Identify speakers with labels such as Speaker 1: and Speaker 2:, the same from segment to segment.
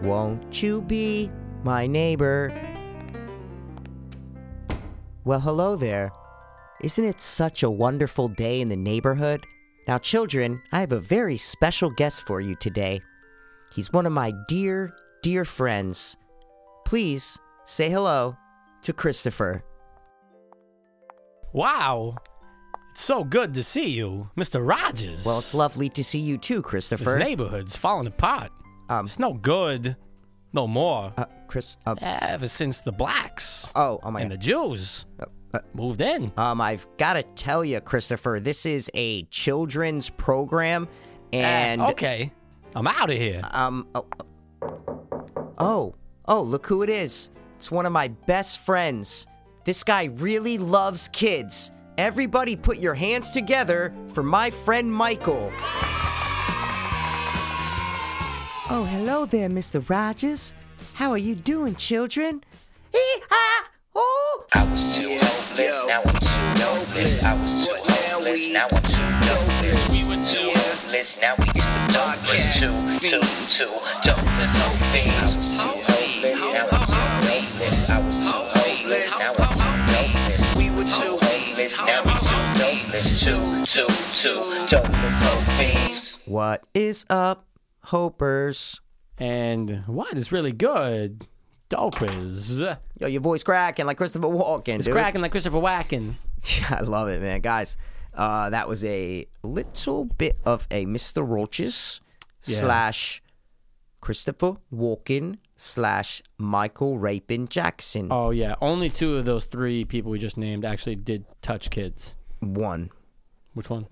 Speaker 1: Won't you be my neighbor? Well, hello there. Isn't it such a wonderful day in the neighborhood? Now, children, I have a very special guest for you today. He's one of my dear, dear friends. Please say hello to Christopher.
Speaker 2: Wow. It's so good to see you, Mr. Rogers.
Speaker 1: Well, it's lovely to see you too,
Speaker 2: This
Speaker 1: Christopher.
Speaker 2: neighborhood's falling apart.
Speaker 1: Um,
Speaker 2: It's no good no more
Speaker 1: uh, Chris, uh,
Speaker 2: ever since the blacks
Speaker 1: oh, oh my
Speaker 2: and the
Speaker 1: God.
Speaker 2: Jews
Speaker 1: uh,
Speaker 2: moved in.
Speaker 1: Um, I've got to tell you, Christopher, this is a children's program, and
Speaker 2: Eh, okay, I'm out of here.
Speaker 1: Um. Oh, oh. Oh. Look who it is. It's one of my best friends. This guy really loves kids. Everybody, put your hands together for my friend Michael. Oh, hello there, Mr. Rogers. How are you doing, children? Hee-haw! Oh!
Speaker 3: I was too hopeless, now I'm too hopeless. I was too hopeless, now I'm too hopeless. We were too hopeless, now we is the darkest two, two, two, dopeless whole fiends. I was too hopeless, now I'm too hopeless. I was too hopeless, now I'm too hopeless. We were too hopeless, now we too hopeless. Two, two, two, dopeless whole fiends.
Speaker 1: What is up, Hopers?
Speaker 2: And what is really good? Dope is.
Speaker 1: Yo, your voice cracking like Christopher Walken,
Speaker 2: It's
Speaker 1: dude.
Speaker 2: cracking like Christopher Wacken.
Speaker 1: I love it, man. Guys, uh, that was a little bit of a Mr. Roaches
Speaker 2: Yeah.
Speaker 1: slash Christopher Walken slash Michael Rapin Jackson.
Speaker 2: Oh, yeah. Only two of those three people we just named actually did touch kids.
Speaker 1: One.
Speaker 2: Which one?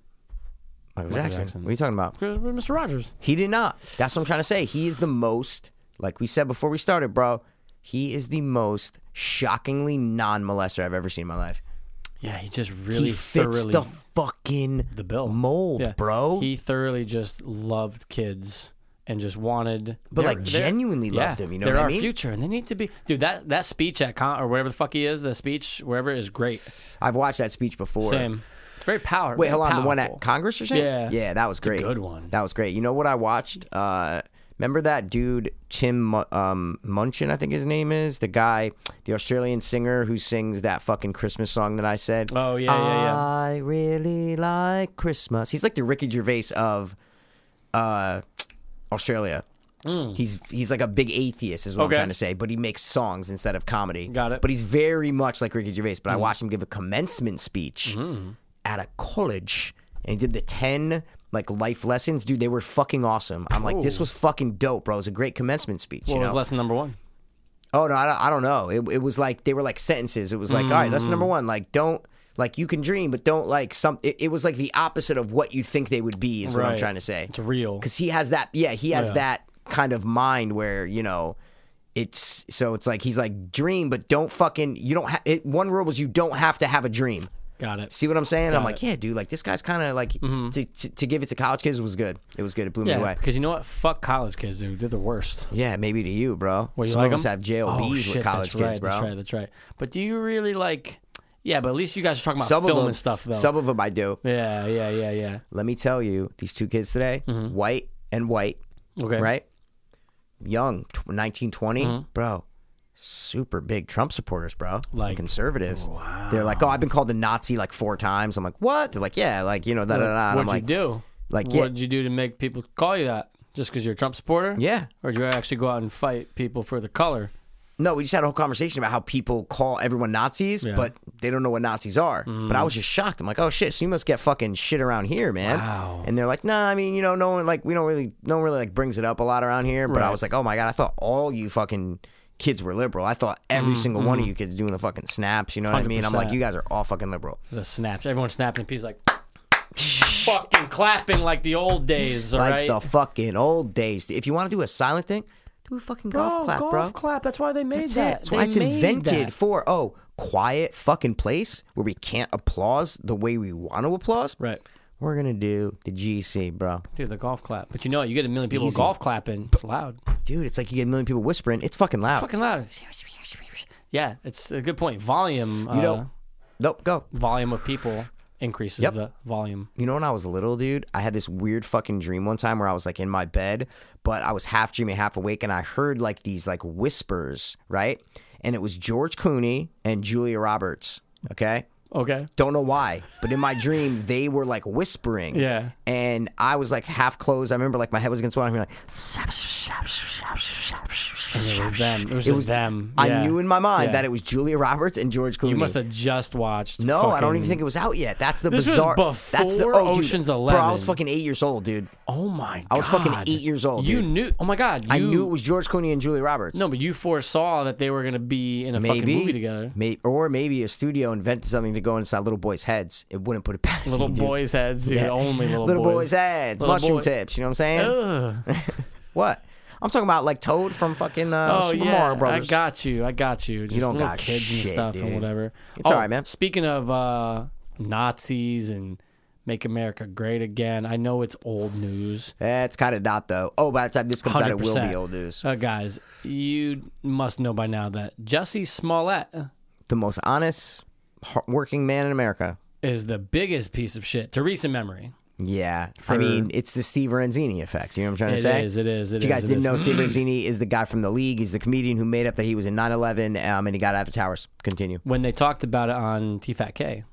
Speaker 1: Michael
Speaker 2: Michael
Speaker 1: Jackson.
Speaker 2: Jackson.
Speaker 1: What are you talking about?
Speaker 2: Christopher- Mr. Rogers.
Speaker 1: He did not. That's what I'm trying to say. He is the most, like we said before we started, bro, he is the most shockingly non molester I've ever seen in my life.
Speaker 2: Yeah, he just really
Speaker 1: he fits
Speaker 2: thoroughly
Speaker 1: the fucking
Speaker 2: the bill
Speaker 1: mold,
Speaker 2: Yeah.
Speaker 1: bro.
Speaker 2: He thoroughly just loved kids and just wanted,
Speaker 1: but
Speaker 2: they're-
Speaker 1: like
Speaker 2: they're-
Speaker 1: genuinely
Speaker 2: yeah,
Speaker 1: loved him. You know
Speaker 2: they're
Speaker 1: what
Speaker 2: our
Speaker 1: I mean?
Speaker 2: future, and they need to be. Dude, that that speech at con or wherever the fuck he is, the speech wherever is great.
Speaker 1: I've watched that speech before.
Speaker 2: Same. It's very power.
Speaker 1: Wait,
Speaker 2: very
Speaker 1: hold on. The one
Speaker 2: powerful.
Speaker 1: at Congress or something?
Speaker 2: Yeah.
Speaker 1: Yeah, that was great.
Speaker 2: good one.
Speaker 1: That was great. You know what I watched? Uh, remember that dude, Tim Mu- um, Munchin, I think his name is? The guy, the Australian singer who sings that fucking Christmas song that I said.
Speaker 2: Oh, yeah, yeah, yeah.
Speaker 1: I really like Christmas. He's like the Ricky Gervais of uh, Australia. He's he's like a big atheist, is what
Speaker 2: Hmm. Okay.
Speaker 1: I'm trying to say. But he makes songs instead of comedy.
Speaker 2: Got it.
Speaker 1: But he's very much like Ricky Gervais.
Speaker 2: Mm-hmm.
Speaker 1: But I watched him give a commencement speech at a college, and he did the ten like life lessons. Dude, they were fucking awesome. I'm like, this was fucking dope, bro. It was a great commencement speech.
Speaker 2: What
Speaker 1: you
Speaker 2: was
Speaker 1: know?
Speaker 2: lesson number one?
Speaker 1: Oh no, I don't, I don't know. It, it was like they were like sentences. It was like, all right, that's
Speaker 2: Mm.
Speaker 1: number one. Like, don't like you can dream, but don't like some. It, it was like the opposite of what you think they would be. Is what I'm
Speaker 2: Right.
Speaker 1: trying to say.
Speaker 2: It's real.
Speaker 1: because he has that. Yeah, he has
Speaker 2: Yeah.
Speaker 1: that kind of mind where you know. It's so it's like he's like dream, but don't fucking you don't have it. One rule was you don't have to have a dream.
Speaker 2: Got it.
Speaker 1: See what I'm saying? I'm
Speaker 2: Got
Speaker 1: like, yeah, dude. Like this guy's kind of like to, to to give it to college kids was good. It was good. It blew me
Speaker 2: Yeah,
Speaker 1: away.
Speaker 2: because you know what? Fuck college kids, dude. They're the worst.
Speaker 1: Yeah, maybe to you, bro.
Speaker 2: What, you
Speaker 1: Some
Speaker 2: like
Speaker 1: of us
Speaker 2: 'em?
Speaker 1: have JLBs
Speaker 2: Oh,
Speaker 1: with
Speaker 2: shit,
Speaker 1: college
Speaker 2: that's
Speaker 1: kids,
Speaker 2: right,
Speaker 1: bro.
Speaker 2: That's right. That's right. But do you really like? Yeah, but at least you guys are talking about
Speaker 1: some
Speaker 2: film
Speaker 1: of them,
Speaker 2: and stuff, though.
Speaker 1: Some of them I do.
Speaker 2: yeah, yeah, yeah, yeah.
Speaker 1: Let me tell you, these two kids today,
Speaker 2: Mm-hmm.
Speaker 1: white and white,
Speaker 2: Okay. Mm-hmm.
Speaker 1: right? Young, tw- 19, 20, bro. Super big Trump supporters, bro.
Speaker 2: Like,
Speaker 1: conservatives. They're like, oh, I've been called a Nazi like four times. I'm like, what? They're like, yeah, like you know, da da da. And
Speaker 2: What'd
Speaker 1: I'm like,
Speaker 2: you do?
Speaker 1: like, yeah.
Speaker 2: what'd you do to make people call you that? Just because you're a Trump supporter?
Speaker 1: yeah.
Speaker 2: Or did you actually go out and fight people for the color?
Speaker 1: No, we just had a whole conversation about how people call everyone Nazis, but they don't know what Nazis are. But
Speaker 2: Mm.
Speaker 1: I was just shocked. I'm like, oh shit, so you must get fucking shit around here, man.
Speaker 2: Wow.
Speaker 1: And they're like, nah, I mean, you know, no one like we don't really no one really like brings it up a lot around here. But I
Speaker 2: Right.
Speaker 1: was like, oh my god, I thought all you fucking kids were liberal. I thought
Speaker 2: Mm,
Speaker 1: every single one of you kids doing the fucking snaps, you know what I mean? I'm like,
Speaker 2: 100%.
Speaker 1: you guys are all fucking liberal.
Speaker 2: The snaps. Everyone snapping. He's like fucking clapping like the old days, all
Speaker 1: Like
Speaker 2: right?
Speaker 1: the fucking old days. If you want to do a silent thing, do a fucking golf clap,
Speaker 2: Oh, golf
Speaker 1: bro.
Speaker 2: clap. That's why they made
Speaker 1: That's
Speaker 2: that.
Speaker 1: it. That's why it's invented for oh, quiet fucking place where we can't applause the way we want to applause.
Speaker 2: Right.
Speaker 1: We're gonna do the GC, bro.
Speaker 2: Dude, the golf clap. But you know, you get a million people
Speaker 1: easy.
Speaker 2: golf clapping. It's loud. It's
Speaker 1: Dude, it's like you get a million people whispering. It's fucking loud.
Speaker 2: fucking loud. Yeah, it's a good point. Volume.
Speaker 1: you
Speaker 2: uh,
Speaker 1: know. Nope. Go.
Speaker 2: volume of people. increases
Speaker 1: Yep.
Speaker 2: the volume.
Speaker 1: You know, when I was little, dude, I had this weird fucking dream one time where I was like in my bed, but I was half dreaming, half awake, and I heard like these like whispers, right? And it was George Clooney and Julia Roberts, okay?
Speaker 2: Okay.
Speaker 1: Don't know why, but in my dream, they were like whispering.
Speaker 2: Yeah.
Speaker 1: And I was like half closed. I remember like my head was against one. I'm like,
Speaker 2: And it was them. It was
Speaker 1: it
Speaker 2: just
Speaker 1: was
Speaker 2: them.
Speaker 1: I
Speaker 2: Yeah.
Speaker 1: knew in my mind
Speaker 2: Yeah.
Speaker 1: that it was Julia Roberts and George Clooney.
Speaker 2: You must have just watched.
Speaker 1: No, I don't even
Speaker 2: fucking-
Speaker 1: think it was out yet. That's the
Speaker 2: This was
Speaker 1: bizarre. that's the
Speaker 2: before
Speaker 1: oh, dude,
Speaker 2: Ocean's
Speaker 1: Bro, I
Speaker 2: 11.
Speaker 1: was fucking eight years old, dude.
Speaker 2: Oh my god!
Speaker 1: was fucking eight years old,
Speaker 2: You
Speaker 1: dude.
Speaker 2: knew. Oh my god! You,
Speaker 1: I knew it was George Clooney and Julia Roberts.
Speaker 2: No, but you foresaw that they were gonna be in a
Speaker 1: maybe
Speaker 2: fucking movie together.
Speaker 1: May, or maybe a studio invented something to go inside little boys' heads. It wouldn't put it past
Speaker 2: Little
Speaker 1: me, dude.
Speaker 2: boys' heads, dude. Only little,
Speaker 1: little
Speaker 2: boys.
Speaker 1: boys' heads,
Speaker 2: Little
Speaker 1: mushroom
Speaker 2: boy-
Speaker 1: tips. You know what I'm saying?
Speaker 2: Ugh.
Speaker 1: What? I'm talking about like Toad from fucking uh,
Speaker 2: Oh
Speaker 1: Super
Speaker 2: yeah,
Speaker 1: Mario Brothers.
Speaker 2: I got you. I got you. Just
Speaker 1: don't
Speaker 2: little
Speaker 1: got
Speaker 2: kids
Speaker 1: shit,
Speaker 2: and stuff
Speaker 1: dude.
Speaker 2: and whatever.
Speaker 1: It's
Speaker 2: Oh,
Speaker 1: all right, man.
Speaker 2: Speaking of uh, Nazis and make America great again, I know it's old news.
Speaker 1: Eh, it's kind of not though. Oh, by the time this comes out, it will
Speaker 2: 100%.
Speaker 1: be old news.
Speaker 2: Uh, guys, you must know by now that Jesse Smollett
Speaker 1: The most honest, har- working man in America.
Speaker 2: is the biggest piece of shit to recent memory.
Speaker 1: Yeah, I mean, it's the Steve Renzini effect. You know what I'm trying to
Speaker 2: It
Speaker 1: say?
Speaker 2: is, it is, it
Speaker 1: If you guys
Speaker 2: is, it
Speaker 1: didn't
Speaker 2: is.
Speaker 1: know, Steve Renzini is the guy from the league. He's the comedian who made up that he was in 9/11, um, and he got out of the towers. Continue.
Speaker 2: When they talked about it on TFATK,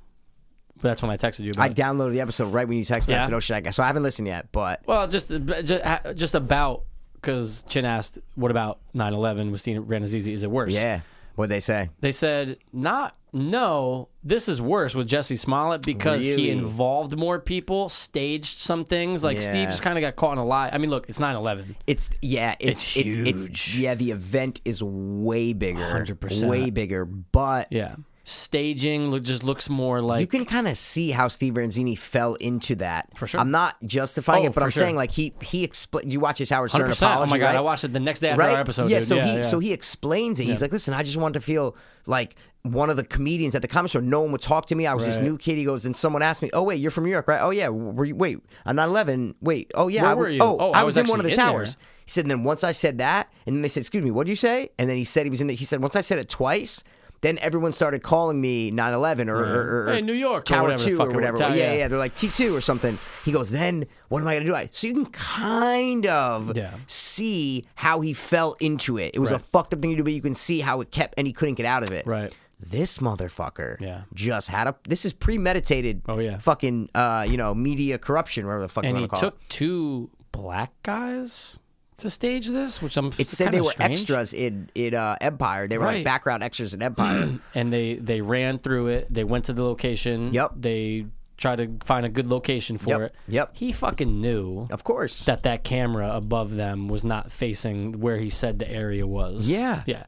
Speaker 2: that's when I texted you about
Speaker 1: I
Speaker 2: it.
Speaker 1: downloaded the episode right when you texted me. I
Speaker 2: Yeah.
Speaker 1: said, "Oh shit, I got-" so I haven't listened yet." But
Speaker 2: Well, just just, just about because Chin asked, "What about 9/11 with Steve Ranazizi? Is it worse?"
Speaker 1: yeah, what eh, they say?
Speaker 2: They said, "Not no. This is worse with Jesse Smollett because
Speaker 1: Really?
Speaker 2: he involved more people, staged some things. Like
Speaker 1: Yeah.
Speaker 2: Steve just kind of got caught in a lie. I mean, look, it's 9/11.
Speaker 1: It's yeah, it's
Speaker 2: It's
Speaker 1: it's, it's,
Speaker 2: huge.
Speaker 1: yeah, the event is way bigger,
Speaker 2: 100%.
Speaker 1: way bigger. But
Speaker 2: Yeah, staging look, just looks more like
Speaker 1: you can kind of see how Steve Renzini fell into that. For
Speaker 2: sure.
Speaker 1: I'm not justifying
Speaker 2: Oh,
Speaker 1: it, but
Speaker 2: for
Speaker 1: I'm
Speaker 2: sure.
Speaker 1: saying like he he explained. You watch his Howard Stern
Speaker 2: 100%.
Speaker 1: apology?
Speaker 2: Oh my god,
Speaker 1: right?
Speaker 2: I watched it the next day after
Speaker 1: right?
Speaker 2: our episode.
Speaker 1: yeah,
Speaker 2: dude.
Speaker 1: so he so he explains it. He's like, listen, I just wanted to feel like one of the comedians at the comedy show. No one would talk to me. I was this
Speaker 2: Right.
Speaker 1: new kid. He goes, and someone asked me, oh wait, you're from New York, right? Oh yeah, were you, wait, on 9/11, wait, oh yeah,
Speaker 2: Where
Speaker 1: I was,
Speaker 2: were you?
Speaker 1: Oh,
Speaker 2: Oh,
Speaker 1: I,
Speaker 2: I
Speaker 1: was
Speaker 2: was
Speaker 1: in one of the
Speaker 2: actually in
Speaker 1: towers. He said, and then once I said that, and then they said, excuse me, what did you say? And then he said he was in. The, he said once I said it twice. Then everyone started calling me 9/11 or, or, or- or
Speaker 2: Hey, New York or
Speaker 1: Tower
Speaker 2: whatever the
Speaker 1: Two
Speaker 2: fuck
Speaker 1: or
Speaker 2: it was.
Speaker 1: whatever.
Speaker 2: Tower-
Speaker 1: yeah,
Speaker 2: yeah.
Speaker 1: yeah, they're like T2 or something. He goes, then what am I gonna do? I- So you can kind of
Speaker 2: Yeah.
Speaker 1: see how he fell into it. It was a
Speaker 2: Right.
Speaker 1: fucked up thing to do, but you can see how it kept and he couldn't get out of it.
Speaker 2: Right.
Speaker 1: This motherfucker
Speaker 2: Yeah.
Speaker 1: just had a this is premeditated
Speaker 2: Oh, yeah.
Speaker 1: fucking uh, you know, media corruption, whatever the fuck you
Speaker 2: and
Speaker 1: want
Speaker 2: he
Speaker 1: to call
Speaker 2: took
Speaker 1: it.
Speaker 2: two black guys to stage this, which I'm
Speaker 1: It said
Speaker 2: kinda
Speaker 1: they were
Speaker 2: strange.
Speaker 1: extras in in uh, Empire. They were like
Speaker 2: Right.
Speaker 1: background extras in Empire.
Speaker 2: and they they ran through it. They went to the location.
Speaker 1: Yep.
Speaker 2: They tried to find a good location for
Speaker 1: Yep.
Speaker 2: it.
Speaker 1: Yep.
Speaker 2: He fucking knew
Speaker 1: of course.
Speaker 2: that that camera above them was not facing where he said the area was.
Speaker 1: Yeah.
Speaker 2: Yeah.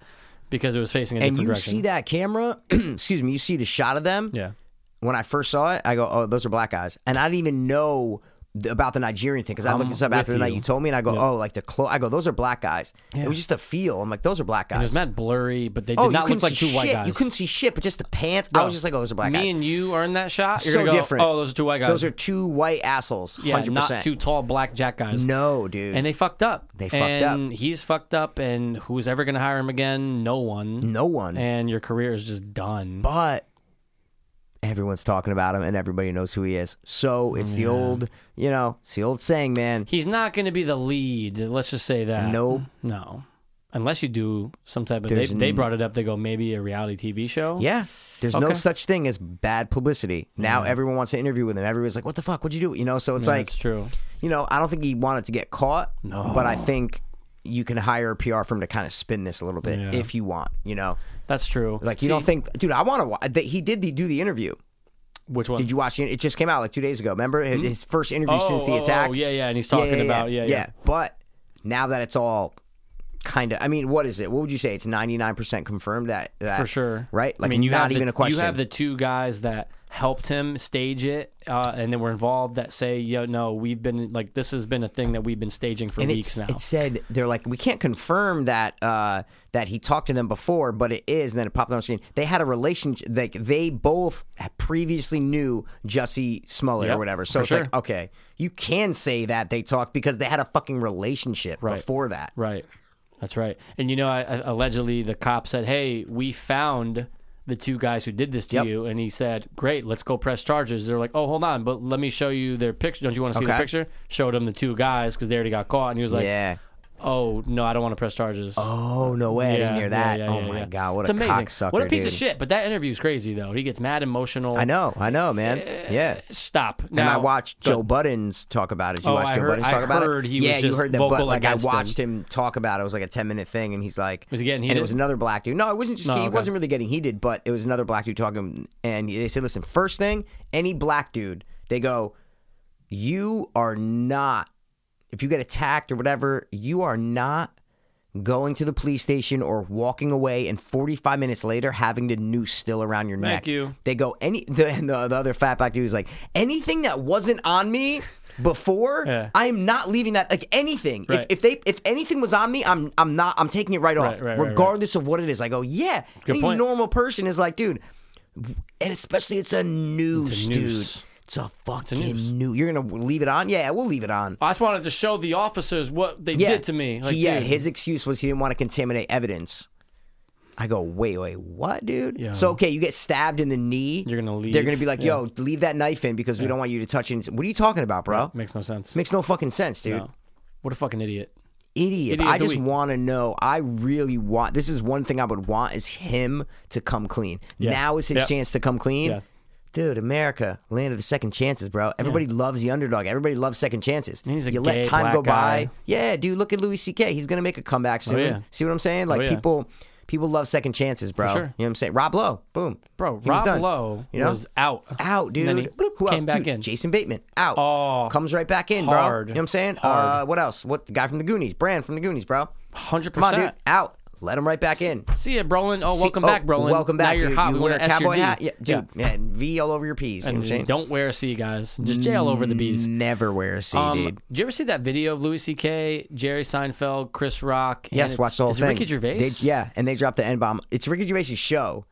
Speaker 2: Because it was facing a
Speaker 1: and
Speaker 2: different
Speaker 1: you
Speaker 2: direction.
Speaker 1: see that camera, excuse me, you see the shot of them.
Speaker 2: Yeah.
Speaker 1: when I first saw it, I go, "Oh, those are black guys," and I didn't even know th- about the Nigerian thing because I looked this up
Speaker 2: with
Speaker 1: after the night
Speaker 2: you.
Speaker 1: you told me, and I go, "Oh, like the clo I go, "Those are black guys." It was just the feel. I'm like, "Those are black
Speaker 2: It
Speaker 1: guys."
Speaker 2: was not blurry, but they did
Speaker 1: oh, you
Speaker 2: not
Speaker 1: couldn't
Speaker 2: look like
Speaker 1: see
Speaker 2: two
Speaker 1: shit.
Speaker 2: white guys.
Speaker 1: You couldn't see shit, but just the pants. I was just like, "Oh, those are black
Speaker 2: Me
Speaker 1: guys."
Speaker 2: and you are in that shot. You're
Speaker 1: So
Speaker 2: gonna go,
Speaker 1: different.
Speaker 2: Oh, those are two white guys.
Speaker 1: those are two white assholes.
Speaker 2: yeah,
Speaker 1: 100%.
Speaker 2: not two tall black jack guys.
Speaker 1: No, dude.
Speaker 2: And they fucked up.
Speaker 1: They fucked up.
Speaker 2: And he's fucked up, and who's ever going to hire him again? No one.
Speaker 1: no one.
Speaker 2: And your career is just done.
Speaker 1: but everyone's talking about him, and everybody knows who he is. So it's the old, you know, it's the old saying, man.
Speaker 2: He's not going to be the lead. Let's just say that.
Speaker 1: Nope.
Speaker 2: No. Unless you do some type of. They,
Speaker 1: There's
Speaker 2: they
Speaker 1: n-
Speaker 2: brought it up. They go, maybe a reality TV show?
Speaker 1: Yeah. There's no
Speaker 2: Okay. Mm-hmm.
Speaker 1: such thing as bad publicity. Now everyone wants to interview with him. Everyone's like, what the fuck? What'd you do? You know, so it's like,
Speaker 2: That's true.
Speaker 1: you know, I don't think he wanted to get caught. No. But I think you can hire a PR firm to kind of spin this a little bit
Speaker 2: Yeah.
Speaker 1: if you want, you know?
Speaker 2: That's true.
Speaker 1: Like, you don't think, dude, I want to watch. He did the, do the interview.
Speaker 2: Which one?
Speaker 1: Did you watch it? It just came out like two days ago. Remember his, his first interview
Speaker 2: oh,
Speaker 1: since the
Speaker 2: oh,
Speaker 1: attack?
Speaker 2: Oh, yeah, yeah. And he's talking about. Yeah, yeah.
Speaker 1: But now that it's all kind of, I mean, what is it? What would you say? It's 99% confirmed that. that
Speaker 2: For sure.
Speaker 1: Right? Like,
Speaker 2: I mean, you
Speaker 1: not
Speaker 2: have the-
Speaker 1: even a question.
Speaker 2: You have the two guys that helped him stage it uh, and then were involved that say, yo, no, we've been, like, this has been a thing that we've been staging for
Speaker 1: and it's,
Speaker 2: weeks now.
Speaker 1: it said they're like we can't confirm that uh, that he talked to them before, but it is. And then it popped on the screen. They had a relationship. Like they both previously knew Jesse Smollett or
Speaker 2: Yep,
Speaker 1: whatever. So
Speaker 2: for
Speaker 1: it's like
Speaker 2: sure.
Speaker 1: okay, you can say that they talked because they had a fucking relationship
Speaker 2: Right.
Speaker 1: before that.
Speaker 2: Right. That's right. And you know, I, I- allegedly the cop said, "Hey, we found the two guys who did this to
Speaker 1: Yep.
Speaker 2: you, and he said, "Great, let's go press charges." They're like, "Oh, hold on, but let me show you their picture. Don't you want to see the
Speaker 1: Okay.
Speaker 2: picture?" Showed him the two guys because they already got caught, and he was like,
Speaker 1: yeah.
Speaker 2: "Oh no, I don't want to press charges."
Speaker 1: Oh no way! I didn't hear that.
Speaker 2: yeah,
Speaker 1: oh
Speaker 2: yeah,
Speaker 1: my
Speaker 2: yeah.
Speaker 1: god! What
Speaker 2: it's
Speaker 1: a
Speaker 2: amazing.
Speaker 1: cocksucker!
Speaker 2: What a piece
Speaker 1: dude.
Speaker 2: of shit! But that interview's crazy though. He gets mad, emotional.
Speaker 1: I know. I know, man. Yeah.
Speaker 2: Stop. Now,
Speaker 1: And I watched
Speaker 2: Go-
Speaker 1: Joe Buttons talk about it. Did you
Speaker 2: Oh,
Speaker 1: watch
Speaker 2: I
Speaker 1: Joe
Speaker 2: heard-
Speaker 1: Buttons
Speaker 2: I
Speaker 1: talk about
Speaker 2: heard
Speaker 1: it.
Speaker 2: he was
Speaker 1: yeah, you
Speaker 2: just
Speaker 1: heard that.
Speaker 2: vocal
Speaker 1: But like I
Speaker 2: against
Speaker 1: watched him. talk about it. It was like a ten minute thing, and he's like,
Speaker 2: Was he getting
Speaker 1: And
Speaker 2: heated?
Speaker 1: it was another black dude. No, it wasn't just.
Speaker 2: No,
Speaker 1: he
Speaker 2: okay.
Speaker 1: wasn't really getting heated, but it was another black dude talking. And they said, listen, first thing, any black dude, they go, you are not. If you get attacked or whatever, you are not going to the police station or walking away and 45 minutes later having the noose still around your neck.
Speaker 2: Thank you.
Speaker 1: They go any the, and the, the other fat back dude is like anything that wasn't on me before
Speaker 2: Yeah.
Speaker 1: I am not leaving that like anything.
Speaker 2: Right.
Speaker 1: If, if they if anything was on me, I'm I'm not I'm taking it right, off
Speaker 2: right, right, right.
Speaker 1: regardless of what it is. I go, yeah.
Speaker 2: Good
Speaker 1: Any
Speaker 2: point.
Speaker 1: normal person is like, dude, and especially it's a noose,
Speaker 2: noose.
Speaker 1: dude. It's a fucking
Speaker 2: noose.
Speaker 1: noose. You're gonna leave it on? Yeah, we'll leave it on.
Speaker 2: I just wanted to show the officers what they did to me. Like,
Speaker 1: He- yeah,
Speaker 2: dude,
Speaker 1: his excuse was he didn't want to contaminate evidence. I go, wait, wait, what, dude?
Speaker 2: Yeah.
Speaker 1: So okay, you get stabbed in the knee.
Speaker 2: You're gonna leave.
Speaker 1: They're gonna be like, yo, leave that knife in because we don't want you to touch it. What are you talking about, bro?
Speaker 2: makes no sense.
Speaker 1: Makes no fucking sense, dude.
Speaker 2: No. What a fucking idiot.
Speaker 1: Idiot.
Speaker 2: Idiot
Speaker 1: I
Speaker 2: of the
Speaker 1: just
Speaker 2: week.
Speaker 1: want to know. I really want. This is one thing I would want is him to come clean. Now is his
Speaker 2: Yeah.
Speaker 1: chance to come clean.
Speaker 2: Yeah.
Speaker 1: Dude, America, land of the second chances, bro. Everybody loves the underdog. Everybody loves second chances.
Speaker 2: he's a
Speaker 1: you
Speaker 2: gay
Speaker 1: let time
Speaker 2: black
Speaker 1: go by.
Speaker 2: guy. Oh,
Speaker 1: Yeah, dude, look at Louis C.K. He's gonna make a comeback soon.
Speaker 2: yeah.
Speaker 1: See what I'm saying? Like
Speaker 2: yeah.
Speaker 1: people, people love second chances, bro.
Speaker 2: sure.
Speaker 1: You know what I'm saying? Rob Lowe, boom,
Speaker 2: Bro,
Speaker 1: He was
Speaker 2: Rob
Speaker 1: done.
Speaker 2: Lowe
Speaker 1: you know?
Speaker 2: was out.
Speaker 1: out, dude.
Speaker 2: then he bloop,
Speaker 1: Who else?
Speaker 2: came back
Speaker 1: Dude,
Speaker 2: in.
Speaker 1: Jason Bateman, out.
Speaker 2: Oh,
Speaker 1: comes right back in,
Speaker 2: hard.
Speaker 1: bro. You know what I'm saying? Uh,
Speaker 2: Hard.
Speaker 1: what else? What the guy from the Goonies? Brand from the Goonies, bro.
Speaker 2: Hundred
Speaker 1: Come on, dude,
Speaker 2: percent.
Speaker 1: out. Let him right back in.
Speaker 2: See ya, Brolin. Oh, welcome
Speaker 1: See-
Speaker 2: back,
Speaker 1: oh,
Speaker 2: Brolin.
Speaker 1: Welcome back.
Speaker 2: Now you're
Speaker 1: dude.
Speaker 2: hot.
Speaker 1: You
Speaker 2: we
Speaker 1: wear
Speaker 2: want
Speaker 1: a
Speaker 2: to ask your
Speaker 1: cowboy
Speaker 2: D.
Speaker 1: hat, yeah, dude.
Speaker 2: Yeah.
Speaker 1: Man, V all over your peas. you know what I'm saying?
Speaker 2: And don't wear a C, guys. Just jail over the bees.
Speaker 1: Never wear a C,
Speaker 2: Um,
Speaker 1: dude.
Speaker 2: did you ever see that video of Louis C.K., Jerry Seinfeld, Chris Rock? and
Speaker 1: Yes,
Speaker 2: it's-
Speaker 1: watch the whole
Speaker 2: it's
Speaker 1: thing.
Speaker 2: Ricky Gervais.
Speaker 1: They- yeah, and they dropped the N bomb. It's Ricky Gervais' show,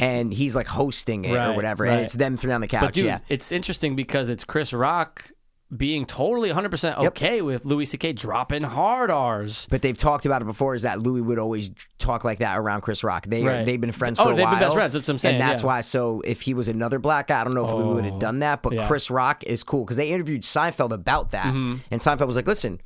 Speaker 1: and he's like hosting it or
Speaker 2: Right,
Speaker 1: whatever,
Speaker 2: right.
Speaker 1: and it's them three on the couch.
Speaker 2: But dude,
Speaker 1: yeah.
Speaker 2: it's interesting because it's Chris Rock being totally 100% okay with Louis C.K. dropping hard R's.
Speaker 1: But they've talked about it before. Is that Louis would always talk like that around Chris Rock? They
Speaker 2: Right.
Speaker 1: they've been friends
Speaker 2: Oh,
Speaker 1: for a
Speaker 2: they've
Speaker 1: while.
Speaker 2: been best friends, that's what I'm saying,
Speaker 1: And that's
Speaker 2: yeah. Oh,
Speaker 1: why. So if he was another black guy, I don't know if Louis would have done that. But
Speaker 2: yeah. Mm-hmm.
Speaker 1: Chris Rock is cool because they interviewed Seinfeld about that, and Seinfeld was like, "Listen."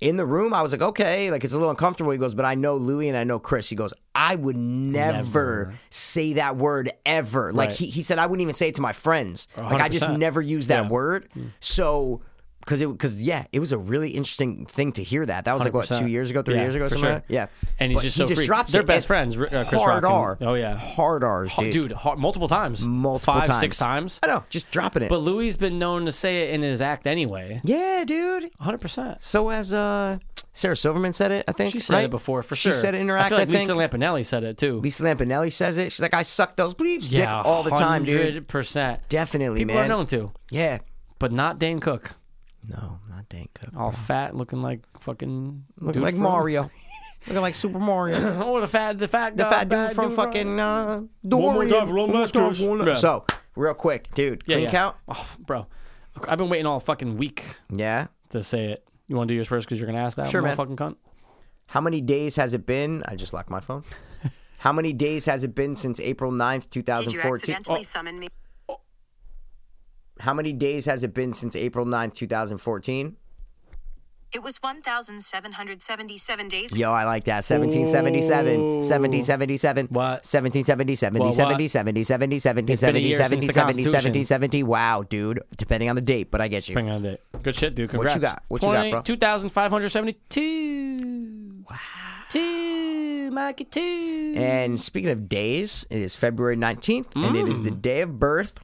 Speaker 1: In the room, I was like, okay, like it's a little uncomfortable. He goes, but I know Louis and I know Chris. He goes, I would never, say that word ever. Like
Speaker 2: Right.
Speaker 1: he, he said, I wouldn't even say it to my friends. Like I just
Speaker 2: 100%.
Speaker 1: never use that
Speaker 2: Yeah. Mm.
Speaker 1: word. So, because it, because yeah, it was a really interesting thing to hear that. That was like what
Speaker 2: 100%.
Speaker 1: two years ago, three
Speaker 2: Yeah,
Speaker 1: years ago,
Speaker 2: for
Speaker 1: something.
Speaker 2: sure.
Speaker 1: like that? Yeah,
Speaker 2: And he's
Speaker 1: But
Speaker 2: just
Speaker 1: he
Speaker 2: so
Speaker 1: just
Speaker 2: freak.
Speaker 1: drops
Speaker 2: They're
Speaker 1: it
Speaker 2: best
Speaker 1: and
Speaker 2: friends, R- uh, Chris
Speaker 1: hard
Speaker 2: Rock and-
Speaker 1: R.
Speaker 2: oh, yeah.
Speaker 1: hard R's, dude.
Speaker 2: Dude, hard, multiple times.
Speaker 1: multiple
Speaker 2: Five,
Speaker 1: times.
Speaker 2: six times.
Speaker 1: I know, just dropping it.
Speaker 2: But Louis's been known to say it in his act anyway.
Speaker 1: yeah, dude.
Speaker 2: 100%.
Speaker 1: So as uh, Sarah Silverman said it, I think
Speaker 2: She said
Speaker 1: right?
Speaker 2: it before for
Speaker 1: she
Speaker 2: sure.
Speaker 1: said it in her
Speaker 2: I
Speaker 1: act.
Speaker 2: feel like
Speaker 1: I think
Speaker 2: Lisa Lampanelli said it too.
Speaker 1: Lisa Lampanelli says it. She's like, I suck those bleeps dick
Speaker 2: yeah,
Speaker 1: all the time, dude.
Speaker 2: 100%.
Speaker 1: Definitely,
Speaker 2: People
Speaker 1: man.
Speaker 2: are known to,
Speaker 1: Yeah.
Speaker 2: but not Dane Cook.
Speaker 1: No, not Dan Cook.
Speaker 2: All fat, looking like fucking.
Speaker 1: Looking
Speaker 2: dude
Speaker 1: like
Speaker 2: from-
Speaker 1: Mario. Looking like Super Mario.
Speaker 2: Oh, the fat, the fat,
Speaker 1: the
Speaker 2: guy,
Speaker 1: fat
Speaker 2: bad
Speaker 1: dude from fucking uh, Dorian.
Speaker 2: more time for Lone
Speaker 1: One more time
Speaker 2: Masters.
Speaker 1: for Lone-
Speaker 2: Yeah.
Speaker 1: So, real quick, dude,
Speaker 2: Yeah,
Speaker 1: clean
Speaker 2: yeah.
Speaker 1: count.
Speaker 2: Oh, bro, I've been waiting all fucking week
Speaker 1: Yeah.
Speaker 2: to say it. You want to do yours first because you're gonna ask that?
Speaker 1: Sure, man.
Speaker 2: Fucking cunt.
Speaker 1: How many days has it been? I just locked my phone. How many days has it been since April 9th,
Speaker 4: Did you
Speaker 1: 2014?
Speaker 4: accidentally summon me?
Speaker 1: How many days has it been since April 9th, 2014?
Speaker 4: It was 1,777 days.
Speaker 1: Yo, I like that. 1777, 1777,
Speaker 2: What?
Speaker 1: 1770, 70,
Speaker 2: What,
Speaker 1: 70,
Speaker 2: what?
Speaker 1: 70, 70, 70,
Speaker 2: It's been a
Speaker 1: 70,
Speaker 2: year
Speaker 1: 70,
Speaker 2: since the
Speaker 1: 70, 70,
Speaker 2: Constitution.
Speaker 1: 70. Wow, dude. Depending on the date, but I get you.
Speaker 2: Bring on it. Good shit, dude.
Speaker 1: What
Speaker 2: Congrats.
Speaker 1: you got? What you got, bro?
Speaker 2: Two thousand five hundred seventy-two. Wow. Two, Mikey. Two.
Speaker 1: And speaking of days, it is February 19th, and it is the
Speaker 2: Mm.
Speaker 1: day of birth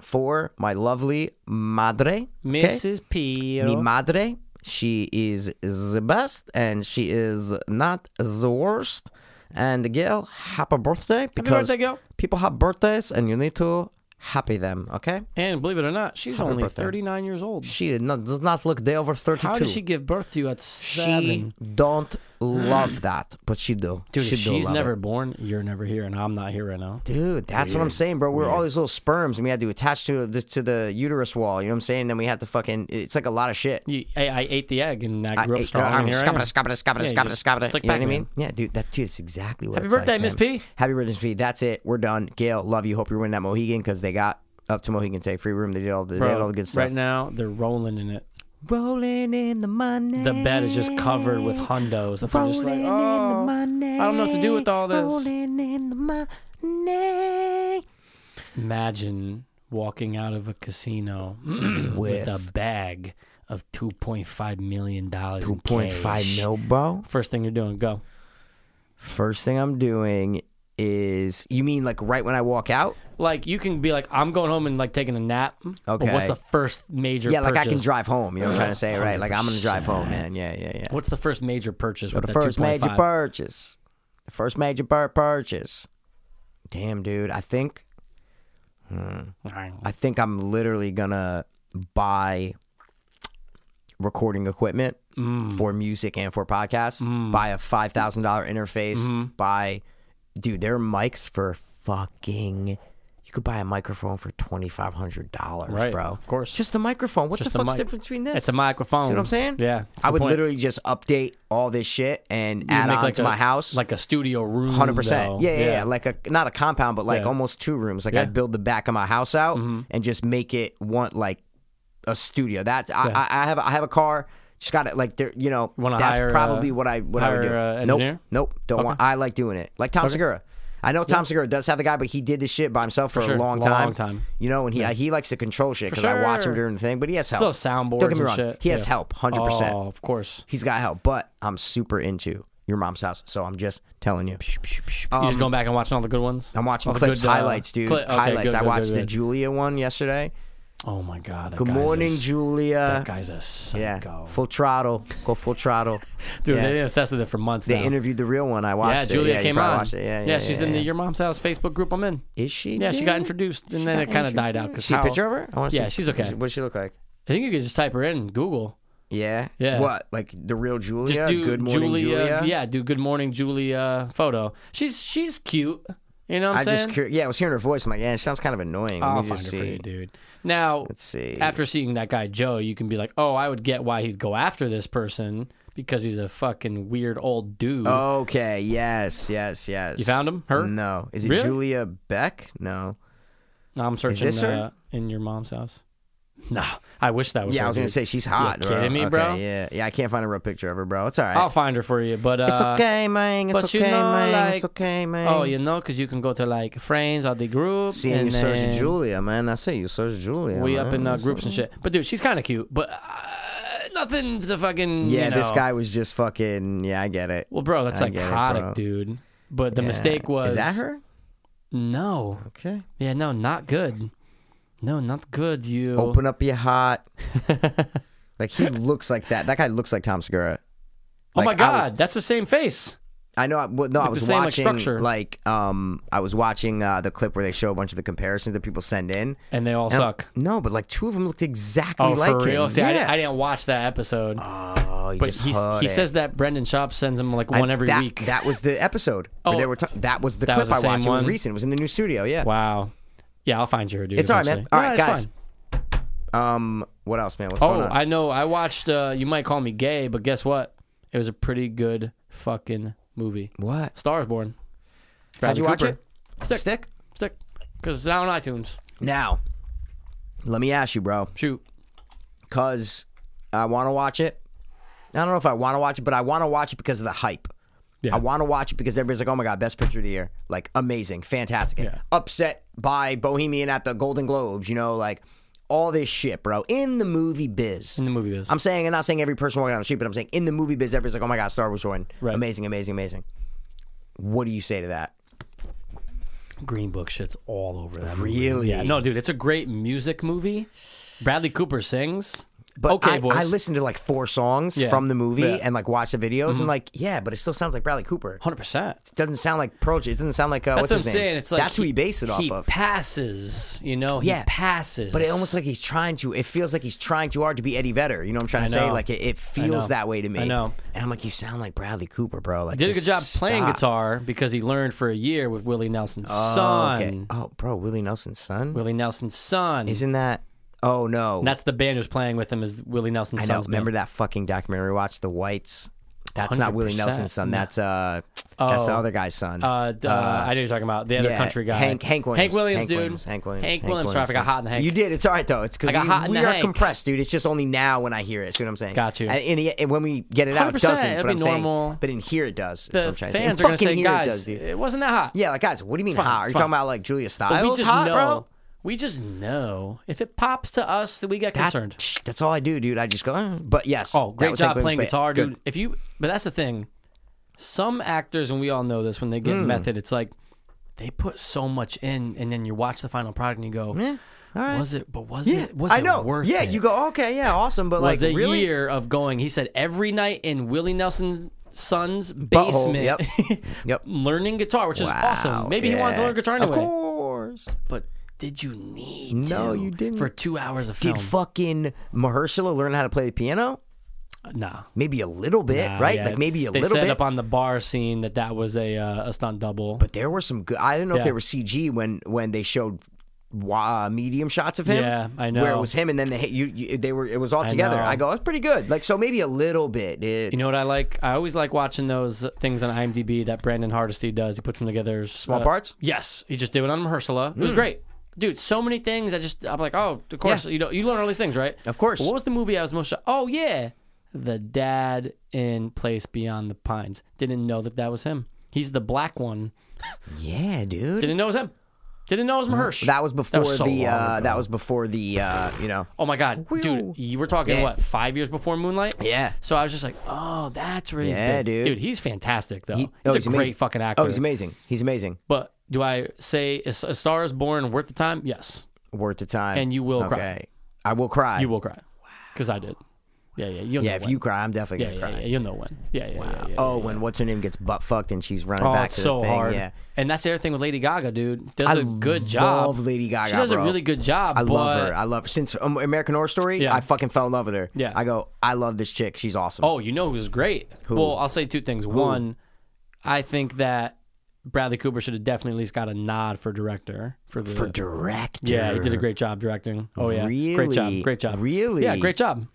Speaker 1: for my lovely madre. okay?
Speaker 2: Mrs. P.
Speaker 1: Mi madre. She is the best, and she is not the worst. And girl, happy birthday. Because
Speaker 2: birthday, girl.
Speaker 1: People have birthdays, and you need to happy them, okay?
Speaker 2: And believe it or not, she's only
Speaker 1: birthday.
Speaker 2: thirty-nine years old.
Speaker 1: She did not, does not look day over 32.
Speaker 2: How did she give birth to you at seven?
Speaker 1: She don't love that, but she do.
Speaker 2: Dude,
Speaker 1: she
Speaker 2: if
Speaker 1: do
Speaker 2: she's
Speaker 1: love
Speaker 2: never
Speaker 1: it.
Speaker 2: born, you're never here, and I'm not here right now.
Speaker 1: Dude, that's what I'm saying, bro. We We're all these little sperms, and we had to attach to the, to the uterus wall. You know what I'm saying? Then we had to fucking. It's like a lot of shit.
Speaker 2: You, I, I ate the egg and I
Speaker 1: I-
Speaker 2: grew up
Speaker 1: I-
Speaker 2: strong.
Speaker 1: I'm
Speaker 2: and here I am.
Speaker 1: scubbada, scubbada, scubbada,
Speaker 2: Yeah, you
Speaker 1: scubbada,
Speaker 2: just-
Speaker 1: scubbada.
Speaker 2: it's like
Speaker 1: you know what I
Speaker 2: Pac-Man.
Speaker 1: mean? Yeah, dude, that dude, that's exactly what.
Speaker 2: Happy
Speaker 1: it's like,
Speaker 2: birthday, Miss
Speaker 1: man.
Speaker 2: P.
Speaker 1: Happy birthday, Miss P. That's it. We're done. Gail, love you. Hope you're winning that Mohegan because they got up to Mohegan Take free room. They did all the, they did all the good stuff.
Speaker 2: Right now, they're rolling in it.
Speaker 1: Rolling in the money.
Speaker 2: The bed is just covered with hundos. That they're
Speaker 1: Rolling
Speaker 2: just like,
Speaker 1: in the
Speaker 2: oh,
Speaker 1: money.
Speaker 2: I don't know what to do with all this.
Speaker 1: Rolling in the money.
Speaker 2: Imagine walking out of a casino with, a bag of two point five million dollars. Two
Speaker 1: Point five mil, bro.
Speaker 2: First thing you're doing, go.
Speaker 1: First thing I'm doing is you mean like right when I walk out?
Speaker 2: Like you can be like, I'm going home and like taking a nap. But
Speaker 1: Okay.
Speaker 2: what's the first major?
Speaker 1: Yeah, like I can
Speaker 2: purchase?
Speaker 1: drive home. You know what I'm trying to say, right? Like I'm gonna drive home, man. Yeah, yeah, yeah.
Speaker 2: What's the first major purchase?
Speaker 1: So
Speaker 2: with
Speaker 1: the
Speaker 2: that
Speaker 1: first major
Speaker 2: 2.5?
Speaker 1: purchase. The first major pur- purchase. Damn, dude. I think I think I'm literally gonna buy recording equipment
Speaker 2: Mm.
Speaker 1: for music and for podcasts. Buy a five thousand dollar interface.
Speaker 2: Mm-hmm.
Speaker 1: Buy, dude, there are mics for fucking. You could buy a microphone for twenty five hundred dollars,
Speaker 2: Right,
Speaker 1: bro.
Speaker 2: of course.
Speaker 1: Just the microphone. What
Speaker 2: Just
Speaker 1: the
Speaker 2: a
Speaker 1: fuck's the
Speaker 2: mic.
Speaker 1: difference between this?
Speaker 2: It's a microphone.
Speaker 1: See what I'm saying?
Speaker 2: Yeah, it's a
Speaker 1: I
Speaker 2: good
Speaker 1: would
Speaker 2: point.
Speaker 1: literally just update all this shit and
Speaker 2: You
Speaker 1: add
Speaker 2: make
Speaker 1: on
Speaker 2: like
Speaker 1: to
Speaker 2: a-
Speaker 1: my house.
Speaker 2: like a studio room.
Speaker 1: Hundred percent.
Speaker 2: though.
Speaker 1: Yeah, yeah, yeah. Like a not a compound, but like
Speaker 2: Yeah.
Speaker 1: almost two rooms. Like
Speaker 2: Yeah. Mm-hmm.
Speaker 1: I'd build the back of my house out and just make it want like a studio. That's I, I, I have I have a car. Just got it. Like there, you know.
Speaker 2: Wanna
Speaker 1: that's
Speaker 2: hire,
Speaker 1: probably
Speaker 2: uh,
Speaker 1: what I what I would do.
Speaker 2: hire, uh,
Speaker 1: nope,
Speaker 2: engineer?
Speaker 1: nope. Don't want. I like doing it. Like Tom Segura. I know Tom Segura does have the guy, but he did this shit by himself for,
Speaker 2: sure.
Speaker 1: a long
Speaker 2: Long
Speaker 1: time.
Speaker 2: time.
Speaker 1: You know, and he he likes to control shit because I watch him
Speaker 2: sure.
Speaker 1: during the thing. But he has help.
Speaker 2: still soundboards.
Speaker 1: Don't get me
Speaker 2: and
Speaker 1: wrong.
Speaker 2: shit.
Speaker 1: He has
Speaker 2: Yeah.
Speaker 1: help. Hundred percent.
Speaker 2: Oh, of course.
Speaker 1: He's got help, but I'm super into your mom's house. So I'm just telling you.
Speaker 2: You're just going back and watching all the good ones.
Speaker 1: Um, I'm watching
Speaker 2: All the
Speaker 1: clips,
Speaker 2: good, uh,
Speaker 1: highlights, dude.
Speaker 2: cli- okay,
Speaker 1: highlights.
Speaker 2: good,
Speaker 1: I
Speaker 2: good,
Speaker 1: watched
Speaker 2: good,
Speaker 1: the
Speaker 2: good.
Speaker 1: Julia one yesterday.
Speaker 2: Oh my god. That
Speaker 1: Good
Speaker 2: guy's
Speaker 1: morning,
Speaker 2: a,
Speaker 1: Julia.
Speaker 2: That guy's a
Speaker 1: yeah,
Speaker 2: psycho.
Speaker 1: full throttle. Go full throttle.
Speaker 2: Dude,
Speaker 1: yeah.
Speaker 2: they've been obsessed with it for months
Speaker 1: They
Speaker 2: now.
Speaker 1: interviewed the real one. I
Speaker 2: yeah,
Speaker 1: watched. it.
Speaker 2: Julia
Speaker 1: you
Speaker 2: came
Speaker 1: probably
Speaker 2: on.
Speaker 1: watched it. Yeah, yeah,
Speaker 2: she's
Speaker 1: yeah,
Speaker 2: in the
Speaker 1: yeah.
Speaker 2: Your Mom's House Facebook group I'm in.
Speaker 1: Is she?
Speaker 2: Yeah, she got
Speaker 1: dude?
Speaker 2: introduced and
Speaker 1: She
Speaker 2: then
Speaker 1: got
Speaker 2: it kinda died out
Speaker 1: introduced.
Speaker 2: 'cause
Speaker 1: She
Speaker 2: how-
Speaker 1: picture of her? I wanna
Speaker 2: Yeah,
Speaker 1: see-
Speaker 2: she's okay.
Speaker 1: What's she look like?
Speaker 2: I think you could just type her in Google.
Speaker 1: Yeah.
Speaker 2: Yeah.
Speaker 1: What? Like the real Julia?
Speaker 2: Just do
Speaker 1: Good morning,
Speaker 2: Julia,
Speaker 1: Julia.
Speaker 2: Yeah, do Good Morning Julia photo. She's she's cute. You know what I'm
Speaker 1: I
Speaker 2: saying?
Speaker 1: just cur- yeah, I was hearing her voice. I'm like, yeah, it sounds kind of annoying.
Speaker 2: I'll
Speaker 1: Let me
Speaker 2: find
Speaker 1: just
Speaker 2: her Oh, for
Speaker 1: see.
Speaker 2: you, dude. Now,
Speaker 1: Let's see.
Speaker 2: after seeing that guy Joe, you can be like, oh, I would get why he'd go after this person because he's a fucking weird old dude.
Speaker 1: Okay. Yes. Yes. Yes.
Speaker 2: You found him? Her?
Speaker 1: No. Is it
Speaker 2: Really?
Speaker 1: Julia Beck? No.
Speaker 2: Now I'm searching
Speaker 1: this her?
Speaker 2: uh, in your mom's house. No, I wish that was.
Speaker 1: Yeah,
Speaker 2: her,
Speaker 1: I was gonna
Speaker 2: dude.
Speaker 1: say she's hot.
Speaker 2: You
Speaker 1: bro.
Speaker 2: kidding me,
Speaker 1: Okay,
Speaker 2: bro?
Speaker 1: Yeah, yeah. I can't find a real picture of her, bro. It's all right.
Speaker 2: I'll find her for you, but uh,
Speaker 1: it's okay, man. It's
Speaker 2: but
Speaker 1: okay,
Speaker 2: you know,
Speaker 1: man. it's
Speaker 2: like-
Speaker 1: okay, man.
Speaker 2: Oh, you know, because you can go to like friends or the group.
Speaker 1: Seeing you
Speaker 2: and
Speaker 1: search
Speaker 2: then
Speaker 1: Julia, man. That's it. You search Julia.
Speaker 2: We
Speaker 1: man.
Speaker 2: up in uh,
Speaker 1: It's
Speaker 2: groups and shit. But dude, she's kind of cute, but uh, nothing to fucking.
Speaker 1: Yeah,
Speaker 2: you know.
Speaker 1: this guy was just fucking. Yeah, I get it.
Speaker 2: Well, bro, that's
Speaker 1: I get it,
Speaker 2: psychotic,
Speaker 1: bro.
Speaker 2: dude. But the
Speaker 1: Yeah.
Speaker 2: mistake was
Speaker 1: Is that her?
Speaker 2: No.
Speaker 1: Okay.
Speaker 2: Yeah, no, not good. No, not good. You
Speaker 1: Open up your heart. like he looks like that. That guy looks like Tom Segura.
Speaker 2: Oh my
Speaker 1: Like, I was-
Speaker 2: god, that's the same face.
Speaker 1: I know. I, well, no, I
Speaker 2: Like the
Speaker 1: was
Speaker 2: same, like,
Speaker 1: watching like,
Speaker 2: structure.
Speaker 1: um, I was watching uh, the clip where they show a bunch of the comparisons that people send in.
Speaker 2: And they all
Speaker 1: And I'm-
Speaker 2: suck.
Speaker 1: No, but like two of them looked exactly
Speaker 2: Oh,
Speaker 1: like
Speaker 2: for real?
Speaker 1: him.
Speaker 2: See, I,
Speaker 1: yeah.
Speaker 2: didn't, I didn't watch that episode.
Speaker 1: Oh, he
Speaker 2: but
Speaker 1: just
Speaker 2: he's,
Speaker 1: heard
Speaker 2: he
Speaker 1: it.
Speaker 2: says that Brendan Shop sends him like one
Speaker 1: I-
Speaker 2: every
Speaker 1: that,
Speaker 2: week.
Speaker 1: That was the episode. where
Speaker 2: Oh.
Speaker 1: they were ta- that was the
Speaker 2: That
Speaker 1: clip
Speaker 2: was the
Speaker 1: I watched.
Speaker 2: same
Speaker 1: It was
Speaker 2: one?
Speaker 1: recent. It was in the new studio. Yeah.
Speaker 2: wow. Yeah, I'll find you, dude.
Speaker 1: It's all right,
Speaker 2: eventually.
Speaker 1: man. All
Speaker 2: No,
Speaker 1: right,
Speaker 2: it's
Speaker 1: guys.
Speaker 2: fine.
Speaker 1: Um. What else, man? What's
Speaker 2: Oh,
Speaker 1: going on?
Speaker 2: I know. I watched. Uh, you might call me gay, but guess what? It was a pretty good fucking movie.
Speaker 1: what?
Speaker 2: Stars Born.
Speaker 1: How'd
Speaker 2: Bradley
Speaker 1: you watch
Speaker 2: Cooper.
Speaker 1: it? Stick.
Speaker 2: Stick. Because it's not on iTunes.
Speaker 1: Now, let me ask you, bro,
Speaker 2: Shoot.
Speaker 1: because I want to watch it. I don't know if I want to watch it, but I want to watch it because of the hype.
Speaker 2: Yeah.
Speaker 1: I want to watch it because everybody's like, "Oh my god, best picture of the year! Like amazing, fantastic!" Upset by Bohemian at the Golden Globes, you know, like all this shit, bro. In the movie biz,
Speaker 2: In the movie is.
Speaker 1: I'm saying, and not saying every person walking down the street, but I'm saying in the movie biz, everybody's like, "Oh my god, Star Wars won!
Speaker 2: Right.
Speaker 1: Amazing, amazing, amazing." What do you say to that?
Speaker 2: Green Book shit's all over that. movie.
Speaker 1: Really?
Speaker 2: Yeah. No, dude, it's a great music movie. Bradley Cooper sings.
Speaker 1: But
Speaker 2: Okay,
Speaker 1: I,
Speaker 2: voice.
Speaker 1: I listened to like four songs
Speaker 2: Yeah.
Speaker 1: from the movie
Speaker 2: Yeah. Mm-hmm.
Speaker 1: and like watched the videos and like yeah, but it still sounds like Bradley Cooper.
Speaker 2: Hundred percent.
Speaker 1: doesn't sound like Pearl Jam. It doesn't sound like uh,
Speaker 2: That's
Speaker 1: what's
Speaker 2: what I'm
Speaker 1: his name?
Speaker 2: saying. It's like
Speaker 1: that's who he based it off
Speaker 2: he
Speaker 1: of.
Speaker 2: passes. You know, he
Speaker 1: Yeah.
Speaker 2: passes.
Speaker 1: but it almost like he's trying to. It feels like he's trying too hard to be Eddie Vedder. You know what I'm trying
Speaker 2: I
Speaker 1: to say?
Speaker 2: know.
Speaker 1: Like it, it
Speaker 2: know.
Speaker 1: feels that way to me.
Speaker 2: I know.
Speaker 1: And I'm like, you sound like Bradley Cooper, bro. Like
Speaker 2: did a
Speaker 1: just
Speaker 2: good job playing
Speaker 1: stop.
Speaker 2: guitar because he learned for a year with Willie Nelson's
Speaker 1: Oh,
Speaker 2: son.
Speaker 1: okay. Oh, bro, Willie Nelson's son.
Speaker 2: Willie Nelson's son.
Speaker 1: Isn't that? Oh no,
Speaker 2: that's the band who's playing with him is Willie Nelson's
Speaker 1: I
Speaker 2: son.
Speaker 1: know. Remember that fucking documentary we watched, The Whites? That's not Willie
Speaker 2: 100%.
Speaker 1: Nelson's son. That's uh, that's the
Speaker 2: Oh.
Speaker 1: other guy's son.
Speaker 2: Uh, d- uh, I know you're talking about the other
Speaker 1: yeah,
Speaker 2: country guy,
Speaker 1: Hank Hank Williams.
Speaker 2: Hank Williams, dude.
Speaker 1: Williams, Hank Williams.
Speaker 2: Hank Williams. Sorry, if I got hot in the Hank.
Speaker 1: You did. It's all right though. It's because
Speaker 2: I got
Speaker 1: we,
Speaker 2: hot in
Speaker 1: we
Speaker 2: the
Speaker 1: are
Speaker 2: Hank.
Speaker 1: compressed, dude. It's just only now when I hear it. See what I'm saying?
Speaker 2: Got you.
Speaker 1: And, and, it- and when we get it out, it
Speaker 2: 100%,
Speaker 1: doesn't.
Speaker 2: it'll
Speaker 1: But
Speaker 2: be
Speaker 1: I'm saying,
Speaker 2: normal.
Speaker 1: but in here it does. is what
Speaker 2: The
Speaker 1: I'm trying
Speaker 2: fans
Speaker 1: to say. In
Speaker 2: are gonna
Speaker 1: fucking
Speaker 2: say,
Speaker 1: here
Speaker 2: guys,
Speaker 1: it does, dude.
Speaker 2: wasn't that hot.
Speaker 1: Yeah, like guys, what do you mean
Speaker 2: Fine,
Speaker 1: hot? Are you
Speaker 2: fine.
Speaker 1: talking about like Julia
Speaker 2: But
Speaker 1: Stiles?
Speaker 2: we just
Speaker 1: hot,
Speaker 2: know.
Speaker 1: bro?
Speaker 2: We just know if it pops to us that we got
Speaker 1: That-
Speaker 2: concerned.
Speaker 1: psh, that's all I do, dude. I just go. "Eh." But yes.
Speaker 2: Oh,
Speaker 1: that
Speaker 2: great
Speaker 1: was Hank
Speaker 2: job
Speaker 1: Williams'
Speaker 2: playing
Speaker 1: band.
Speaker 2: guitar,
Speaker 1: Good.
Speaker 2: dude. If you, but that's the thing. Some actors, and we all know this, when they get
Speaker 1: Hmm.
Speaker 2: method, it's like they put so much in, and then you watch the final product and you go,
Speaker 1: Yeah, all right.
Speaker 2: "Was it? But was
Speaker 1: Yeah,
Speaker 2: it? Was
Speaker 1: I
Speaker 2: it
Speaker 1: know.
Speaker 2: worth
Speaker 1: yeah,
Speaker 2: it?"
Speaker 1: you go. Okay, yeah, awesome. But
Speaker 2: was
Speaker 1: like,
Speaker 2: a
Speaker 1: really?
Speaker 2: year of going. He said every night in Willie Nelson's son's
Speaker 1: Butthole,
Speaker 2: basement,
Speaker 1: yep. Yep.
Speaker 2: learning guitar, which
Speaker 1: Wow,
Speaker 2: is awesome. Maybe he wanted to
Speaker 1: yeah.
Speaker 2: learn guitar
Speaker 1: Of
Speaker 2: anyway.
Speaker 1: course.
Speaker 2: But did you need?
Speaker 1: No,
Speaker 2: to
Speaker 1: you didn't.
Speaker 2: For two hours of film,
Speaker 1: Did fucking Mahershala learn how to play the piano?
Speaker 2: nah.
Speaker 1: Maybe a little bit,
Speaker 2: Nah,
Speaker 1: Eh, right?
Speaker 2: Uh, yeah.
Speaker 1: Like maybe a
Speaker 2: they
Speaker 1: little
Speaker 2: said
Speaker 1: bit.
Speaker 2: up on the bar scene that that was a uh, a stunt double.
Speaker 1: but there were some good. I don't know if
Speaker 2: Yeah.
Speaker 1: they were CG when when they showed wa- uh, medium shots of him.
Speaker 2: Yeah, I
Speaker 1: Where it
Speaker 2: know.
Speaker 1: was him, and then they you, you they were it was all together.
Speaker 2: know.
Speaker 1: I, go, that's pretty good. Like so, maybe a little bit. It,
Speaker 2: you know what I like? I always like watching those things on IMDb that Brandon Hardesty does. He puts them together. uh,
Speaker 1: small parts. Hmm.
Speaker 2: Yes, he just did it on Mahershala. It was great, dude. So many things. I just I'm like, oh, of course. You know, you learn all these things, right?
Speaker 1: Of course.
Speaker 2: But what was the movie I was most? Shocked? Oh yeah, the dad in Place Beyond the Pines. Didn't know that that was him. He's the black one.
Speaker 1: Yeah, dude.
Speaker 2: Didn't know it was him. Didn't know it was Mahersh.
Speaker 1: Uh-huh. that was before
Speaker 2: so
Speaker 1: the
Speaker 2: long
Speaker 1: uh,
Speaker 2: ago.
Speaker 1: that was before the uh, you know.
Speaker 2: Oh my god,
Speaker 1: Whew.
Speaker 2: dude, you were talking
Speaker 1: Yeah.
Speaker 2: what five years before Moonlight?
Speaker 1: Yeah.
Speaker 2: So I was just like, oh, that's where he's
Speaker 1: Yeah,
Speaker 2: been.
Speaker 1: dude.
Speaker 2: he's fantastic though. he's
Speaker 1: oh,
Speaker 2: a great
Speaker 1: amazing.
Speaker 2: fucking actor.
Speaker 1: Oh, he's amazing. He's amazing.
Speaker 2: But do I say is a star is born worth the time? Yes,
Speaker 1: Worth the time.
Speaker 2: And you will
Speaker 1: okay.
Speaker 2: cry.
Speaker 1: I will cry.
Speaker 2: you will cry because I did. Yeah, yeah, you'll
Speaker 1: Yeah,
Speaker 2: know
Speaker 1: if
Speaker 2: when.
Speaker 1: you cry, I'm definitely
Speaker 2: yeah,
Speaker 1: gonna
Speaker 2: yeah,
Speaker 1: cry.
Speaker 2: yeah, you'll know when. Yeah, yeah, yeah, yeah.
Speaker 1: Oh,
Speaker 2: yeah.
Speaker 1: when what's her name gets butt fucked and she's running
Speaker 2: Oh,
Speaker 1: back
Speaker 2: it's
Speaker 1: to
Speaker 2: so
Speaker 1: the thing.
Speaker 2: hard.
Speaker 1: Yeah.
Speaker 2: And that's the other thing with Lady Gaga, dude. Does
Speaker 1: I
Speaker 2: a good job.
Speaker 1: love Lady Gaga,
Speaker 2: She does
Speaker 1: bro.
Speaker 2: a really good job.
Speaker 1: I love
Speaker 2: but-
Speaker 1: her. I love her. Since um, American Horror Story,
Speaker 2: Yeah.
Speaker 1: I fucking fell in love with her.
Speaker 2: Yeah.
Speaker 1: I go, I love this chick. She's awesome.
Speaker 2: Oh, you know who's great? Well, I'll say two things. One, I think that Bradley Cooper should have definitely at least got a nod for director for the
Speaker 1: For director.
Speaker 2: yeah, he did a great job directing. Oh yeah, great
Speaker 1: Really?
Speaker 2: job, great job,
Speaker 1: Really?
Speaker 2: yeah, great job.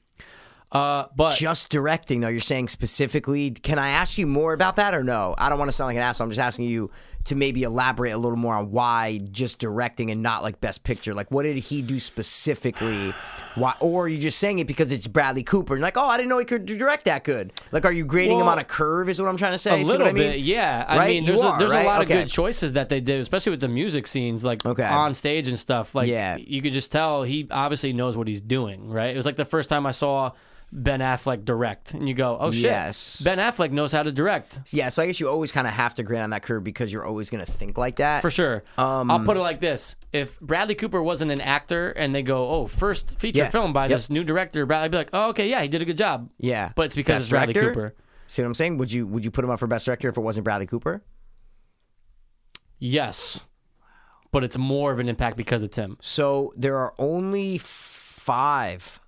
Speaker 2: Uh, but
Speaker 1: Just directing, though. You're saying specifically, can I ask you more about that or no? I don't want to sound like an asshole. I'm just asking you to maybe elaborate a little more on why just directing and not like best picture. Like, what did he do specifically? Why, or are you just saying it because it's Bradley Cooper? And like, oh, I didn't know he could direct that good. Like, are you grading him
Speaker 2: Well,
Speaker 1: on a curve? Is what I'm trying to say.
Speaker 2: a
Speaker 1: See
Speaker 2: little
Speaker 1: what I mean?
Speaker 2: bit, yeah. I
Speaker 1: Right?
Speaker 2: mean,
Speaker 1: You
Speaker 2: there's
Speaker 1: are,
Speaker 2: a, there's
Speaker 1: right?
Speaker 2: a lot
Speaker 1: Okay.
Speaker 2: of good choices that they did, especially with the music scenes, like
Speaker 1: Okay.
Speaker 2: on stage and stuff. Like,
Speaker 1: Yeah.
Speaker 2: you could just tell he obviously knows what he's doing, right? It was like the first time I saw Ben Affleck direct, and you go, "Oh shit,
Speaker 1: Yes.
Speaker 2: Ben Affleck knows how to direct."
Speaker 1: Yeah, so I guess you always kind of have to grade on that curve because you're always going to think like that.
Speaker 2: For sure.
Speaker 1: Um,
Speaker 2: I'll put it like this: If Bradley Cooper wasn't an actor, and they go, "Oh, first feature
Speaker 1: Yeah.
Speaker 2: film by
Speaker 1: Yep.
Speaker 2: this new director," Bradley, I'd be like, "Oh, okay, yeah, he did a good job."
Speaker 1: Yeah,
Speaker 2: but it's because
Speaker 1: Best
Speaker 2: it's Bradley
Speaker 1: director?
Speaker 2: Cooper.
Speaker 1: See what I'm saying? Would you would you put him up for best director if it wasn't Bradley Cooper?
Speaker 2: Yes, but it's more of an impact because it's him.
Speaker 1: So there are only five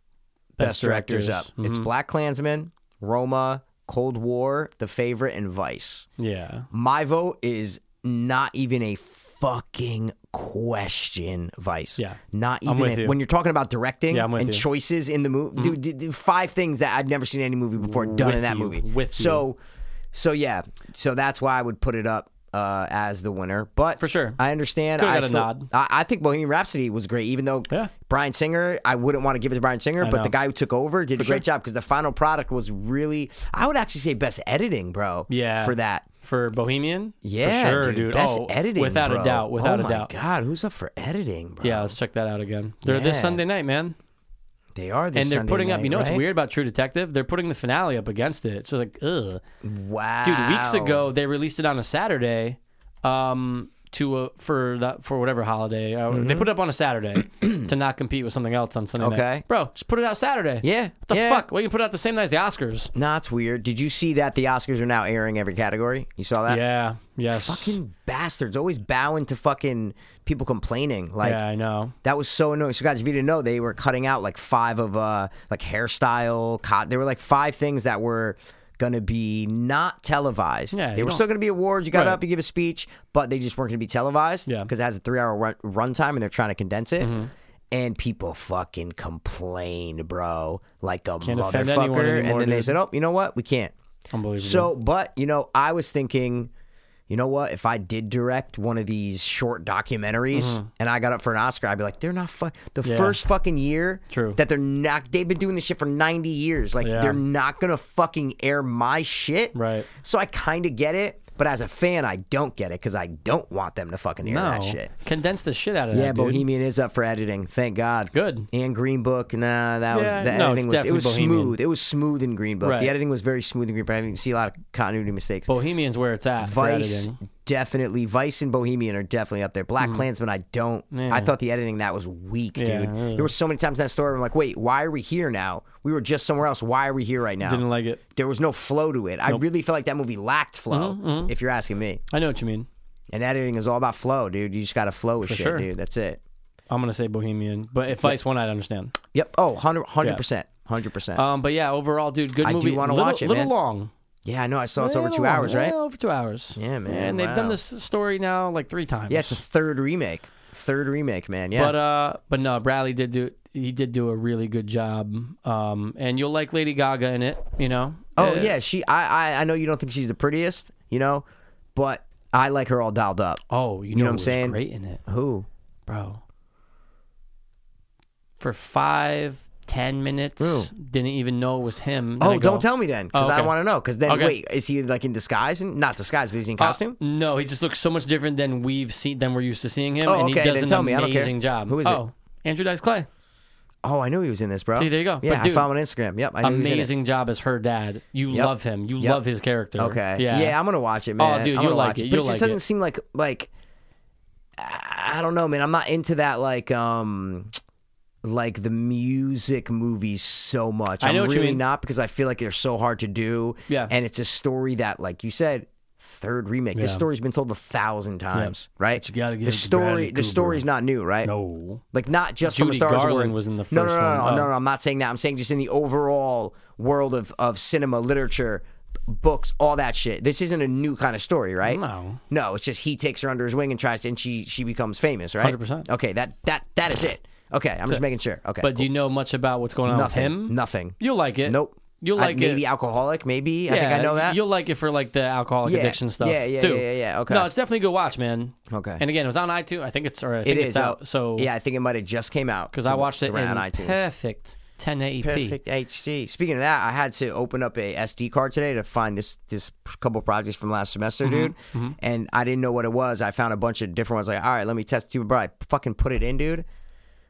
Speaker 1: best,
Speaker 2: Best
Speaker 1: directors,
Speaker 2: directors. Mm-hmm.
Speaker 1: up. It's Black Klansman, Roma, Cold War, The Favorite, and Vice.
Speaker 2: Yeah.
Speaker 1: My vote is not even a fucking question, Vice.
Speaker 2: Yeah.
Speaker 1: Not
Speaker 2: I'm
Speaker 1: even
Speaker 2: with
Speaker 1: a-
Speaker 2: you.
Speaker 1: when you're talking about directing
Speaker 2: Yeah, I'm with
Speaker 1: and
Speaker 2: you. Mm-hmm.
Speaker 1: choices in the movie. Dude, d- d- five things that I've never seen in any movie before done
Speaker 2: With
Speaker 1: in that
Speaker 2: you,
Speaker 1: movie.
Speaker 2: with you.
Speaker 1: so, so yeah, so that's why I would put it up. Uh, as the winner, but
Speaker 2: For sure.
Speaker 1: I understand.
Speaker 2: Could've
Speaker 1: I,
Speaker 2: got a
Speaker 1: still-
Speaker 2: nod.
Speaker 1: I, I think Bohemian Rhapsody was great, even though
Speaker 2: Yeah.
Speaker 1: Brian Singer, I wouldn't want to give it to Brian Singer, but
Speaker 2: know.
Speaker 1: the guy who took over did a great job because the final product was really, I would actually say best editing, bro.
Speaker 2: Yeah.
Speaker 1: for that.
Speaker 2: For Bohemian?
Speaker 1: Yeah,
Speaker 2: For sure, dude.
Speaker 1: dude. Best
Speaker 2: oh,
Speaker 1: editing,
Speaker 2: Without
Speaker 1: bro.
Speaker 2: a doubt. Without
Speaker 1: oh
Speaker 2: a doubt.
Speaker 1: My God, who's up for editing, bro?
Speaker 2: Yeah, let's check that out again. They're this
Speaker 1: Yeah.
Speaker 2: Sunday night, man.
Speaker 1: they are. This
Speaker 2: And they're
Speaker 1: Sunday
Speaker 2: putting up,
Speaker 1: night,
Speaker 2: you know what's
Speaker 1: right?
Speaker 2: weird about True Detective? They're putting the finale up against it. So, like, ugh.
Speaker 1: Wow,
Speaker 2: Dude, weeks ago, they released it on a Saturday. Um, to a, for that for whatever holiday. Uh, They put it up on a Saturday to not compete with something else on Sunday
Speaker 1: Mm-hmm. Okay.
Speaker 2: night. Bro, just put it out Saturday.
Speaker 1: Yeah,
Speaker 2: What the
Speaker 1: yeah.
Speaker 2: fuck? We can put it out the same night as the Oscars.
Speaker 1: Nah, it's weird. Did you see that the Oscars are now airing every category? You saw that?
Speaker 2: yeah. Yes.
Speaker 1: Fucking bastards, always bowing to fucking people complaining. Like
Speaker 2: yeah, I know.
Speaker 1: that was so annoying. So guys, if you didn't know, they were cutting out like five of uh like hairstyle. Co- there were like five things that were gonna be not televised.
Speaker 2: Yeah,
Speaker 1: they
Speaker 2: you
Speaker 1: were
Speaker 2: don't-
Speaker 1: still gonna be awards. You got
Speaker 2: Right.
Speaker 1: up, you give a speech, but they just weren't gonna be televised.
Speaker 2: Yeah. Mm-hmm.
Speaker 1: because it has a three-hour run, run time, and they're trying to condense it. And people fucking complain, bro, like a
Speaker 2: Can't offend
Speaker 1: motherfucker.
Speaker 2: anyone
Speaker 1: and then
Speaker 2: anymore,
Speaker 1: they
Speaker 2: dude.
Speaker 1: said, "Oh, you know what? We can't."
Speaker 2: Unbelievable.
Speaker 1: So, but you know, I was thinking, you know what? If I did direct one of these short documentaries
Speaker 2: Mm-hmm.
Speaker 1: and I got up for an Oscar, I'd be like, they're not fuck. The first fucking year
Speaker 2: True.
Speaker 1: that they're not. They've been doing this shit for ninety years. Like
Speaker 2: Yeah.
Speaker 1: they're not gonna fucking air my shit.
Speaker 2: Right.
Speaker 1: So I kind of get it, but as a fan, I don't get it because I don't want them to fucking air
Speaker 2: no.
Speaker 1: that shit.
Speaker 2: Condense the shit out of
Speaker 1: Yeah,
Speaker 2: that. dude.
Speaker 1: Bohemian is up for editing. Thank God.
Speaker 2: Good.
Speaker 1: Mm-hmm. And Green Book, nah, that
Speaker 2: Yeah,
Speaker 1: was the
Speaker 2: no, it's
Speaker 1: editing was it
Speaker 2: definitely
Speaker 1: was
Speaker 2: Bohemian.
Speaker 1: smooth. It was smooth in Green Book.
Speaker 2: Right.
Speaker 1: The editing was very smooth in Green Book. I didn't see a lot of continuity mistakes.
Speaker 2: Bohemian's where it's at. for
Speaker 1: Vice
Speaker 2: editing. Mm.
Speaker 1: definitely Vice and Bohemian are definitely up there. Black Klansman, I don't. I thought the editing that was weak, dude.
Speaker 2: yeah.
Speaker 1: There were so many times in that story where I'm like, wait, why are we here now? We were just somewhere else. Why are we here right now?
Speaker 2: Didn't like it.
Speaker 1: there was no flow to it. I really felt like that movie lacked flow.
Speaker 2: Mm-hmm,
Speaker 1: If you're asking me,
Speaker 2: I know what you mean.
Speaker 1: and editing is all about flow, dude. You just got to flow with shit,
Speaker 2: sure.
Speaker 1: dude. That's it.
Speaker 2: I'm gonna say Bohemian, but if Vice won, I'd understand.
Speaker 1: Yep. Oh, 100 percent, hundred percent.
Speaker 2: Um, but yeah, overall, dude, good
Speaker 1: I do
Speaker 2: movie.
Speaker 1: wanna
Speaker 2: Little-
Speaker 1: watch it,
Speaker 2: Little
Speaker 1: man.
Speaker 2: long.
Speaker 1: Yeah, I know. I saw it's over
Speaker 2: Little
Speaker 1: two
Speaker 2: long.
Speaker 1: hours, right?
Speaker 2: Yeah, over two hours.
Speaker 1: Yeah, man,
Speaker 2: And they've done
Speaker 1: wow.
Speaker 2: this story now like three times.
Speaker 1: Yeah, it's a third remake. Third remake, man. Yeah.
Speaker 2: But uh, but no, Bradley did do he did do a really good job. Um, and you'll like Lady Gaga in it, you know.
Speaker 1: oh
Speaker 2: Uh,
Speaker 1: yeah, she. I, I I know you don't think she's the prettiest, you know, but I like her all dialed up.
Speaker 2: Oh, you know,
Speaker 1: what I'm
Speaker 2: who was
Speaker 1: saying?
Speaker 2: Great in it,
Speaker 1: Who?
Speaker 2: bro. For five, ten minutes, didn't even know it was him. Then I
Speaker 1: Oh,
Speaker 2: go,
Speaker 1: don't tell me then, because
Speaker 2: Oh,
Speaker 1: I
Speaker 2: okay.
Speaker 1: want to know. Because then,
Speaker 2: Okay.
Speaker 1: wait, is he like in disguise? And not disguise, but is he in
Speaker 2: Uh,
Speaker 1: costume?
Speaker 2: no, he just looks so much different than we've seen than we're used to seeing him,
Speaker 1: Oh,
Speaker 2: and
Speaker 1: okay,
Speaker 2: he does
Speaker 1: then
Speaker 2: an
Speaker 1: tell me, I don't care.
Speaker 2: amazing job.
Speaker 1: Who is it?
Speaker 2: oh, Andrew Dice Clay.
Speaker 1: oh, I knew he was in this, bro.
Speaker 2: See, there you go.
Speaker 1: Yeah,
Speaker 2: But dude,
Speaker 1: I found him on Instagram. Yep, I knew he was in it.
Speaker 2: Amazing job as her dad. You
Speaker 1: Yep.
Speaker 2: love him. You
Speaker 1: Yep.
Speaker 2: love his character.
Speaker 1: Okay.
Speaker 2: Yeah. Oh,
Speaker 1: I'm gonna watch it, man.
Speaker 2: dude,
Speaker 1: I'm
Speaker 2: you'll
Speaker 1: gonna
Speaker 2: like
Speaker 1: watch
Speaker 2: it.
Speaker 1: But
Speaker 2: You'll
Speaker 1: it just
Speaker 2: like
Speaker 1: doesn't
Speaker 2: it.
Speaker 1: seem like like I don't know, man. I'm not into that like um like the music movies so much.
Speaker 2: I know
Speaker 1: I'm
Speaker 2: what you
Speaker 1: really
Speaker 2: mean.
Speaker 1: not because I feel like they're so hard to do.
Speaker 2: Yeah.
Speaker 1: And it's a story that, like you said, third remake. This
Speaker 2: Yeah.
Speaker 1: story's been told a thousand times, right?
Speaker 2: you gotta give
Speaker 1: the
Speaker 2: it to
Speaker 1: story
Speaker 2: Bradley
Speaker 1: the story's not new, right?
Speaker 2: No.
Speaker 1: Like not just
Speaker 2: Judy
Speaker 1: from a Star Wars
Speaker 2: Garland
Speaker 1: world.
Speaker 2: was in the
Speaker 1: no, no,
Speaker 2: first
Speaker 1: no, no,
Speaker 2: one.
Speaker 1: no,
Speaker 2: Oh.
Speaker 1: no, I'm not saying that. I'm saying just in the overall world of of cinema, literature, b- books, all that shit. This isn't a new kind of story, right?
Speaker 2: No.
Speaker 1: no. It's just he takes her under his wing and tries to, and she she becomes famous, right?
Speaker 2: 100%.
Speaker 1: Okay, that that that is it. Okay, I'm just making sure. Okay,
Speaker 2: But do you know much about what's going on
Speaker 1: nothing,
Speaker 2: with him?
Speaker 1: nothing.
Speaker 2: You'll like it.
Speaker 1: Nope.
Speaker 2: You'll
Speaker 1: I-
Speaker 2: like
Speaker 1: maybe
Speaker 2: it.
Speaker 1: alcoholic, maybe. I think I know that.
Speaker 2: You'll like it for like the alcoholic
Speaker 1: Yeah.
Speaker 2: addiction stuff.
Speaker 1: Yeah, yeah,
Speaker 2: too.
Speaker 1: yeah, yeah, yeah. Okay.
Speaker 2: No, it's definitely a good watch, man.
Speaker 1: Okay.
Speaker 2: And again, it was on iTunes. I think it's or I
Speaker 1: it
Speaker 2: think
Speaker 1: is uh,
Speaker 2: it's out. So
Speaker 1: yeah, I think it might have just came out
Speaker 2: because I watched it in
Speaker 1: around iTunes.
Speaker 2: perfect 1080p.
Speaker 1: Perfect HD. Speaking of that, I had to open up a SD card today to find this this couple projects from last semester, dude. And I didn't know what it was. I found a bunch of different ones. Like, all right, let me test you, bro. I fucking put it in, dude.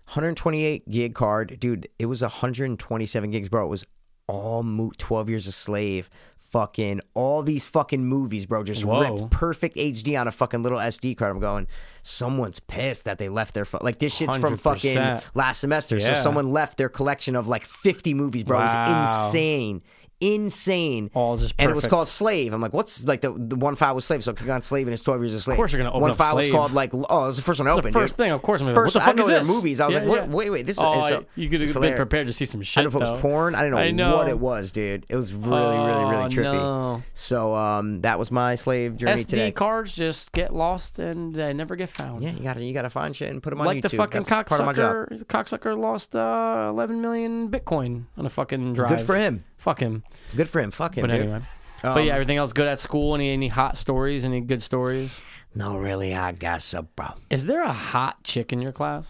Speaker 1: 128 gig card, dude. It was 127 gigs, bro. It was all mo- 12 Years a Slave, fucking all these fucking movies, bro. Just
Speaker 2: Whoa.
Speaker 1: ripped perfect HD on a fucking little SD card. I'm going, someone's pissed that they left their fu- like this shit's from fucking
Speaker 2: 100%.
Speaker 1: last semester.
Speaker 2: Yeah.
Speaker 1: So someone left their collection of like 50 movies, bro. It
Speaker 2: Wow.
Speaker 1: was insane. Insane.
Speaker 2: All just
Speaker 1: And it was
Speaker 2: perfect.
Speaker 1: called Slave. I'm like, what's like the, the one file was Slave? So I click on Slave and it's 12 years a slave. Of
Speaker 2: course you're gonna open
Speaker 1: One
Speaker 2: up
Speaker 1: file
Speaker 2: Slave.
Speaker 1: was called like, oh, it was the first one I
Speaker 2: That's
Speaker 1: opened.
Speaker 2: the first
Speaker 1: dude.
Speaker 2: thing, of course. I'm like,
Speaker 1: First,
Speaker 2: what the
Speaker 1: I
Speaker 2: fuck
Speaker 1: know
Speaker 2: is
Speaker 1: there are
Speaker 2: this?
Speaker 1: movies. I was
Speaker 2: Yeah,
Speaker 1: like, what?
Speaker 2: yeah.
Speaker 1: Wait, wait. This
Speaker 2: oh,
Speaker 1: is. So,
Speaker 2: you could have
Speaker 1: so
Speaker 2: been
Speaker 1: there.
Speaker 2: prepared to see some shit.
Speaker 1: I don't know if it was
Speaker 2: though.
Speaker 1: porn. I didn't know,
Speaker 2: I know.
Speaker 1: what it was, dude. It was really, really,
Speaker 2: Oh,
Speaker 1: really trippy.
Speaker 2: no.
Speaker 1: So um, that was my slave journey
Speaker 2: SD
Speaker 1: today.
Speaker 2: cards just get lost and they never get found.
Speaker 1: Yeah, you gotta you gotta find shit and put them on
Speaker 2: like
Speaker 1: YouTube.
Speaker 2: the fucking
Speaker 1: That's part of my job.
Speaker 2: cocksucker. The cocksucker lost uh, 11 million Bitcoin on a fucking drive.
Speaker 1: Good for him. Um,
Speaker 2: Fuck him.
Speaker 1: Good for him. Fuck him.
Speaker 2: But
Speaker 1: dude.
Speaker 2: anyway. but yeah, everything else good at school. Any any hot stories? Any good stories?
Speaker 1: No, really, I gossip, bro.
Speaker 2: Is there a hot chick in your class?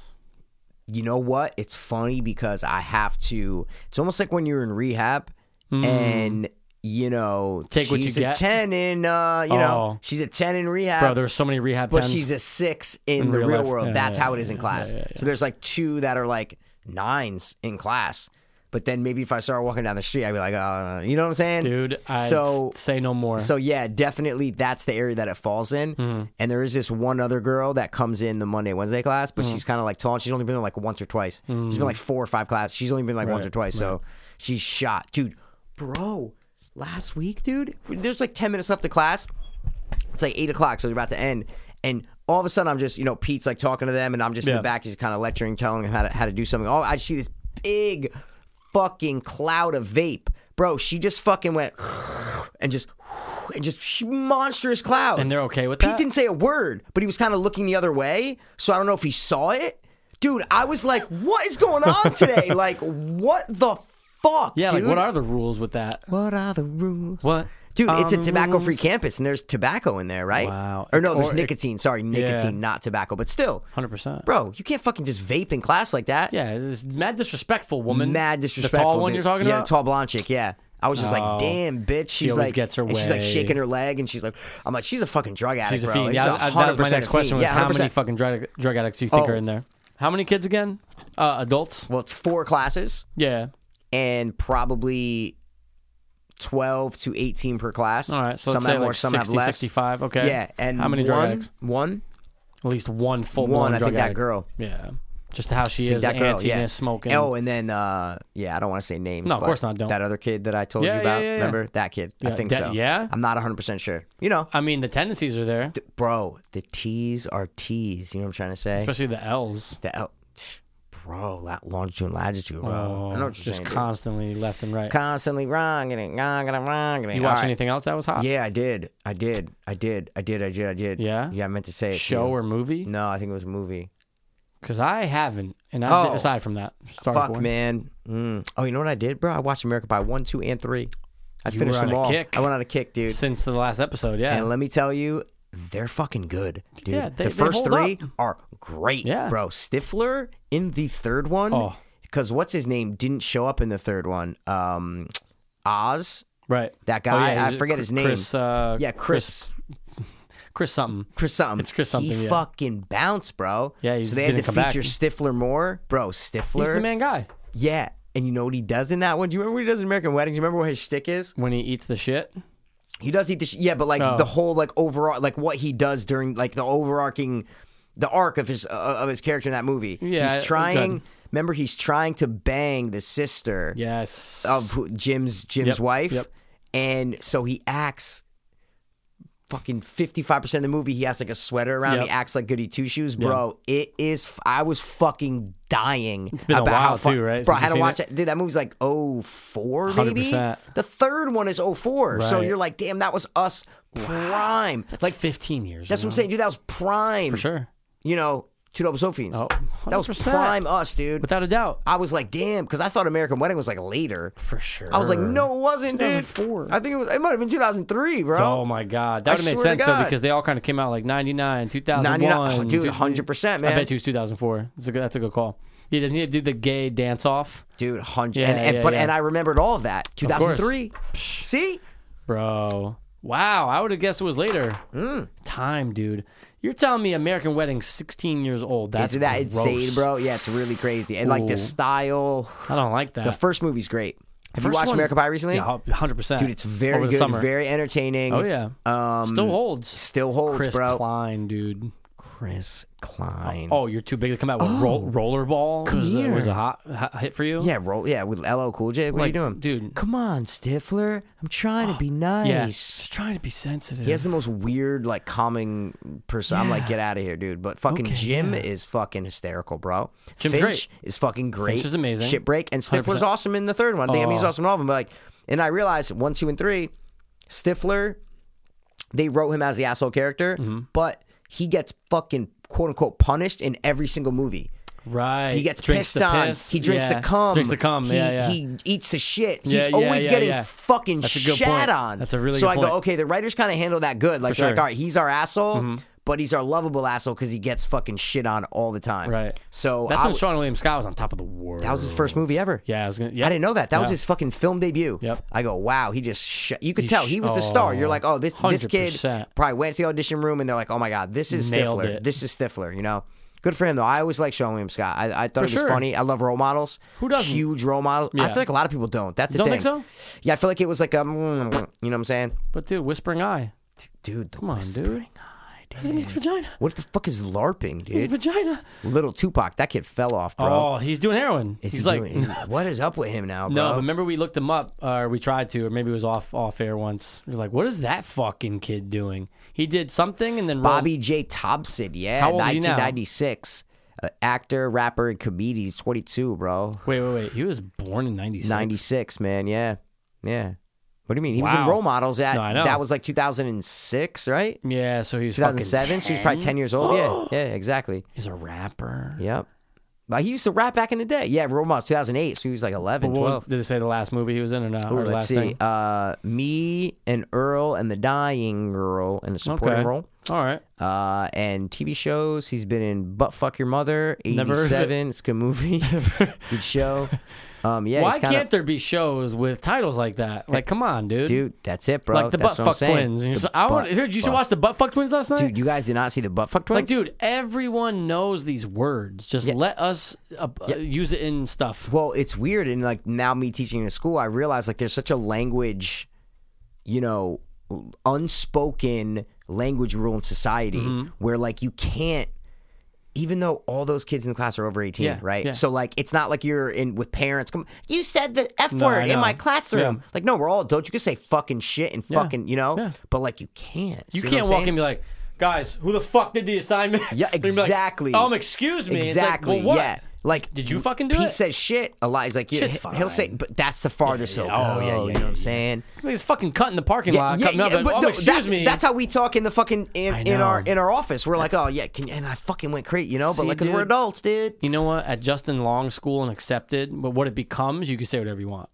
Speaker 1: you know what? It's funny because I have to. It's almost like when you're in rehab and you know
Speaker 2: Hmm. Take
Speaker 1: she's
Speaker 2: what you
Speaker 1: a
Speaker 2: get.
Speaker 1: ten in uh you
Speaker 2: Oh.
Speaker 1: know she's a ten in rehab.
Speaker 2: Bro, there's so many rehab.
Speaker 1: but
Speaker 2: towns.
Speaker 1: she's a six in, the
Speaker 2: real
Speaker 1: real,
Speaker 2: life.
Speaker 1: world.
Speaker 2: Yeah,
Speaker 1: That's
Speaker 2: yeah,
Speaker 1: how it is in class. So there's like two that are like nines in class. But then maybe if I started walking down the street, I'd be like, uh, you know what I'm saying,
Speaker 2: dude. I
Speaker 1: so
Speaker 2: say no more. Mm-hmm.
Speaker 1: so yeah, definitely that's the area that it falls in. And there is this one other girl that comes in the Monday Wednesday class,
Speaker 2: Mm-hmm.
Speaker 1: but she's kind of like tall. and She's only been there like once or twice. She's been like four or five classes. She's only been like once
Speaker 2: Right,
Speaker 1: or twice. So she's shot, dude. Bro, last week, dude, there's like ten minutes left to class. It's like eight o'clock, so it's about to end. And all of a sudden, I'm just you know Pete's like talking to them, and I'm just in
Speaker 2: Yeah.
Speaker 1: the back, just kind of lecturing, telling them how to how to do something. Oh, I see this big fucking cloud of vape, bro. She just fucking went and just and just monstrous cloud.
Speaker 2: And they're okay with
Speaker 1: Pete
Speaker 2: that?
Speaker 1: didn't say a word, but he was kind of looking the other way, so I don't know if he saw it. Dude, I was like, what is going on today? like, what the fuck?
Speaker 2: yeah,
Speaker 1: dude?
Speaker 2: like what are the rules with that?
Speaker 1: what are the rules?
Speaker 2: What?
Speaker 1: Dude, it's a
Speaker 2: Um,
Speaker 1: tobacco-free campus, and there's tobacco in there, right?
Speaker 2: Wow.
Speaker 1: Or no, there's
Speaker 2: Or it-
Speaker 1: nicotine. Sorry, nicotine,
Speaker 2: Yeah.
Speaker 1: not tobacco, but still,
Speaker 2: 100%.
Speaker 1: bro, you can't fucking just vape in class like that.
Speaker 2: Yeah, it's mad disrespectful woman.
Speaker 1: Mad disrespectful.
Speaker 2: The tall one
Speaker 1: dude.
Speaker 2: you're talking
Speaker 1: yeah,
Speaker 2: about?
Speaker 1: the tall blonde chick. Yeah. I was just
Speaker 2: Oh.
Speaker 1: like, damn, bitch. She's
Speaker 2: always
Speaker 1: like,
Speaker 2: gets her
Speaker 1: and she's like
Speaker 2: way.
Speaker 1: shaking her leg, and she's like, I'm like, she's a fucking drug addict,
Speaker 2: She's a
Speaker 1: bro.
Speaker 2: fiend. Yeah, I- I- that was
Speaker 1: 100%
Speaker 2: my
Speaker 1: a
Speaker 2: next question
Speaker 1: fiend.
Speaker 2: was
Speaker 1: yeah,
Speaker 2: how many
Speaker 1: 100%.
Speaker 2: fucking drug, drug addicts do you think
Speaker 1: Oh.
Speaker 2: are in there? How many kids again? Uh, adults?
Speaker 1: Well, it's four classes
Speaker 2: Yeah.
Speaker 1: and probably 12 to 18 per class.
Speaker 2: All right. So
Speaker 1: some
Speaker 2: let's say
Speaker 1: have
Speaker 2: like
Speaker 1: more, some
Speaker 2: 60,
Speaker 1: have less.
Speaker 2: 65. Okay.
Speaker 1: Yeah, and
Speaker 2: how many
Speaker 1: one,
Speaker 2: drug addicts?
Speaker 1: One,
Speaker 2: At least one full
Speaker 1: one.
Speaker 2: blown
Speaker 1: I
Speaker 2: drug
Speaker 1: think that
Speaker 2: addict.
Speaker 1: girl.
Speaker 2: Yeah. Just how she
Speaker 1: think
Speaker 2: is,
Speaker 1: that girl,
Speaker 2: antiness,
Speaker 1: yeah.
Speaker 2: smoking.
Speaker 1: Oh, and then uh, yeah, I don't want to say names.
Speaker 2: No, of
Speaker 1: but
Speaker 2: course not, don't.
Speaker 1: That other kid that I told
Speaker 2: Yeah,
Speaker 1: you
Speaker 2: yeah,
Speaker 1: about,
Speaker 2: yeah, yeah.
Speaker 1: remember that kid? I
Speaker 2: Yeah,
Speaker 1: think
Speaker 2: that-
Speaker 1: so.
Speaker 2: yeah?
Speaker 1: I'm not 100 percent sure. You know,
Speaker 2: I mean, the tendencies are there,
Speaker 1: bro, the T's are T's. You know what I'm trying to say?
Speaker 2: especially the L's.
Speaker 1: The L, bro, lat- longitude, and latitude, bro.
Speaker 2: Oh,
Speaker 1: I know what you're
Speaker 2: just
Speaker 1: saying. dude.
Speaker 2: constantly left and right.
Speaker 1: Constantly wrong, and it wrong, and it wrong, and it-
Speaker 2: you
Speaker 1: All
Speaker 2: watch
Speaker 1: right.
Speaker 2: anything else that was hot?
Speaker 1: Yeah, I did. I did. I did. I did. I did. I did.
Speaker 2: Yeah?
Speaker 1: Yeah, I meant to say it. to
Speaker 2: Show
Speaker 1: you.
Speaker 2: or movie?
Speaker 1: No, I think it was a movie.
Speaker 2: Because I haven't. And I,
Speaker 1: Oh.
Speaker 2: aside from that, Star
Speaker 1: Fuck, man. Mm. Oh, you know what I did, bro? I watched America by one, two, and three. I
Speaker 2: You
Speaker 1: finished
Speaker 2: were on
Speaker 1: them
Speaker 2: a
Speaker 1: all.
Speaker 2: kick.
Speaker 1: I went on a kick, dude.
Speaker 2: Since the last episode, yeah.
Speaker 1: And let me tell you, they're fucking good, dude.
Speaker 2: Yeah, they-
Speaker 1: the
Speaker 2: they
Speaker 1: first
Speaker 2: hold
Speaker 1: three
Speaker 2: up.
Speaker 1: are great,
Speaker 2: Yeah.
Speaker 1: bro. Stifler in the third one,
Speaker 2: Oh.
Speaker 1: because what's his name didn't show up in the third one. Um, Oz,
Speaker 2: right.
Speaker 1: that
Speaker 2: Oh,
Speaker 1: guy,
Speaker 2: yeah,
Speaker 1: I
Speaker 2: he's-
Speaker 1: forget his name.
Speaker 2: Chris, uh,
Speaker 1: yeah, Chris.
Speaker 2: Chris something.
Speaker 1: Chris something.
Speaker 2: It's Chris something,
Speaker 1: He
Speaker 2: yeah.
Speaker 1: fucking bounced, bro.
Speaker 2: Yeah, he
Speaker 1: so they had to
Speaker 2: didn't come back.
Speaker 1: feature Stifler more, bro. Stifler,
Speaker 2: He's the man guy.
Speaker 1: yeah. And you know what he does in that one? Do you remember what he does in American Weddings? You remember what his shtick is?
Speaker 2: When he eats the shit.
Speaker 1: He does eat the sh- yeah, but like
Speaker 2: Oh.
Speaker 1: the whole like overall like what he does during like the overarching the arc of his uh, of his character in that movie.
Speaker 2: Yeah,
Speaker 1: he's
Speaker 2: good.
Speaker 1: trying. Remember, he's trying to bang the sister
Speaker 2: Yes.
Speaker 1: of who- Jim's Jim's
Speaker 2: Yep,
Speaker 1: wife,
Speaker 2: yep.
Speaker 1: and so he acts. Fucking fifty five percent of the movie, he has like a sweater around.
Speaker 2: Yep.
Speaker 1: He acts like Goody Two Shoes, bro. It is. f- I was fucking dying. It's
Speaker 2: been a
Speaker 1: about how
Speaker 2: while,
Speaker 1: fun,
Speaker 2: too, right,
Speaker 1: Bro, I
Speaker 2: since
Speaker 1: had to
Speaker 2: you've
Speaker 1: watch
Speaker 2: seen
Speaker 1: it. Dude, that movie's like oh four, maybe.
Speaker 2: 100%.
Speaker 1: The third one is oh four. So
Speaker 2: Right.
Speaker 1: you're like, damn, that was us prime.
Speaker 2: like
Speaker 1: like
Speaker 2: 15 years.
Speaker 1: that's what I'm saying, dude. That was prime.
Speaker 2: For sure.
Speaker 1: You know, two double sophies.
Speaker 2: Oh,
Speaker 1: that was
Speaker 2: 100%.
Speaker 1: prime us, dude.
Speaker 2: Without a doubt.
Speaker 1: I was like, damn, because I thought American Wedding was like later.
Speaker 2: For sure.
Speaker 1: I was like, no, it wasn't, dude.
Speaker 2: 2004.
Speaker 1: I think it was. It might have been 2003, bro.
Speaker 2: Oh my God. That
Speaker 1: I
Speaker 2: would have made
Speaker 1: swear to
Speaker 2: sense though
Speaker 1: God.
Speaker 2: because they all kind of came out like 99,
Speaker 1: 99
Speaker 2: 2001.
Speaker 1: dude,
Speaker 2: 2000.
Speaker 1: 100%,
Speaker 2: I
Speaker 1: man.
Speaker 2: bet you it was 2004. That's a good, that's a good call. Yeah, doesn't he do the gay dance off?
Speaker 1: dude, hundred.
Speaker 2: Yeah,
Speaker 1: and, and
Speaker 2: yeah,
Speaker 1: but
Speaker 2: yeah.
Speaker 1: and I remembered all of that. 2003. See,
Speaker 2: Bro. Wow. I would have guessed it was later.
Speaker 1: Hmm.
Speaker 2: Time, dude. You're telling me American Wedding 16 years old. That's
Speaker 1: isn't that
Speaker 2: gross.
Speaker 1: insane, bro? Yeah, it's really crazy. And like the
Speaker 2: Ooh.
Speaker 1: style.
Speaker 2: I don't like that.
Speaker 1: The first movie's great. Have you
Speaker 2: First
Speaker 1: watched
Speaker 2: one's-
Speaker 1: American Pie recently?
Speaker 2: Yeah, 100%.
Speaker 1: Dude, it's very
Speaker 2: Over the
Speaker 1: good,
Speaker 2: Summer.
Speaker 1: very entertaining.
Speaker 2: oh, yeah.
Speaker 1: Um,
Speaker 2: still holds.
Speaker 1: still holds,
Speaker 2: Chris
Speaker 1: bro.
Speaker 2: Klein, dude.
Speaker 1: Chris Klein.
Speaker 2: Oh, you're too big to come out with roll, rollerball.
Speaker 1: come
Speaker 2: was, a- was
Speaker 1: here.
Speaker 2: a hot, hot hit for you?
Speaker 1: Yeah, roll. Yeah, with LL Cool J. What are you
Speaker 2: Like,
Speaker 1: doing,
Speaker 2: dude.
Speaker 1: Come on, Stifler. I'm trying to be
Speaker 2: Yeah.
Speaker 1: nice.
Speaker 2: Just trying to be sensitive.
Speaker 1: He has the most weird, like, calming person. I'm like,
Speaker 2: Yeah.
Speaker 1: get out of here, dude. But fucking
Speaker 2: Okay,
Speaker 1: Jim
Speaker 2: yeah.
Speaker 1: is fucking hysterical, bro.
Speaker 2: Jim's
Speaker 1: Finch
Speaker 2: great.
Speaker 1: is fucking great.
Speaker 2: Finch is amazing.
Speaker 1: Shit break and Stifler's
Speaker 2: 100%.
Speaker 1: awesome in the third one. I think- I mean, he's
Speaker 2: Oh.
Speaker 1: awesome in all of them. But like, and I realized one, two, and three, Stifler, they wrote him as the asshole character,
Speaker 2: Mm-hmm.
Speaker 1: but he gets fucking quote unquote punished in every single movie.
Speaker 2: right.
Speaker 1: He gets pissed
Speaker 2: Drinks the
Speaker 1: on.
Speaker 2: piss.
Speaker 1: He drinks
Speaker 2: Yeah.
Speaker 1: the cum.
Speaker 2: Drinks the cum.
Speaker 1: He,
Speaker 2: yeah, yeah.
Speaker 1: he eats the shit. He's
Speaker 2: Yeah, yeah,
Speaker 1: always
Speaker 2: yeah,
Speaker 1: getting
Speaker 2: yeah.
Speaker 1: fucking
Speaker 2: That's a good
Speaker 1: shat
Speaker 2: point.
Speaker 1: on.
Speaker 2: That's a really
Speaker 1: so
Speaker 2: good
Speaker 1: I
Speaker 2: point.
Speaker 1: go, okay, the writers kind of handle that good. Like,
Speaker 2: For
Speaker 1: they're like,
Speaker 2: sure. Mm-hmm.
Speaker 1: all right, he's our asshole, but he's our lovable asshole because he gets fucking shit on all the time.
Speaker 2: Right.
Speaker 1: So
Speaker 2: That's
Speaker 1: I,
Speaker 2: when Sean William Scott was on top of the world.
Speaker 1: that was his first movie ever.
Speaker 2: Yeah, I was gonna. Yeah,
Speaker 1: I didn't know that. That was
Speaker 2: Yeah.
Speaker 1: his fucking film debut.
Speaker 2: Yep.
Speaker 1: I go, wow, he just sh-. you could
Speaker 2: He
Speaker 1: tell
Speaker 2: sh-
Speaker 1: he was the star. You're
Speaker 2: oh,
Speaker 1: like, oh, this this kid
Speaker 2: 100%.
Speaker 1: probably went to the audition room and they're like, oh my god, this is
Speaker 2: Nailed
Speaker 1: Stifler.
Speaker 2: it.
Speaker 1: This is Stifler. You know, Good for him though. I always like Sean William Scott. I, I thought
Speaker 2: For
Speaker 1: he was
Speaker 2: sure.
Speaker 1: funny. I love role models.
Speaker 2: Who doesn't?
Speaker 1: Huge role model. I
Speaker 2: Yeah.
Speaker 1: feel like a lot of people don't. That's the
Speaker 2: Don't
Speaker 1: thing.
Speaker 2: think
Speaker 1: Yeah, I feel like it was like a. You know what I'm saying?
Speaker 2: But dude, whispering eye.
Speaker 1: Dude, the
Speaker 2: Come on, dude. He meets vagina.
Speaker 1: What the fuck is LARPing,
Speaker 2: His
Speaker 1: dude?
Speaker 2: vagina.
Speaker 1: Little Tupac, that kid fell off, bro.
Speaker 2: Oh, he's doing heroin.
Speaker 1: Is
Speaker 2: he's
Speaker 1: he
Speaker 2: like,
Speaker 1: doing- is- what is up with him now, bro?
Speaker 2: no. But remember, we looked him up, or we tried to, or maybe it was off off air once. We are like, what is that fucking kid doing? He did something, and then rolled-
Speaker 1: Bobby J. Thompson, yeah,
Speaker 2: How old is he now?
Speaker 1: 1996. Uh, actor, rapper, and comedian. He's 22, bro.
Speaker 2: Wait, wait, wait. He was born in '96.
Speaker 1: 96, man. Yeah. Yeah. What do you mean? He was in
Speaker 2: Wow.
Speaker 1: role models at
Speaker 2: No, I know.
Speaker 1: that was like 2006, right?
Speaker 2: Yeah, so he was fucking
Speaker 1: 2007. So he was probably 10 years old. yeah. Yeah, exactly.
Speaker 2: He's a rapper.
Speaker 1: Yep. But he used to rap back in the day. Yeah, role models 2008. So he was like 11,
Speaker 2: But what was-
Speaker 1: 12.
Speaker 2: did it say the last movie he was in or not?
Speaker 1: Ooh,
Speaker 2: or the
Speaker 1: let's
Speaker 2: last
Speaker 1: see.
Speaker 2: thing?
Speaker 1: Uh, me and Earl and the Dying Girl in a supporting
Speaker 2: Okay.
Speaker 1: role.
Speaker 2: All right.
Speaker 1: Uh, and TV shows. He's been in Butt Fuck Your Mother,
Speaker 2: Never heard of it.
Speaker 1: 87. It's a good movie. good show. Um, yeah,
Speaker 2: Why
Speaker 1: he's kinda,
Speaker 2: can't there be shows with titles like that? Like, come on, dude.
Speaker 1: Dude, that's it, bro.
Speaker 2: like the
Speaker 1: That's what
Speaker 2: butt
Speaker 1: I'm
Speaker 2: fuck
Speaker 1: saying.
Speaker 2: twins. And you're
Speaker 1: The
Speaker 2: so- I want,
Speaker 1: butt
Speaker 2: dude, you should
Speaker 1: fuck-
Speaker 2: watch the butt fuck twins last night.
Speaker 1: Dude, you guys did not see the butt fuck twins?
Speaker 2: like, dude, everyone knows these words. Just let us uh, uh, use it in stuff.
Speaker 1: Well, it's weird, and like now me teaching in school, I realize like there's such a language, you know, unspoken language rule in society
Speaker 2: Mm-hmm.
Speaker 1: where like you can't. Even though all those kids in the class are over eighteen,
Speaker 2: Yeah,
Speaker 1: right?
Speaker 2: yeah.
Speaker 1: So like, it's not like you're in with parents. Come, you said the f
Speaker 2: No, I
Speaker 1: word in
Speaker 2: know.
Speaker 1: my classroom.
Speaker 2: Yeah.
Speaker 1: Like, no, we're all adults. You can say fucking shit and
Speaker 2: Yeah,
Speaker 1: fucking, you know.
Speaker 2: yeah.
Speaker 1: But like, you can't.
Speaker 2: You
Speaker 1: See what I'm
Speaker 2: can't walk
Speaker 1: saying?
Speaker 2: in and be like, guys, who the fuck did the assignment?
Speaker 1: Yeah,
Speaker 2: They'd be like,
Speaker 1: exactly.
Speaker 2: um, excuse me. It's like,
Speaker 1: Exactly.
Speaker 2: well, what?
Speaker 1: Yeah. Like,
Speaker 2: Did you fucking do
Speaker 1: Pete
Speaker 2: it?
Speaker 1: says shit a lot. He's like, yeah,
Speaker 2: Shit's
Speaker 1: he'll say,
Speaker 2: fine.
Speaker 1: but that's the farthest.
Speaker 2: yeah.
Speaker 1: he'll go,
Speaker 2: Oh, yeah, yeah,
Speaker 1: You know
Speaker 2: yeah,
Speaker 1: what I'm
Speaker 2: yeah.
Speaker 1: saying?
Speaker 2: He's fucking cutting the parking lot. cutting up, like, um,
Speaker 1: no,
Speaker 2: excuse
Speaker 1: that's,
Speaker 2: me.
Speaker 1: that's how we talk in the fucking
Speaker 2: I
Speaker 1: in, in our
Speaker 2: know.
Speaker 1: in our office. We're like, oh yeah, can, and I fucking went crazy, you know. But
Speaker 2: See,
Speaker 1: like, because we're
Speaker 2: dude.
Speaker 1: adults, dude.
Speaker 2: You know what? At Justin Long School and accepted, but what it becomes, you can say whatever you want.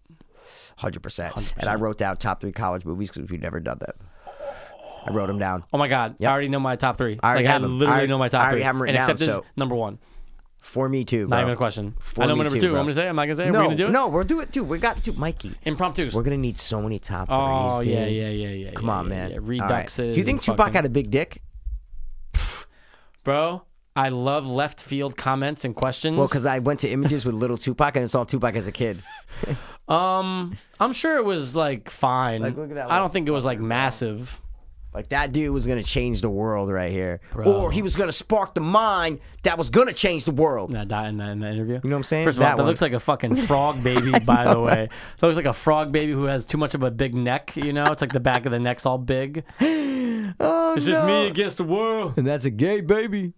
Speaker 1: Hundred percent. And I wrote down top three college movies because we've never done that. I wrote them down.
Speaker 2: Oh my God! I already know my top three.
Speaker 1: I already
Speaker 2: like,
Speaker 1: have
Speaker 2: I
Speaker 1: 'em.
Speaker 2: literally
Speaker 1: I already-
Speaker 2: know my top
Speaker 1: I already
Speaker 2: three.
Speaker 1: have 'em written
Speaker 2: and
Speaker 1: down,
Speaker 2: accepted is
Speaker 1: so-
Speaker 2: number one.
Speaker 1: For me too.
Speaker 2: Not
Speaker 1: bro.
Speaker 2: even a question.
Speaker 1: For
Speaker 2: I know
Speaker 1: me
Speaker 2: my number
Speaker 1: too,
Speaker 2: two.
Speaker 1: bro.
Speaker 2: I'm gonna say. it? I'm not gonna say. it?
Speaker 1: No,
Speaker 2: We're gonna do it.
Speaker 1: no, we're do it too. We got to, Mikey.
Speaker 2: Impromptus.
Speaker 1: We're gonna need so many top threes.
Speaker 2: oh yeah,
Speaker 1: dude.
Speaker 2: yeah, yeah, yeah.
Speaker 1: Come
Speaker 2: yeah,
Speaker 1: on,
Speaker 2: yeah,
Speaker 1: man.
Speaker 2: Yeah.
Speaker 1: All right.
Speaker 2: Reduxes.
Speaker 1: Do you think
Speaker 2: and
Speaker 1: Tupac
Speaker 2: fucking-
Speaker 1: had a big dick?
Speaker 2: bro? I love left field comments and questions.
Speaker 1: Well, because I went to images with little Tupac and it's all Tupac as a kid.
Speaker 2: um, I'm sure it was like fine.
Speaker 1: Like, look at that
Speaker 2: I
Speaker 1: one.
Speaker 2: don't think it was like massive.
Speaker 1: Like that dude was gonna change the world right here, or he was gonna spark the mind that was gonna change the world.
Speaker 2: That that in the, in the interview. You
Speaker 1: know what I'm saying?
Speaker 2: First of all,
Speaker 1: That
Speaker 2: that,
Speaker 1: one.
Speaker 2: looks like a fucking frog baby. by the way, that looks like a frog baby who has too much of a big neck. You know, it's like the back of the neck's all big.
Speaker 1: Oh,
Speaker 2: It's
Speaker 1: no.
Speaker 2: just me against the world.
Speaker 1: and that's a gay baby.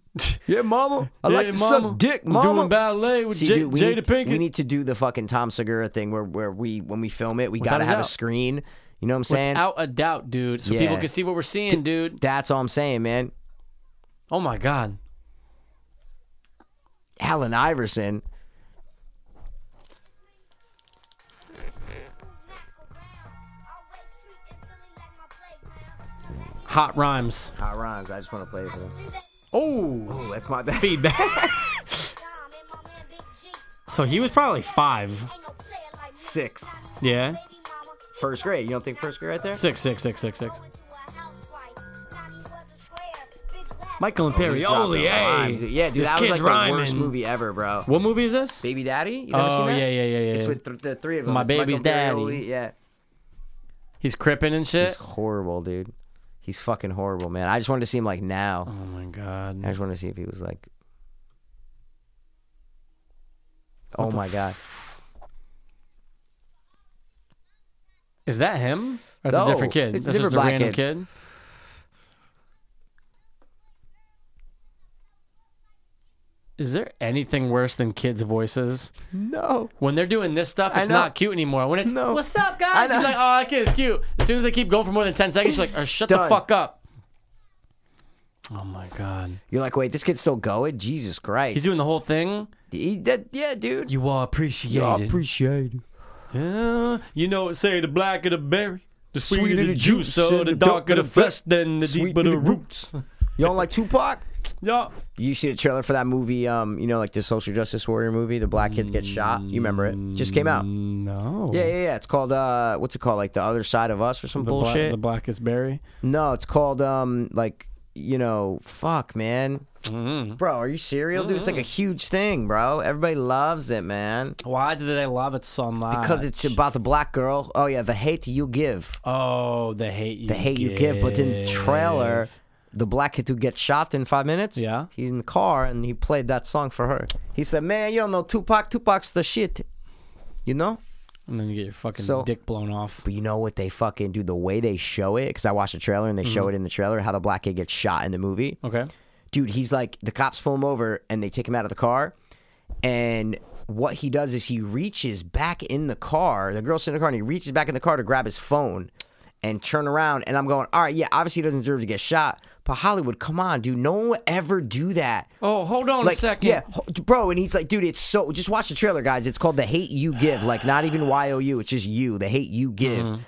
Speaker 1: Yeah, mama, I
Speaker 2: Yeah,
Speaker 1: like to
Speaker 2: mama.
Speaker 1: suck dick,
Speaker 2: I'm
Speaker 1: mama.
Speaker 2: Doing ballet with
Speaker 1: See,
Speaker 2: J-
Speaker 1: dude, we
Speaker 2: Jada
Speaker 1: need,
Speaker 2: Pinkett.
Speaker 1: we need to do the fucking Tom Segura thing where where we when we film it, we
Speaker 2: Without
Speaker 1: gotta
Speaker 2: a
Speaker 1: have a
Speaker 2: doubt.
Speaker 1: screen. You know what I'm saying?
Speaker 2: Without a doubt, dude. So people
Speaker 1: Yeah.
Speaker 2: can see what we're seeing, dude.
Speaker 1: that's all I'm saying, man.
Speaker 2: Oh my god.
Speaker 1: Allen Iverson.
Speaker 2: Hot rhymes.
Speaker 1: Hot rhymes. I just want to play for them.
Speaker 2: Oh.
Speaker 1: Ooh, that's my bad.
Speaker 2: Feedback. so he was probably five.
Speaker 1: Six.
Speaker 2: Yeah.
Speaker 1: First grade. You don't think first grade right there?
Speaker 2: Six, six, six, six, six. Michael
Speaker 5: Michael
Speaker 2: and
Speaker 5: and Perry.
Speaker 2: Perry.
Speaker 1: Dropping
Speaker 2: Holy,
Speaker 1: rhymes.
Speaker 2: hey.
Speaker 1: Yeah, dude,
Speaker 2: this
Speaker 1: that was
Speaker 2: kid's
Speaker 1: like
Speaker 2: rhyming.
Speaker 1: the worst movie ever, bro.
Speaker 2: What movie is this?
Speaker 1: Baby Daddy? You never
Speaker 2: Oh
Speaker 1: seen that?
Speaker 2: yeah, yeah, yeah, yeah.
Speaker 1: It's
Speaker 2: yeah.
Speaker 1: with th- the three of them.
Speaker 2: My
Speaker 1: It's
Speaker 2: baby's
Speaker 1: Michael Barry,
Speaker 2: daddy.
Speaker 1: Lee- Yeah.
Speaker 2: He's cripping and
Speaker 1: It's
Speaker 2: shit.
Speaker 1: horrible, dude. He's fucking horrible, man. I just wanted to see him like now.
Speaker 2: Oh my
Speaker 1: I
Speaker 2: god.
Speaker 1: just wanted to see if he was like. Oh my god!
Speaker 2: Is that him? That's a
Speaker 1: No,
Speaker 2: different kid.
Speaker 1: it's a
Speaker 2: That's
Speaker 1: different
Speaker 2: just a
Speaker 1: black
Speaker 2: random
Speaker 1: kid.
Speaker 2: kid. Is there anything worse than kids' voices?
Speaker 1: No,
Speaker 2: When they're doing this stuff,
Speaker 1: I
Speaker 2: it's
Speaker 1: know.
Speaker 2: not cute anymore. When it's
Speaker 1: No.
Speaker 2: "What's up,
Speaker 1: I
Speaker 2: guys?"
Speaker 1: know.
Speaker 2: You're like, "Oh, that kid's cute." As soon as they keep going for more than ten seconds, you're like, oh, "Shut the
Speaker 1: Done.
Speaker 2: fuck up." Oh my god,
Speaker 1: you're like, wait, this kid's still going? Jesus
Speaker 2: he's
Speaker 1: Christ!
Speaker 2: doing the whole thing.
Speaker 1: He- that- yeah, dude.
Speaker 2: You are appreciated.
Speaker 1: appreciate it.
Speaker 2: Uh, you know, what say the black of the berry, the sweet,
Speaker 1: Sweet
Speaker 2: of the, juice, so the dark of the flesh, then the
Speaker 1: sweet
Speaker 2: deep of
Speaker 1: be
Speaker 2: the
Speaker 1: the
Speaker 2: roots.
Speaker 1: You don't like Tupac?
Speaker 2: yeah.
Speaker 1: You see the trailer for that movie? Um, you know, like the social justice warrior movie. The black kids get shot. You remember it? Just came out.
Speaker 2: No.
Speaker 1: Yeah, yeah, yeah. It's called uh, what's it called? Like the other side of us or some bullshit.
Speaker 2: the blackest berry.
Speaker 1: No, it's called um like you know, fuck, man. Bro, are you serial, dude? It's like a huge thing, bro. Everybody loves it, man.
Speaker 2: Why do they love it so much?
Speaker 1: Because it's about the black girl. Oh, yeah, the hate you give.
Speaker 2: oh the hate you
Speaker 1: The hate you give. But in the trailer, the black kid who gets shot in five minutes,
Speaker 2: Yeah.
Speaker 1: he's in the car and he played that song for her. He said, man, you don't know Tupac. Tupac's the shit. You know?
Speaker 2: and then you get your fucking
Speaker 1: So-
Speaker 2: dick blown off.
Speaker 1: But you know what they fucking do? The way they show it, because I watched the trailer and they show it in the trailer how the black kid gets shot in the movie.
Speaker 2: Okay.
Speaker 1: dude, he's like the cops pull him over and they take him out of the car. And what he does is he reaches back in the car. The girl's in the car and he reaches back in the car to grab his phone and turn around. And I'm going, all right, yeah, obviously he doesn't deserve to get shot. But Hollywood, come on, dude, no one would ever do that.
Speaker 2: Oh, hold on
Speaker 1: Like,
Speaker 2: a second.
Speaker 1: yeah, ho- bro, and he's like, dude, it's so. Just watch the trailer, guys. It's called "The Hate You Give." Like, not even Y O U. It's just you. The hate you give,
Speaker 2: Mm-hmm.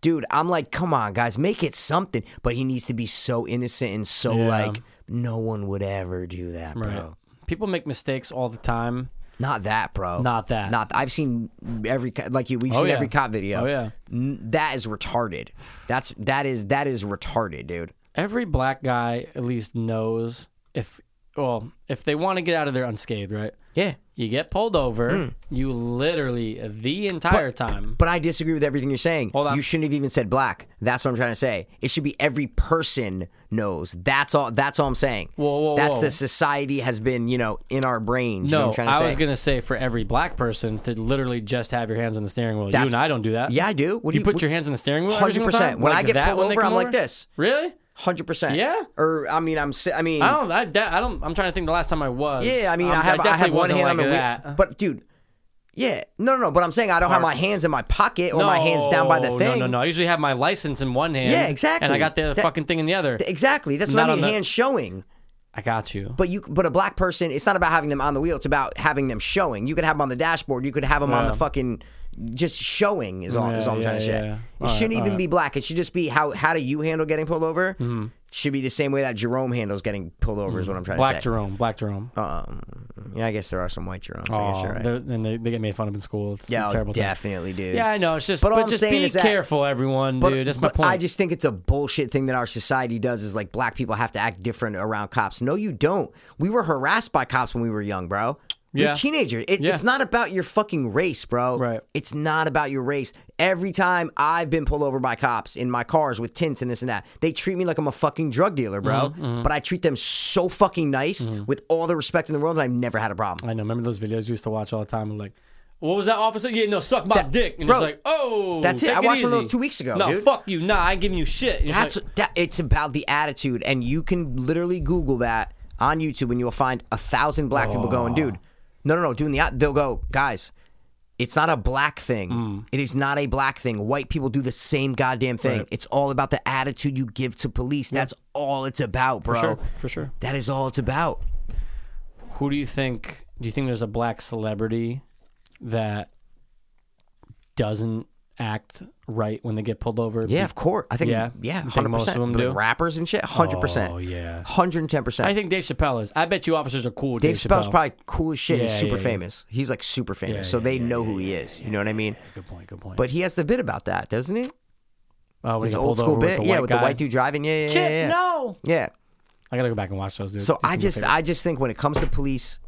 Speaker 1: dude. I'm like, come on, guys, make it something. But he needs to be so innocent and so
Speaker 2: Yeah.
Speaker 1: like, no one would ever do that, bro.
Speaker 2: Right. People make mistakes all the time.
Speaker 1: Not that, bro.
Speaker 2: Not that.
Speaker 1: Not. I've seen every co- like you. We've
Speaker 2: Oh,
Speaker 1: seen
Speaker 2: yeah.
Speaker 1: every cop video.
Speaker 2: Oh, yeah.
Speaker 1: N- that is retarded. That's that is that is retarded, dude.
Speaker 2: Every black guy at least knows if well, if they want to get out of there unscathed, right?
Speaker 1: Yeah.
Speaker 2: You get pulled over,
Speaker 1: Hmm.
Speaker 2: you literally the entire time.
Speaker 1: But I disagree with everything you're saying.
Speaker 2: Hold on.
Speaker 1: You shouldn't have even said black. That's what I'm trying to say. It should be every person knows. That's all. That's all I'm saying.
Speaker 2: Whoa, whoa,
Speaker 1: that's
Speaker 2: whoa.
Speaker 1: the society has been, you know, in our brains. you know
Speaker 2: No,
Speaker 1: what I'm trying to
Speaker 2: I
Speaker 1: say.
Speaker 2: was gonna say for every black person to literally just have your hands on the steering wheel.
Speaker 1: That's-
Speaker 2: you and I don't do that.
Speaker 1: Yeah, I do. What do
Speaker 2: you,
Speaker 1: you-
Speaker 2: put
Speaker 1: what-
Speaker 2: your hands on the steering wheel. every single
Speaker 1: 100%.
Speaker 2: time?
Speaker 1: When I
Speaker 2: Like
Speaker 1: get
Speaker 2: that
Speaker 1: pulled
Speaker 2: they
Speaker 1: over,
Speaker 2: come
Speaker 1: I'm like this. Hmm.
Speaker 2: Really?
Speaker 1: Hundred percent.
Speaker 2: Yeah.
Speaker 1: Or I mean, I'm. si- I mean,
Speaker 2: I don't. I, de- I don't. I'm trying to think. The last time I was.
Speaker 1: yeah. I mean,
Speaker 2: I'm-
Speaker 1: I have. I,
Speaker 2: definitely
Speaker 1: have one
Speaker 2: wasn't
Speaker 1: hand on
Speaker 2: like
Speaker 1: the
Speaker 2: that.
Speaker 1: wheel. But dude, yeah. No, no, no. But I'm saying I don't have my hands in my pocket or my hands down by the
Speaker 2: No,
Speaker 1: thing.
Speaker 2: No, no, no. I usually have my license in one hand.
Speaker 1: Yeah, exactly.
Speaker 2: And I got the
Speaker 1: That-
Speaker 2: fucking thing in the other.
Speaker 1: Exactly. That's
Speaker 2: Not
Speaker 1: what I
Speaker 2: on
Speaker 1: mean.
Speaker 2: the-
Speaker 1: Hands showing.
Speaker 2: I got you.
Speaker 1: But you, but a black person, it's not about having them on the wheel. It's about having them showing. You could have them on the dashboard. You could have them on the
Speaker 2: Yeah.
Speaker 1: fucking, just showing is all is
Speaker 2: Yeah,
Speaker 1: all I'm trying to
Speaker 2: yeah,
Speaker 1: say.
Speaker 2: yeah.
Speaker 1: It
Speaker 2: All right,
Speaker 1: shouldn't
Speaker 2: all
Speaker 1: even
Speaker 2: right. Mm-hmm.
Speaker 1: be black. It should just be how how do you handle getting pulled over? Should be the same way that Jerome handles getting pulled over is what I'm trying
Speaker 2: Black
Speaker 1: to say.
Speaker 2: Jerome. Black Jerome.
Speaker 1: Um, yeah, I guess there are some white Jeromes. I guess
Speaker 2: Oh,
Speaker 1: you're right.
Speaker 2: they're- and they, they get made fun of in school. It's
Speaker 1: Yeah,
Speaker 2: a
Speaker 1: oh,
Speaker 2: terrible thing.
Speaker 1: definitely, dude.
Speaker 2: Yeah, I know. It's just,
Speaker 1: But
Speaker 2: but,
Speaker 1: all I'm
Speaker 2: just
Speaker 1: saying
Speaker 2: be
Speaker 1: is that-
Speaker 2: careful, everyone,
Speaker 1: But,
Speaker 2: dude. That's my
Speaker 1: but
Speaker 2: point.
Speaker 1: I just think it's a bullshit thing that our society does is like black people have to act different around cops. No, you don't. We were harassed by cops when we were young, bro. You're
Speaker 2: Yeah.
Speaker 1: a teenager. It,
Speaker 2: Yeah.
Speaker 1: It's not about your fucking race, bro.
Speaker 2: Right.
Speaker 1: It's not about your race. Every time I've been pulled over by cops in my cars with tints and this and that, they treat me like I'm a fucking drug dealer, bro.
Speaker 2: Mm-hmm,
Speaker 1: But I treat them so fucking nice with all the respect in the world, and I've never had a problem.
Speaker 2: I know. Remember those videos we used to watch all the time? And like, what was that officer? Yeah, no, suck my
Speaker 1: That-
Speaker 2: dick. And
Speaker 1: bro,
Speaker 2: it's like, oh,
Speaker 1: that's it.
Speaker 2: take
Speaker 1: I watched
Speaker 2: easy.
Speaker 1: one of those two weeks ago,
Speaker 2: No,
Speaker 1: dude.
Speaker 2: fuck you. Nah, I ain't giving you shit. And it's
Speaker 1: That's
Speaker 2: like,
Speaker 1: that. It's about the attitude, and you can literally Google that on YouTube, and you'll find a thousand black people going, "Dude, no, no, no, doing the." at-" They'll go, guys. It's not a black thing.
Speaker 2: Mm.
Speaker 1: It is not a black thing. White people do the same goddamn thing. It's all about the attitude you give to police. That's all it's about, bro.
Speaker 2: sure, for sure.
Speaker 1: That is all it's about.
Speaker 2: who do you think? Do you think there's a black celebrity that doesn't act right when they get pulled over?
Speaker 1: Yeah, of course. I think yeah,
Speaker 2: Yeah?
Speaker 1: yeah,
Speaker 2: You
Speaker 1: hundred
Speaker 2: think most of
Speaker 1: percent.
Speaker 2: them
Speaker 1: The
Speaker 2: do?
Speaker 1: rappers and shit, hundred percent.
Speaker 2: Oh, yeah.
Speaker 1: hundred and ten percent.
Speaker 2: I think Dave Chappelle is. I bet you officers are cool. With
Speaker 1: Dave
Speaker 2: Dave,
Speaker 1: Chappelle's
Speaker 2: Chappelle.
Speaker 1: probably cool as shit. and
Speaker 2: Yeah,
Speaker 1: he's super
Speaker 2: yeah, yeah.
Speaker 1: famous. He's like super famous, so
Speaker 2: yeah,
Speaker 1: they know who he is. you know what I mean?
Speaker 2: Good point. Good point.
Speaker 1: But he has the bit about that, doesn't he?
Speaker 2: oh, when he
Speaker 1: His
Speaker 2: got
Speaker 1: old
Speaker 2: pulled
Speaker 1: school
Speaker 2: over
Speaker 1: bit,
Speaker 2: the
Speaker 1: yeah, with the
Speaker 2: guy.
Speaker 1: white dude driving. Yeah, yeah,
Speaker 2: Chip,
Speaker 1: yeah. yeah.
Speaker 2: no.
Speaker 1: Yeah.
Speaker 2: I gotta go back and watch those. Dude.
Speaker 1: So I
Speaker 2: These are my
Speaker 1: just,
Speaker 2: favorites.
Speaker 1: I just think when it comes to police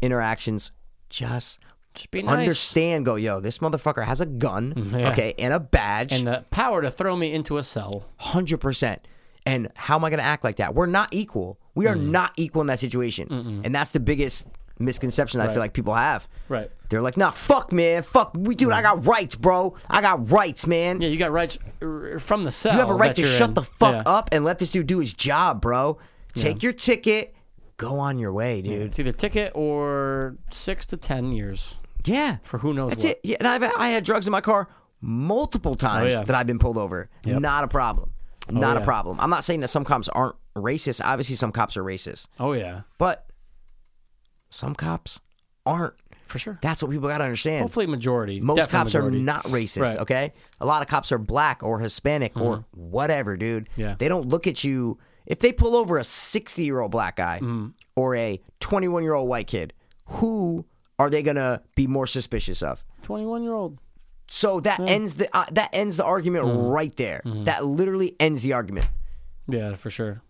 Speaker 1: interactions, just
Speaker 2: Just be nice.
Speaker 1: understand. Go, yo, this motherfucker has a gun,
Speaker 2: yeah.
Speaker 1: okay, and a badge,
Speaker 2: and the power to throw me into a cell.
Speaker 1: hundred percent. And how am I going to act like that? We're not equal. We are not equal in that situation, and that's the biggest misconception I feel like people have.
Speaker 2: Right. Mm.
Speaker 1: They're like, nah, fuck, man, fuck, we, dude, I got rights, bro. I got rights, man.
Speaker 2: Yeah, you got rights er, from the cell.
Speaker 1: You have a right
Speaker 2: that
Speaker 1: to
Speaker 2: you're
Speaker 1: shut
Speaker 2: in.
Speaker 1: the fuck
Speaker 2: Yeah.
Speaker 1: up and let this dude do his job, bro. Take your ticket, go on your way, dude.
Speaker 2: It's either ticket or six to ten years
Speaker 1: Yeah,
Speaker 2: for who knows
Speaker 1: that's
Speaker 2: what. Oh,
Speaker 1: it. Yeah, and I've, I had drugs in my car multiple times
Speaker 2: yeah. Oh,
Speaker 1: that I've been pulled over. Not a problem. Not a
Speaker 2: yeah.
Speaker 1: problem. I'm not saying that some cops aren't racist. Obviously, some cops are racist,
Speaker 2: Oh yeah,
Speaker 1: but some cops aren't.
Speaker 2: for sure.
Speaker 1: That's what people got to understand.
Speaker 2: Hopefully, majority.
Speaker 1: Most
Speaker 2: Definitely
Speaker 1: cops
Speaker 2: majority.
Speaker 1: are not racist,
Speaker 2: Right. Mm-hmm.
Speaker 1: okay? A lot of cops are black or Hispanic or whatever, dude.
Speaker 2: Yeah.
Speaker 1: They don't look at you. If they pull over a 60 year old black guy
Speaker 2: Mm-hmm.
Speaker 1: or a 21 year old white kid, who are they going to be more suspicious of?
Speaker 2: Twenty-one year old.
Speaker 1: So that ends the uh, that
Speaker 2: Mm-hmm.
Speaker 1: ends the argument right there. That literally ends the argument.
Speaker 2: Yeah, for sure.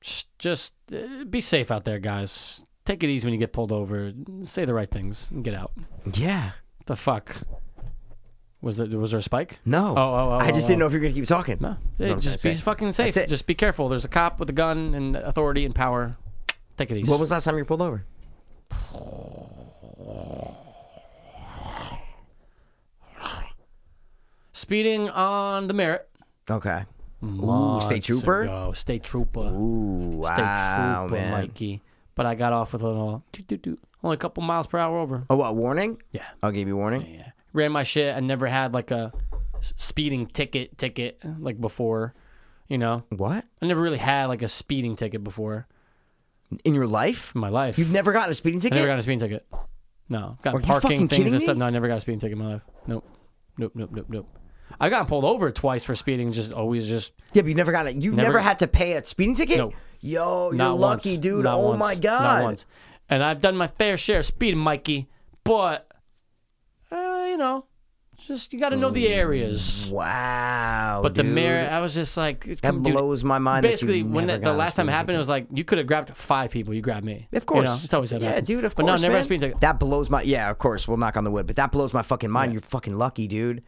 Speaker 2: Sh- Just uh, be safe out there, guys. Take it easy when you get pulled over. Say the right things and get out.
Speaker 1: Yeah.
Speaker 2: The fuck was there? Was there a spike?
Speaker 1: No.
Speaker 2: Oh, oh, oh,
Speaker 1: I just
Speaker 2: oh,
Speaker 1: didn't
Speaker 2: oh.
Speaker 1: know if you were going to keep talking.
Speaker 2: No.
Speaker 1: That's what I'm
Speaker 2: just be
Speaker 1: trying to say.
Speaker 2: fucking safe.
Speaker 1: That's it.
Speaker 2: Just be careful. There's a cop with a gun and authority and power. Take it easy.
Speaker 1: What was last time you were pulled over?
Speaker 2: speeding on the merit?
Speaker 1: Okay. Ooh,
Speaker 2: Months
Speaker 1: state trooper?
Speaker 2: Ago. State trooper.
Speaker 1: Ooh,
Speaker 2: State
Speaker 1: wow,
Speaker 2: trooper,
Speaker 1: man.
Speaker 2: Mikey. But I got off with a little doot, doot, doot. only a couple miles per hour over.
Speaker 1: Oh, what, warning?
Speaker 2: Yeah.
Speaker 1: I'll give you warning.
Speaker 2: Yeah. Ran my shit. I never had like a s- speeding ticket ticket like before. You know,
Speaker 1: What?
Speaker 2: I never really had like a speeding ticket before
Speaker 1: In your life?
Speaker 2: in my life.
Speaker 1: You've never gotten a speeding
Speaker 2: I
Speaker 1: ticket?
Speaker 2: never got a speeding ticket. No, got
Speaker 1: Are you
Speaker 2: parking
Speaker 1: fucking
Speaker 2: things
Speaker 1: kidding
Speaker 2: and stuff.
Speaker 1: me?
Speaker 2: No, I never got a speeding ticket in my life. Nope, nope, nope, nope, nope. I got pulled over twice for speeding. Just always just
Speaker 1: yeah, but you never got it. You've never,
Speaker 2: Never-
Speaker 1: had to pay a speeding ticket?
Speaker 2: No.
Speaker 1: Yo, you're
Speaker 2: not
Speaker 1: lucky,
Speaker 2: once,
Speaker 1: dude.
Speaker 2: Not
Speaker 1: oh
Speaker 2: once,
Speaker 1: my
Speaker 2: not
Speaker 1: god.
Speaker 2: once. And I've done my fair share of speeding, Mikey. But uh, you know, just you got to know the areas.
Speaker 1: Wow.
Speaker 2: But the
Speaker 1: Mm, dude.
Speaker 2: mayor, I was just like,
Speaker 1: that
Speaker 2: come, dude.
Speaker 1: blows my mind. that you
Speaker 2: Basically, when
Speaker 1: never
Speaker 2: that, the
Speaker 1: got a
Speaker 2: last time it
Speaker 1: speeding
Speaker 2: happened, it was like you could have grabbed five people, you grabbed me.
Speaker 1: Of course,
Speaker 2: you know, it's always that.
Speaker 1: yeah,
Speaker 2: happens.
Speaker 1: dude. Of
Speaker 2: but
Speaker 1: course,
Speaker 2: no, never
Speaker 1: man.
Speaker 2: a speeding ticket.
Speaker 1: That blows my. Yeah, of course. We'll knock on the wood, but that blows my fucking mind. You're fucking lucky, dude.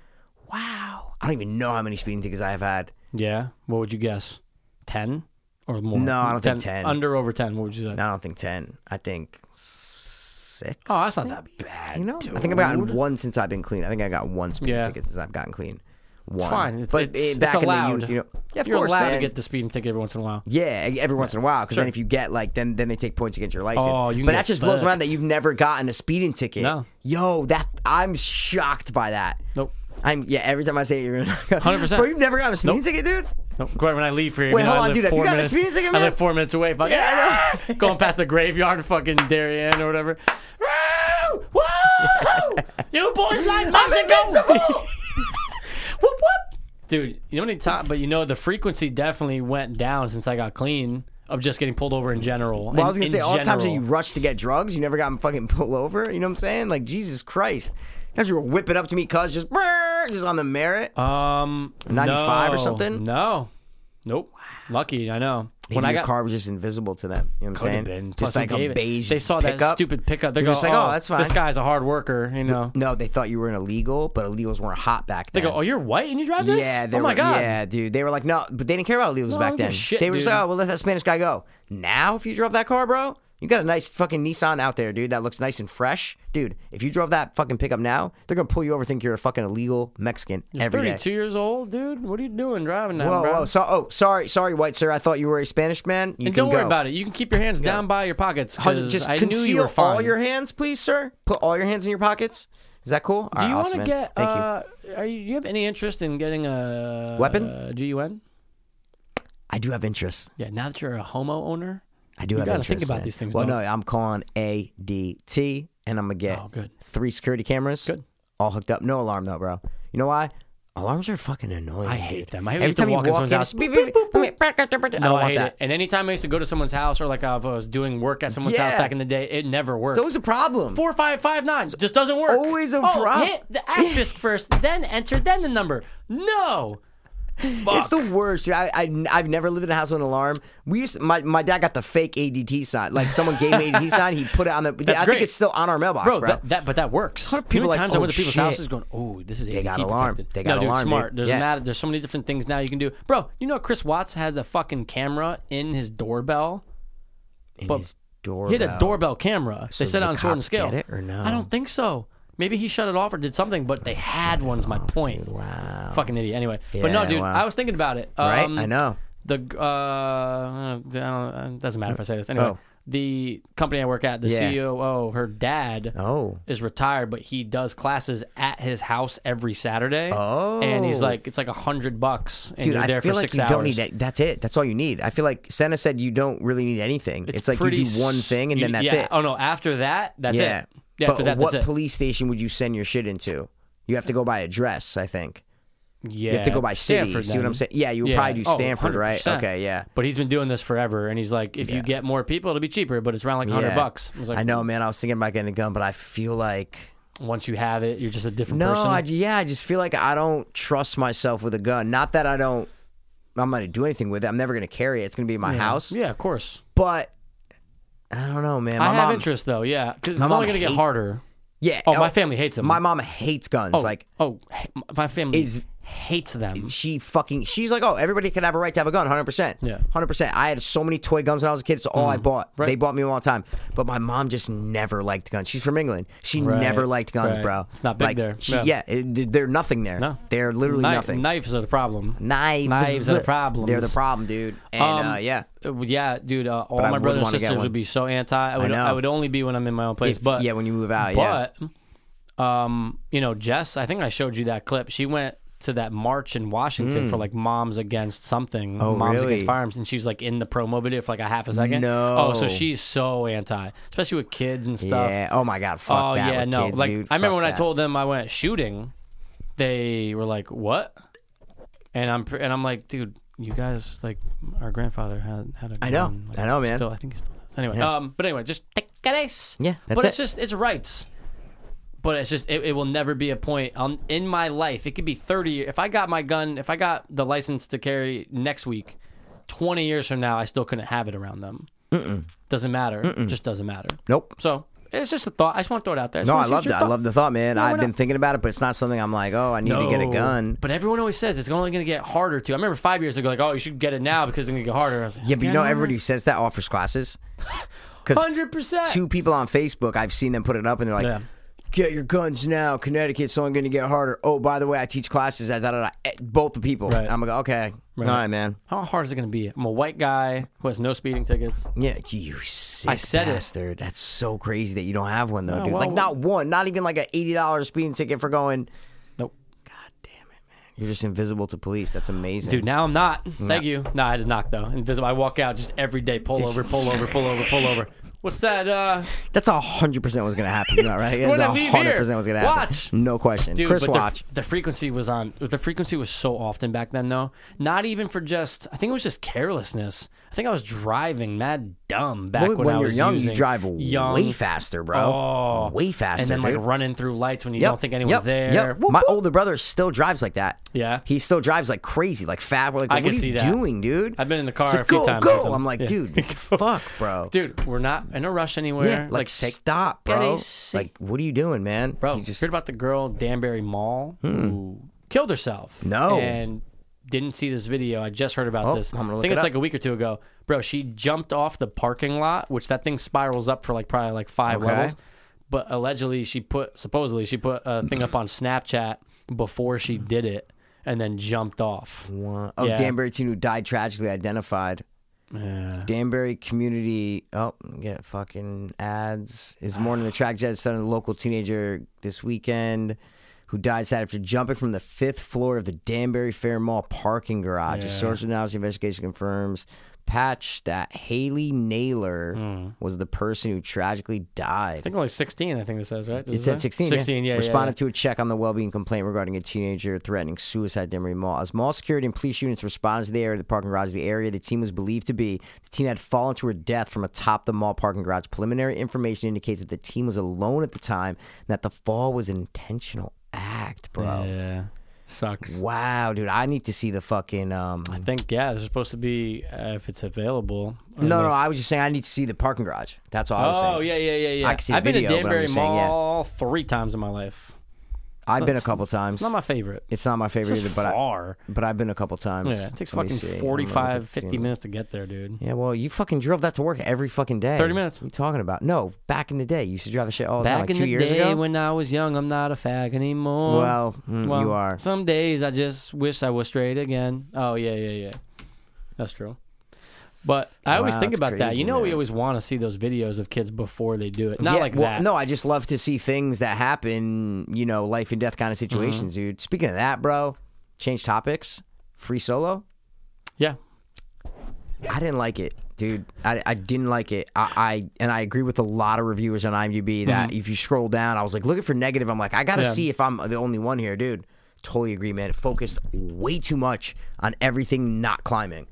Speaker 1: Wow. I don't even know how many speeding tickets I have had.
Speaker 2: yeah, what would you guess? Ten or more?
Speaker 1: No, I don't think 10.
Speaker 2: Under over ten? What would you say?
Speaker 1: No, I don't think ten. I think six.
Speaker 2: Oh, that's not that bad.
Speaker 1: You know,
Speaker 2: dude.
Speaker 1: I think I've gotten one since I've been clean. I think I got one speeding
Speaker 2: Yeah.
Speaker 1: ticket since I've gotten clean. One.
Speaker 2: fine. It's-
Speaker 1: but
Speaker 2: it's-
Speaker 1: eh,
Speaker 2: it's
Speaker 1: back in the
Speaker 2: allowed.
Speaker 1: youth, you know, yeah, of
Speaker 2: You're
Speaker 1: course,
Speaker 2: allowed
Speaker 1: man.
Speaker 2: to get the speeding ticket every once in a while.
Speaker 1: Yeah, e, every once in a while, because
Speaker 2: Sure.
Speaker 1: then if you get like, then then they take points against your license.
Speaker 2: Oh, you can
Speaker 1: but that
Speaker 2: get
Speaker 1: just blows my mind that
Speaker 2: fucked.
Speaker 1: you've never gotten a speeding ticket.
Speaker 2: No.
Speaker 1: Yo, that I'm shocked by that.
Speaker 2: Nope.
Speaker 1: I'm yeah. Every time I say it, you're gonna
Speaker 2: 100%.
Speaker 1: Bro, you've never gotten a speeding ticket, dude.
Speaker 2: Nope. Great, When I leave for you,
Speaker 1: Wait,
Speaker 2: you know,
Speaker 1: hold
Speaker 2: I
Speaker 1: on,
Speaker 2: live
Speaker 1: dude, have
Speaker 2: four
Speaker 1: you got a
Speaker 2: minutes-
Speaker 1: speeding ticket,
Speaker 2: I
Speaker 1: man?
Speaker 2: live four minutes away. Fuck
Speaker 1: Yeah,
Speaker 2: I know. Going past the graveyard, in fucking Darien or whatever. Woo! Woo! you boys like Mexico? whoop whoop. Dude, you know how many times? But you know the frequency definitely went down since I got clean of just getting pulled over in general.
Speaker 1: Well, I was gonna say all the times that you rush to get drugs, you never got fucking pulled over. You know what I'm saying? Like Jesus Christ, times you were whipping up to me, cuz just brrr, just on the merit.
Speaker 2: um
Speaker 1: 95 or
Speaker 2: no.
Speaker 1: something?
Speaker 2: No, nope. Lucky, I know.
Speaker 1: Maybe
Speaker 2: when I
Speaker 1: your
Speaker 2: got
Speaker 1: car was just invisible to them. You know what I'm
Speaker 2: Could
Speaker 1: saying?
Speaker 2: have been.
Speaker 1: Just
Speaker 2: Plus, we
Speaker 1: like
Speaker 2: gave
Speaker 1: a
Speaker 2: it-
Speaker 1: beige.
Speaker 2: They saw
Speaker 1: pickup.
Speaker 2: that stupid pickup. They're
Speaker 1: They're
Speaker 2: going,
Speaker 1: just like, oh, that's
Speaker 2: This
Speaker 1: fine."
Speaker 2: guy's a hard worker, you know.
Speaker 1: No, they thought you were an illegal, but illegals weren't hot back
Speaker 2: They
Speaker 1: then.
Speaker 2: go, oh, you're white and you drive this?
Speaker 1: Yeah, they
Speaker 2: oh my
Speaker 1: were,
Speaker 2: god.
Speaker 1: yeah, dude. They were like, no, but they didn't care about illegals
Speaker 2: No, I
Speaker 1: back
Speaker 2: don't give a
Speaker 1: then.
Speaker 2: shit,
Speaker 1: they were just
Speaker 2: dude.
Speaker 1: like, oh, well, let that Spanish guy go. Now, if you drove that car, bro, you got a nice fucking Nissan out there, dude. That looks nice and fresh, dude. If you drove that fucking pickup now, they're gonna pull you over, think you're a fucking illegal Mexican
Speaker 2: You're
Speaker 1: every day.
Speaker 2: 32 years old, dude. What are you doing driving that,
Speaker 1: Whoa,
Speaker 2: bro?
Speaker 1: whoa, so, oh, sorry, sorry, white sir. I thought you were a Spanish man. You can
Speaker 2: and don't worry
Speaker 1: go.
Speaker 2: about it. You can keep your hands down by your pockets. 'cause
Speaker 1: Hundred- Just
Speaker 2: I knew
Speaker 1: conceal
Speaker 2: you were fine.
Speaker 1: all your hands, please, sir. Put all your hands in your pockets. Is that cool?
Speaker 2: Do you
Speaker 1: want
Speaker 2: want to get?
Speaker 1: Thank you.
Speaker 2: uh, Are you, do you have any interest in getting a
Speaker 1: Weapon?
Speaker 2: Uh, Gun?
Speaker 1: I do have interest.
Speaker 2: Yeah. Now that you're a homo owner,
Speaker 1: I do
Speaker 2: You
Speaker 1: have
Speaker 2: gotta
Speaker 1: interest.
Speaker 2: think about
Speaker 1: man.
Speaker 2: these things,
Speaker 1: Well,
Speaker 2: though.
Speaker 1: no, I'm calling ADT, and I'm gonna get
Speaker 2: Oh, good.
Speaker 1: three security cameras,
Speaker 2: Good.
Speaker 1: all hooked up. No alarm though, bro. You know why? Alarms are fucking annoying.
Speaker 2: I hate
Speaker 1: dude.
Speaker 2: them. I hate
Speaker 1: Every
Speaker 2: when you
Speaker 1: time you
Speaker 2: walk
Speaker 1: walk
Speaker 2: in
Speaker 1: in,
Speaker 2: someone's
Speaker 1: it's
Speaker 2: house,
Speaker 1: beep, beep, beep, beep, beep, beep, beep. I
Speaker 2: no,
Speaker 1: don't
Speaker 2: I,
Speaker 1: want
Speaker 2: hate
Speaker 1: that.
Speaker 2: it. And anytime I used to go to someone's house or like if I was doing work at someone's house
Speaker 1: Yeah.
Speaker 2: back in the day, it never worked.
Speaker 1: It's always a problem.
Speaker 2: four five five nine just doesn't work.
Speaker 1: Always a
Speaker 2: oh,
Speaker 1: prob-
Speaker 2: hit the asterisk first, then enter, then the number. No,
Speaker 1: It's the worst. dude. I, I I've never lived in a house with an alarm. We used my my dad got the fake ADT sign. Like someone gave me ADT sign. He put it on the. I
Speaker 2: great.
Speaker 1: think it's still on our mailbox,
Speaker 2: bro.
Speaker 1: bro.
Speaker 2: That, that but that works. How
Speaker 1: people like,
Speaker 2: many times I
Speaker 1: "Oh,
Speaker 2: went to people's
Speaker 1: shit.
Speaker 2: houses going, "Oh, this is they
Speaker 1: got alarm. They got
Speaker 2: no, dude,
Speaker 1: alarm,
Speaker 2: smart.
Speaker 1: dude.
Speaker 2: There's
Speaker 1: Yeah.
Speaker 2: matter. There's so many different things now you can do, bro. You know Chris Watts has a fucking camera in his doorbell.
Speaker 1: In
Speaker 2: but
Speaker 1: his doorbell.
Speaker 2: He had a doorbell camera. they
Speaker 1: So
Speaker 2: said
Speaker 1: did
Speaker 2: it on
Speaker 1: the
Speaker 2: Sword and
Speaker 1: cops
Speaker 2: Scale.
Speaker 1: get it or no?
Speaker 2: I don't think so. Maybe he shut it off or did something, but they had one's my point.
Speaker 1: Wow.
Speaker 2: Fucking idiot. Anyway, but no,
Speaker 1: Yeah,
Speaker 2: dude,
Speaker 1: wow.
Speaker 2: I was thinking about it.
Speaker 1: Right.
Speaker 2: Um,
Speaker 1: I know.
Speaker 2: the uh, I don't, it doesn't matter if I say this anyway.
Speaker 1: Oh.
Speaker 2: The company I work at, the
Speaker 1: Yeah.
Speaker 2: COO, her dad
Speaker 1: Oh.
Speaker 2: is retired, but he does classes at his house every Saturday.
Speaker 1: Oh.
Speaker 2: and he's like, it's like a hundred bucks, and
Speaker 1: Dude,
Speaker 2: you're there
Speaker 1: I feel
Speaker 2: for
Speaker 1: like
Speaker 2: six
Speaker 1: you
Speaker 2: hours.
Speaker 1: don't need that. That's it. That's all you need. I feel like Senna said you don't really need anything. It's, like you
Speaker 2: pretty
Speaker 1: do one
Speaker 2: s-
Speaker 1: thing and
Speaker 2: you-
Speaker 1: then that's
Speaker 2: yeah.
Speaker 1: it.
Speaker 2: Oh no, after that, that's
Speaker 1: yeah.
Speaker 2: it. Yeah,
Speaker 1: but
Speaker 2: after that,
Speaker 1: what
Speaker 2: that's it.
Speaker 1: police station would you send your shit into? You have to go by address, I think.
Speaker 2: yeah,
Speaker 1: You have to go by city.
Speaker 2: Stanford,
Speaker 1: see what I'm
Speaker 2: then.
Speaker 1: saying? Yeah, you would
Speaker 2: Yeah.
Speaker 1: probably do
Speaker 2: Oh,
Speaker 1: Stanford, right?
Speaker 2: 100%.
Speaker 1: Okay, yeah.
Speaker 2: But he's been doing this forever, and he's like, if you get more people, it'll be cheaper, but it's around like hundred
Speaker 1: Yeah.
Speaker 2: bucks. I was like,
Speaker 1: I know, man. I was thinking about getting a gun, but I feel like
Speaker 2: Once you have it, you're just a different
Speaker 1: no.
Speaker 2: person.
Speaker 1: I, yeah, I just feel like I don't trust myself with a gun. Not that I don't I'm not gonna do anything with it. I'm never gonna carry it. It's gonna be in my house.
Speaker 2: Yeah, of course.
Speaker 1: But I don't know, man. My
Speaker 2: I have
Speaker 1: mom,
Speaker 2: interest though. Yeah, because it's
Speaker 1: My mom
Speaker 2: only gonna get
Speaker 1: hate-
Speaker 2: harder.
Speaker 1: Yeah.
Speaker 2: Oh, my family hates them.
Speaker 1: My mom hates guns.
Speaker 2: oh,
Speaker 1: Like
Speaker 2: oh, h- my family
Speaker 1: is-
Speaker 2: hates them.
Speaker 1: she fucking she's like, oh, everybody can have a right to have a gun, hundred percent.
Speaker 2: Yeah. Mm-hmm.
Speaker 1: hundred percent. I had so many toy guns when I was a kid. It's all I bought. They bought me one all the time. But my mom just never liked guns. She's from England. She
Speaker 2: Right.
Speaker 1: never liked guns,
Speaker 2: Right.
Speaker 1: bro.
Speaker 2: It's not big
Speaker 1: Like,
Speaker 2: there.
Speaker 1: she-
Speaker 2: Yeah.
Speaker 1: yeah, it- they're nothing there.
Speaker 2: No.
Speaker 1: they're literally
Speaker 2: Kni-
Speaker 1: nothing.
Speaker 2: Knives are the problem.
Speaker 1: Knives,
Speaker 2: Knives are the problem.
Speaker 1: They're the problem, dude. And
Speaker 2: Um,
Speaker 1: uh, yeah,
Speaker 2: Uh, Yeah, dude. Uh, all
Speaker 1: But I
Speaker 2: my
Speaker 1: would
Speaker 2: brothers and
Speaker 1: wanna get
Speaker 2: sisters
Speaker 1: one.
Speaker 2: would be so anti. I would.
Speaker 1: know.
Speaker 2: I, would only be when I'm in my own place.
Speaker 1: If-
Speaker 2: but
Speaker 1: yeah, when you move out, yeah.
Speaker 2: But, um, you know, Jess. I think I showed you that clip. She went to that march in Washington for like moms against something.
Speaker 1: Hmm. Oh,
Speaker 2: moms
Speaker 1: really?
Speaker 2: against firearms, and she was like in the promo video for like a half a second.
Speaker 1: No.
Speaker 2: Oh, so she's so anti, especially with kids and stuff.
Speaker 1: yeah. Oh my god, fuck
Speaker 2: oh
Speaker 1: that.
Speaker 2: yeah,
Speaker 1: with
Speaker 2: no.
Speaker 1: kids,
Speaker 2: like
Speaker 1: dude.
Speaker 2: I remember
Speaker 1: Fuck
Speaker 2: when I
Speaker 1: that.
Speaker 2: told them I went shooting, they were like, "What?" And I'm pre- and I'm like, "Dude, you guys like our grandfather had had a gun."
Speaker 1: I know.
Speaker 2: Like,
Speaker 1: I know, man.
Speaker 2: Still, I think he still does. Anyway,
Speaker 1: Yeah.
Speaker 2: um, but anyway, just take it ace.
Speaker 1: Yeah, that's
Speaker 2: but it's
Speaker 1: it.
Speaker 2: just it's rights. But it's just it, it will never be a point on in my life. It could be thirty. years. If I got my gun, if I got the license to carry next week, twenty years from now, I still couldn't have it around them. Doesn't matter. Just doesn't matter.
Speaker 1: nope.
Speaker 2: So it's just a thought. I just want to throw it out there.
Speaker 1: No, I love that. I love the thought, man.
Speaker 2: No, we're
Speaker 1: I've been
Speaker 2: not-
Speaker 1: thinking about it, but it's not something I'm like, oh, I need to get a gun.
Speaker 2: But everyone always says it's only going to get harder to. I remember five years ago, like, oh, you should get it now because it's going to get harder. I was like,
Speaker 1: Yeah, but you know everybody who says that offers classes. Because
Speaker 2: hundred percent.
Speaker 1: two people on Facebook, I've seen them put it up, and they're like,
Speaker 2: Yeah.
Speaker 1: "Get your guns now, Connecticut's only going to get harder." Oh, by the way, I teach classes at da da da. Eh, Both the people,
Speaker 2: Right.
Speaker 1: I'm like, okay, all right, man.
Speaker 2: How hard is it going to be? I'm a white guy who has no speeding tickets.
Speaker 1: Yeah, you sick
Speaker 2: I said it.
Speaker 1: bastard. That's so crazy that you don't have one though,
Speaker 2: No,
Speaker 1: dude.
Speaker 2: well-
Speaker 1: like not one, not even like an eighty dollars speeding ticket for going.
Speaker 2: Nope.
Speaker 1: You're just invisible to police. That's amazing,
Speaker 2: Dude, now I'm not. Thank you. No, I just knocked though. Invisible. I walk out just every day. Pull over. Pull over. Pull over. Pull over. What's that? Uh,
Speaker 1: That's hundred percent what's gonna happen, you know, right?
Speaker 2: When I
Speaker 1: That's
Speaker 2: leave
Speaker 1: hundred
Speaker 2: here,
Speaker 1: percent what's gonna happen.
Speaker 2: watch.
Speaker 1: no question.
Speaker 2: dude,
Speaker 1: Chris,
Speaker 2: but the f-
Speaker 1: watch.
Speaker 2: The, frequency was on. The frequency was so often back then, though. Not even for just. I think it was just carelessness. I think I was driving mad dumb back
Speaker 1: Well,
Speaker 2: when,
Speaker 1: when,
Speaker 2: I
Speaker 1: you're
Speaker 2: was
Speaker 1: young,
Speaker 2: using
Speaker 1: you drive
Speaker 2: young,
Speaker 1: way faster, bro.
Speaker 2: Oh.
Speaker 1: way faster.
Speaker 2: and then like
Speaker 1: dude.
Speaker 2: running through lights when you
Speaker 1: Yep,
Speaker 2: don't think anyone's
Speaker 1: yep,
Speaker 2: there.
Speaker 1: Yep.
Speaker 2: Whoop,
Speaker 1: My
Speaker 2: whoop.
Speaker 1: older brother still drives like that.
Speaker 2: Yeah.
Speaker 1: He still drives like crazy, like fab. We're like,
Speaker 2: I
Speaker 1: what
Speaker 2: can
Speaker 1: are you
Speaker 2: see that.
Speaker 1: doing, dude?
Speaker 2: I've been in the car
Speaker 1: He's like,
Speaker 2: a few
Speaker 1: go,
Speaker 2: times with
Speaker 1: Go.
Speaker 2: him.
Speaker 1: I'm like,
Speaker 2: Yeah.
Speaker 1: dude, fuck, bro.
Speaker 2: dude, we're not in a rush anywhere.
Speaker 1: Yeah, like,
Speaker 2: take-
Speaker 1: stop,
Speaker 2: get
Speaker 1: bro.
Speaker 2: a seat.
Speaker 1: Like, what are you doing, man?
Speaker 2: bro.
Speaker 1: He just Hmm.
Speaker 2: heard about the girl in Danbury Mall who killed herself.
Speaker 1: No.
Speaker 2: and didn't see this video. I just heard about
Speaker 1: Oh,
Speaker 2: this.
Speaker 1: I'm gonna
Speaker 2: I
Speaker 1: look
Speaker 2: think
Speaker 1: it
Speaker 2: it's
Speaker 1: up.
Speaker 2: like a week or two ago, bro. She jumped off the parking lot, which that thing spirals up for like probably like five
Speaker 1: Okay.
Speaker 2: levels. But allegedly, she put supposedly she put a thing up on Snapchat before
Speaker 1: Hmm.
Speaker 2: she did it, and then jumped off.
Speaker 1: One- Oh,
Speaker 2: Yeah.
Speaker 1: Danbury teen who died tragically identified. Danbury community. Oh, get fucking ads. Is mourning the tragic son of the local teenager this weekend, who died Saturday after jumping from the fifth floor of the Danbury Fair Mall parking garage. A source analysis investigation confirms patch that Haley Naylor was the person who tragically died.
Speaker 2: I think only 16, I think this says, right? Does
Speaker 1: It said
Speaker 2: say?
Speaker 1: 16.
Speaker 2: 16, yeah. yeah,
Speaker 1: Responded to
Speaker 2: yeah.
Speaker 1: a check on the well-being complaint regarding a teenager threatening suicide at Denver Mall. As mall security and police units responded to the area, the parking garage of the area, the teen was believed to be. The teen had fallen to her death from atop the mall parking garage. Preliminary information indicates that the teen was alone at the time and that the fall was an intentional act, bro.
Speaker 2: Yeah. Sucks.
Speaker 1: Wow, dude, I need to see the fucking. Um,
Speaker 2: I think, yeah, this is supposed to be, uh, if it's available. or
Speaker 1: no, no,
Speaker 2: unless-
Speaker 1: I was just saying I need to see the parking garage. That's all I was saying.
Speaker 2: Oh, yeah, yeah, yeah, yeah.
Speaker 1: I can see the
Speaker 2: have been to
Speaker 1: video, but I'm
Speaker 2: Danbury
Speaker 1: just saying, yeah.
Speaker 2: Mall three times in my life.
Speaker 1: I've been a couple times.
Speaker 2: It's not my favorite.
Speaker 1: It's not my favorite
Speaker 2: It's
Speaker 1: either,
Speaker 2: just
Speaker 1: but I,
Speaker 2: far.
Speaker 1: but I've been a couple times.
Speaker 2: yeah, it takes
Speaker 1: Let me
Speaker 2: fucking
Speaker 1: see. I don't know if I've
Speaker 2: 45,
Speaker 1: seen
Speaker 2: 50
Speaker 1: it.
Speaker 2: minutes to get there, dude.
Speaker 1: Yeah, well, you fucking drove that to work every fucking day.
Speaker 2: 30 minutes.
Speaker 1: What are you talking about? No, back in the day, you used to drive the shit all the time.
Speaker 2: Back
Speaker 1: Like
Speaker 2: in
Speaker 1: two
Speaker 2: the
Speaker 1: years
Speaker 2: day
Speaker 1: ago.
Speaker 2: when I was young, I'm not a fag anymore.
Speaker 1: well, mm,
Speaker 2: Well,
Speaker 1: you are.
Speaker 2: Some days I just wish I was straight again. Oh yeah, yeah, yeah. That's true. But I always
Speaker 1: Wow,
Speaker 2: think
Speaker 1: that's
Speaker 2: about that.
Speaker 1: crazy,
Speaker 2: You know, we
Speaker 1: man.
Speaker 2: always want to see those videos of kids before they do it. Not
Speaker 1: Yeah,
Speaker 2: like
Speaker 1: well,
Speaker 2: that.
Speaker 1: No, I just love to see things that happen. You know, life and death kind of
Speaker 2: Mm-hmm.
Speaker 1: situations, dude. Speaking of that, bro, change topics. Free solo.
Speaker 2: Yeah.
Speaker 1: I didn't like it, dude. I, I didn't like it. I, I and I agree with a lot of reviewers on IMDb that if you scroll down, I was like looking for negative. I'm like, I gotta
Speaker 2: Yeah.
Speaker 1: see if I'm the only one here, dude. Totally agree, man. It focused way too much on everything not climbing.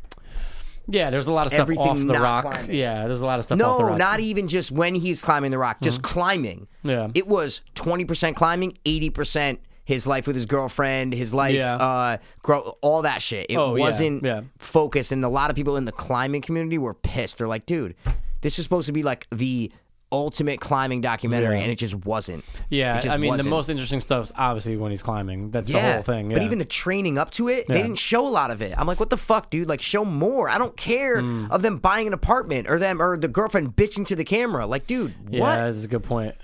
Speaker 2: Yeah. There's a lot of stuff
Speaker 1: Everything
Speaker 2: off the
Speaker 1: not
Speaker 2: rock.
Speaker 1: climbing.
Speaker 2: Yeah. There's a lot of stuff off the
Speaker 1: No,
Speaker 2: rock.
Speaker 1: not even just
Speaker 2: Mm-hmm.
Speaker 1: when he's climbing the rock, just climbing.
Speaker 2: Yeah.
Speaker 1: It was 20% climbing, 80% his life with his girlfriend, his life,
Speaker 2: Yeah.
Speaker 1: uh, grow, all that shit. It
Speaker 2: Oh, yeah,
Speaker 1: wasn't
Speaker 2: yeah.
Speaker 1: focused, and a lot of people in the climbing community were pissed. They're like, "Dude, this is supposed to be like the ultimate climbing documentary,
Speaker 2: Yeah.
Speaker 1: and it just wasn't."
Speaker 2: Yeah,
Speaker 1: It just
Speaker 2: I mean the
Speaker 1: wasn't.
Speaker 2: most interesting stuff's obviously when he's climbing. That's the whole thing.
Speaker 1: But
Speaker 2: yeah.
Speaker 1: even the training up to it, they
Speaker 2: Yeah.
Speaker 1: didn't show a lot of it. I'm like, what the fuck, dude? Like, show more. I don't care
Speaker 2: Mm.
Speaker 1: of them buying an apartment or them or the girlfriend bitching to the camera. Like, dude,
Speaker 2: yeah,
Speaker 1: what?
Speaker 2: that's a good point.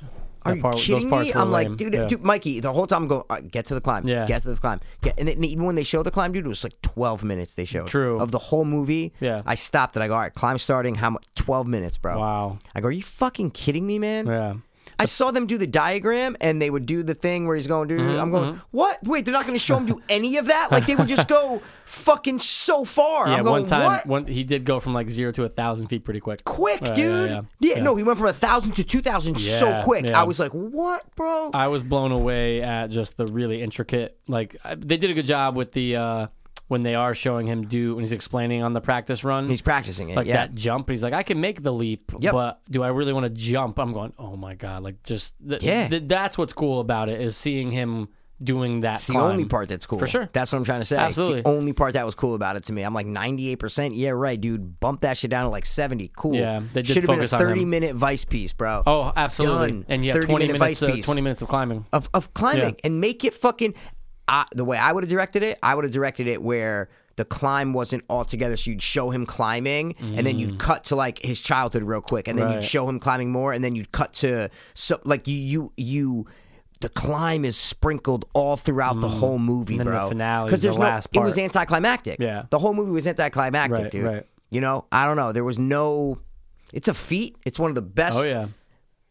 Speaker 1: Are
Speaker 2: That
Speaker 1: you
Speaker 2: part- those
Speaker 1: kidding
Speaker 2: parts
Speaker 1: me?
Speaker 2: were
Speaker 1: I'm like,
Speaker 2: lame.
Speaker 1: dude,
Speaker 2: Yeah.
Speaker 1: dude, Mikey. The whole time I'm going, "All right, get to the climb,
Speaker 2: Yeah.
Speaker 1: get to the climb, get. And, then even when they show the climb, dude, it was like 12 minutes they showed
Speaker 2: True.
Speaker 1: of the whole movie.
Speaker 2: Yeah.
Speaker 1: I stopped it. I go, all right, climb starting. How much? 12 minutes, bro.
Speaker 2: Wow.
Speaker 1: I go, are you fucking kidding me, man?
Speaker 2: Yeah.
Speaker 1: I saw them do the diagram and they would do the thing where he's going, dude.
Speaker 2: Mm-hmm,
Speaker 1: I'm going, what? Wait, they're not going to show him do any of that? Like, they would just go fucking so far.
Speaker 2: Yeah,
Speaker 1: I'm going,
Speaker 2: one time
Speaker 1: what?
Speaker 2: one he did go from like zero to a thousand feet pretty quick.
Speaker 1: Quick,
Speaker 2: Yeah, yeah,
Speaker 1: dude. Yeah,
Speaker 2: yeah. Yeah.
Speaker 1: no, he went from a thousand to two thousand so
Speaker 2: Yeah,
Speaker 1: quick.
Speaker 2: yeah.
Speaker 1: I was like, "What, bro?"
Speaker 2: I was blown away at just the really intricate. Like I, they did a good job with the uh, when they are showing him do when he's explaining on the practice run.
Speaker 1: he's practicing it.
Speaker 2: like
Speaker 1: yeah,
Speaker 2: that jump. He's like, I can make the leap,
Speaker 1: Yep.
Speaker 2: but do I really want to jump? I'm going, oh my god, like just th-
Speaker 1: Yeah.
Speaker 2: th- that's what's cool about it is seeing him doing that.
Speaker 1: It's the only part that's cool.
Speaker 2: For sure.
Speaker 1: That's what I'm trying to say.
Speaker 2: Absolutely.
Speaker 1: It's the only part that was cool about it to me. I'm like 98%. Yeah, right, dude. Bump that shit down to like 70. Cool.
Speaker 2: Yeah, they did
Speaker 1: Should have been a
Speaker 2: focus on
Speaker 1: 30
Speaker 2: him.
Speaker 1: minute Vice piece, bro.
Speaker 2: Oh, absolutely.
Speaker 1: Done.
Speaker 2: And yeah,
Speaker 1: 30
Speaker 2: twenty
Speaker 1: minute
Speaker 2: minutes.
Speaker 1: Vice
Speaker 2: Uh,
Speaker 1: piece.
Speaker 2: twenty minutes of climbing.
Speaker 1: Of, of climbing.
Speaker 2: Yeah.
Speaker 1: And make it fucking. I the way I would have directed it, I would have directed it where the climb wasn't all together. So you'd show him climbing and then you'd cut to like his childhood real quick. And then you'd
Speaker 2: Mm. Right.
Speaker 1: show him climbing more. And then you'd cut to. so Like you, you, you. The climb is sprinkled all throughout the whole movie,
Speaker 2: Mm. then the
Speaker 1: bro.
Speaker 2: finale is the
Speaker 1: there's no-
Speaker 2: last
Speaker 1: It was
Speaker 2: part.
Speaker 1: anticlimactic.
Speaker 2: Yeah.
Speaker 1: The whole movie was anticlimactic,
Speaker 2: Right,
Speaker 1: dude.
Speaker 2: right.
Speaker 1: You know, I don't know. There was no. It's a feat. It's one of the best.
Speaker 2: Oh yeah.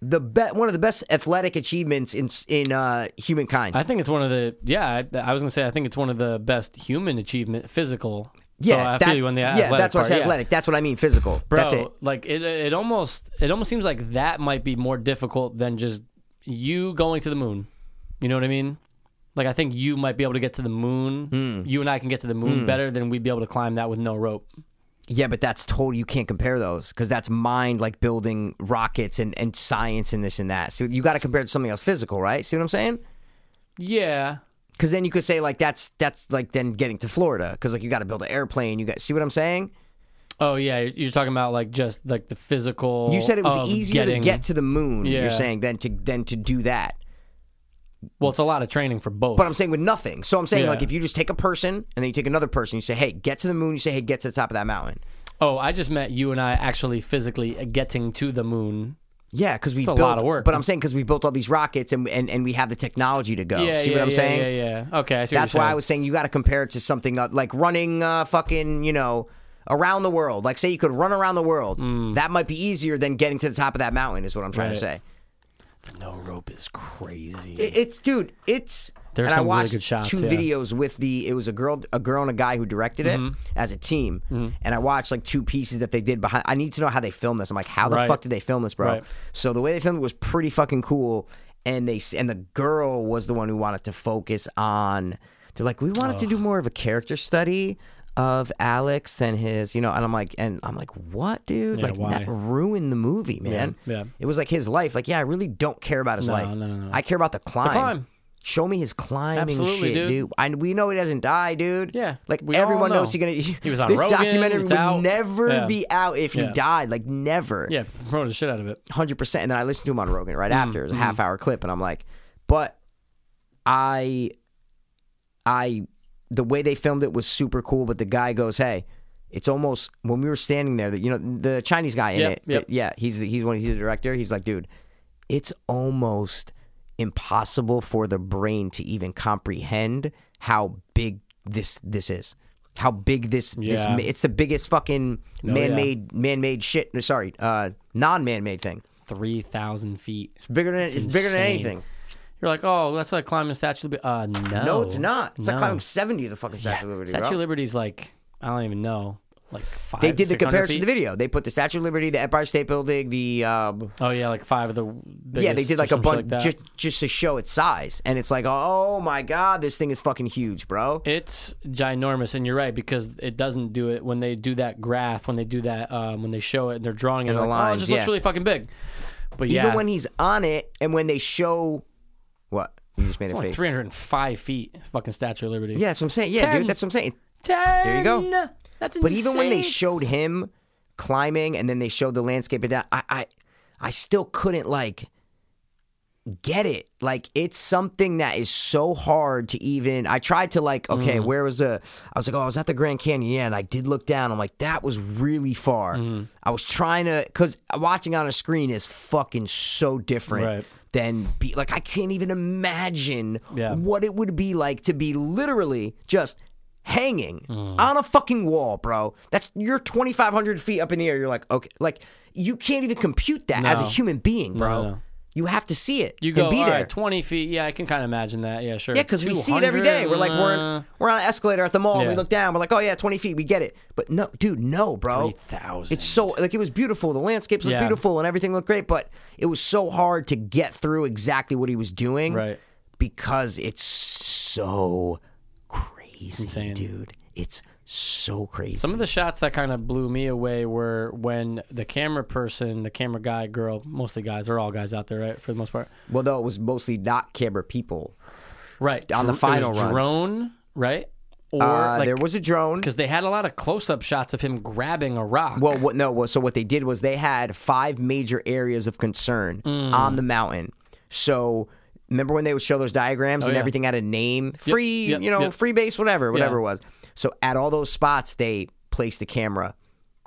Speaker 1: The be- one of the best athletic achievements in in uh, humankind.
Speaker 2: I think it's one of the yeah. I, I was gonna say I think it's one of the best human achievement physical. so I
Speaker 1: yeah,
Speaker 2: feel
Speaker 1: that-
Speaker 2: you on the
Speaker 1: yeah.
Speaker 2: athletic
Speaker 1: That's why I
Speaker 2: part,
Speaker 1: said
Speaker 2: yeah.
Speaker 1: athletic. That's what I mean. Physical.
Speaker 2: Bro,
Speaker 1: that's it.
Speaker 2: Like it, it almost it almost seems like that might be more difficult than just you going to the moon. You know what I mean? Like I think you might be able to get to the moon.
Speaker 1: Hmm.
Speaker 2: You and I can get to the moon better than we'd be able to climb that with no rope.
Speaker 1: Yeah, but that's total. You can't compare those because that's mind like building rockets and and science and this and that. So you got to compare it to something else physical, right? See what I'm saying?
Speaker 2: Yeah.
Speaker 1: Because then you could say like that's that's like then getting to Florida because like you got to build an airplane. You got see what I'm saying?
Speaker 2: Oh yeah, you're talking about like just like the physical.
Speaker 1: You said it was
Speaker 2: of
Speaker 1: easier
Speaker 2: um, getting-
Speaker 1: to get to the moon.
Speaker 2: Yeah.
Speaker 1: You're saying than to than to do that.
Speaker 2: Well, it's a lot of training for both.
Speaker 1: But I'm saying with nothing. So I'm saying
Speaker 2: Yeah.
Speaker 1: like if you just take a person and then you take another person, you say, hey, get to the moon. You say, hey, get to the top of that mountain.
Speaker 2: oh, I just meant you and I actually physically getting to the moon.
Speaker 1: Yeah, because we
Speaker 2: a
Speaker 1: built
Speaker 2: lot of work.
Speaker 1: But I'm saying because we built all these rockets and and, and we have the technology to go. Oh,
Speaker 2: Yeah,
Speaker 1: see
Speaker 2: yeah,
Speaker 1: what I'm
Speaker 2: yeah,
Speaker 1: saying?
Speaker 2: Yeah, yeah. Okay, I see what
Speaker 1: That's
Speaker 2: you're
Speaker 1: why I
Speaker 2: saying.
Speaker 1: was saying you got to compare it to something uh, like running, uh, fucking, you know, around the world. Like say you could run around the world. That might be easier than getting to the top of that mountain. Is what I'm trying
Speaker 2: Mm.
Speaker 1: to say.
Speaker 2: Right. No rope is crazy.
Speaker 1: It- It's dude. It's
Speaker 2: There's
Speaker 1: and
Speaker 2: some
Speaker 1: I
Speaker 2: really
Speaker 1: watched
Speaker 2: good shots,
Speaker 1: two
Speaker 2: yeah.
Speaker 1: videos with the it was a girl a girl and a guy who directed it
Speaker 2: Mm-hmm.
Speaker 1: as a team, and I watched like two pieces that they did behind. I need to know how they filmed this. I'm like, how the
Speaker 2: Right.
Speaker 1: fuck did they film this, bro?
Speaker 2: Right.
Speaker 1: So the way they filmed it was pretty fucking cool, and they s- and the girl was the one who wanted to focus on. They're like, we wanted to do more of a character study of Alex and his, you know, and I'm like, and I'm like, what, dude? like
Speaker 2: why?
Speaker 1: that ruined the movie, man.
Speaker 2: yeah.
Speaker 1: It was like his life. Like, yeah, I really don't care about his life.
Speaker 2: no, no, no.
Speaker 1: I care about the climb.
Speaker 2: climb.
Speaker 1: Show me his climbing shit,
Speaker 2: Absolutely, dude.
Speaker 1: dude. I, we know he doesn't die, dude.
Speaker 2: Yeah,
Speaker 1: like
Speaker 2: we all
Speaker 1: everyone
Speaker 2: know.
Speaker 1: knows he's gonna.
Speaker 2: He was on
Speaker 1: this
Speaker 2: Rogan,
Speaker 1: documentary
Speaker 2: it's
Speaker 1: would
Speaker 2: out.
Speaker 1: never
Speaker 2: Yeah.
Speaker 1: be out if
Speaker 2: Yeah.
Speaker 1: he died, like never.
Speaker 2: Yeah, promoted the shit out of it.
Speaker 1: hundred percent. And then I listened to him on Rogan right
Speaker 2: Mm-hmm.
Speaker 1: after. It was a half hour clip, and I'm like, but I, I, the way they filmed it was super cool. But the guy goes, hey. It's almost when we were standing there that you know the Chinese guy in
Speaker 2: Yep,
Speaker 1: it.
Speaker 2: yep.
Speaker 1: Yeah, he's the, he's one he's the director. He's like, dude, it's almost impossible for the brain to even comprehend how big this this is. How big this this
Speaker 2: Yeah.
Speaker 1: ma- it's the biggest fucking
Speaker 2: Oh,
Speaker 1: man-made man-made shit. Sorry, uh, non-man-made thing.
Speaker 2: three thousand feet.
Speaker 1: It's bigger than it's, bigger than
Speaker 2: insane.
Speaker 1: anything.
Speaker 2: You're like, oh, that's like climbing Statue of Liberty. Uh, no,
Speaker 1: No, it's not. It's
Speaker 2: No.
Speaker 1: like climbing seventy of the fucking Statue of Liberty.
Speaker 2: Statue
Speaker 1: bro.
Speaker 2: of Liberty's like I don't even know, like five.
Speaker 1: they did the
Speaker 2: 600
Speaker 1: comparison to
Speaker 2: feet?
Speaker 1: the video. They put the Statue of Liberty, the Empire State Building, the um,
Speaker 2: Oh yeah, like five of the. Biggest
Speaker 1: yeah, they did
Speaker 2: or
Speaker 1: like a
Speaker 2: some
Speaker 1: bunch
Speaker 2: shit that.
Speaker 1: just just to show its size. And it's like, oh my god, this thing is fucking huge, bro.
Speaker 2: It's ginormous, and you're right because it doesn't do it when they do that graph, when they do that, um, when they show it and they're drawing it.
Speaker 1: the
Speaker 2: like, oh, it
Speaker 1: lines,
Speaker 2: just
Speaker 1: yeah.
Speaker 2: looks really fucking big. But yeah,
Speaker 1: Even when he's on it, and when they show what You just made a
Speaker 2: Only
Speaker 1: face.
Speaker 2: 305 feet, fucking Statue of Liberty.
Speaker 1: Yeah, that's what I'm saying. Yeah,
Speaker 2: Ten.
Speaker 1: dude, that's what I'm saying.
Speaker 2: 10.
Speaker 1: you go.
Speaker 2: That's insane.
Speaker 1: But even when they showed him climbing and then they showed the landscape of that, I, I, I still couldn't like get it. Like it's something that is so hard to even. I tried to like, okay,
Speaker 2: Mm.
Speaker 1: where was the? I was like, oh, I was at the Grand Canyon. Yeah, and I did look down. I'm like, that was really far.
Speaker 2: Mm.
Speaker 1: I was trying to because watching on a screen is fucking so different.
Speaker 2: Right.
Speaker 1: Than be like, I can't even imagine
Speaker 2: Yeah.
Speaker 1: what it would be like to be literally just hanging
Speaker 2: Mm.
Speaker 1: on a fucking wall, bro. That's you're 2,500 feet up in the air. You're like, okay, like you can't even compute that as a
Speaker 2: No.
Speaker 1: human being, bro.
Speaker 2: no, no.
Speaker 1: You have to see it.
Speaker 2: You
Speaker 1: and
Speaker 2: go,
Speaker 1: be
Speaker 2: all
Speaker 1: there.
Speaker 2: right, 20 feet. Yeah, I can kind of imagine that. Yeah, sure. uh,
Speaker 1: yeah, because we see it every day. We're like, we're in, we're on an escalator at the mall. and We
Speaker 2: Yeah.
Speaker 1: look down. We're like, oh yeah, 20 feet. We get it. But no, dude, no, bro.
Speaker 2: 3,000.
Speaker 1: It's so like it was beautiful. The landscapes looked
Speaker 2: Yeah.
Speaker 1: beautiful and everything looked great, but it was so hard to get through exactly what he was doing
Speaker 2: Right.
Speaker 1: because it's so crazy,
Speaker 2: insane.
Speaker 1: dude. It's so crazy.
Speaker 2: Some of the shots that kind of blew me away were when the camera person, the camera guy, girl, mostly guys, they're all guys out there, right? For the most part.
Speaker 1: well, no, it was mostly not camera people.
Speaker 2: Right.
Speaker 1: On the
Speaker 2: Dr- it
Speaker 1: final
Speaker 2: was
Speaker 1: run.
Speaker 2: Drone, right? Or
Speaker 1: Uh,
Speaker 2: like,
Speaker 1: there was a drone.
Speaker 2: because they had a lot of close-up shots of him grabbing a rock.
Speaker 1: Well, what no? Well, so what they did was they had five major areas of concern
Speaker 2: Mm.
Speaker 1: on the mountain. So remember when they would show those diagrams and
Speaker 2: Oh, yeah.
Speaker 1: everything had a name, free,
Speaker 2: yep,
Speaker 1: you know,
Speaker 2: yep.
Speaker 1: free base, whatever, whatever it was. So at all those spots, they placed the camera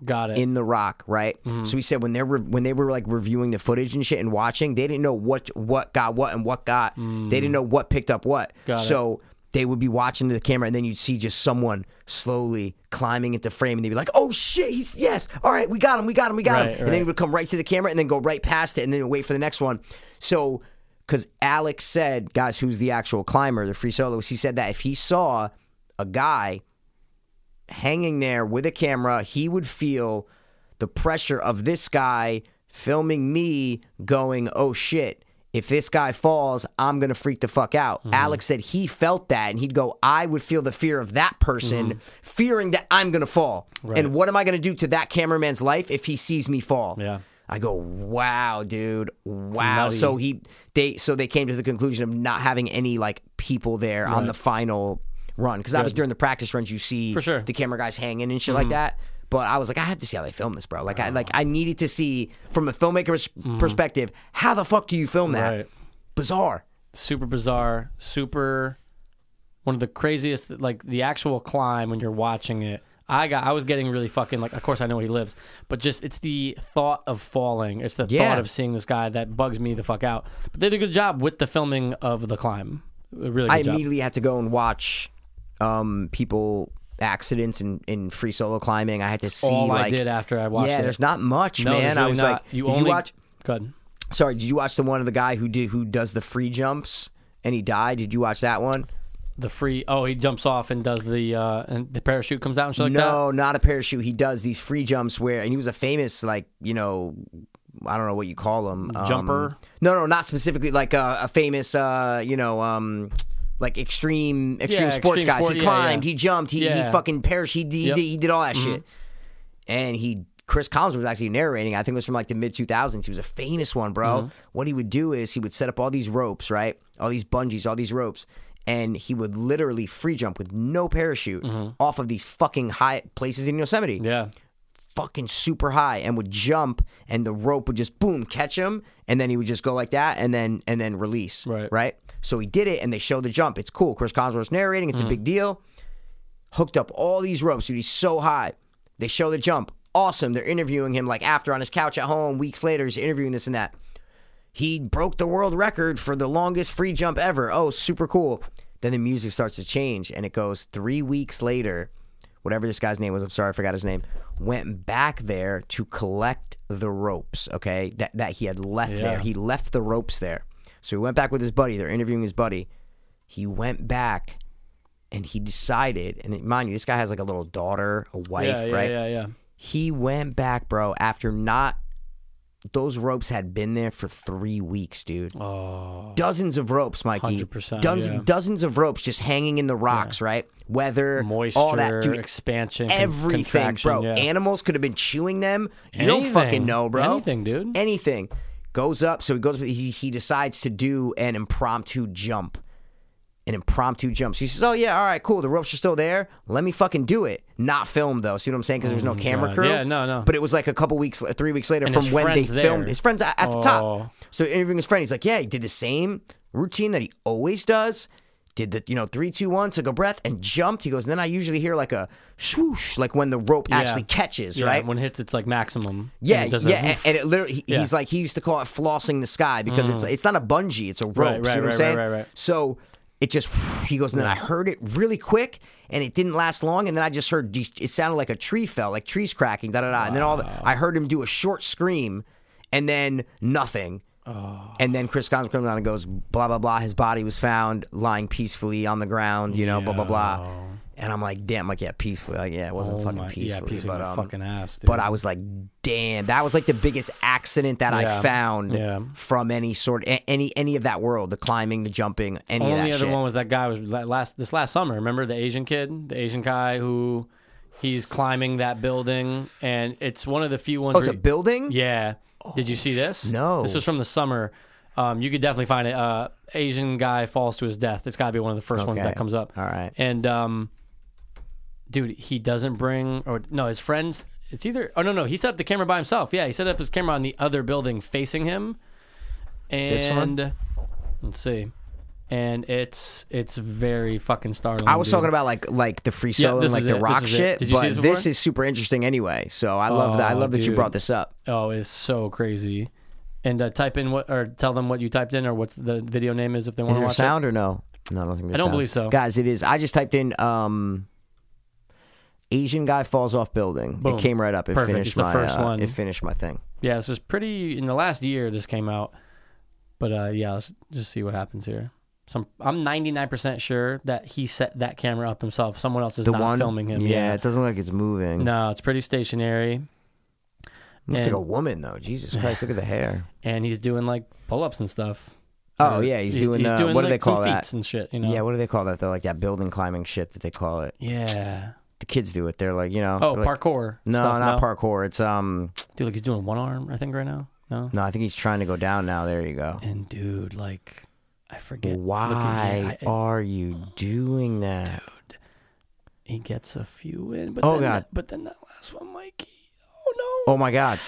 Speaker 2: got it.
Speaker 1: in the rock, right?
Speaker 2: Mm-hmm.
Speaker 1: So he said when they were when they were like reviewing the footage and shit and watching, they didn't know what what got what and what got. They didn't know what picked up what.
Speaker 2: Mm. Got it.
Speaker 1: so they would be watching the camera and then you'd see just someone slowly climbing into frame and they'd be like, "Oh shit, he's yes. All right, we got him. We got him. We got him."
Speaker 2: Right,
Speaker 1: And then he
Speaker 2: right.
Speaker 1: would come right to the camera and then go right past it and then wait for the next one. So cuz Alex said, "Guys, who's the actual climber, the free soloist?" He said that if he saw a guy hanging there with a camera, he would feel the pressure of this guy filming me going, oh shit. If this guy falls, I'm gonna freak the fuck out.
Speaker 2: Mm-hmm.
Speaker 1: Alex said he felt that, and he'd go, "I would feel the fear of that person,
Speaker 2: Mm-hmm.
Speaker 1: fearing that I'm gonna fall. And what am I gonna do to that cameraman's life if he sees me fall?"
Speaker 2: Yeah.
Speaker 1: I go, "Wow, dude, wow."
Speaker 2: nutty.
Speaker 1: So he, they, so they came to the conclusion of not having any like people there on the final run because obviously during the practice runs you see
Speaker 2: For sure.
Speaker 1: the camera guys hanging and shit
Speaker 2: Mm-hmm.
Speaker 1: like that. But I was like, I have to see how they film this, bro. Like, I like I needed to see from a filmmaker's perspective, how the fuck do you film that?
Speaker 2: Mm-hmm. Right.
Speaker 1: Bizarre.
Speaker 2: super bizarre, super one of the craziest like the actual climb when you're watching it. I got I was getting really fucking like of course I know he lives, but just it's the thought of falling. It's the
Speaker 1: Yeah.
Speaker 2: thought of seeing this guy that bugs me the fuck out. But they did a good job with the filming of the climb. A really good
Speaker 1: I
Speaker 2: job.
Speaker 1: immediately had to go and watch um, people accidents and in free solo climbing. I had to see
Speaker 2: all
Speaker 1: like
Speaker 2: I did after I watched
Speaker 1: yeah,
Speaker 2: it.
Speaker 1: there's not much,
Speaker 2: no,
Speaker 1: man.
Speaker 2: there's
Speaker 1: I
Speaker 2: really
Speaker 1: was
Speaker 2: not.
Speaker 1: like,
Speaker 2: you
Speaker 1: did
Speaker 2: only
Speaker 1: you watch?
Speaker 2: Go ahead.
Speaker 1: Sorry, did you watch the one of the guy who did who does the free jumps and he died? Did you watch that one?
Speaker 2: the free. Oh, he jumps off and does the uh and the parachute comes out and shit like that.
Speaker 1: no, not a parachute. He does these free jumps where, and he was a famous like you know, I don't know what you call him, um,
Speaker 2: Jumper?
Speaker 1: No, no, not specifically like a, a famous uh, you know um. Like extreme, extreme
Speaker 2: Yeah,
Speaker 1: sports
Speaker 2: extreme
Speaker 1: guys.
Speaker 2: sport-
Speaker 1: he
Speaker 2: yeah,
Speaker 1: climbed,
Speaker 2: yeah.
Speaker 1: he jumped, he, he
Speaker 2: Yeah.
Speaker 1: fucking parachuted, he,
Speaker 2: Yep. Mm-hmm.
Speaker 1: did, he did all that shit. And he, Chris Collins was actually narrating. I think it was from like the mid 2000s. He was a famous one, bro. What he would do is he would set up all these ropes, right? All these bungees, all these ropes. And he would literally free jump with no parachute off of these fucking high places in Yosemite
Speaker 2: Yeah.
Speaker 1: fucking super high and would jump and the rope would just boom catch him and then he would just go like that and then and then release
Speaker 2: Right.
Speaker 1: right so he did it and they show the jump it's cool chris Collinsworth's narrating it's a big deal hooked up all these ropes dude he's so high they show the jump awesome they're interviewing him like after on his couch at home weeks later he's interviewing this and that he broke the world record for the longest free jump ever. Oh, super cool. Then the music starts to change and it goes three weeks later, whatever this guy's name was, I'm sorry, I forgot his name, went back there to collect the ropes, okay, that, that he had left there. He left the ropes there. So he went back with his buddy. They're interviewing his buddy. He went back and he decided, and mind you, this guy has like a little daughter, a wife,
Speaker 2: Yeah, yeah,
Speaker 1: right?
Speaker 2: yeah, yeah.
Speaker 1: He went back, bro, after not those ropes had been there for three weeks, dude.
Speaker 2: Oh,
Speaker 1: Dozens of ropes, Mikey.
Speaker 2: 100%,
Speaker 1: Dozens,
Speaker 2: yeah.
Speaker 1: dozens of ropes just hanging in the rocks, right? Weather,
Speaker 2: moisture,
Speaker 1: all that, dude.
Speaker 2: expansion, con-
Speaker 1: Everything,
Speaker 2: contraction,
Speaker 1: bro.
Speaker 2: yeah.
Speaker 1: Animals could have been chewing them. You don't
Speaker 2: Anything.
Speaker 1: fucking know, bro.
Speaker 2: Anything, dude.
Speaker 1: Anything. Goes up, so he goes. He he decides to do an impromptu jump. an impromptu jump. She says, "Oh yeah, all right, cool. The ropes are still there. Let me fucking do it. Not filmed though. See what I'm saying? Because there was no camera
Speaker 2: God.
Speaker 1: crew.
Speaker 2: Mm, Yeah, no, no.
Speaker 1: But it was like a couple weeks, three weeks later from
Speaker 2: his
Speaker 1: when they
Speaker 2: friend's there.
Speaker 1: filmed. His friends at at the
Speaker 2: Oh.
Speaker 1: top. So interviewing his friend, he's like, "Yeah, he did the same routine that he always does. Did the you know three, two, one, took a breath and jumped. He goes. And then I usually hear like a swoosh, like when the rope actually catches,
Speaker 2: Yeah,
Speaker 1: right?
Speaker 2: When it hits its like maximum.
Speaker 1: Yeah,
Speaker 2: and it
Speaker 1: yeah,
Speaker 2: does that
Speaker 1: and,
Speaker 2: oof.
Speaker 1: and it literally he-
Speaker 2: Yeah. Mm.
Speaker 1: he's like he used to call it flossing the sky because it's it's not a bungee, it's a rope.
Speaker 2: Right,
Speaker 1: see what I'm
Speaker 2: right, right, right,
Speaker 1: saying?
Speaker 2: right, right.
Speaker 1: So it just he goes, and then I heard it really quick, and it didn't last long, and then I just heard these- it sounded like a tree fell, like trees cracking, da da da, and then all of it, I heard him do a short scream, and then nothing.
Speaker 2: Oh.
Speaker 1: And then Chris Collins comes on and goes, blah blah blah. His body was found lying peacefully on the ground, you know, blah blah blah. And I'm like, damn, like yeah, peacefully, like yeah, it wasn't
Speaker 2: Oh
Speaker 1: fucking
Speaker 2: my- yeah,
Speaker 1: peacefully,
Speaker 2: piece of
Speaker 1: but
Speaker 2: your
Speaker 1: um,
Speaker 2: fucking ass, dude.
Speaker 1: but I was like, damn, that was like the biggest accident that I
Speaker 2: Yeah.
Speaker 1: found
Speaker 2: Yeah.
Speaker 1: from any sort, a- any any of that world, the climbing, the jumping, any of
Speaker 2: only
Speaker 1: that
Speaker 2: other
Speaker 1: shit.
Speaker 2: one was that guy was la- last this last summer. Remember the Asian kid, the Asian guy who he's climbing that building, and it's one of the few ones.
Speaker 1: oh, it's a
Speaker 2: where-
Speaker 1: building.
Speaker 2: Yeah. Did you see this?
Speaker 1: Oh, No.
Speaker 2: This was from the summer. Um, you could definitely find it. Uh, Asian guy falls to his death. It's got to be one of the first ones
Speaker 1: Okay.
Speaker 2: that comes up.
Speaker 1: All right.
Speaker 2: And um, dude, he doesn't bring or no, his friends. It's either oh no no he set up the camera by himself. Yeah, he set up his camera on the other building facing him. And
Speaker 1: one?
Speaker 2: let's see. And it's it's very fucking startling.
Speaker 1: I was
Speaker 2: dude.
Speaker 1: talking about like like the free solo
Speaker 2: this
Speaker 1: and like
Speaker 2: is
Speaker 1: the
Speaker 2: it.
Speaker 1: rock
Speaker 2: This is it.
Speaker 1: shit,
Speaker 2: Did you see
Speaker 1: but
Speaker 2: this before?
Speaker 1: is super interesting anyway. So I love that. I
Speaker 2: Oh,
Speaker 1: love that you
Speaker 2: dude.
Speaker 1: brought this up.
Speaker 2: Oh, it's so crazy. And uh, type in what or tell them what you typed in or what's the video name is if they want
Speaker 1: Is
Speaker 2: to
Speaker 1: there
Speaker 2: watch it.
Speaker 1: sound or no? No, I don't think. There's
Speaker 2: I don't
Speaker 1: sound.
Speaker 2: believe so.
Speaker 1: guys. It is. I just typed in um, Asian guy falls off building.
Speaker 2: Boom.
Speaker 1: It came right up. It
Speaker 2: Perfect.
Speaker 1: finished
Speaker 2: It's the
Speaker 1: my.
Speaker 2: first
Speaker 1: uh,
Speaker 2: one.
Speaker 1: It finished my thing.
Speaker 2: Yeah, this was pretty in the last year this came out. But uh yeah, let's just see what happens here. So I'm 99% sure that he set that camera up himself. Someone else is
Speaker 1: The
Speaker 2: not
Speaker 1: one
Speaker 2: filming him. Yeah.
Speaker 1: it doesn't look like it's moving.
Speaker 2: No, it's pretty stationary
Speaker 1: Looks
Speaker 2: And-
Speaker 1: like a woman though. Jesus Christ, look at the hair.
Speaker 2: and he's doing like pull-ups and stuff.
Speaker 1: Oh
Speaker 2: Or
Speaker 1: yeah, he's, doing. uh, what do
Speaker 2: like,
Speaker 1: they call
Speaker 2: some
Speaker 1: that?
Speaker 2: feats and shit, you know.
Speaker 1: Yeah, what do they call that? They're like that building climbing shit that they call it.
Speaker 2: Yeah.
Speaker 1: The kids do it. They're like, you know.
Speaker 2: Oh,
Speaker 1: they're like-
Speaker 2: parkour.
Speaker 1: No,
Speaker 2: stuff,
Speaker 1: not parkour. It's um.
Speaker 2: Dude, like he's doing one arm, I think right now. No.
Speaker 1: No, I think he's trying to go down now. There you go.
Speaker 2: And dude, like I forget look at- yeah, I-
Speaker 1: Why
Speaker 2: it's-
Speaker 1: are you doing that?
Speaker 2: he gets a few in, but
Speaker 1: Oh,
Speaker 2: then
Speaker 1: God.
Speaker 2: that- but then that last one, Mikey. Oh no!
Speaker 1: Oh my god.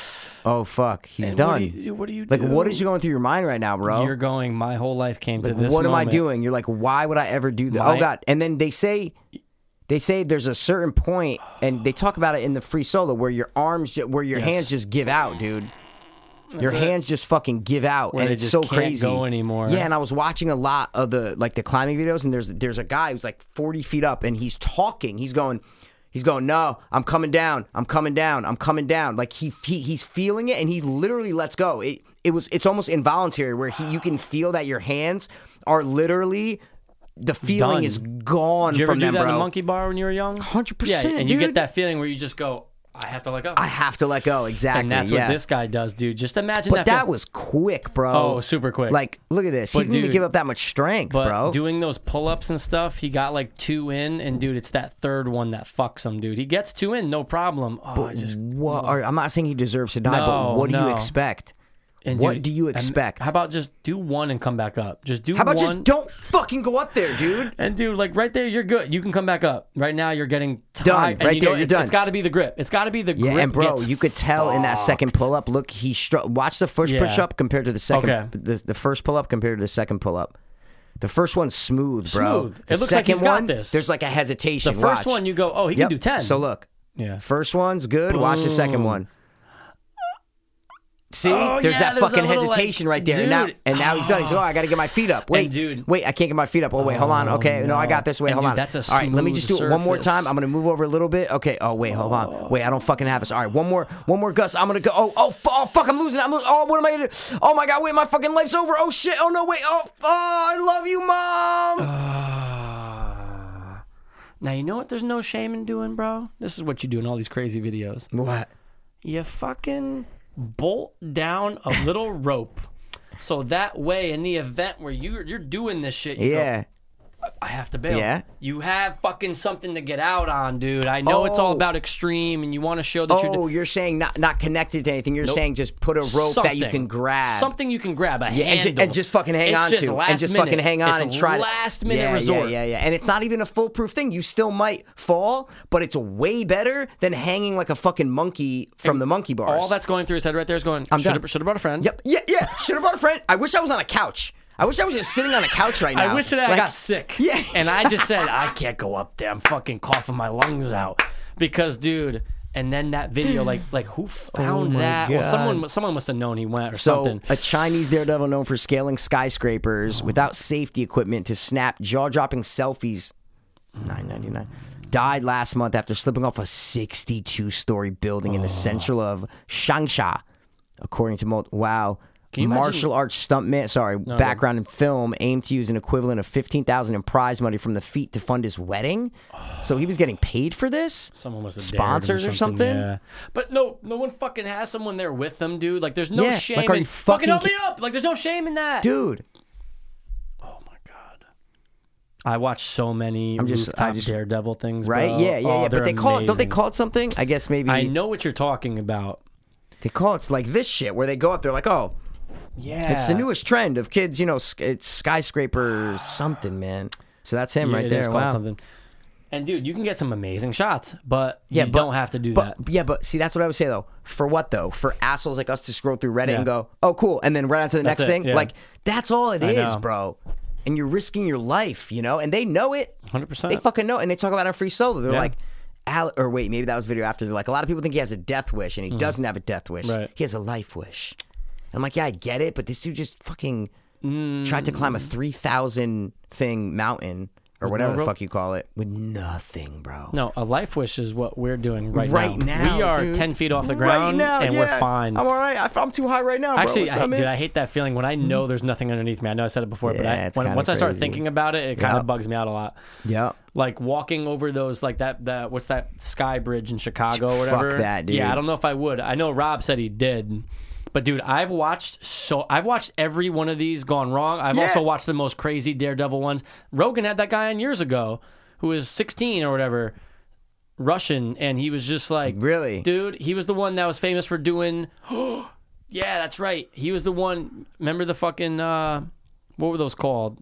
Speaker 1: Oh fuck. He's
Speaker 2: And What
Speaker 1: done.
Speaker 2: do you, what do you
Speaker 1: like,
Speaker 2: do?
Speaker 1: what is going through your mind right now, bro?
Speaker 2: You're going. My whole life came
Speaker 1: Like,
Speaker 2: to this.
Speaker 1: what am I
Speaker 2: moment."
Speaker 1: doing? You're like, why would I ever do that?
Speaker 2: My-
Speaker 1: oh God! And then they say, they say there's a certain point, and they talk about it in the free solo where your arms, ju- where your
Speaker 2: Yes.
Speaker 1: hands just give out, dude. your
Speaker 2: it.
Speaker 1: hands just fucking give out,
Speaker 2: Where
Speaker 1: and
Speaker 2: they
Speaker 1: it's
Speaker 2: just
Speaker 1: so
Speaker 2: can't
Speaker 1: crazy.
Speaker 2: go anymore.
Speaker 1: Yeah, and I was watching a lot of the like the climbing videos, and there's there's a guy who's like 40 feet up, and he's talking. He's going. He's going, no, I'm coming down, I'm coming down, I'm coming down. Like he, he he's feeling it and he literally lets go. It it was it's almost involuntary where he you can feel that your hands are literally the feeling
Speaker 2: Done.
Speaker 1: is gone
Speaker 2: Did you ever
Speaker 1: from
Speaker 2: do
Speaker 1: them,
Speaker 2: that
Speaker 1: bro.
Speaker 2: in a monkey bar when you were young?
Speaker 1: 100%,
Speaker 2: Yeah, and you get
Speaker 1: dude.
Speaker 2: that feeling where you just go, I have to let go.
Speaker 1: I have to let go, exactly.
Speaker 2: and that's
Speaker 1: yeah.
Speaker 2: what this guy does, dude. Just imagine
Speaker 1: But that
Speaker 2: feeling.
Speaker 1: was quick, bro.
Speaker 2: Oh, super quick.
Speaker 1: Like, look at this. he
Speaker 2: But,
Speaker 1: didn't even
Speaker 2: dude,
Speaker 1: give up that much strength,
Speaker 2: But
Speaker 1: bro.
Speaker 2: doing those pull-ups and stuff, he got like two in, and dude, it's that third one that fucks him, dude. He gets two in, no problem. Oh, I just
Speaker 1: What, or, I'm not saying he deserves to die,
Speaker 2: No,
Speaker 1: but what do you
Speaker 2: no.
Speaker 1: expect?
Speaker 2: and
Speaker 1: what
Speaker 2: dude,
Speaker 1: do you
Speaker 2: and
Speaker 1: expect?
Speaker 2: How about just do one and come back up? Just do.
Speaker 1: How about
Speaker 2: one-
Speaker 1: just don't fucking go up there, dude?
Speaker 2: And dude, like right there, you're good. You can come back up. Right now, you're getting tired.
Speaker 1: Done.
Speaker 2: And
Speaker 1: Right
Speaker 2: you
Speaker 1: there,
Speaker 2: know,
Speaker 1: you're
Speaker 2: it's,
Speaker 1: done.
Speaker 2: It's got to be the grip. It's got to be the grip.
Speaker 1: Yeah, and bro,
Speaker 2: gets
Speaker 1: you could tell in that second pull up. Look, he str- watch the first
Speaker 2: Yeah.
Speaker 1: push up compared to the second.
Speaker 2: Okay.
Speaker 1: The, the first pull up compared to the second pull up. The first one's smooth, bro.
Speaker 2: Smooth.
Speaker 1: The
Speaker 2: It looks like he's
Speaker 1: second
Speaker 2: got
Speaker 1: one,
Speaker 2: this.
Speaker 1: There's like a hesitation.
Speaker 2: The first
Speaker 1: Watch.
Speaker 2: one, you go, oh, he
Speaker 1: Yep.
Speaker 2: can do ten.
Speaker 1: So look,
Speaker 2: yeah,
Speaker 1: first one's good. Watch the second
Speaker 2: Boom.
Speaker 1: one. See,
Speaker 2: Oh,
Speaker 1: there's
Speaker 2: yeah,
Speaker 1: that
Speaker 2: there's a
Speaker 1: fucking
Speaker 2: little, like,
Speaker 1: hesitation right there, and now
Speaker 2: dude.
Speaker 1: and now he's done. He's oh, I got to get my feet up. Wait,
Speaker 2: dude-
Speaker 1: wait, I can't get my feet up. Oh wait, hold on. Okay, no, I
Speaker 2: no.
Speaker 1: got this. Wait,
Speaker 2: And
Speaker 1: hold
Speaker 2: dude,
Speaker 1: on.
Speaker 2: that's a
Speaker 1: All right, let me
Speaker 2: smooth
Speaker 1: just do it one more time.
Speaker 2: surface.
Speaker 1: I'm gonna move over a little bit. Okay. Oh wait, hold on. Wait, I don't fucking have this. All right, one more, one more gust. I'm gonna go. Oh, oh, fu- oh fuck, I'm losing. I'm losing. Oh, what am I gonna do? Oh my god, wait, my fucking life's over. Oh shit. Oh no, wait. Oh, oh, I love you,
Speaker 2: Uh,
Speaker 1: mom.
Speaker 2: Ah. Now you know what? There's no shame in doing, bro. This is what you do in all these crazy videos.
Speaker 1: What?
Speaker 2: You fucking bolt down a little rope, so that way, in the event where you you're doing this shit, you go,
Speaker 1: Yeah.
Speaker 2: I have to bail.
Speaker 1: Yeah?
Speaker 2: You have fucking something to get out on, dude. I know it's all
Speaker 1: Oh.
Speaker 2: about extreme and you want to show that you're
Speaker 1: Oh, you're saying not not connected to anything. You're saying just put a rope that you
Speaker 2: Something.
Speaker 1: can grab.
Speaker 2: Something you can grab. A
Speaker 1: Yeah, and, ju-
Speaker 2: handle.
Speaker 1: and just fucking hang
Speaker 2: It's
Speaker 1: on
Speaker 2: just
Speaker 1: to,
Speaker 2: last
Speaker 1: and just
Speaker 2: minute.
Speaker 1: fucking hang on
Speaker 2: It's
Speaker 1: and try. to-
Speaker 2: Last minute
Speaker 1: yeah,
Speaker 2: resort.
Speaker 1: Yeah, yeah, yeah. And it's not even a foolproof thing. You still might fall, but it's way better than hanging like a fucking monkey from the monkey bars.
Speaker 2: All that's going through his head right there is going.
Speaker 1: I'm
Speaker 2: should
Speaker 1: done.
Speaker 2: have should have brought a friend.
Speaker 1: Yep. Yeah, yeah. Should have brought a friend. I wish I was on a couch. I wish I was just sitting on a couch right now.
Speaker 2: I wish that I
Speaker 1: Like-
Speaker 2: got sick.
Speaker 1: Yeah.
Speaker 2: And I just said, I can't go up there. I'm fucking coughing my lungs out. Because, dude, and then that video, like, like who found
Speaker 1: Oh my
Speaker 2: that? Well,
Speaker 1: God.
Speaker 2: someone, someone must have known he went or
Speaker 1: So
Speaker 2: something. Oh.
Speaker 1: a Chinese daredevil known for scaling skyscrapers without safety equipment to snap jaw-dropping selfies. Nine ninety nine. Died last month after slipping off a 62 story building
Speaker 2: Oh.
Speaker 1: in the central of Shangsha, according to Mult. Wow.
Speaker 2: you imagine-
Speaker 1: Martial arts stuntman, sorry, background in film, aimed to use an equivalent of 15000 in prize money from the feat to fund his wedding. So he was getting paid for this?
Speaker 2: Someone must have dared him
Speaker 1: Sponsors or something?
Speaker 2: Yeah. But no, no one fucking has someone there with them, dude. Like, there's no
Speaker 1: Yeah,
Speaker 2: shame.
Speaker 1: like, are
Speaker 2: in,
Speaker 1: you
Speaker 2: fucking
Speaker 1: fucking
Speaker 2: help me
Speaker 1: ki-
Speaker 2: up? Like, there's no shame in that.
Speaker 1: Dude,
Speaker 2: Oh my god. I watch so many
Speaker 1: I'm just-
Speaker 2: rooftop
Speaker 1: I just-
Speaker 2: daredevil things,
Speaker 1: right?
Speaker 2: bro.
Speaker 1: Yeah, yeah,
Speaker 2: Oh,
Speaker 1: yeah.
Speaker 2: they're
Speaker 1: But they call it, don't they
Speaker 2: amazing.
Speaker 1: call it something? I guess maybe.
Speaker 2: I know what you're talking about.
Speaker 1: They call it like this shit where they go up. They're like, oh,
Speaker 2: Yeah,
Speaker 1: it's the newest trend of kids. You know, sk- it's skyscraper something, man. So that's him
Speaker 2: Yeah,
Speaker 1: right
Speaker 2: it is
Speaker 1: there.
Speaker 2: called
Speaker 1: Wow.
Speaker 2: something. And dude, you can get some amazing shots, but
Speaker 1: Yeah,
Speaker 2: you
Speaker 1: but-
Speaker 2: don't have to do
Speaker 1: But
Speaker 2: that.
Speaker 1: yeah, but see, that's what I would say though. For what though? For assholes like us to scroll through Reddit
Speaker 2: Yeah.
Speaker 1: and go, oh, cool, and then right on to the
Speaker 2: That's
Speaker 1: next
Speaker 2: it,
Speaker 1: thing.
Speaker 2: yeah.
Speaker 1: Like that's all it is,
Speaker 2: know.
Speaker 1: bro. And you're risking your life, you know. And they know it.
Speaker 2: 100%.
Speaker 1: They fucking know. it. And they talk about it on Free Solo. They're
Speaker 2: Uh, Yeah.
Speaker 1: like. Al- or wait, maybe that was video after. They're like, a lot of people think he has a death wish, and he doesn't have a death wish.
Speaker 2: Mm-hmm. Right.
Speaker 1: He has a life wish. And I'm like, yeah, I get it, but this dude just fucking
Speaker 2: Mm.
Speaker 1: tried to climb a three thousand thing mountain or whatever the
Speaker 2: rope?
Speaker 1: fuck you call it with nothing, bro.
Speaker 2: No, a life wish is what we're doing right,
Speaker 1: Right now,
Speaker 2: We are
Speaker 1: dude.
Speaker 2: ten feet off the
Speaker 1: Right
Speaker 2: ground
Speaker 1: now,
Speaker 2: and
Speaker 1: yeah.
Speaker 2: we're fine.
Speaker 1: I'm all right. I, am too high right now.
Speaker 2: Actually,
Speaker 1: bro.
Speaker 2: I, dude, I hate that feeling when I know there's nothing underneath me. I know I said it before, but
Speaker 1: Mm. Yeah,
Speaker 2: I,
Speaker 1: it's
Speaker 2: when,
Speaker 1: kinda
Speaker 2: once I start
Speaker 1: crazy.
Speaker 2: thinking about it, it kind
Speaker 1: Yeah.
Speaker 2: of bugs me out a lot.
Speaker 1: yeah.
Speaker 2: Like walking over those, like that, that what's that sky bridge in Chicago, or
Speaker 1: Fuck
Speaker 2: whatever.
Speaker 1: that, dude.
Speaker 2: Yeah, I don't know if I would. I know Rob said he did, but dude, I've watched so I've watched every one of these gone wrong. I've also watched the most crazy daredevil ones. Rogan had that guy on years ago, who was 16 or whatever, Russian, and he was just like,
Speaker 1: Really?
Speaker 2: dude. He was the one that was famous for doing. yeah, that's right. He was the one. Remember the fucking uh, what were those called?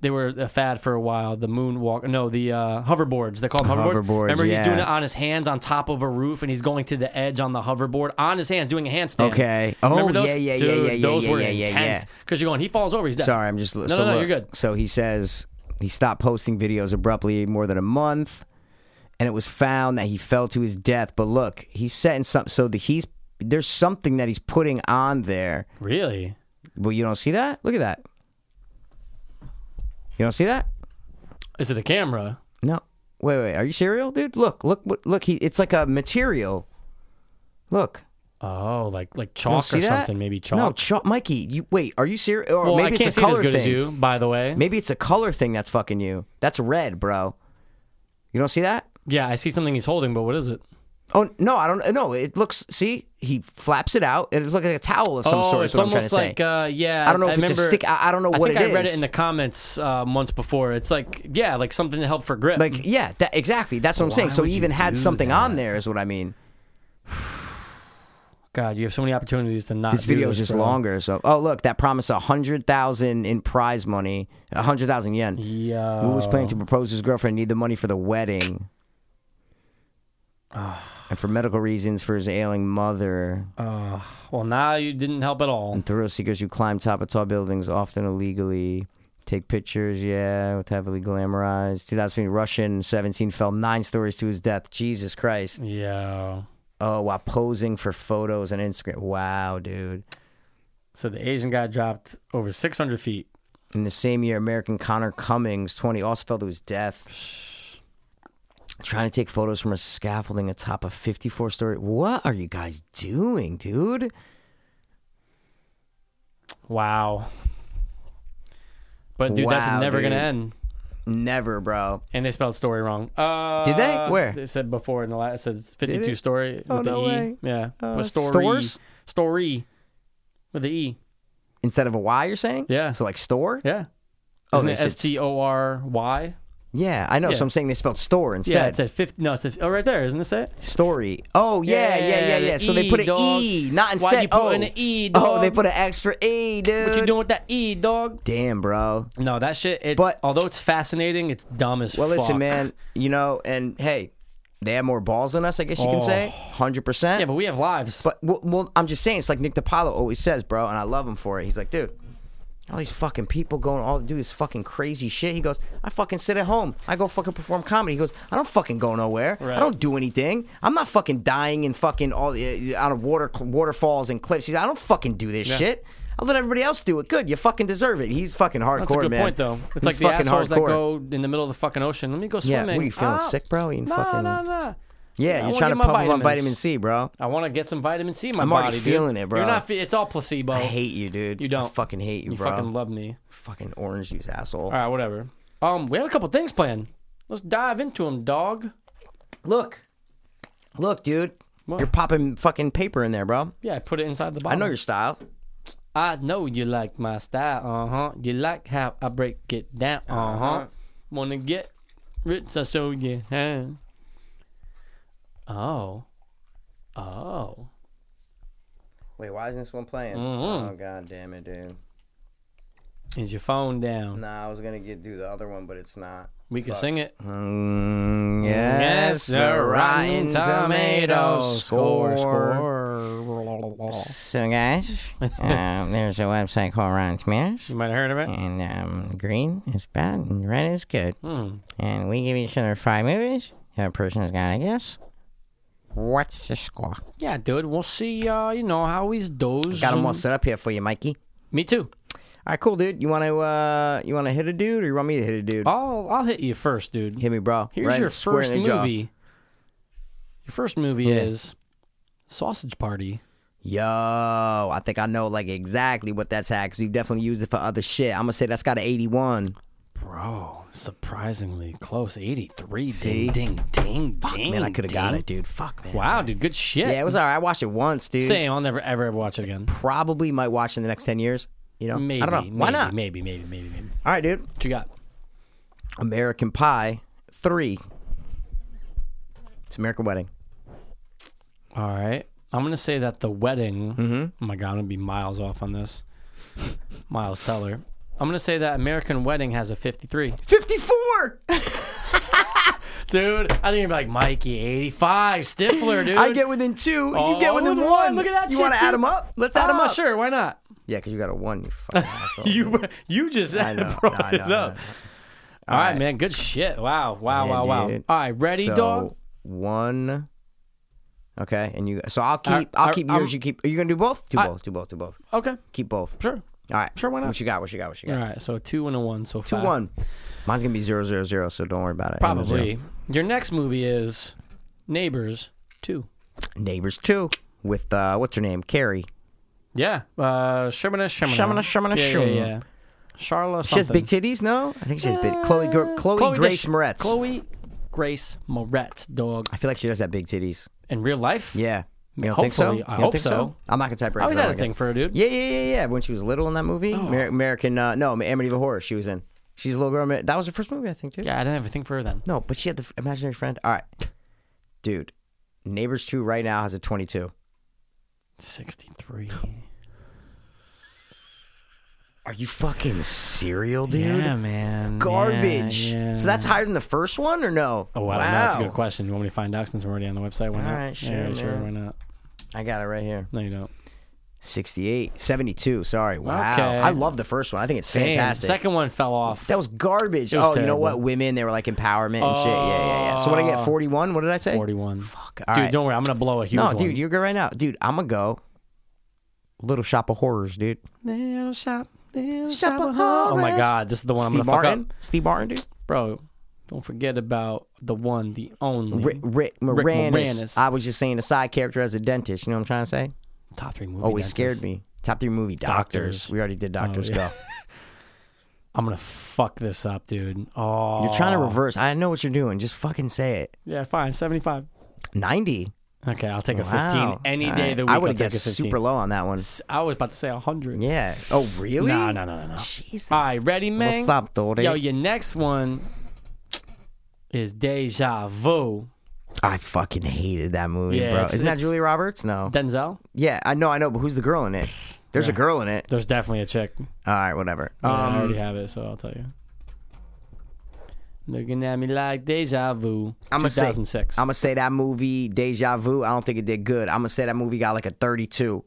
Speaker 2: They were a fad for a while. The moonwalk, no, the uh, hoverboards. They call them hoverboards.
Speaker 1: Hoverboards,
Speaker 2: Remember, he's doing
Speaker 1: yeah.
Speaker 2: it on his hands on top of a roof, and he's going to the edge on the hoverboard on his hands, doing a handstand.
Speaker 1: Okay. Oh,
Speaker 2: Remember those?
Speaker 1: yeah, yeah, yeah,
Speaker 2: Dude,
Speaker 1: yeah, yeah,
Speaker 2: Those
Speaker 1: yeah,
Speaker 2: were
Speaker 1: yeah, yeah, yeah.
Speaker 2: intense. Because you're going, he falls over, he's dead.
Speaker 1: Sorry, I'm just.
Speaker 2: No,
Speaker 1: so
Speaker 2: no, no,
Speaker 1: look,
Speaker 2: you're good.
Speaker 1: So he says he stopped posting videos abruptly more than a month, and it was found that he fell to his death. But look, he's setting something. So the, he's there's something that he's putting on there.
Speaker 2: Really?
Speaker 1: Well, you don't see that. Look at that. You don't see that.
Speaker 2: Is it a camera?
Speaker 1: No. Wait, wait. Are you serial, dude? Look, look, what- look. He. It's like a material. Look.
Speaker 2: Oh, like like
Speaker 1: You
Speaker 2: chalk
Speaker 1: don't see
Speaker 2: or
Speaker 1: that?
Speaker 2: something? Maybe chalk.
Speaker 1: No, chalk. Mikey, you wait. Are you serious? Or
Speaker 2: well,
Speaker 1: maybe it's
Speaker 2: I can't
Speaker 1: a
Speaker 2: see it
Speaker 1: color
Speaker 2: as good
Speaker 1: thing.
Speaker 2: as you, by the way.
Speaker 1: Maybe it's a color thing that's fucking you. That's red, bro. You don't see that?
Speaker 2: Yeah, I see something he's holding, but what is it?
Speaker 1: Oh no, I don't. No, it looks. See, he flaps it out. It looks like a towel of some
Speaker 2: oh,
Speaker 1: sort.
Speaker 2: it's
Speaker 1: is what I'm trying
Speaker 2: almost
Speaker 1: to say.
Speaker 2: like uh, yeah.
Speaker 1: I don't know if it's a
Speaker 2: remember,
Speaker 1: stick- I- I don't know
Speaker 2: I
Speaker 1: what
Speaker 2: think
Speaker 1: it
Speaker 2: I read
Speaker 1: is.
Speaker 2: it in the comments uh, months before. It's like yeah, like something to help for grip.
Speaker 1: Like, yeah, that, exactly. That's what I'm saying.
Speaker 2: Why
Speaker 1: So
Speaker 2: would
Speaker 1: he
Speaker 2: you
Speaker 1: even had
Speaker 2: do
Speaker 1: something
Speaker 2: that?
Speaker 1: on there, is what I mean.
Speaker 2: God, you have so many opportunities to not.
Speaker 1: This
Speaker 2: do
Speaker 1: video is
Speaker 2: this,
Speaker 1: just
Speaker 2: bro.
Speaker 1: longer. So, oh look, that promised a hundred thousand in prize money, a hundred thousand yen.
Speaker 2: Yeah.
Speaker 1: Who was planning to propose to his girlfriend need the money for the wedding. and for medical reasons for his ailing mother.
Speaker 2: Well, now you didn't help at all.
Speaker 1: And thrill seekers who climb top of tall buildings, often illegally. Take pictures, yeah, with heavily glamorized. 2015 Russian 17 fell nine stories to his death. Jesus Christ.
Speaker 2: Yeah.
Speaker 1: Oh, while posing for photos on Instagram. Wow, dude.
Speaker 2: So the Asian guy dropped over 600 feet.
Speaker 1: In the same year, American Connor Cummings, 20, also fell to his death. Trying to take photos from a scaffolding atop a 54 story. What are you guys doing, dude?
Speaker 2: Wow. But dude,
Speaker 1: Wow,
Speaker 2: that's never gonna
Speaker 1: dude.
Speaker 2: end.
Speaker 1: Never, bro.
Speaker 2: And they spelled story wrong. Uh,
Speaker 1: Did they? Where?
Speaker 2: They said before in the last. It says 52
Speaker 1: they?
Speaker 2: story
Speaker 1: Oh,
Speaker 2: with the
Speaker 1: no
Speaker 2: e.
Speaker 1: way.
Speaker 2: Yeah.
Speaker 1: Uh,
Speaker 2: with story.
Speaker 1: stores?
Speaker 2: Story. With the e.
Speaker 1: Instead of a Y, you're saying?
Speaker 2: Yeah.
Speaker 1: So, like, store?
Speaker 2: Yeah.
Speaker 1: Oh,
Speaker 2: Isn't
Speaker 1: they
Speaker 2: it
Speaker 1: said
Speaker 2: S T O R Y?
Speaker 1: Yeah, I know.
Speaker 2: Yeah.
Speaker 1: So I'm saying they spelled store instead.
Speaker 2: Yeah, it said 50. No, it said, oh, right there, isn't it? Say it?
Speaker 1: Story. Oh yeah, yeah, yeah, yeah.
Speaker 2: the
Speaker 1: So they put an
Speaker 2: E, dog.
Speaker 1: E, not
Speaker 2: Why
Speaker 1: instead.
Speaker 2: you put
Speaker 1: oh.
Speaker 2: an E,
Speaker 1: Oh, they
Speaker 2: dog?
Speaker 1: put an extra E, dude.
Speaker 2: What you doing with that E, dog?
Speaker 1: Damn, bro.
Speaker 2: No, that shit. It's
Speaker 1: But-
Speaker 2: although it's fascinating, it's dumb as
Speaker 1: Well,
Speaker 2: fuck.
Speaker 1: listen, man. You know, and hey, they have more balls than us. I guess you can say, hundred percent.
Speaker 2: Oh. Yeah, but we have lives.
Speaker 1: But well, well, I'm just saying, it's like Nick DiPaolo always says, bro, and I love him for it. He's like, dude, all these fucking people going all to do this fucking crazy shit. He goes, I fucking sit at home. I go fucking perform comedy. He goes, I don't fucking go nowhere.
Speaker 2: Right.
Speaker 1: I don't do anything. I'm not fucking dying in fucking all the- uh, out of water waterfalls and cliffs. He's, I don't fucking do this shit. I'll let everybody else do it. Good, you fucking deserve it. He's fucking hardcore,
Speaker 2: That's a good
Speaker 1: man.
Speaker 2: point, though. It's
Speaker 1: He's
Speaker 2: like the
Speaker 1: fucking hardcore.
Speaker 2: assholes that go in the middle of the fucking ocean. Let me go
Speaker 1: Yeah,
Speaker 2: swimming.
Speaker 1: what are you feeling
Speaker 2: Ah,
Speaker 1: sick, bro? Eating
Speaker 2: nah,
Speaker 1: fucking.
Speaker 2: nah, nah. I
Speaker 1: Yeah,
Speaker 2: wanna
Speaker 1: you're trying to
Speaker 2: get my
Speaker 1: pump up on
Speaker 2: vitamins.
Speaker 1: vitamin C, bro.
Speaker 2: I want to get some vitamin C in my
Speaker 1: I'm
Speaker 2: body.
Speaker 1: already
Speaker 2: dude.
Speaker 1: feeling it, bro.
Speaker 2: You're not. Fe- it's all placebo.
Speaker 1: I hate you, dude.
Speaker 2: You
Speaker 1: I
Speaker 2: don't.
Speaker 1: fucking hate you,
Speaker 2: You
Speaker 1: bro.
Speaker 2: fucking love me.
Speaker 1: fucking orange juice asshole.
Speaker 2: All right, whatever. Um, we have a couple things planned. Let's dive into them, dog.
Speaker 1: Look, look, dude,
Speaker 2: What?
Speaker 1: you're popping fucking paper in there, bro.
Speaker 2: Yeah, I put it inside the
Speaker 1: I
Speaker 2: bottle.
Speaker 1: know your style.
Speaker 2: I know you like my style. Uh huh. You like how I break it down. Uh huh.
Speaker 1: Uh-huh.
Speaker 2: Wanna get rich? I show you how. Oh. Oh.
Speaker 1: Wait, why isn't this one playing? Oh god damn it, dude.
Speaker 2: Is your phone down?
Speaker 1: Nah, I was gonna get do the other one, but it's not.
Speaker 2: We can sing it.
Speaker 1: Mm, yes, the Rotten Tomatoes score. score. So guys, um, there's a website called Rotten Tomatoes.
Speaker 2: You might have heard of it.
Speaker 1: and um, green is bad and red is good.
Speaker 2: Hmm.
Speaker 1: And we give each other five movies. The other person's got to guess. What's the score?
Speaker 2: Yeah, dude. We'll see. Uh, you know how he's dozing.
Speaker 1: Got them all set up here for you, Mikey.
Speaker 2: Me too.
Speaker 1: All right, cool, dude. You want to uh, you want to hit a dude, or you want me to hit a dude?
Speaker 2: I'll I'll hit you first, dude.
Speaker 1: Hit me, bro.
Speaker 2: Oh. Here's
Speaker 1: Right
Speaker 2: your
Speaker 1: square
Speaker 2: first
Speaker 1: in the jaw.
Speaker 2: movie. Your first movie is Sausage Party.
Speaker 1: Yo, I think I know like exactly what that's at because we've definitely used it for other shit. I'm gonna say that's got an 81.
Speaker 2: Bro, surprisingly close. 83.
Speaker 1: See?
Speaker 2: Ding, ding, ding, ding.
Speaker 1: Man, I could have got
Speaker 2: ding.
Speaker 1: it, dude. Fuck, man.
Speaker 2: Wow, dude. Good shit.
Speaker 1: Yeah, it was all right. I watched it once, dude.
Speaker 2: Same. I'll never, ever, ever watch it again.
Speaker 1: Probably might watch it in the next 10 years. You know,
Speaker 2: Maybe.
Speaker 1: I don't know.
Speaker 2: Maybe,
Speaker 1: Why not?
Speaker 2: Maybe, maybe, maybe, maybe.
Speaker 1: All right, dude.
Speaker 2: What you got?
Speaker 1: American Pie three. It's American Wedding.
Speaker 2: All right. I'm going to say that the wedding.
Speaker 1: Mm-hmm.
Speaker 2: Oh my God, I'm going to be miles off on this. miles Teller. I'm going to say that American Wedding has a 53.
Speaker 1: Fifty four.
Speaker 2: Dude, I think you're like, Mikey, 85. Stifler, dude.
Speaker 1: I get within two.
Speaker 2: Oh,
Speaker 1: you get within
Speaker 2: with
Speaker 1: one.
Speaker 2: one. Look at that
Speaker 1: You
Speaker 2: shit,
Speaker 1: wanna add
Speaker 2: dude.
Speaker 1: them up? Let's add them
Speaker 2: Ah,
Speaker 1: up.
Speaker 2: Sure, why not?
Speaker 1: Yeah, because you got a one. You fucking asshole.
Speaker 2: You you just
Speaker 1: I know,
Speaker 2: brought
Speaker 1: I know,
Speaker 2: it
Speaker 1: I know.
Speaker 2: up. All right,
Speaker 1: right.
Speaker 2: man. Good shit. Wow. Wow.
Speaker 1: Yeah,
Speaker 2: wow. Wow.
Speaker 1: dude.
Speaker 2: All right, ready,
Speaker 1: so,
Speaker 2: dog.
Speaker 1: One. Okay, and you. So I'll keep.
Speaker 2: I-
Speaker 1: I'll
Speaker 2: I-
Speaker 1: keep
Speaker 2: I'm-
Speaker 1: yours. you keep. Are you gonna do both? Do
Speaker 2: I-
Speaker 1: both. Do both. Do both.
Speaker 2: Okay.
Speaker 1: Keep both.
Speaker 2: Sure.
Speaker 1: All right.
Speaker 2: Sure, why not?
Speaker 1: What you got? What you got? What you got?
Speaker 2: All right. So a two and a one. So
Speaker 1: Two one. Mine's gonna be zero zero zero. So don't worry about it. Ain't a zero.
Speaker 2: Probably. Your next movie is Neighbors Two.
Speaker 1: Neighbors two with uh, what's her name? Carrie.
Speaker 2: Yeah. Uh, Shamina. Shamina.
Speaker 1: Shamina, Shamina,
Speaker 2: Yeah,
Speaker 1: Shum.
Speaker 2: yeah, yeah. Charla.
Speaker 1: She has
Speaker 2: something.
Speaker 1: big
Speaker 2: Uh,
Speaker 1: titties, no? I think she has big. Chloe, Gr- Chloe,
Speaker 2: Chloe
Speaker 1: Grace
Speaker 2: Dish-
Speaker 1: Moretz.
Speaker 2: Chloe Grace Moretz. Dog.
Speaker 1: I feel like she does have big titties.
Speaker 2: In real life.
Speaker 1: Yeah. You don't think so?
Speaker 2: Hopefully,
Speaker 1: You
Speaker 2: I
Speaker 1: don't
Speaker 2: hope
Speaker 1: think
Speaker 2: so.
Speaker 1: I'm not gonna type right
Speaker 2: I always
Speaker 1: now.
Speaker 2: had a thing for Oh. her, dude.
Speaker 1: Yeah, yeah, yeah, yeah. When she was little in that movie, Amer- American, uh, no, Amityville Horror, she was in. She's a little girl. That was her first movie, I think, dude.
Speaker 2: Yeah. I didn't have a thing for her then.
Speaker 1: No, but she had the f- imaginary friend. All right, dude. Neighbors two right now has a 22.
Speaker 2: Sixty-three.
Speaker 1: Are you fucking serial, dude?
Speaker 2: Yeah, man.
Speaker 1: Garbage.
Speaker 2: Yeah, yeah.
Speaker 1: So that's higher than the first one, or no?
Speaker 2: Oh, wow. That's a good question. You want me to find out since we're already on the website? Why not?
Speaker 1: right, sure,
Speaker 2: yeah, sure.
Speaker 1: man.
Speaker 2: Why not?
Speaker 1: I got it right here.
Speaker 2: No, you don't.
Speaker 1: 68, 72. Sorry. Wow.
Speaker 2: Okay.
Speaker 1: I love the first one. I think it's fantastic.
Speaker 2: Damn, second one fell off.
Speaker 1: That was garbage.
Speaker 2: It was
Speaker 1: oh, you know what?
Speaker 2: terrible. Oh.
Speaker 1: Women, they were like empowerment and shit. Yeah, yeah, yeah. So when I get 41, what did I say?
Speaker 2: 41.
Speaker 1: Fuck.
Speaker 2: dude, don't worry. I'm going to blow a huge
Speaker 1: No,
Speaker 2: one.
Speaker 1: dude, you're good right now. Dude, I'm going to go. Little Shop of Horrors, dude.
Speaker 2: Little shop, little
Speaker 1: Shop
Speaker 2: shop
Speaker 1: of
Speaker 2: of horrors. Oh, my
Speaker 1: horrors.
Speaker 2: God. This is the one
Speaker 1: Steve
Speaker 2: I'm going to fuck
Speaker 1: Martin.
Speaker 2: up.
Speaker 1: Steve Martin, dude.
Speaker 2: Bro, don't forget about the one, the only.
Speaker 1: Rick, Rick
Speaker 2: Rick
Speaker 1: Moranis.
Speaker 2: Moranis.
Speaker 1: I was just saying a side character as a dentist. You know what I'm trying to say?
Speaker 2: Top three movie.
Speaker 1: Always
Speaker 2: dentist.
Speaker 1: Oh, scared me. Top three movie doctors.
Speaker 2: Doctors. Oh,
Speaker 1: We already did Doctors
Speaker 2: yeah.
Speaker 1: Go.
Speaker 2: I'm going to fuck this up, dude. Oh.
Speaker 1: You're trying to reverse. I know what you're doing. Just fucking say it.
Speaker 2: Yeah, fine. 75.
Speaker 1: 90.
Speaker 2: Okay, I'll take a 15
Speaker 1: Wow.
Speaker 2: any
Speaker 1: All
Speaker 2: day
Speaker 1: right.
Speaker 2: of the week.
Speaker 1: I
Speaker 2: I'll
Speaker 1: would have
Speaker 2: take a
Speaker 1: guessed
Speaker 2: 15.
Speaker 1: super low on that one.
Speaker 2: I was about to say 100.
Speaker 1: Yeah. Oh, really?
Speaker 2: No, no, Uh, no, no, no.
Speaker 1: Jesus.
Speaker 2: All right, ready, man?
Speaker 1: What's up, Dory?
Speaker 2: Yo, your next one is Deja Vu.
Speaker 1: I fucking hated that movie,
Speaker 2: Yeah,
Speaker 1: bro.
Speaker 2: it's-
Speaker 1: Isn't that
Speaker 2: it's-
Speaker 1: Julia Roberts? No.
Speaker 2: Denzel?
Speaker 1: yeah, I know, I know, but who's the girl in it? There's a girl in it.
Speaker 2: There's definitely a chick.
Speaker 1: All right, whatever.
Speaker 2: Yeah, I already
Speaker 1: Um,
Speaker 2: have it, so I'll tell you. Looking at me like Deja Vu.
Speaker 1: I'ma say-
Speaker 2: 2006.
Speaker 1: I'm gonna say that movie Deja Vu. I don't think it did good. I'm gonna say that movie got like a 32.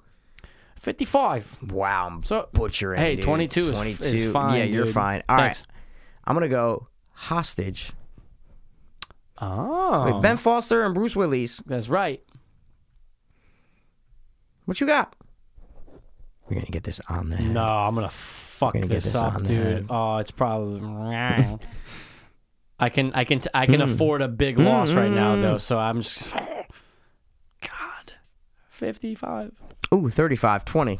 Speaker 2: 55.
Speaker 1: Wow, I'm
Speaker 2: So-
Speaker 1: butchering.
Speaker 2: hey,
Speaker 1: dude.
Speaker 2: 22 is- is
Speaker 1: 22.
Speaker 2: fine,
Speaker 1: Yeah, you're
Speaker 2: dude.
Speaker 1: fine. All
Speaker 2: Thanks.
Speaker 1: I'm gonna go hostage.
Speaker 2: Oh.
Speaker 1: Wait, Ben Foster and Bruce Willis.
Speaker 2: That's right.
Speaker 1: What you got? We're gonna get this on the head.
Speaker 2: No, I'm gonna fuck
Speaker 1: We're gonna get
Speaker 2: this,
Speaker 1: this on
Speaker 2: up,
Speaker 1: the
Speaker 2: dude.
Speaker 1: head.
Speaker 2: Oh, it's probably. I can, I can, t-
Speaker 1: Hmm.
Speaker 2: I can afford a big loss right now, though. So I'm just. God, fifty-five.
Speaker 1: Ooh, 35, 20.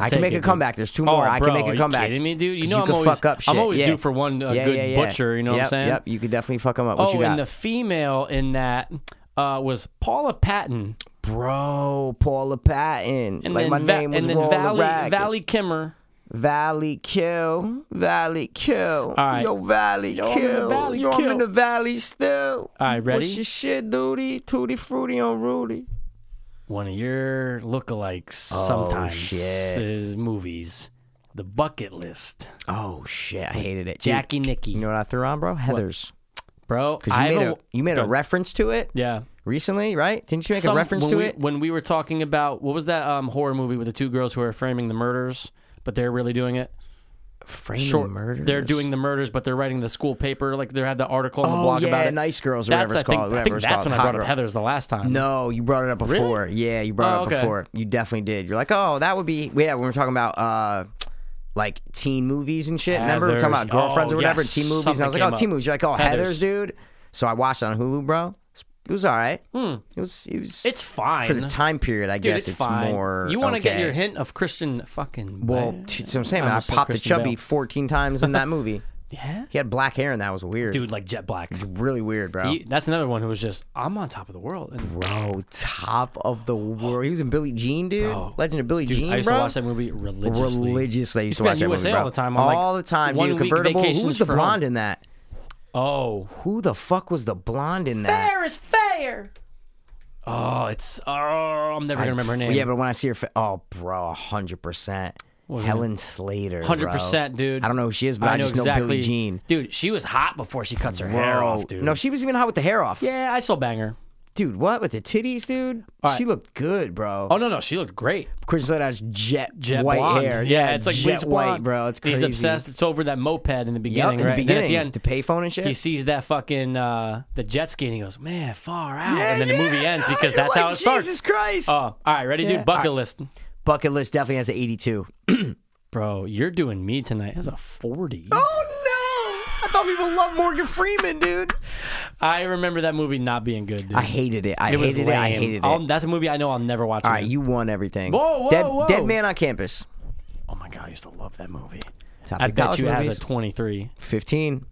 Speaker 1: I
Speaker 2: take
Speaker 1: can make
Speaker 2: it,
Speaker 1: a
Speaker 2: dude.
Speaker 1: comeback. There's two more.
Speaker 2: Oh,
Speaker 1: I
Speaker 2: bro,
Speaker 1: can make
Speaker 2: are
Speaker 1: a
Speaker 2: you
Speaker 1: comeback.
Speaker 2: kidding me, dude? You
Speaker 1: 'Cause
Speaker 2: know I'm
Speaker 1: could
Speaker 2: always,
Speaker 1: fuck up shit.
Speaker 2: I'm always
Speaker 1: yeah.
Speaker 2: due for one uh,
Speaker 1: yeah,
Speaker 2: good
Speaker 1: yeah, yeah.
Speaker 2: butcher. You know what I'm
Speaker 1: Yep,
Speaker 2: saying?
Speaker 1: Yep, you could definitely fuck them up. What
Speaker 2: oh,
Speaker 1: you got?
Speaker 2: and the female in that uh, was Paula Patton,
Speaker 1: Bro, Paula Patton.
Speaker 2: and
Speaker 1: like
Speaker 2: then
Speaker 1: my
Speaker 2: Va-
Speaker 1: name was
Speaker 2: and then
Speaker 1: Rolla
Speaker 2: Valley
Speaker 1: Ragged.
Speaker 2: Valley Kimmer.
Speaker 1: Valley Kill, Valley Kill,
Speaker 2: right.
Speaker 1: yo Valley
Speaker 2: Yo, I'm in the
Speaker 1: Kill,
Speaker 2: Valley
Speaker 1: yo I'm
Speaker 2: Kill.
Speaker 1: in the Valley still.
Speaker 2: All right, ready?
Speaker 1: What's your shit, duty? Tutti frutti on Rudy.
Speaker 2: one of your lookalikes
Speaker 1: Oh,
Speaker 2: sometimes
Speaker 1: shit.
Speaker 2: is movies. The Bucket List.
Speaker 1: Oh shit, I hated it. Dude,
Speaker 2: Jackie Nicky.
Speaker 1: you know what I threw on, bro? Heather's.
Speaker 2: Bro,
Speaker 1: Because
Speaker 2: I
Speaker 1: you made
Speaker 2: have
Speaker 1: a you made a
Speaker 2: Go.
Speaker 1: reference to it
Speaker 2: Yeah.
Speaker 1: recently, right? Didn't you make
Speaker 2: Some-
Speaker 1: a reference
Speaker 2: when
Speaker 1: to
Speaker 2: we,
Speaker 1: it?
Speaker 2: When we were talking about, what was that um, horror movie with the two girls who are framing the murders, but they're really doing it?
Speaker 1: Framing murder.
Speaker 2: They're doing the murders, but they're writing the school paper. Like they had the article on the
Speaker 1: Oh,
Speaker 2: blog
Speaker 1: yeah,
Speaker 2: about it.
Speaker 1: Nice Girls or
Speaker 2: that's,
Speaker 1: whatever
Speaker 2: I
Speaker 1: it's
Speaker 2: think,
Speaker 1: called,
Speaker 2: I
Speaker 1: whatever
Speaker 2: think
Speaker 1: it's
Speaker 2: that's
Speaker 1: called,
Speaker 2: when I
Speaker 1: Hot
Speaker 2: brought up
Speaker 1: Girl.
Speaker 2: Heather's the last time.
Speaker 1: No, you brought it up before. Yeah, you brought it
Speaker 2: Oh,
Speaker 1: up
Speaker 2: okay.
Speaker 1: before. You definitely did. You're like, oh, that would be yeah. When we're talking about uh, like teen movies and shit. Remember, we're talking about
Speaker 2: Heathers. Oh,
Speaker 1: girlfriends or whatever,
Speaker 2: yes.
Speaker 1: teen movies. and I was
Speaker 2: Something
Speaker 1: like, oh,
Speaker 2: came
Speaker 1: teen
Speaker 2: up.
Speaker 1: movies. You're like, oh,
Speaker 2: Heathers.
Speaker 1: Heather's, dude. So I watched it on Hulu, bro. It was all right. It was. It was.
Speaker 2: Hmm. It's fine.
Speaker 1: for the time period. I
Speaker 2: Dude,
Speaker 1: guess
Speaker 2: it's, fine.
Speaker 1: more.
Speaker 2: you want to get
Speaker 1: okay.
Speaker 2: your hint of Christian fucking.
Speaker 1: Well, t- so I'm saying,
Speaker 2: I'm
Speaker 1: man, I
Speaker 2: still
Speaker 1: popped a
Speaker 2: Christian
Speaker 1: chubby
Speaker 2: Bale.
Speaker 1: 14 times in that movie.
Speaker 2: yeah,
Speaker 1: he had black hair, and that was weird.
Speaker 2: dude, like Jet Black.
Speaker 1: really weird, bro.
Speaker 2: He- that's another one who was just, I'm on top of the world. And
Speaker 1: Bro, top of the world. He was in Billy Jean, dude. Legend of Billy Jean,
Speaker 2: I used
Speaker 1: bro.
Speaker 2: to watch that movie religiously.
Speaker 1: religiously. I used to
Speaker 2: been
Speaker 1: watch that
Speaker 2: USA
Speaker 1: movie, bro.
Speaker 2: all the time on, like,
Speaker 1: all the time,
Speaker 2: one
Speaker 1: dude.
Speaker 2: week
Speaker 1: Convertible. Who
Speaker 2: vacations
Speaker 1: was the
Speaker 2: for home.
Speaker 1: blonde in that?
Speaker 2: oh,
Speaker 1: Who the fuck was the blonde in that?
Speaker 2: is fair. Oh, it's oh, I'm never gonna remember her name.
Speaker 1: Yeah, but when I see her, fa- oh, bro, hundred percent. Helen Slater, bro.
Speaker 2: 100%, dude.
Speaker 1: I don't know who she is, but I, just know Billy Jean.
Speaker 2: Dude, she was hot before she cuts her hair
Speaker 1: Bro,
Speaker 2: off, dude.
Speaker 1: No, she was even hot with the hair off.
Speaker 2: yeah, I still bang her.
Speaker 1: Dude, what with the titties, dude?
Speaker 2: All right.
Speaker 1: She looked good, bro.
Speaker 2: Oh no, no, she looked great.
Speaker 1: Chris Slater has jet,
Speaker 2: Jet
Speaker 1: white
Speaker 2: blonde.
Speaker 1: hair.
Speaker 2: Yeah, it's like
Speaker 1: jet
Speaker 2: bleach
Speaker 1: white,
Speaker 2: blonde.
Speaker 1: bro. It's
Speaker 2: And
Speaker 1: crazy.
Speaker 2: He's obsessed. It's over that moped in the
Speaker 1: Yep,
Speaker 2: beginning,
Speaker 1: in the
Speaker 2: right?
Speaker 1: beginning,
Speaker 2: Then at the
Speaker 1: the
Speaker 2: end,
Speaker 1: payphone and shit.
Speaker 2: he sees that fucking uh, the jet ski and he goes, "Man, far out."
Speaker 1: Yeah,
Speaker 2: and then
Speaker 1: yeah,
Speaker 2: the movie ends
Speaker 1: yeah,
Speaker 2: because
Speaker 1: you're
Speaker 2: that's how
Speaker 1: like,
Speaker 2: it starts.
Speaker 1: Jesus Christ.
Speaker 2: Oh, all right, ready,
Speaker 1: Yeah.
Speaker 2: dude. Bucket
Speaker 1: All
Speaker 2: list,
Speaker 1: Bucket list definitely has an 82.
Speaker 2: bro. You're doing me tonight. That's a forty.
Speaker 1: Oh no! I thought people loved Morgan Freeman, dude.
Speaker 2: I remember that movie not being good. Dude.
Speaker 1: I hated it. I
Speaker 2: it was
Speaker 1: hated
Speaker 2: lame.
Speaker 1: it. I hated it.
Speaker 2: I'll- that's a movie I know I'll never watch.
Speaker 1: All
Speaker 2: again.
Speaker 1: right, you won everything.
Speaker 2: Whoa, whoa,
Speaker 1: Dead,
Speaker 2: whoa.
Speaker 1: Dead Man on Campus.
Speaker 2: oh my god, I used to love that movie.
Speaker 1: Top
Speaker 2: I
Speaker 1: of
Speaker 2: bet
Speaker 1: college
Speaker 2: you it has
Speaker 1: movies.
Speaker 2: a twenty-three.
Speaker 1: 15.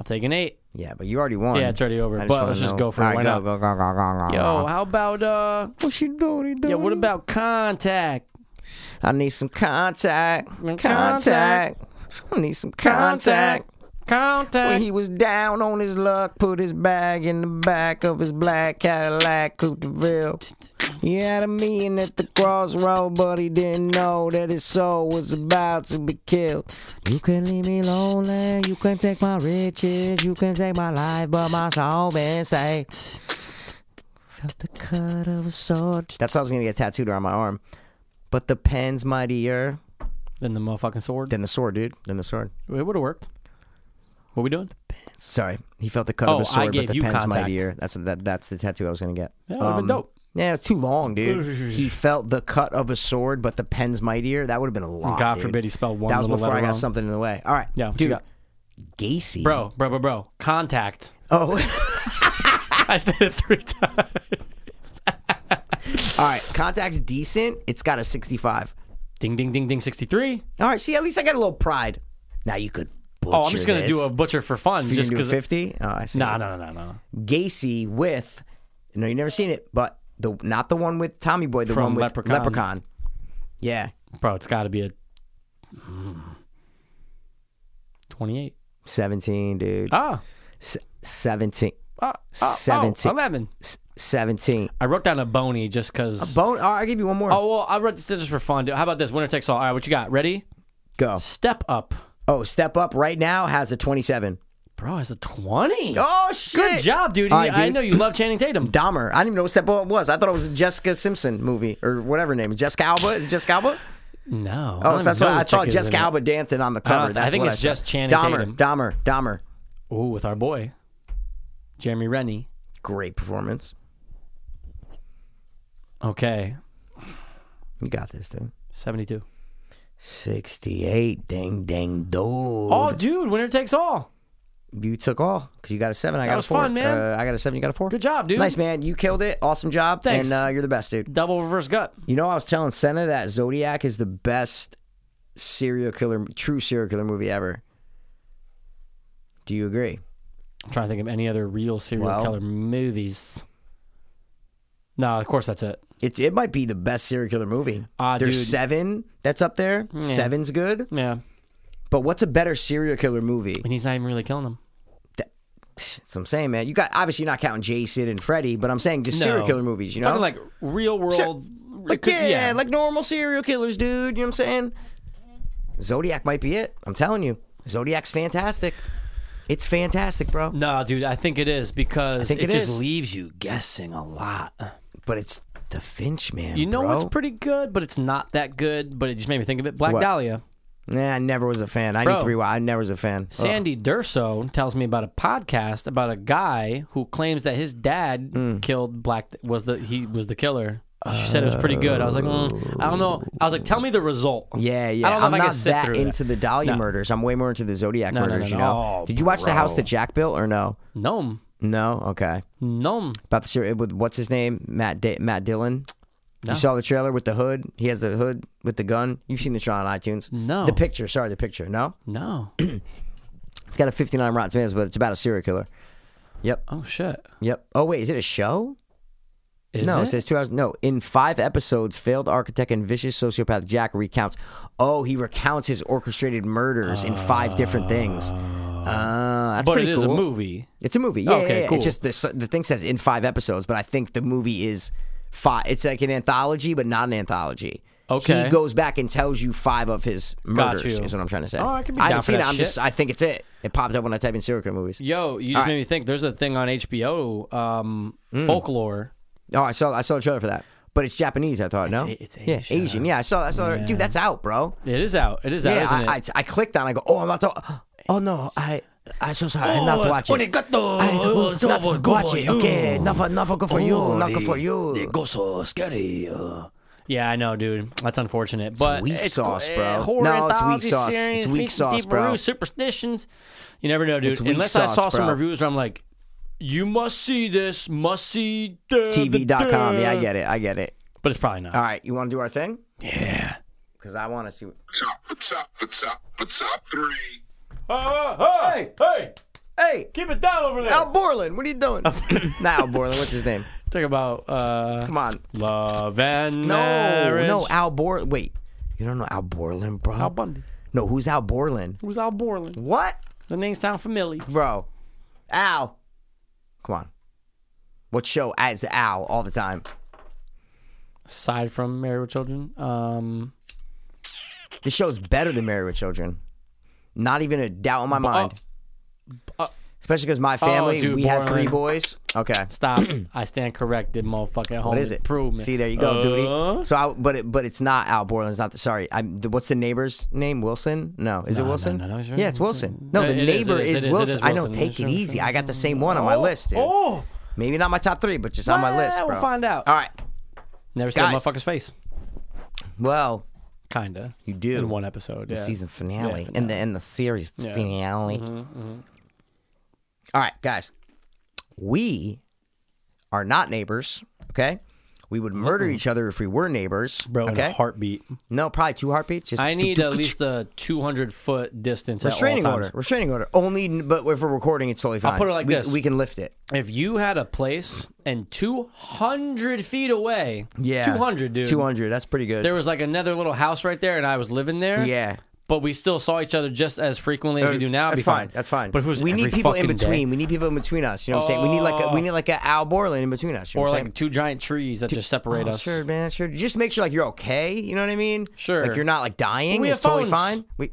Speaker 2: I'll take an eight.
Speaker 1: Yeah, but you already won.
Speaker 2: Yeah, it's already over.
Speaker 1: I just
Speaker 2: But
Speaker 1: wanna
Speaker 2: let's just
Speaker 1: know.
Speaker 2: go for it.
Speaker 1: All right,
Speaker 2: Why
Speaker 1: go,
Speaker 2: not?
Speaker 1: Go, go, go, go, go,
Speaker 2: Yo, how about uh?
Speaker 1: what you doing?
Speaker 2: Yeah, what about contact?
Speaker 1: I need some contact.
Speaker 2: Contact.
Speaker 1: Contact. I need some contact. When
Speaker 2: Contact.
Speaker 1: he was down on his luck, put his bag in the back of his black Cadillac Coupe de Ville. He had a meeting at the crossroad, but he didn't know that his soul was about to be killed. You can leave me lonely, you can take my riches, you can take my life, but my soul been saved. Felt the cut of a sword. That's how I was gonna get tattooed around my arm. But the pen's mightier
Speaker 2: Then the motherfucking sword.
Speaker 1: than the sword, dude. Than the sword.
Speaker 2: It would have worked. What we doing?
Speaker 1: Sorry, he felt the cut
Speaker 2: Oh,
Speaker 1: of
Speaker 2: I
Speaker 1: a sword,
Speaker 2: gave
Speaker 1: but the
Speaker 2: you
Speaker 1: pen's
Speaker 2: contact.
Speaker 1: mightier. That's what, that, that's the tattoo I was gonna get. Um,
Speaker 2: That would've been dope.
Speaker 1: Yeah, it's too long, dude. he felt the cut of a sword, but the pen's mightier. That would have been a lot.
Speaker 2: God
Speaker 1: dude.
Speaker 2: forbid he spelled one
Speaker 1: That was
Speaker 2: little
Speaker 1: before
Speaker 2: letter
Speaker 1: I got
Speaker 2: wrong.
Speaker 1: something in the way. All right,
Speaker 2: Yeah, what you
Speaker 1: dude.
Speaker 2: got?
Speaker 1: Gacy,
Speaker 2: Bro, bro, bro, bro. Contact.
Speaker 1: Oh,
Speaker 2: I said it three times.
Speaker 1: all right. Contact's decent. It's got a sixty-five.
Speaker 2: Ding, ding, ding, ding. Sixty-three.
Speaker 1: All right. See, at least I got a little pride. Now you could. Butcher
Speaker 2: Oh, I'm just gonna do a butcher for fun,
Speaker 1: You
Speaker 2: just
Speaker 1: can do
Speaker 2: because.
Speaker 1: fifty. Oh, I see.
Speaker 2: No, no, no, no, no.
Speaker 1: Gacy with. No, you've never seen it, but the not the one with Tommy Boy, the
Speaker 2: From
Speaker 1: one with
Speaker 2: Leprechaun.
Speaker 1: Leprechaun. Yeah,
Speaker 2: Bro, it's got to be a twenty-eight.
Speaker 1: seventeen, dude.
Speaker 2: Ah,
Speaker 1: S- seventeen.
Speaker 2: ah, ah,
Speaker 1: Seventeen.
Speaker 2: Oh, 11.
Speaker 1: S- seventeen.
Speaker 2: I wrote down a bony just because.
Speaker 1: Bone. Oh, I'll give you one more.
Speaker 2: oh well, I wrote this just for fun. Dude. How about this? Winner takes all. All right, what you got? Ready?
Speaker 1: Go.
Speaker 2: Step up,
Speaker 1: Oh, step up right now has a twenty-seven.
Speaker 2: bro. It's a twenty.
Speaker 1: Oh shit!
Speaker 2: Good job, dude.
Speaker 1: All right,
Speaker 2: I
Speaker 1: dude.
Speaker 2: know you love Channing Tatum.
Speaker 1: Dahmer. I didn't even know what Step Up was. I thought it was a Jessica Simpson movie or whatever her name. is. Jessica Alba is it Jessica Alba.
Speaker 2: No.
Speaker 1: Oh, so that's what I
Speaker 2: thought.
Speaker 1: thought. Jessica Alba dancing on the
Speaker 2: don't-
Speaker 1: cover.
Speaker 2: Uh, I
Speaker 1: That's
Speaker 2: think
Speaker 1: what
Speaker 2: it's just
Speaker 1: thought.
Speaker 2: Channing
Speaker 1: Dahmer,
Speaker 2: Tatum.
Speaker 1: Dahmer, Dahmer.
Speaker 2: Ooh, with our boy, Jeremy Rennie.
Speaker 1: Great performance.
Speaker 2: Okay,
Speaker 1: You got this, dude.
Speaker 2: seventy-two.
Speaker 1: Sixty-eight. Ding, ding, dong.
Speaker 2: Oh, dude, winner takes all.
Speaker 1: you took all because you got a seven. I got
Speaker 2: was
Speaker 1: a four.
Speaker 2: fun, man.
Speaker 1: Uh, I got a seven. You got a four.
Speaker 2: Good job, dude.
Speaker 1: Nice man. You killed it. Awesome job.
Speaker 2: Thanks.
Speaker 1: And uh, you're the best, dude.
Speaker 2: Double reverse gut.
Speaker 1: You know, I was telling Senna that Zodiac is the best serial killer, true serial killer movie ever. Do you agree?
Speaker 2: I'm trying to think of any other real serial
Speaker 1: Well-
Speaker 2: killer movies. No, of course that's it.
Speaker 1: It, it might be the best serial killer movie.
Speaker 2: Ah,
Speaker 1: There's
Speaker 2: dude.
Speaker 1: seven that's up there. Seven's good.
Speaker 2: Yeah,
Speaker 1: But what's a better serial killer movie?
Speaker 2: and he's not even really killing them.
Speaker 1: That's what I'm saying, man. You got obviously you're not counting Jason and Freddy, but I'm saying just serial
Speaker 2: No.
Speaker 1: killer movies, you know?
Speaker 2: Talking like real world.
Speaker 1: Like, yeah, like normal serial killers, dude. You know what I'm saying? Zodiac might be it. I'm telling you. Zodiac's fantastic. It's fantastic, bro.
Speaker 2: no, dude. I think it is because
Speaker 1: think
Speaker 2: it,
Speaker 1: it
Speaker 2: just
Speaker 1: is.
Speaker 2: leaves you guessing a lot.
Speaker 1: But it's the Finch, man.
Speaker 2: You know
Speaker 1: bro.
Speaker 2: what's pretty good, but it's not that good. But it just made me think of it. Black
Speaker 1: What?
Speaker 2: Dahlia.
Speaker 1: Nah, I never was a fan. I need
Speaker 2: Bro.
Speaker 1: to rewatch. I never was a fan. Ugh.
Speaker 2: Sandy Durso tells me about a podcast about a guy who claims that his dad
Speaker 1: Hmm.
Speaker 2: killed black was the he was the killer. She said it was pretty good. I was like, mm, I don't know. I was like, tell me the result.
Speaker 1: Yeah, yeah.
Speaker 2: I don't know
Speaker 1: am
Speaker 2: if I can
Speaker 1: not
Speaker 2: sit
Speaker 1: that
Speaker 2: through
Speaker 1: into the Dahlia murders. I'm way more into the Zodiac
Speaker 2: no, no,
Speaker 1: murders.
Speaker 2: no.
Speaker 1: You know?
Speaker 2: Oh,
Speaker 1: Did you watch the house that Jack built or no?
Speaker 2: Gnome,
Speaker 1: No. Okay.
Speaker 2: gnome.
Speaker 1: About the serial with what's his name? Matt Di- Matt Dillon.
Speaker 2: No.
Speaker 1: You saw the trailer with the hood. He has the hood with the gun. You've seen the trailer on iTunes.
Speaker 2: No.
Speaker 1: The picture. Sorry, the picture. No.
Speaker 2: No.
Speaker 1: It's got a 59 Rotten Tomatoes, but it's about a serial killer. Yep.
Speaker 2: Oh shit.
Speaker 1: Yep. Oh wait, is it a show?
Speaker 2: Is
Speaker 1: no,
Speaker 2: it?
Speaker 1: it? says two hours. No, in five episodes, failed architect and vicious sociopath Jack recounts. Oh, he recounts his orchestrated murders in five different things. Uh, that's
Speaker 2: Oh. but it
Speaker 1: pretty
Speaker 2: is
Speaker 1: cool.
Speaker 2: a movie.
Speaker 1: It's a movie. Yeah,
Speaker 2: Oh, Okay,
Speaker 1: yeah, yeah.
Speaker 2: cool.
Speaker 1: It's just the the thing says in five episodes, but I think the movie is five. It's like an anthology, but not an anthology.
Speaker 2: Okay.
Speaker 1: He goes back and tells you five of his
Speaker 2: Got
Speaker 1: murders.
Speaker 2: you.
Speaker 1: Is what I'm trying to say.
Speaker 2: Oh, I can be
Speaker 1: I
Speaker 2: down
Speaker 1: haven't
Speaker 2: for
Speaker 1: seen
Speaker 2: that
Speaker 1: it. I'm
Speaker 2: shit.
Speaker 1: just. I think it's it. It popped up when I type in serial killer movies.
Speaker 2: Yo, you just made me think. There's a thing on HBO, um,
Speaker 1: Hmm.
Speaker 2: folklore.
Speaker 1: Oh, I saw I saw a trailer for that. But it's Japanese, I thought. No,
Speaker 2: a- it's
Speaker 1: yeah,
Speaker 2: Asian.
Speaker 1: Asian. Yeah, I saw. I saw. Dude, that's out, bro.
Speaker 2: It is out. It is out,
Speaker 1: yeah,
Speaker 2: isn't
Speaker 1: I,
Speaker 2: it?
Speaker 1: I, I clicked on. it, I go, oh, I'm not. To, oh no, I I so sorry. I'm
Speaker 2: Oh,
Speaker 1: not watching.
Speaker 5: Arigato.
Speaker 1: I, oh,
Speaker 5: so
Speaker 1: not
Speaker 5: for- good
Speaker 1: watch
Speaker 5: for
Speaker 1: it.
Speaker 5: you.
Speaker 1: Okay, not for, not for good for you. Not good for
Speaker 5: They
Speaker 1: you.
Speaker 5: go so scary. Uh,
Speaker 2: Yeah, I know, dude. That's unfortunate. but
Speaker 1: weak
Speaker 2: it's
Speaker 1: sauce,
Speaker 2: eh,
Speaker 1: bro.
Speaker 2: horror
Speaker 1: No, it's weak
Speaker 2: anthology
Speaker 1: sauce. It's
Speaker 2: series,
Speaker 1: weak
Speaker 2: people-
Speaker 1: sauce,
Speaker 2: people
Speaker 1: bro.
Speaker 2: review Superstitions. You never know, dude.
Speaker 1: It's weak
Speaker 2: Unless I
Speaker 1: sauce,
Speaker 2: saw some
Speaker 1: bro.
Speaker 2: reviews where I'm like, you must see this, must see da, da,
Speaker 1: TV.com.
Speaker 2: da."
Speaker 1: Yeah, Uh, I get it. I get it.
Speaker 2: But it's probably not.
Speaker 1: All right, you want to do our thing? Yeah. Because I want to see. What,
Speaker 6: top, the top, the top, the top three.
Speaker 2: hey, hey,
Speaker 1: hey,
Speaker 2: keep it down over there.
Speaker 1: Al Borland, what are you doing? not Al Borland. What's his name?
Speaker 2: Talk about uh,
Speaker 1: Come on.
Speaker 2: love and
Speaker 1: No,
Speaker 2: marriage.
Speaker 1: no, Al Borland. Wait, you don't know Al Borland, bro?
Speaker 2: Al Bundy.
Speaker 1: no, who's Al Borland?
Speaker 2: Who's Al Borland?
Speaker 1: What?
Speaker 2: The name sound familiar.
Speaker 1: Bro. Al. Come on. What show as Al all the time?
Speaker 2: Aside from Married with Children, um,
Speaker 1: This show's better than Married with Children. Not even a doubt in my mind. uh, Especially because my family,
Speaker 2: dude,
Speaker 1: we have
Speaker 2: boring.
Speaker 1: three boys. Okay.
Speaker 2: stop. I stand corrected, motherfucker. At home
Speaker 1: What is it?
Speaker 2: Improvement.
Speaker 1: See, there you go,
Speaker 2: Uh,
Speaker 1: duty. So, I, but it, but it's not Al Borland. It's not. The, sorry, I'm, the, what's the neighbor's name? Wilson? No, is it Wilson?
Speaker 2: no, no, sure.
Speaker 1: Yeah, it's Wilson. No,
Speaker 2: No,
Speaker 1: the
Speaker 2: it is,
Speaker 1: neighbor
Speaker 2: it
Speaker 1: is,
Speaker 2: is, it is, it
Speaker 1: Wilson.
Speaker 2: is
Speaker 1: I know.
Speaker 2: Wilson.
Speaker 1: Take
Speaker 2: Sure,
Speaker 1: it
Speaker 2: sure,
Speaker 1: easy. I got the same one on my list, dude.
Speaker 2: Oh,
Speaker 1: Maybe not my top three, but just on my
Speaker 2: Well,
Speaker 1: list, bro.
Speaker 2: we'll find out.
Speaker 1: All right.
Speaker 2: Never said
Speaker 1: Guys.
Speaker 2: motherfucker's face.
Speaker 1: Well,
Speaker 2: Kinda.
Speaker 1: you do.
Speaker 2: In one episode. Yeah.
Speaker 1: the season finale,
Speaker 2: Yeah,
Speaker 1: and the and the series
Speaker 2: Yeah. Mm-hmm,
Speaker 1: finale. All right, guys, we are not neighbors. Okay, We would murder each other if we were neighbors.
Speaker 7: bro. In a
Speaker 1: okay.
Speaker 7: heartbeat.
Speaker 1: no, probably two heartbeats. Just
Speaker 2: I need at least a 200 foot distance at all
Speaker 1: restraining
Speaker 2: times.
Speaker 1: order. Restraining order. Only, but if we're recording, it's totally fine.
Speaker 2: put it like
Speaker 1: we,
Speaker 2: this.
Speaker 1: We can lift it.
Speaker 2: If you had a place and 200 feet away,
Speaker 1: Yeah.
Speaker 2: 200, dude.
Speaker 1: Two hundred. That's pretty good.
Speaker 2: There was like another little house right there, and I was living there.
Speaker 1: yeah. Uh,
Speaker 2: But we still saw each other just as frequently as we do now.
Speaker 1: That's
Speaker 2: it'd be
Speaker 1: fine. That's fine.
Speaker 2: But if it was
Speaker 1: we need
Speaker 2: every
Speaker 1: people in
Speaker 2: fucking day,
Speaker 1: between. We need people in between us. You know what I'm saying? We need like a, we
Speaker 2: Oh.
Speaker 1: need like a Al Borland in between us. You know
Speaker 2: or
Speaker 1: what I'm saying?
Speaker 2: like two giant trees that just separate
Speaker 1: Oh,
Speaker 2: us.
Speaker 1: Sure, man. Sure. Just make sure like you're okay. You know what I mean?
Speaker 2: Sure.
Speaker 1: Like you're not like dying.
Speaker 2: We
Speaker 1: it's
Speaker 2: have
Speaker 1: totally fine.
Speaker 2: phones.
Speaker 1: We,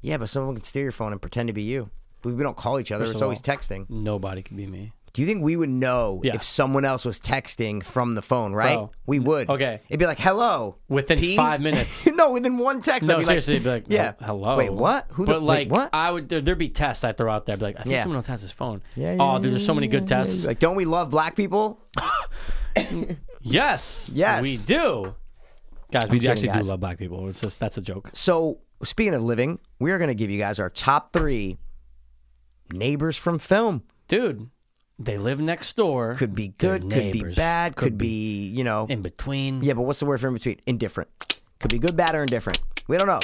Speaker 1: yeah, but someone can steal your phone and pretend to be you. We, we don't call each other. it's
Speaker 2: of
Speaker 1: always
Speaker 2: all-
Speaker 1: texting.
Speaker 2: Nobody could be me.
Speaker 1: Do you think we would know
Speaker 2: Yeah.
Speaker 1: if someone else was texting from the phone? Right?
Speaker 2: Bro.
Speaker 1: We would.
Speaker 2: Okay.
Speaker 1: It'd be like hello
Speaker 2: Within
Speaker 1: P?
Speaker 2: five minutes.
Speaker 1: no, within one text. I'd
Speaker 2: No,
Speaker 1: be
Speaker 2: seriously,
Speaker 1: Like,
Speaker 2: it'd be
Speaker 1: yeah.
Speaker 2: like, yeah. hello.
Speaker 1: Wait, what? Who?
Speaker 2: but
Speaker 1: the,
Speaker 2: like,
Speaker 1: wait, what?
Speaker 2: I would there, there'd be tests I throw out there. I'd be like, I think
Speaker 1: Yeah.
Speaker 2: someone else has his phone.
Speaker 1: Yeah,
Speaker 2: oh,
Speaker 1: yeah,
Speaker 2: dude, there's so many good tests.
Speaker 1: like, don't we love black people?
Speaker 2: yes,
Speaker 1: Yes.
Speaker 2: we do. Guys, we
Speaker 1: kidding,
Speaker 2: actually
Speaker 1: guys.
Speaker 2: do love black people. It's just that's a joke.
Speaker 1: So, speaking of living, we are going to give you guys our top three neighbors from film.
Speaker 2: dude, they live next door.
Speaker 1: Could be
Speaker 2: They're
Speaker 1: good, could be
Speaker 2: neighbors.
Speaker 1: bad, could, be, you know,
Speaker 2: in between.
Speaker 1: yeah. But what's the word for in between? Indifferent. Could be good, bad, or indifferent. We don't know.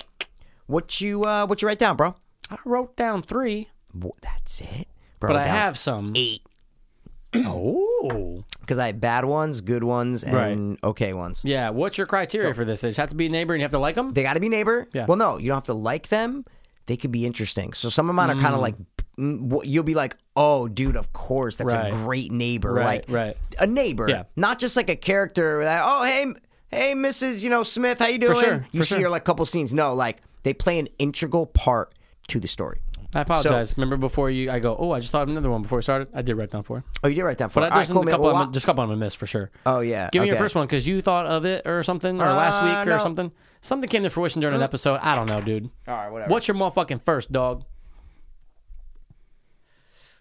Speaker 1: What you uh, what you write down, bro?
Speaker 2: I wrote down three,
Speaker 1: Wha- That's it, bro.
Speaker 2: but I have some.
Speaker 1: eight
Speaker 2: Oh,
Speaker 1: because I have bad ones, good ones, and okay ones.
Speaker 2: yeah. What's your criteria for this? They just have to be a neighbor and you have to like them.
Speaker 1: They got to be neighbor.
Speaker 2: Yeah.
Speaker 1: Well, no, you don't have to like them. They could be interesting. So some of mine are kind of like mm, wh- you'll be like, oh, dude, of course, that's
Speaker 2: Right.
Speaker 1: a great neighbor. like
Speaker 2: Right, right.
Speaker 1: a neighbor,
Speaker 2: Yeah.
Speaker 1: not just like a character. That, oh, hey, m- hey, Mrs. You know Smith, how you doing?
Speaker 2: sure,
Speaker 1: You
Speaker 2: for
Speaker 1: see
Speaker 2: sure.
Speaker 1: her like couple scenes. No, like they play an integral part to the story.
Speaker 2: I apologize. Remember before you, I go. Oh, I just thought of another one before we started. I did write down four,
Speaker 1: Oh, you did write that for. me.
Speaker 2: but
Speaker 1: All
Speaker 2: I,
Speaker 1: right,
Speaker 2: there's
Speaker 1: cool,
Speaker 2: a
Speaker 1: man.
Speaker 2: couple.
Speaker 1: Well,
Speaker 2: I'm, there's a couple I'm gonna miss for sure.
Speaker 1: oh yeah.
Speaker 2: Give me your
Speaker 1: okay. Uh,
Speaker 2: first one because you thought of it or something, or last week or
Speaker 1: no.
Speaker 2: something. Something came to fruition during an episode. I don't know, dude.
Speaker 1: All right, whatever.
Speaker 2: What's your motherfucking first dog?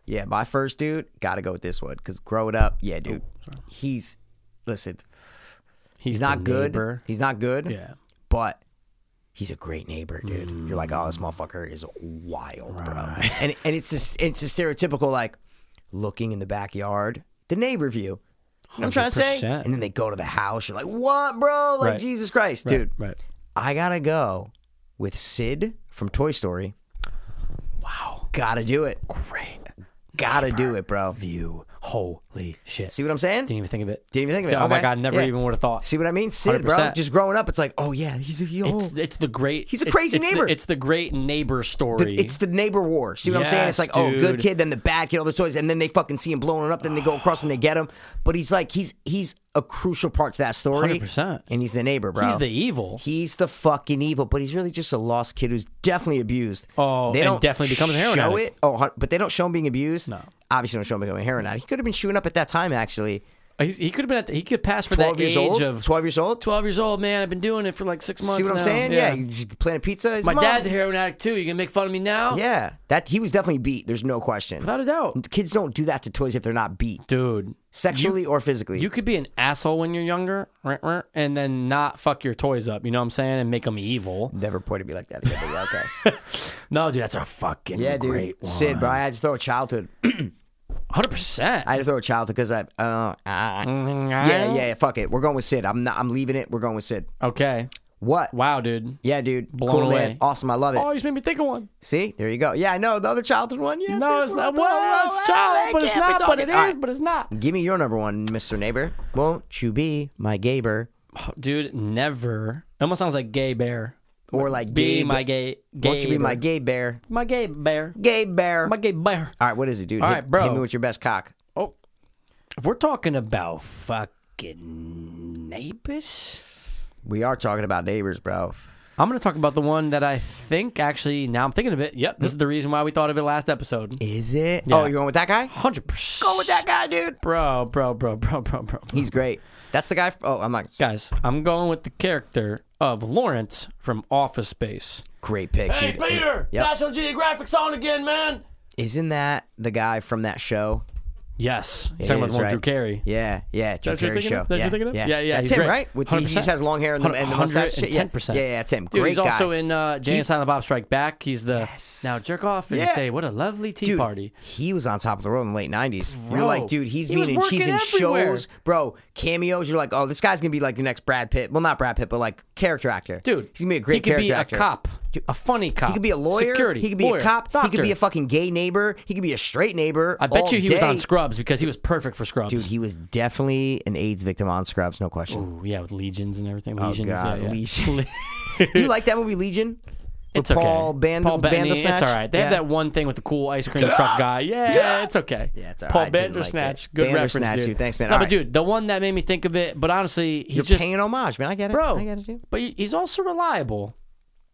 Speaker 1: Yeah, my first dude. Got to go with this one because growing up, yeah, dude, he's listen. He's not
Speaker 2: Oh, the
Speaker 1: good.
Speaker 2: neighbor.
Speaker 1: He's not good.
Speaker 2: Yeah.
Speaker 1: but he's a great neighbor, dude. You're like, oh, this
Speaker 2: Mm.
Speaker 1: motherfucker is wild, bro. And and it's this it's a stereotypical like looking in the backyard, the neighbor view. You know what I'm trying to say,
Speaker 2: 100%.
Speaker 1: and then they go to the house. You're like, what, bro? Like
Speaker 2: Right.
Speaker 1: Jesus Christ, dude.
Speaker 2: Right.
Speaker 1: I gotta go with Sid from Toy Story. Wow, gotta do it.
Speaker 2: Great.
Speaker 1: Gotta do it, bro.
Speaker 2: View. Holy shit.
Speaker 1: See what I'm saying?
Speaker 2: Didn't even think of it.
Speaker 1: Didn't even think of it.
Speaker 2: Oh my
Speaker 1: Okay.
Speaker 2: god, never
Speaker 1: Yeah.
Speaker 2: even would have thought.
Speaker 1: See what I mean? Sid, bro.
Speaker 2: 100%.
Speaker 1: Just growing up, it's like, oh yeah, he's a he, oh.
Speaker 2: It's, it's the great.
Speaker 1: He's a
Speaker 2: it's-
Speaker 1: crazy
Speaker 2: it's the-
Speaker 1: neighbor.
Speaker 2: it's the great neighbor story.
Speaker 1: The- it's the neighbor war. See what I'm saying? It's
Speaker 2: Yes,
Speaker 1: like, oh, good
Speaker 2: dude.
Speaker 1: kid, then the bad kid, all the toys, and then they fucking see him blowing up, then they go across and they get him. But he's like, he's he's a crucial part to that story.
Speaker 2: 100%.
Speaker 1: And he's the neighbor, bro.
Speaker 2: he's the evil.
Speaker 1: He's the fucking evil, but he's really just a lost kid who's definitely abused.
Speaker 2: Oh,
Speaker 1: they
Speaker 2: and
Speaker 1: don't
Speaker 2: definitely becomes a heroin
Speaker 1: show
Speaker 2: addict.
Speaker 1: it. Oh, hun- but they don't show him being abused. No, obviously don't show him becoming a heroin addict. He could have been shooting up at that time, actually.
Speaker 2: He's- he could have been. At the, he could pass for that
Speaker 1: Twelve years
Speaker 2: age
Speaker 1: old.
Speaker 2: of
Speaker 1: Twelve years old.
Speaker 2: twelve years old. Man, I've been doing it for like six months.
Speaker 1: See what I'm
Speaker 2: now.
Speaker 1: saying? Yeah, you just playing a pizza. His
Speaker 2: My
Speaker 1: mom-
Speaker 2: dad's a heroin addict too. You gonna make fun of me now?
Speaker 1: Yeah, that he was definitely beat. There's no question.
Speaker 2: Without a doubt,
Speaker 1: Kids don't do that to toys if they're not beat.
Speaker 2: dude.
Speaker 1: sexually or physically.
Speaker 2: You could be an asshole when you're younger, rah, rah, and then not fuck your toys up. You know what I'm saying? And make them evil.
Speaker 1: never pointed me like that again. But yeah, okay.
Speaker 2: No, dude, that's a fucking
Speaker 1: Yeah, dude.
Speaker 2: great one.
Speaker 1: Sid, bro, I had to throw a childhood.
Speaker 2: Hundred percent. Mm,
Speaker 1: I had to throw a childhood because I. Uh, ah. yeah, yeah, yeah. Fuck it. We're going with Sid. I'm not. I'm leaving it. We're going with Sid.
Speaker 2: Okay.
Speaker 1: What?
Speaker 2: Wow, dude.
Speaker 1: Yeah, dude.
Speaker 2: Blown
Speaker 1: cool man.
Speaker 2: away.
Speaker 1: Awesome. I love it.
Speaker 2: Oh, you just made me think of one.
Speaker 1: See, there you go. Yeah, I know the other childhood one. Yeah.
Speaker 2: No, it's not. Well, it's child, but it's not. But it is. But it's not.
Speaker 1: Give me your number one, Mr. Neighbor. Won't you be my neighbor?
Speaker 2: Dude, never. It almost sounds like gay bear.
Speaker 1: Or like
Speaker 2: Be
Speaker 1: gay,
Speaker 2: my gay. gay
Speaker 1: Won't you be my
Speaker 2: bear.
Speaker 1: gay bear?
Speaker 2: My gay bear.
Speaker 1: Gay bear.
Speaker 2: My gay bear.
Speaker 1: All right, what is it, dude?
Speaker 2: All
Speaker 1: hit,
Speaker 2: right, bro.
Speaker 1: Hit me with your best cock.
Speaker 2: Oh, if we're talking about fucking neighbors,
Speaker 1: We are talking about neighbors, bro.
Speaker 2: I'm gonna talk about the one that I think actually now I'm thinking of it. Yep, this is the reason why we thought of it last episode.
Speaker 1: Is it?
Speaker 2: Yeah.
Speaker 1: Oh, you're going with that guy?
Speaker 2: Hundred percent.
Speaker 1: Go with that guy, dude.
Speaker 2: bro, bro, bro, bro, bro, bro. bro.
Speaker 1: He's great. That's the guy. Oh, I'm not.
Speaker 2: Guys, I'm going with the character of Lawrence from Office Space.
Speaker 1: Great pick, dude.
Speaker 2: Peter,
Speaker 1: Yep.
Speaker 2: National Geographic's on again, man.
Speaker 1: Isn't that the guy from that show?
Speaker 2: Yes. You're
Speaker 1: It
Speaker 2: talking
Speaker 1: is,
Speaker 2: about the one with Drew
Speaker 1: right.
Speaker 2: Carey.
Speaker 1: Yeah, yeah, Drew
Speaker 2: what you're
Speaker 1: Carey
Speaker 2: thinking
Speaker 1: show.
Speaker 2: of? That's what
Speaker 1: yeah,
Speaker 2: you're thinking of?
Speaker 1: yeah,
Speaker 2: Yeah, yeah,
Speaker 1: That's
Speaker 2: he's
Speaker 1: him,
Speaker 2: great.
Speaker 1: right? With the, he just
Speaker 2: 100%.
Speaker 1: has long hair and the, and the mustache. shit. Yeah,
Speaker 2: 110%.
Speaker 1: yeah, yeah, that's him.
Speaker 2: Dude,
Speaker 1: Great
Speaker 2: he's
Speaker 1: guy.
Speaker 2: also in uh, Jay and Silent Bob Strike Back. He's the
Speaker 1: Yes.
Speaker 2: now jerk off and
Speaker 1: Yeah.
Speaker 2: say what a lovely tea
Speaker 1: Dude,
Speaker 2: party.
Speaker 1: He was on top of the world in the late '90s. You're
Speaker 2: Bro,
Speaker 1: like, dude, he's
Speaker 2: he was
Speaker 1: mean and she's
Speaker 2: working
Speaker 1: in
Speaker 2: everywhere.
Speaker 1: shows, bro. Cameos. You're like, oh, this guy's gonna be like the next Brad Pitt. Well, not Brad Pitt, but like character actor.
Speaker 2: Dude,
Speaker 1: he's gonna be a great
Speaker 2: He could
Speaker 1: character
Speaker 2: be
Speaker 1: actor.
Speaker 2: a cop, a funny cop.
Speaker 1: He could be a lawyer.
Speaker 2: Security.
Speaker 1: He could be
Speaker 2: lawyer,
Speaker 1: a cop.
Speaker 2: Doctor.
Speaker 1: He could be a fucking gay neighbor. He could be a straight neighbor.
Speaker 2: I bet
Speaker 1: all
Speaker 2: you he was
Speaker 1: day.
Speaker 2: on Scrubs because he was perfect for Scrubs.
Speaker 1: Dude, he was definitely an AIDS victim on Scrubs, no question.
Speaker 2: Ooh, yeah, with legions and everything. Legions.
Speaker 1: Oh, God,
Speaker 2: yeah, yeah.
Speaker 1: Legion. Do you like that movie, Legion? With
Speaker 2: It's okay.
Speaker 1: Paul Band-
Speaker 2: Paul Bettany, it's
Speaker 1: Bandersnatch?
Speaker 2: all right. They have
Speaker 1: Yeah.
Speaker 2: that one thing with the cool ice cream truck guy. Yeah, it's okay.
Speaker 1: Yeah, it's all
Speaker 2: Paul
Speaker 1: right. I didn't like
Speaker 2: Bandersnatch.
Speaker 1: it.
Speaker 2: Good
Speaker 1: Bandersnatch,
Speaker 2: reference, dude.
Speaker 1: dude. Thanks, man.
Speaker 2: No,
Speaker 1: All
Speaker 2: but
Speaker 1: right.
Speaker 2: dude, the one that made me think of it. But honestly, he's
Speaker 1: You're
Speaker 2: just
Speaker 1: paying homage, man. I get it.
Speaker 2: bro.
Speaker 1: I get it, dude.
Speaker 2: But he's also reliable.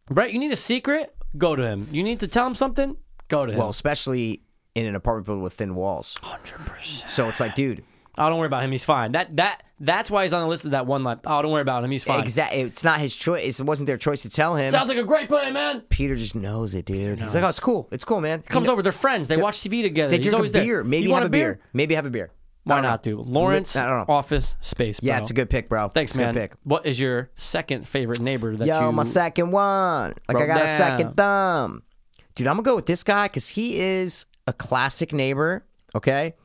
Speaker 2: Brett, you need a secret? Go to him. You need to tell him something? Go to him.
Speaker 1: Well, especially in an apartment building with thin walls.
Speaker 2: 100%.
Speaker 1: So it's like, dude,
Speaker 2: Oh, don't worry about him. He's fine. That that that's why he's on the list of that one line. Oh, don't worry about him. He's fine.
Speaker 1: exactly. It's not his choice. It wasn't their choice to tell him.
Speaker 2: Sounds like a great plan, man.
Speaker 1: Peter just knows it, dude. He's like, oh, it's cool. It's cool, man.
Speaker 2: Comes over. They're friends. They watch TV together.
Speaker 1: They
Speaker 2: he's
Speaker 1: drink a
Speaker 2: always
Speaker 1: beer.
Speaker 2: there.
Speaker 1: Maybe
Speaker 2: you want
Speaker 1: have a beer. Maybe have a beer. I
Speaker 2: Why
Speaker 1: don't know.
Speaker 2: not, dude? Lawrence,
Speaker 1: I don't know.
Speaker 2: Office Space. Bro.
Speaker 1: Yeah, it's a good pick, bro.
Speaker 2: Thanks,
Speaker 1: It's a good
Speaker 2: man.
Speaker 1: pick.
Speaker 2: What is your second favorite neighbor that
Speaker 1: Yo,
Speaker 2: you?
Speaker 1: my second one. Like I
Speaker 2: wrote
Speaker 1: got a
Speaker 2: down.
Speaker 1: second thumb. Dude, I'm gonna go with this guy because he is a classic neighbor, okay?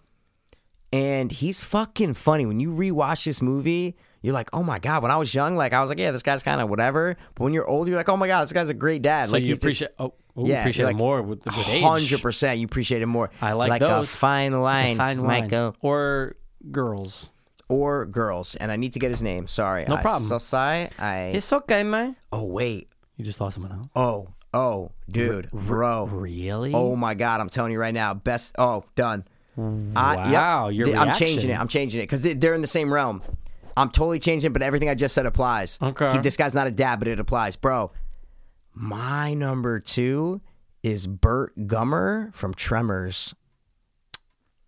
Speaker 1: And he's fucking funny. When you rewatch this movie, you're like, oh my god. When I was young, like I was like, yeah, this guy's kind of whatever. But when you're older, you're like, oh my god, this guy's a great dad.
Speaker 2: So
Speaker 1: like
Speaker 2: you
Speaker 1: he's just-
Speaker 2: appreciate? Oh, ooh, appreciate
Speaker 1: like,
Speaker 2: it more with, with age.
Speaker 1: Hundred percent, you appreciate it more.
Speaker 2: I like
Speaker 1: like
Speaker 2: those.
Speaker 1: a fine wine,
Speaker 2: Fine wine.
Speaker 1: Michael,
Speaker 2: or girls.
Speaker 1: or girls. And I need to get his name. Sorry, no
Speaker 2: problem.
Speaker 1: So sorry. I.
Speaker 2: okay, man.
Speaker 1: Oh wait.
Speaker 2: You just lost someone else.
Speaker 1: Oh oh, dude, bro.
Speaker 2: Really?
Speaker 1: Oh my god, I'm telling you right now, best. Oh, done. I,
Speaker 2: Wow, your
Speaker 1: Th- I'm changing it.
Speaker 2: reaction.
Speaker 1: I'm changing it because they're in the same realm. I'm totally changing it, but everything I just said applies.
Speaker 2: Okay.
Speaker 1: He- this guy's not a dad, but it applies, bro. My number two is Bert Gummer from Tremors.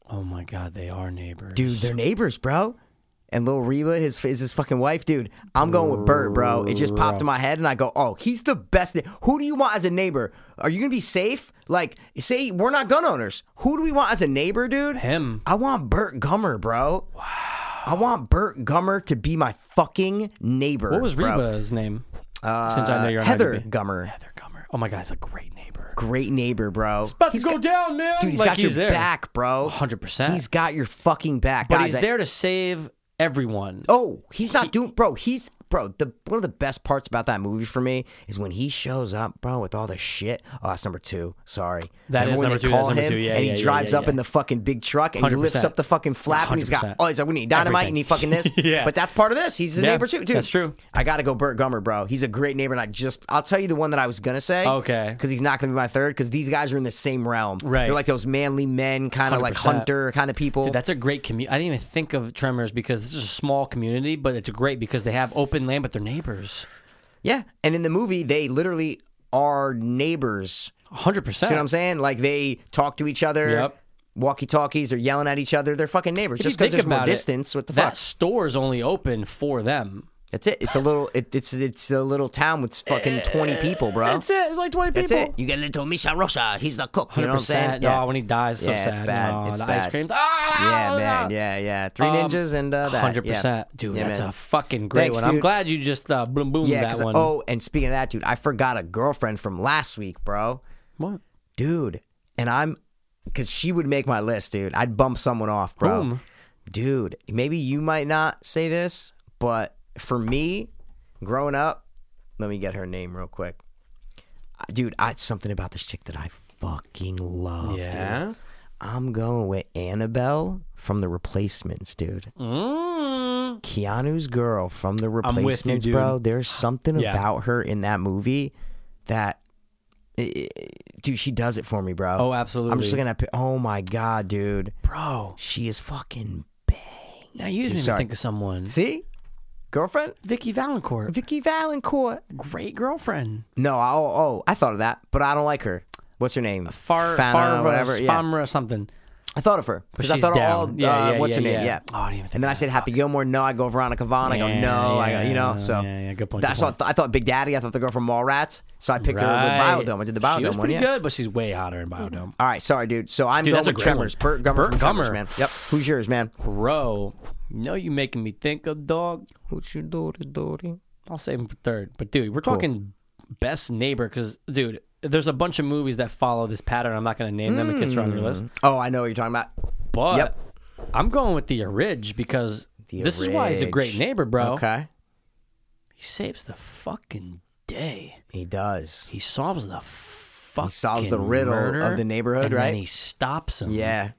Speaker 2: Oh my God, they are neighbors.
Speaker 1: Dude, they're neighbors, bro. And little Reba his, is his fucking wife, dude. I'm going with Bert, bro. It just popped in my head, and I go, oh, he's the best. na- Who do you want as a neighbor? Are you gonna be safe? Like, say we're not gun owners. Who do we want as a neighbor, dude?
Speaker 2: him.
Speaker 1: I want Bert Gummer, bro. Wow. I want Bert Gummer to be my fucking neighbor.
Speaker 2: What was
Speaker 1: bro. Uh,
Speaker 2: Reba's name? Since I know you're on
Speaker 1: Heather
Speaker 2: IMDb.
Speaker 1: Gummer.
Speaker 2: Heather Gummer. Oh my God, it's a great neighbor.
Speaker 1: Great neighbor, bro.
Speaker 2: About
Speaker 1: He's
Speaker 2: to go
Speaker 1: got-
Speaker 2: down, man.
Speaker 1: Dude, he's
Speaker 2: like,
Speaker 1: got
Speaker 2: he's
Speaker 1: your
Speaker 2: there.
Speaker 1: back, bro.
Speaker 2: 100%.
Speaker 1: He's got your fucking back.
Speaker 2: But
Speaker 1: Guys,
Speaker 2: he's
Speaker 1: I-
Speaker 2: there to save everyone.
Speaker 1: Oh, he's not doing, bro. He's bro. The one of the best parts about that movie for me is when he shows up, bro, with all the shit. Oh, that's number two. Sorry,
Speaker 2: That
Speaker 1: Remember
Speaker 2: is
Speaker 1: when
Speaker 2: number
Speaker 1: they
Speaker 2: two,
Speaker 1: Call
Speaker 2: that's number
Speaker 1: him
Speaker 2: two. Yeah,
Speaker 1: and he
Speaker 2: yeah, yeah,
Speaker 1: drives
Speaker 2: yeah,
Speaker 1: up
Speaker 2: yeah.
Speaker 1: in the fucking big truck and he lifts
Speaker 2: 100%.
Speaker 1: up the fucking flap and he's got
Speaker 2: 100%.
Speaker 1: oh, he's like, we need dynamite and
Speaker 2: Everything.
Speaker 1: he fucking this.
Speaker 2: Yeah.
Speaker 1: But that's part of this. He's a
Speaker 2: Yeah,
Speaker 1: neighbor too, dude.
Speaker 2: that's true.
Speaker 1: I gotta go, Burt Gummer, bro. He's a great neighbor, and I just I'll tell you the one that I was gonna say.
Speaker 2: Okay.
Speaker 1: because he's not gonna be my third because these guys are in the same realm.
Speaker 2: Right.
Speaker 1: they're like those manly men, kind of like
Speaker 2: 100%.
Speaker 1: hunter kind of people.
Speaker 2: Dude, that's a great community. I didn't even think of Tremors because this is a small community, but it's great because they have open land, but they're neighbors.
Speaker 1: Yeah, and in the movie, they literally are neighbors.
Speaker 2: 100%.
Speaker 1: See what I'm saying? Like they talk to each other.
Speaker 2: Yep.
Speaker 1: Walkie talkies, they're yelling at each other. They're fucking neighbors.
Speaker 2: If you
Speaker 1: Just because
Speaker 2: think
Speaker 1: there's more
Speaker 2: about it,
Speaker 1: distance, what the
Speaker 2: that
Speaker 1: fuck?
Speaker 2: store's only open for them.
Speaker 1: That's it. It's a little. It, it's it's a little town with fucking twenty people, bro.
Speaker 2: Eh, That's it. It's like 20 people.
Speaker 1: That's it. You get little Misha Rosa. He's the cook. You know what I'm
Speaker 2: 100%.
Speaker 1: saying?
Speaker 2: No, when he dies, so
Speaker 1: Yeah, it's
Speaker 2: sad.
Speaker 1: bad.
Speaker 2: No,
Speaker 1: It's
Speaker 2: the ice
Speaker 1: bad.
Speaker 2: cream. Ah,
Speaker 1: yeah, man. Yeah, yeah. Three ninjas and uh, that.
Speaker 2: Um, Hundred
Speaker 1: yeah.
Speaker 2: percent, dude.
Speaker 1: Yeah,
Speaker 2: that's
Speaker 1: man.
Speaker 2: a fucking great
Speaker 1: Thanks,
Speaker 2: one. I'm
Speaker 1: dude.
Speaker 2: glad you just uh, boom boom
Speaker 1: Yeah,
Speaker 2: that
Speaker 1: 'cause-
Speaker 2: one.
Speaker 1: oh, and speaking of that, dude, I forgot a girlfriend from last week, bro.
Speaker 2: what?
Speaker 1: dude. And I'm, because she would make my list, dude. I'd bump someone off, bro.
Speaker 2: Whom?
Speaker 1: Dude, maybe you might not say this, but for me, growing up, let me get her name real quick. I- Dude, I something about this chick that I fucking love. dude.
Speaker 2: Yeah.
Speaker 1: I'm going with Annabelle from The Replacements, dude.
Speaker 2: Mm.
Speaker 1: Keanu's girl from The
Speaker 2: I'm with you,
Speaker 1: Replacements,
Speaker 2: dude.
Speaker 1: bro. There's something
Speaker 2: Yeah.
Speaker 1: about her in that movie that, i- i- dude, she does it for me, bro.
Speaker 2: Oh, absolutely.
Speaker 1: I'm just looking at. pi- Oh my god, dude,
Speaker 2: bro.
Speaker 1: she is fucking.
Speaker 2: Now you just
Speaker 1: Dude,
Speaker 2: made me
Speaker 1: sorry.
Speaker 2: think of someone.
Speaker 1: See, girlfriend,
Speaker 2: Vicky Valancourt,
Speaker 1: Vicky Valancourt.
Speaker 2: great girlfriend.
Speaker 1: No, I, oh, oh, I thought of that, but I don't like her. What's her name?
Speaker 2: Far
Speaker 1: Fana,
Speaker 2: Farva,
Speaker 1: whatever. Yeah.
Speaker 2: Famra something.
Speaker 1: I thought of her because I
Speaker 2: she's
Speaker 1: thought
Speaker 2: down.
Speaker 1: of all.
Speaker 2: Yeah,
Speaker 1: uh,
Speaker 2: yeah,
Speaker 1: what's her
Speaker 2: yeah,
Speaker 1: name?
Speaker 2: yeah.
Speaker 1: Yeah.
Speaker 2: Oh, I didn't even think
Speaker 1: and then I said Happy Gilmore. No, I go Veronica Vaughn. I
Speaker 2: Yeah,
Speaker 1: go no. I
Speaker 2: yeah,
Speaker 1: go, you know.
Speaker 2: yeah,
Speaker 1: So
Speaker 2: yeah, yeah, good point,
Speaker 1: That's
Speaker 2: good
Speaker 1: what I, th- I thought. Big Daddy. I thought the girl from Mallrats. So I picked her
Speaker 2: Right.
Speaker 1: with Biodome. I did the Biodome
Speaker 2: She was
Speaker 1: one.
Speaker 2: pretty
Speaker 1: Yeah.
Speaker 2: good, but she's way hotter in Biodome.
Speaker 1: All right, sorry, dude. So I'm
Speaker 2: Dude,
Speaker 1: going
Speaker 2: that's a
Speaker 1: with
Speaker 2: great
Speaker 1: Tremors.
Speaker 2: one.
Speaker 1: Burt Gummer.
Speaker 2: Burt
Speaker 1: from Tremors,
Speaker 2: Gummer.
Speaker 1: man. Yep. Who's yours, man?
Speaker 2: Bro, you know you making me think of dog.
Speaker 1: What you daughter, daughter?
Speaker 2: I'll save him for third. But dude, we're talking best neighbor because dude, there's a bunch of movies that follow this pattern. I'm not gonna name them in case they're on your list.
Speaker 1: Oh, I know what you're talking about.
Speaker 2: But
Speaker 1: Yep.
Speaker 2: I'm going with the Ridge because
Speaker 1: The
Speaker 2: this is why he's a great
Speaker 1: Ridge.
Speaker 2: neighbor, bro.
Speaker 1: Okay.
Speaker 2: He saves the fucking day.
Speaker 1: He does.
Speaker 2: He solves the fucking
Speaker 1: solves the riddle
Speaker 2: murder,
Speaker 1: of the neighborhood,
Speaker 2: and
Speaker 1: right?
Speaker 2: Then he stops him.
Speaker 1: yeah.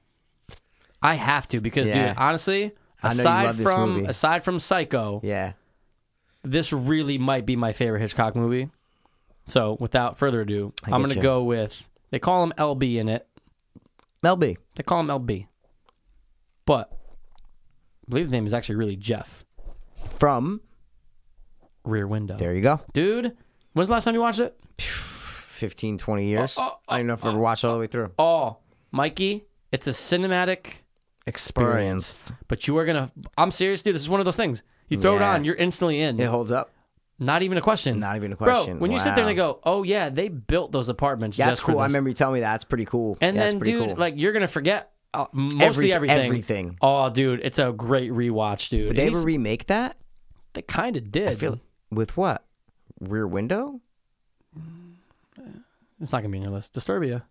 Speaker 2: I have to because
Speaker 1: Yeah.
Speaker 2: dude, honestly,
Speaker 1: I know you
Speaker 2: aside
Speaker 1: love this
Speaker 2: from
Speaker 1: movie.
Speaker 2: aside from Psycho,
Speaker 1: Yeah.
Speaker 2: this really might be my favorite Hitchcock movie. So, without further ado, I'm
Speaker 1: get
Speaker 2: going to
Speaker 1: you.
Speaker 2: go with they call him LB in it.
Speaker 1: Mel B.
Speaker 2: They call him LB. But I believe the name is actually really Jeff
Speaker 1: From
Speaker 2: Rear Window.
Speaker 1: there you go.
Speaker 2: Dude, when's the last time you watched it?
Speaker 1: 15, 20 years. I don't know if I've ever watched all the way through.
Speaker 2: Oh, Mikey, it's a cinematic experience.
Speaker 1: Experience.
Speaker 2: But you are going to I'm serious, dude, this is one of those things. You throw it
Speaker 1: Yeah.
Speaker 2: on, you're instantly in.
Speaker 1: It holds up.
Speaker 2: Not even a question.
Speaker 1: Not even a question.
Speaker 2: Bro, when you sit there and
Speaker 1: Wow.
Speaker 2: they go, "Oh yeah, they built those apartments
Speaker 1: That's
Speaker 2: just for
Speaker 1: cool. I
Speaker 2: this."
Speaker 1: remember you telling me that. That's pretty cool.
Speaker 2: And
Speaker 1: That's
Speaker 2: then,
Speaker 1: pretty
Speaker 2: dude,
Speaker 1: cool.
Speaker 2: like you're gonna forget uh, mostly
Speaker 1: Everyth-
Speaker 2: everything.
Speaker 1: everything.
Speaker 2: Oh, dude, it's a great rewatch, dude.
Speaker 1: Would
Speaker 2: And
Speaker 1: they ever
Speaker 2: he's-
Speaker 1: remake that?
Speaker 2: they kind of did.
Speaker 1: I feel with what? Rear Window?
Speaker 2: It's not gonna be in your list. Disturbia.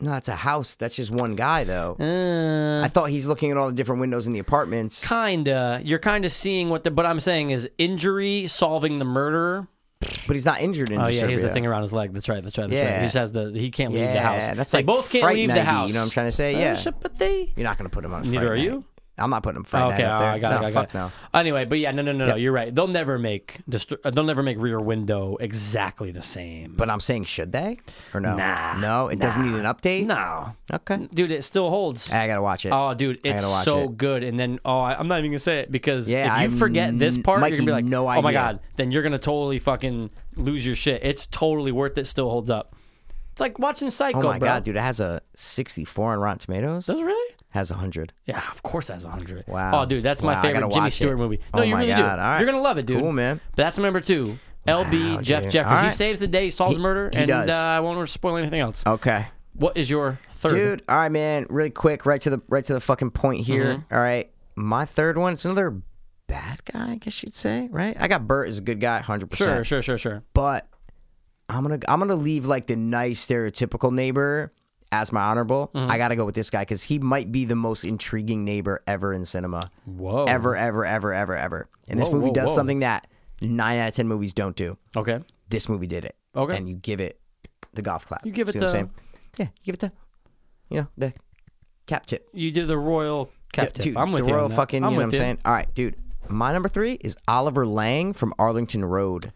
Speaker 1: No, that's a house. That's just one guy though.
Speaker 2: Uh,
Speaker 1: I thought he's looking at all the different windows in the apartments.
Speaker 2: kinda. You're kind of seeing what the. But I'm saying is injury solving the murderer.
Speaker 1: But he's not injured in
Speaker 2: Oh yeah, he has the
Speaker 1: Disturbia.
Speaker 2: thing around his leg. That's right. That's right. That's right.
Speaker 1: Yeah.
Speaker 2: He just has the. He can't leave the
Speaker 1: Yeah,
Speaker 2: house.
Speaker 1: that's
Speaker 2: they
Speaker 1: like
Speaker 2: both can't
Speaker 1: Fright
Speaker 2: leave the
Speaker 1: Nighty,
Speaker 2: house.
Speaker 1: you know what I'm trying to say?
Speaker 2: Uh,
Speaker 1: Yeah.
Speaker 2: shit, but they.
Speaker 1: You're not going to put him on.
Speaker 2: Neither
Speaker 1: Fright
Speaker 2: are
Speaker 1: Night.
Speaker 2: you? Oh,
Speaker 1: I'm not putting him Friday
Speaker 2: okay,
Speaker 1: Night up
Speaker 2: all
Speaker 1: there.
Speaker 2: right, I got
Speaker 1: no,
Speaker 2: it. I got
Speaker 1: fuck
Speaker 2: it.
Speaker 1: no.
Speaker 2: Anyway, but yeah, no, no, no, no. You're right. They'll never make. Distur- uh, they'll never make Rear Window exactly the same.
Speaker 1: But I'm saying, should they or no?
Speaker 2: Nah,
Speaker 1: no, it doesn't need an update.
Speaker 2: no,
Speaker 1: Okay,
Speaker 2: dude, it still holds.
Speaker 1: I gotta watch it.
Speaker 2: Oh, dude,
Speaker 1: I gotta
Speaker 2: it's
Speaker 1: watch
Speaker 2: so
Speaker 1: it.
Speaker 2: good. And then, oh, I, I'm not even gonna say it because
Speaker 1: Yeah,
Speaker 2: if you
Speaker 1: I'm
Speaker 2: forget this part,
Speaker 1: Mikey,
Speaker 2: you're gonna be like,
Speaker 1: no
Speaker 2: oh my
Speaker 1: idea."
Speaker 2: god, then you're gonna totally fucking lose your shit. It's totally worth it. Still holds up. It's like watching Psycho,
Speaker 1: oh my
Speaker 2: bro.
Speaker 1: god, dude, it has a 64 on Rotten Tomatoes.
Speaker 2: Does it really?
Speaker 1: Has 100.
Speaker 2: Yeah, of course that's 100.
Speaker 1: Wow.
Speaker 2: Oh, dude, that's
Speaker 1: Wow,
Speaker 2: my
Speaker 1: I
Speaker 2: favorite
Speaker 1: gotta
Speaker 2: Jimmy
Speaker 1: watch
Speaker 2: Stewart
Speaker 1: it.
Speaker 2: movie.
Speaker 1: Oh
Speaker 2: No, you
Speaker 1: my
Speaker 2: really
Speaker 1: God,
Speaker 2: do.
Speaker 1: all right.
Speaker 2: You're going to love it, dude.
Speaker 1: Cool, man.
Speaker 2: But that's number two. LB,
Speaker 1: Wow,
Speaker 2: Jeff
Speaker 1: dude.
Speaker 2: Jeffers.
Speaker 1: All
Speaker 2: He
Speaker 1: right.
Speaker 2: saves the day, solves
Speaker 1: He-
Speaker 2: murder,
Speaker 1: he
Speaker 2: and
Speaker 1: does.
Speaker 2: Uh, I won't spoil anything else.
Speaker 1: Okay,
Speaker 2: What is your third?
Speaker 1: dude. All right, man. Really quick, right to the right to the fucking point here.
Speaker 2: Mm-hmm.
Speaker 1: All right, my third one. It's another bad guy, I guess you'd say. Right? I got Bert is a good guy, 100.
Speaker 2: Sure,
Speaker 1: percent
Speaker 2: sure, sure, sure.
Speaker 1: But I'm gonna I'm gonna leave like the nice stereotypical neighbor as my honorable.
Speaker 2: Mm-hmm.
Speaker 1: I gotta go with this guy because he might be the most intriguing neighbor ever in cinema.
Speaker 2: Whoa.
Speaker 1: Ever, ever, ever, ever, ever. And this
Speaker 2: Whoa,
Speaker 1: movie
Speaker 2: whoa,
Speaker 1: does
Speaker 2: whoa.
Speaker 1: something that nine out of ten movies don't do.
Speaker 2: Okay.
Speaker 1: This movie did it.
Speaker 2: Okay.
Speaker 1: And you give it the golf clap.
Speaker 2: You give it
Speaker 1: See what I'm
Speaker 2: the-
Speaker 1: saying? Yeah, you give it the you know, the cap tip.
Speaker 2: You did the royal
Speaker 1: Yeah,
Speaker 2: captain.
Speaker 1: Dude,
Speaker 2: I'm with
Speaker 1: the
Speaker 2: you. on
Speaker 1: royal
Speaker 2: that.
Speaker 1: fucking,
Speaker 2: I'm
Speaker 1: you know what
Speaker 2: with
Speaker 1: I'm saying? All right, dude. My number three is Oliver Lang from Arlington Road.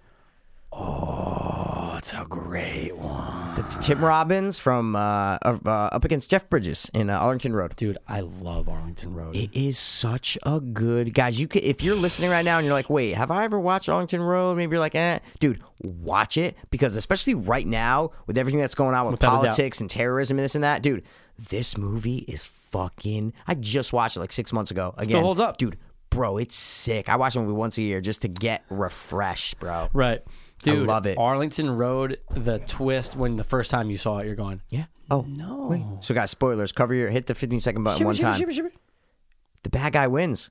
Speaker 2: Oh, it's a great one.
Speaker 1: That's Tim Robbins from uh, of, uh, up against Jeff Bridges in uh, Arlington Road.
Speaker 2: Dude, I love Arlington Road.
Speaker 1: It is such a good guys. You could if you're listening right now and you're like, wait, have I ever watched Arlington Road? Maybe you're like, eh, dude, watch it because especially right now with everything that's going on with
Speaker 2: Without a doubt.
Speaker 1: politics and terrorism and this and that, dude, this movie is fucking. I just watched it like six months ago. Again,
Speaker 2: holds up.
Speaker 1: dude. Bro, it's sick. I watch a movie once a year just to get refreshed, bro.
Speaker 2: right. Dude,
Speaker 1: love it.
Speaker 2: Arlington Road, the twist when the first time you saw it, you're going,
Speaker 1: Yeah. Oh no. So, guys, spoilers. Cover your hit the 15 second button one time. The bad guy wins.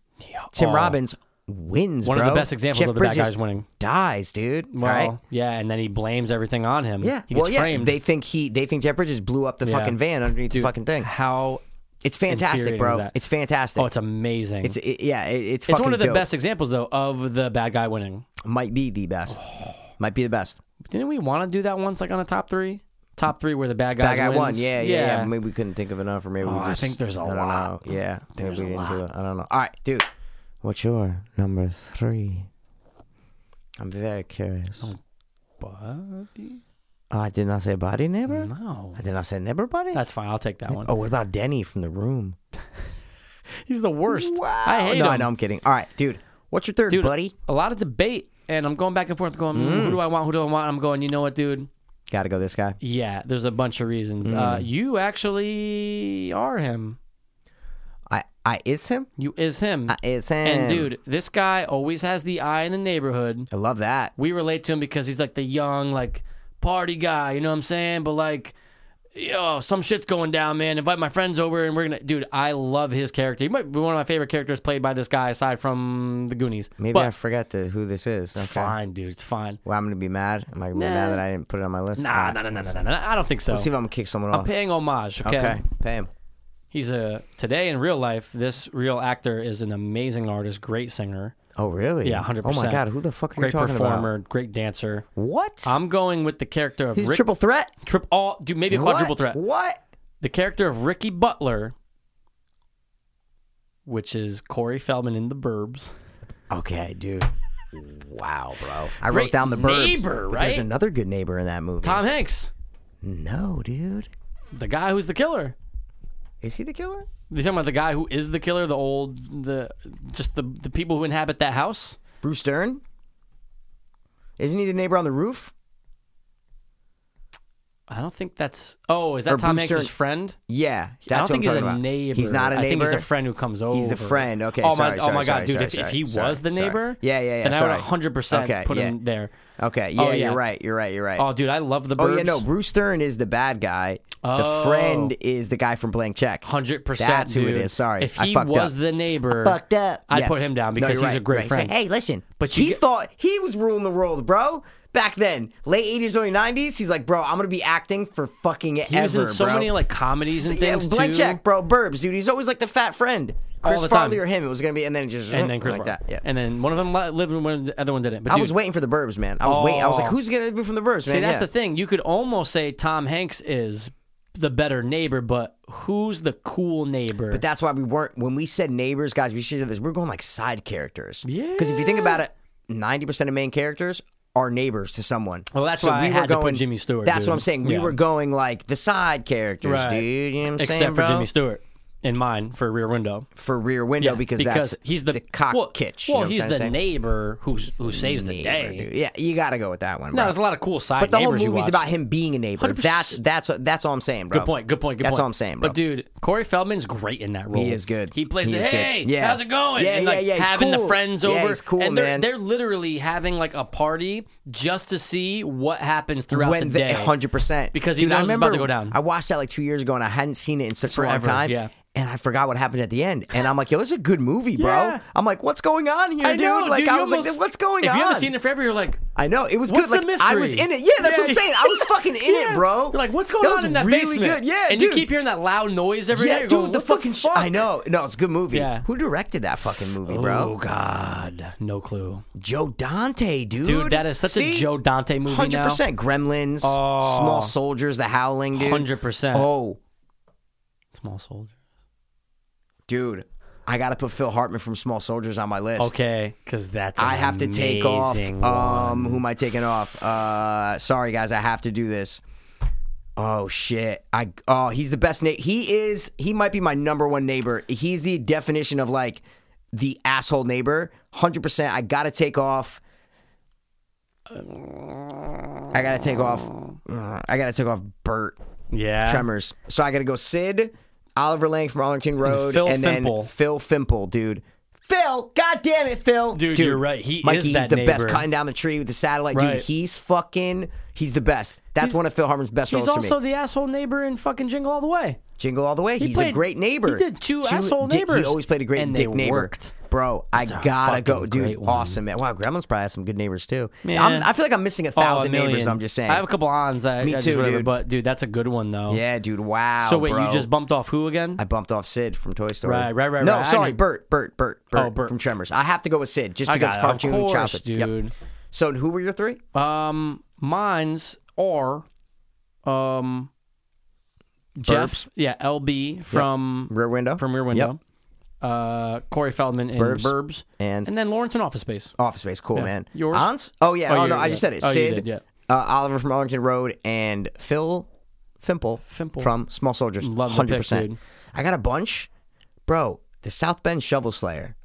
Speaker 1: Tim
Speaker 2: Oh.
Speaker 1: Robbins wins.
Speaker 2: One of the
Speaker 1: bro.
Speaker 2: best examples
Speaker 1: Jeff
Speaker 2: of the bad
Speaker 1: Bridges
Speaker 2: guys winning.
Speaker 1: Dies, dude.
Speaker 2: Well,
Speaker 1: right?
Speaker 2: yeah, and then he blames everything on him.
Speaker 1: Yeah.
Speaker 2: he gets
Speaker 1: well, yeah.
Speaker 2: framed.
Speaker 1: They think he. They think Jeff Bridges blew up the
Speaker 2: Yeah.
Speaker 1: fucking van underneath
Speaker 2: Dude,
Speaker 1: the fucking thing.
Speaker 2: How?
Speaker 1: It's fantastic,
Speaker 2: infuriating is
Speaker 1: bro.
Speaker 2: that?
Speaker 1: It's fantastic.
Speaker 2: Oh, it's amazing.
Speaker 1: It's it, yeah. It, it's
Speaker 2: It's
Speaker 1: fucking
Speaker 2: one of the
Speaker 1: dope.
Speaker 2: best examples though of the bad guy winning.
Speaker 1: Might be the best. Might be the best.
Speaker 2: Didn't we want to do that once, like on a top three? Top three where the bad guy
Speaker 1: That guy won.
Speaker 2: wins?
Speaker 1: Yeah, yeah, yeah, Maybe we couldn't think of enough, or maybe
Speaker 2: Oh,
Speaker 1: we
Speaker 2: I
Speaker 1: just.
Speaker 2: think there's a
Speaker 1: I don't
Speaker 2: lot.
Speaker 1: Know. Yeah,
Speaker 2: There's
Speaker 1: maybe we
Speaker 2: a
Speaker 1: didn't do
Speaker 2: lot.
Speaker 1: it. I don't know. All right, dude. What's your number three? I'm very curious.
Speaker 2: Oh. Buddy?
Speaker 1: Oh, I did not say body neighbor.
Speaker 2: No,
Speaker 1: I did not say neighbor body.
Speaker 2: that's fine. I'll take that one.
Speaker 1: Oh, what about Denny from the room?
Speaker 2: He's the worst. I hate
Speaker 1: no,
Speaker 2: him.
Speaker 1: I know. I'm kidding. All right, dude. What's your third,
Speaker 2: dude,
Speaker 1: buddy? Mm.
Speaker 2: A lot of debate, and I'm going back and forth, going, mm, who do I want? Who do I want? I'm going, you know what, dude?
Speaker 1: Got to go this guy.
Speaker 2: Yeah, there's a bunch of reasons.
Speaker 1: Mm.
Speaker 2: Uh, you actually are him.
Speaker 1: I I is him.
Speaker 2: You is him.
Speaker 1: I is him.
Speaker 2: and dude, this guy always has the eye in the neighborhood.
Speaker 1: I love that.
Speaker 2: We relate to him because he's like the young, like party guy. You know what I'm saying? But like, yo, some shit's going down, man. Invite my friends over, and we're gonna. Dude, I love his character. He might be one of my favorite characters played by this guy, aside from the Goonies.
Speaker 1: Maybe
Speaker 2: but
Speaker 1: I forgot the, who this is. Okay.
Speaker 2: it's fine, dude. It's fine.
Speaker 1: Well, I'm gonna be mad. Am I gonna be mad that I didn't put it on my list?
Speaker 2: Nah, nah, nah, nah, nah, nah, nah. I don't think so.
Speaker 1: Let's see if I'm gonna kick someone
Speaker 2: I'm
Speaker 1: off.
Speaker 2: paying homage. Okay.
Speaker 1: Okay, pay him.
Speaker 2: He's a today in real life. This real actor is an amazing artist, great singer,
Speaker 1: Oh really?
Speaker 2: Yeah, 100%.
Speaker 1: Oh my god, who the fuck are you
Speaker 2: great
Speaker 1: talking
Speaker 2: performer,
Speaker 1: about?
Speaker 2: great dancer.
Speaker 1: What?
Speaker 2: I'm going with the character of
Speaker 1: He's a
Speaker 2: Rick,
Speaker 1: triple threat.
Speaker 2: trip all dude maybe a
Speaker 1: What?
Speaker 2: quadruple threat.
Speaker 1: What?
Speaker 2: The character of Ricky Butler, which is Corey Feldman in The Burbs.
Speaker 1: Okay, dude. Wow, bro. I
Speaker 2: Great
Speaker 1: wrote down the burbs.
Speaker 2: neighbor,
Speaker 1: but There's
Speaker 2: right?
Speaker 1: another good neighbor in that movie.
Speaker 2: Tom Hanks,
Speaker 1: No, dude.
Speaker 2: the guy who's the killer.
Speaker 1: Is he the killer?
Speaker 2: You talking about the guy who is the killer? The old the just the the people who inhabit that house.
Speaker 1: Bruce Dern? Isn't he the neighbor on the roof?
Speaker 2: I don't think that's. Oh, is that
Speaker 1: Or
Speaker 2: Tom
Speaker 1: Bruce
Speaker 2: Hanks'
Speaker 1: Dern-
Speaker 2: friend?
Speaker 1: Yeah, that's
Speaker 2: I don't
Speaker 1: what
Speaker 2: think
Speaker 1: I'm
Speaker 2: he's a
Speaker 1: talking about.
Speaker 2: neighbor.
Speaker 1: He's not a neighbor.
Speaker 2: I think he's a friend who comes over.
Speaker 1: He's a friend. Okay.
Speaker 2: Oh my,
Speaker 1: sorry,
Speaker 2: oh
Speaker 1: sorry,
Speaker 2: my God,
Speaker 1: sorry,
Speaker 2: dude!
Speaker 1: sorry,
Speaker 2: if,
Speaker 1: sorry,
Speaker 2: if he
Speaker 1: sorry,
Speaker 2: was the
Speaker 1: sorry.
Speaker 2: neighbor,
Speaker 1: Yeah, yeah, yeah.
Speaker 2: then I
Speaker 1: sorry.
Speaker 2: would hundred percent
Speaker 1: Okay,
Speaker 2: put
Speaker 1: yeah.
Speaker 2: him there.
Speaker 1: Okay. Yeah,
Speaker 2: Oh, yeah.
Speaker 1: you're right. You're right. You're right.
Speaker 2: Oh, dude, I love the
Speaker 1: Oh,
Speaker 2: birds.
Speaker 1: yeah. No, Bruce Stern is the bad guy.
Speaker 2: Oh.
Speaker 1: The friend is the guy from Blank Check.
Speaker 2: hundred percent.
Speaker 1: That's who it is. Sorry,
Speaker 2: if
Speaker 1: I
Speaker 2: he
Speaker 1: fucked
Speaker 2: was
Speaker 1: up.
Speaker 2: the neighbor,
Speaker 1: Fucked up.
Speaker 2: I'd
Speaker 1: Yeah.
Speaker 2: put him down
Speaker 1: No,
Speaker 2: because
Speaker 1: you're
Speaker 2: he's
Speaker 1: right,
Speaker 2: a great
Speaker 1: right. He's
Speaker 2: friend.
Speaker 1: like, hey, listen.
Speaker 2: But
Speaker 1: But
Speaker 2: you
Speaker 1: he
Speaker 2: get-
Speaker 1: thought he was ruling the world, bro. Back then, late '80s, early '90s, he's like, bro, I'm gonna be acting for fucking
Speaker 2: he
Speaker 1: ever.
Speaker 2: was in so
Speaker 1: bro.
Speaker 2: many like comedies and
Speaker 1: Yeah,
Speaker 2: things
Speaker 1: Blank
Speaker 2: too.
Speaker 1: check, bro. Burbs, dude. He's always like the fat friend.
Speaker 2: All
Speaker 1: Chris
Speaker 2: the time.
Speaker 1: Farley or him. It was gonna be, and then it just
Speaker 2: And then Chris
Speaker 1: like
Speaker 2: Rock.
Speaker 1: that. Yeah.
Speaker 2: And then one of them li- lived and one the other one didn't. But
Speaker 1: I
Speaker 2: dude, Oh.
Speaker 1: was waiting for the Burbs, man. I was waiting. I was like, who's gonna be from the Burbs, man?
Speaker 2: See, that's
Speaker 1: Yeah.
Speaker 2: the thing. You could almost say Tom Hanks is the better neighbor, but who's the cool neighbor?
Speaker 1: But that's why we weren't when we said neighbors, guys. We should have this. We're going like side characters. Yeah. Because if you think about it, ninety percent of main characters are neighbors to someone.
Speaker 2: Well, that's why I had to put Jimmy Stewart,
Speaker 1: That's
Speaker 2: dude.
Speaker 1: what I'm saying. We
Speaker 2: Yeah.
Speaker 1: were going like the side characters,
Speaker 2: Right.
Speaker 1: dude. You know what I'm
Speaker 2: except
Speaker 1: saying,
Speaker 2: for
Speaker 1: bro?
Speaker 2: Jimmy Stewart and mine for Rear Window.
Speaker 1: for Rear Window because, that's
Speaker 2: he's the,
Speaker 1: cock
Speaker 2: well,
Speaker 1: kitsch. you
Speaker 2: Well,
Speaker 1: know what
Speaker 2: he's
Speaker 1: I'm
Speaker 2: the
Speaker 1: saying?
Speaker 2: neighbor who who saves the
Speaker 1: Neighbor,
Speaker 2: day.
Speaker 1: dude. Yeah, you got to go with that one.
Speaker 2: No,
Speaker 1: bro.
Speaker 2: there's a lot of cool side.
Speaker 1: But the whole
Speaker 2: neighbors you
Speaker 1: movie's
Speaker 2: watch.
Speaker 1: about him being a neighbor.
Speaker 2: 100%.
Speaker 1: That's that's that's all I'm saying, bro.
Speaker 2: Good point. Good point. Good
Speaker 1: that's
Speaker 2: point.
Speaker 1: all I'm saying, bro.
Speaker 2: But dude, Corey Feldman's great in that role.
Speaker 1: He is good.
Speaker 2: He plays
Speaker 1: He
Speaker 2: the
Speaker 1: is good.
Speaker 2: hey,
Speaker 1: Yeah.
Speaker 2: how's it going?
Speaker 1: Yeah,
Speaker 2: and
Speaker 1: yeah,
Speaker 2: like
Speaker 1: yeah, he's
Speaker 2: having the
Speaker 1: cool.
Speaker 2: friends
Speaker 1: Yeah,
Speaker 2: over.
Speaker 1: he's cool,
Speaker 2: and they're,
Speaker 1: man.
Speaker 2: they're literally having like a party just to see what happens throughout
Speaker 1: when
Speaker 2: the day.
Speaker 1: hundred percent
Speaker 2: Because he knows it's about to go down.
Speaker 1: I watched that like two years ago, and I hadn't seen it in such a long
Speaker 2: Forever,
Speaker 1: time.
Speaker 2: yeah.
Speaker 1: And I forgot what happened at the end, and I'm like, "Yo, this is a good movie, bro."
Speaker 2: Yeah.
Speaker 1: I'm like, "What's going on here,
Speaker 2: I know,
Speaker 1: dude?" Like,
Speaker 2: dude,
Speaker 1: I
Speaker 2: you
Speaker 1: was
Speaker 2: almost-
Speaker 1: like, "What's going
Speaker 2: if
Speaker 1: on?"
Speaker 2: you haven't seen it forever, you're like,
Speaker 1: I know it was
Speaker 2: What's
Speaker 1: good. Like
Speaker 2: the
Speaker 1: I was
Speaker 2: mystery?
Speaker 1: in it. Yeah, that's
Speaker 2: Yeah.
Speaker 1: what I'm saying. I was fucking in it, bro.
Speaker 2: You're like, what's going
Speaker 1: That
Speaker 2: on
Speaker 1: was
Speaker 2: in that
Speaker 1: really
Speaker 2: basement?
Speaker 1: Good. Yeah,
Speaker 2: and
Speaker 1: dude.
Speaker 2: you keep hearing that loud noise every day.
Speaker 1: yeah,
Speaker 2: You're
Speaker 1: dude,
Speaker 2: going,
Speaker 1: the
Speaker 2: "What
Speaker 1: fucking sh-
Speaker 2: fuck?
Speaker 1: I know. No, it's a good movie.
Speaker 2: Yeah.
Speaker 1: Who directed that fucking movie,
Speaker 2: Oh
Speaker 1: bro?
Speaker 2: God, no clue,
Speaker 1: Joe Dante, dude.
Speaker 2: dude. that is such
Speaker 1: See?
Speaker 2: a Joe Dante movie
Speaker 1: Hundred
Speaker 2: now.
Speaker 1: percent. Gremlins,
Speaker 2: Oh.
Speaker 1: Small Soldiers, The Howling, dude.
Speaker 2: 100%.
Speaker 1: Oh,
Speaker 2: Small soldier.
Speaker 1: dude, I gotta put Phil Hartman from Small Soldiers on my list.
Speaker 2: Okay, because that's
Speaker 1: I have to take off.
Speaker 2: amazing
Speaker 1: Um,
Speaker 2: one.
Speaker 1: who am I taking off? Uh, sorry guys, I have to do this. Oh shit! I oh he's the best. Na- he is. He might be my number one neighbor. He's the definition of like the asshole neighbor. Hundred percent. I gotta take off. I gotta take off. I gotta take off Bert.
Speaker 2: yeah,
Speaker 1: Tremors. So I got to go Sid, Oliver Lang from Arlington Road, and,
Speaker 2: Phil
Speaker 1: then
Speaker 2: Fimple.
Speaker 1: Phil Fimple, dude. Phil, god damn it, Phil.
Speaker 2: Dude, you're right. He
Speaker 1: Mikey,
Speaker 2: is
Speaker 1: he's
Speaker 2: that
Speaker 1: the best
Speaker 2: neighbor.
Speaker 1: cutting down the tree with the satellite.
Speaker 2: Right.
Speaker 1: Dude, he's fucking, he's the best. That's
Speaker 2: He's-
Speaker 1: one of Phil Harmon's best roles
Speaker 2: He's also
Speaker 1: to me.
Speaker 2: the asshole neighbor in fucking Jingle All the Way.
Speaker 1: Jingle all the way. he's a
Speaker 2: played-
Speaker 1: great neighbor.
Speaker 2: he did two asshole
Speaker 1: di-
Speaker 2: neighbors.
Speaker 1: he always played a great
Speaker 2: And they
Speaker 1: dick neighbor.
Speaker 2: worked.
Speaker 1: Bro, I
Speaker 2: a
Speaker 1: gotta go,
Speaker 2: fucking
Speaker 1: dude.
Speaker 2: great one.
Speaker 1: Awesome, man. Wow, Gremlins probably has some good neighbors too.
Speaker 2: Man.
Speaker 1: I'm, I feel like I'm missing a
Speaker 2: Oh, a
Speaker 1: thousand neighbors.
Speaker 2: million.
Speaker 1: I'm just saying.
Speaker 2: I have a couple ons. I,
Speaker 1: Me
Speaker 2: I just
Speaker 1: too,
Speaker 2: remember,
Speaker 1: dude.
Speaker 2: But dude, that's a good one though.
Speaker 1: yeah, dude. Wow.
Speaker 2: So wait,
Speaker 1: bro.
Speaker 2: you just bumped off who again?
Speaker 1: I bumped off Sid from Toy Story.
Speaker 2: Right, right, right,
Speaker 1: No,
Speaker 2: right. I
Speaker 1: sorry,
Speaker 2: knew-
Speaker 1: Bert, Bert, Bert, Bert,
Speaker 2: Oh, Bert.
Speaker 1: from Tremors. I have to go with Sid just
Speaker 2: I
Speaker 1: because
Speaker 2: got it.
Speaker 1: cartoon
Speaker 2: of course,
Speaker 1: childhood. Yep.
Speaker 2: dude.
Speaker 1: So who were your three?
Speaker 2: Um, mine's are, um, Jeff, yeah, LB from
Speaker 1: Rear Window
Speaker 2: from Rear Window, uh, Corey Feldman in Burbs,
Speaker 1: Burbs. and
Speaker 2: and then Lawrence in Office Space.
Speaker 1: Office Space. Cool, man.
Speaker 2: Yours?
Speaker 1: Aunt? Oh yeah.
Speaker 2: Oh,
Speaker 1: Oh,
Speaker 2: you-
Speaker 1: no, I
Speaker 2: yeah.
Speaker 1: just said it.
Speaker 2: Oh, you
Speaker 1: Sid,
Speaker 2: did, yeah.
Speaker 1: uh, Oliver from Arlington Road, and Phil Fimple,
Speaker 2: Fimple.
Speaker 1: from Small Soldiers.
Speaker 2: Love the
Speaker 1: hundred
Speaker 2: picks, dude.
Speaker 1: percent. I got a bunch, bro. The South Bend Shovel Slayer.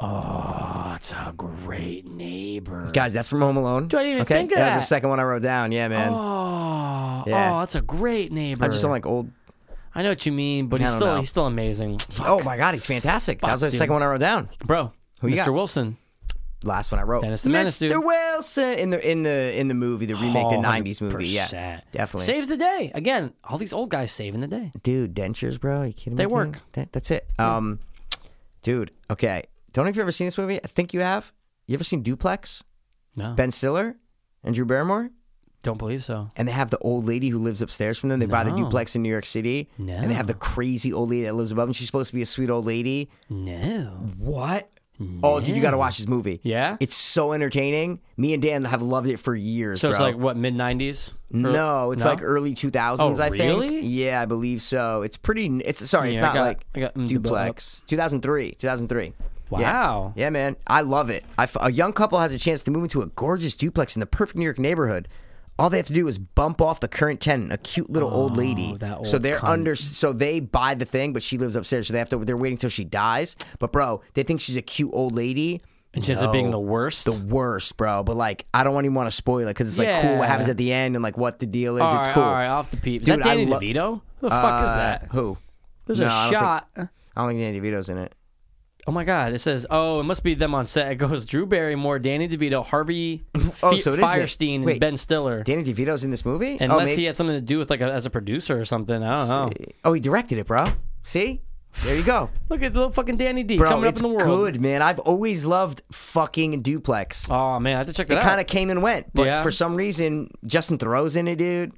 Speaker 2: Oh, it's That's a great neighbor.
Speaker 1: Guys, that's from Home Alone.
Speaker 2: Do I even
Speaker 1: okay?
Speaker 2: think of
Speaker 1: That was
Speaker 2: that?
Speaker 1: the second one I wrote down. Yeah, man.
Speaker 2: Oh,
Speaker 1: Yeah.
Speaker 2: oh, that's a great neighbor.
Speaker 1: I just don't like old.
Speaker 2: I know what you mean, but he's
Speaker 1: don't
Speaker 2: still
Speaker 1: know.
Speaker 2: he's still amazing,
Speaker 1: Oh my God, he's fantastic. that was the
Speaker 2: dude.
Speaker 1: second one I wrote down.
Speaker 2: bro.
Speaker 1: you
Speaker 2: Mr.
Speaker 1: got?
Speaker 2: Wilson.
Speaker 1: Last one I wrote.
Speaker 2: Dennis the Menace, dude.
Speaker 1: Mr. Wilson in the in the in the movie, the remake,
Speaker 2: Oh,
Speaker 1: the '90s movie. Yeah,
Speaker 2: 100%.
Speaker 1: definitely.
Speaker 2: Saves the day. Again, all these old guys saving the day.
Speaker 1: dude, dentures, bro. Are you kidding me?
Speaker 2: They
Speaker 1: dude?
Speaker 2: work.
Speaker 1: That- that's it. Um, dude. Okay. Don't know if you've ever seen this movie. I think you have. You ever seen Duplex?
Speaker 2: No.
Speaker 1: Ben Stiller and Drew Barrymore,
Speaker 2: Don't believe so.
Speaker 1: and they have the old lady who lives upstairs from them. They buy the
Speaker 2: No.
Speaker 1: duplex in New York City, and they have the crazy old lady that lives above them. She's supposed to be a sweet old lady.
Speaker 2: No.
Speaker 1: What? Oh, dude, you got to watch this movie.
Speaker 2: Yeah?
Speaker 1: it's so entertaining. Me and Dan have loved it for years.
Speaker 2: So it's
Speaker 1: bro.
Speaker 2: like what mid nineties?
Speaker 1: No, it's like early 2000s,
Speaker 2: Oh,
Speaker 1: I
Speaker 2: really?
Speaker 1: think. Yeah, I believe so. It's pretty it's sorry, it's
Speaker 2: Yeah,
Speaker 1: not
Speaker 2: I got-
Speaker 1: like
Speaker 2: I got them to build
Speaker 1: Duplex. 2003, 2003. Yeah.
Speaker 2: Wow.
Speaker 1: Yeah, man. I love it. I f- a young couple has a chance to move into a gorgeous duplex in the perfect New York neighborhood. All they have to do is bump off the current tenant, a cute little old lady.
Speaker 2: Oh, that
Speaker 1: so
Speaker 2: old
Speaker 1: they're
Speaker 2: cunt.
Speaker 1: under so they buy the thing, but she lives upstairs, so they have to they're waiting till she dies. But bro, they think she's a cute old lady.
Speaker 2: And she ends up being the worst.
Speaker 1: The worst, bro. But like, I don't even want to spoil it because it's like cool
Speaker 2: Yeah.
Speaker 1: what happens at the end and like what the deal is.
Speaker 2: All
Speaker 1: it's
Speaker 2: right,
Speaker 1: cool.
Speaker 2: All right, off the peep. Is
Speaker 1: Dude,
Speaker 2: that
Speaker 1: I
Speaker 2: Danny
Speaker 1: lo-
Speaker 2: DeVito? Who the fuck is
Speaker 1: Uh,
Speaker 2: that?
Speaker 1: Who?
Speaker 2: There's
Speaker 1: no,
Speaker 2: a
Speaker 1: I don't think-
Speaker 2: shot.
Speaker 1: I don't think Danny DeVito's in it.
Speaker 2: Oh my god! It says, "Oh, it must be them on set." It goes Drew Barrymore, Danny DeVito, Harvey
Speaker 1: Oh,
Speaker 2: Fe-
Speaker 1: so it is
Speaker 2: Firestein,
Speaker 1: the-
Speaker 2: and
Speaker 1: wait.
Speaker 2: Ben Stiller.
Speaker 1: Danny DeVito's in this movie? Oh,
Speaker 2: Unless
Speaker 1: maybe-
Speaker 2: he had something to do with like a, as a producer or something. I don't know.
Speaker 1: Oh, he directed it, bro. See? There you go.
Speaker 2: Look at little fucking Danny D
Speaker 1: Bro,
Speaker 2: coming up
Speaker 1: it's
Speaker 2: in the world.
Speaker 1: good, man. I've always loved fucking Duplex.
Speaker 2: Oh man, I have to check that
Speaker 1: it
Speaker 2: out.
Speaker 1: kind of came and went, but
Speaker 2: Yeah.
Speaker 1: for some reason, Justin Thoreau's in it, dude.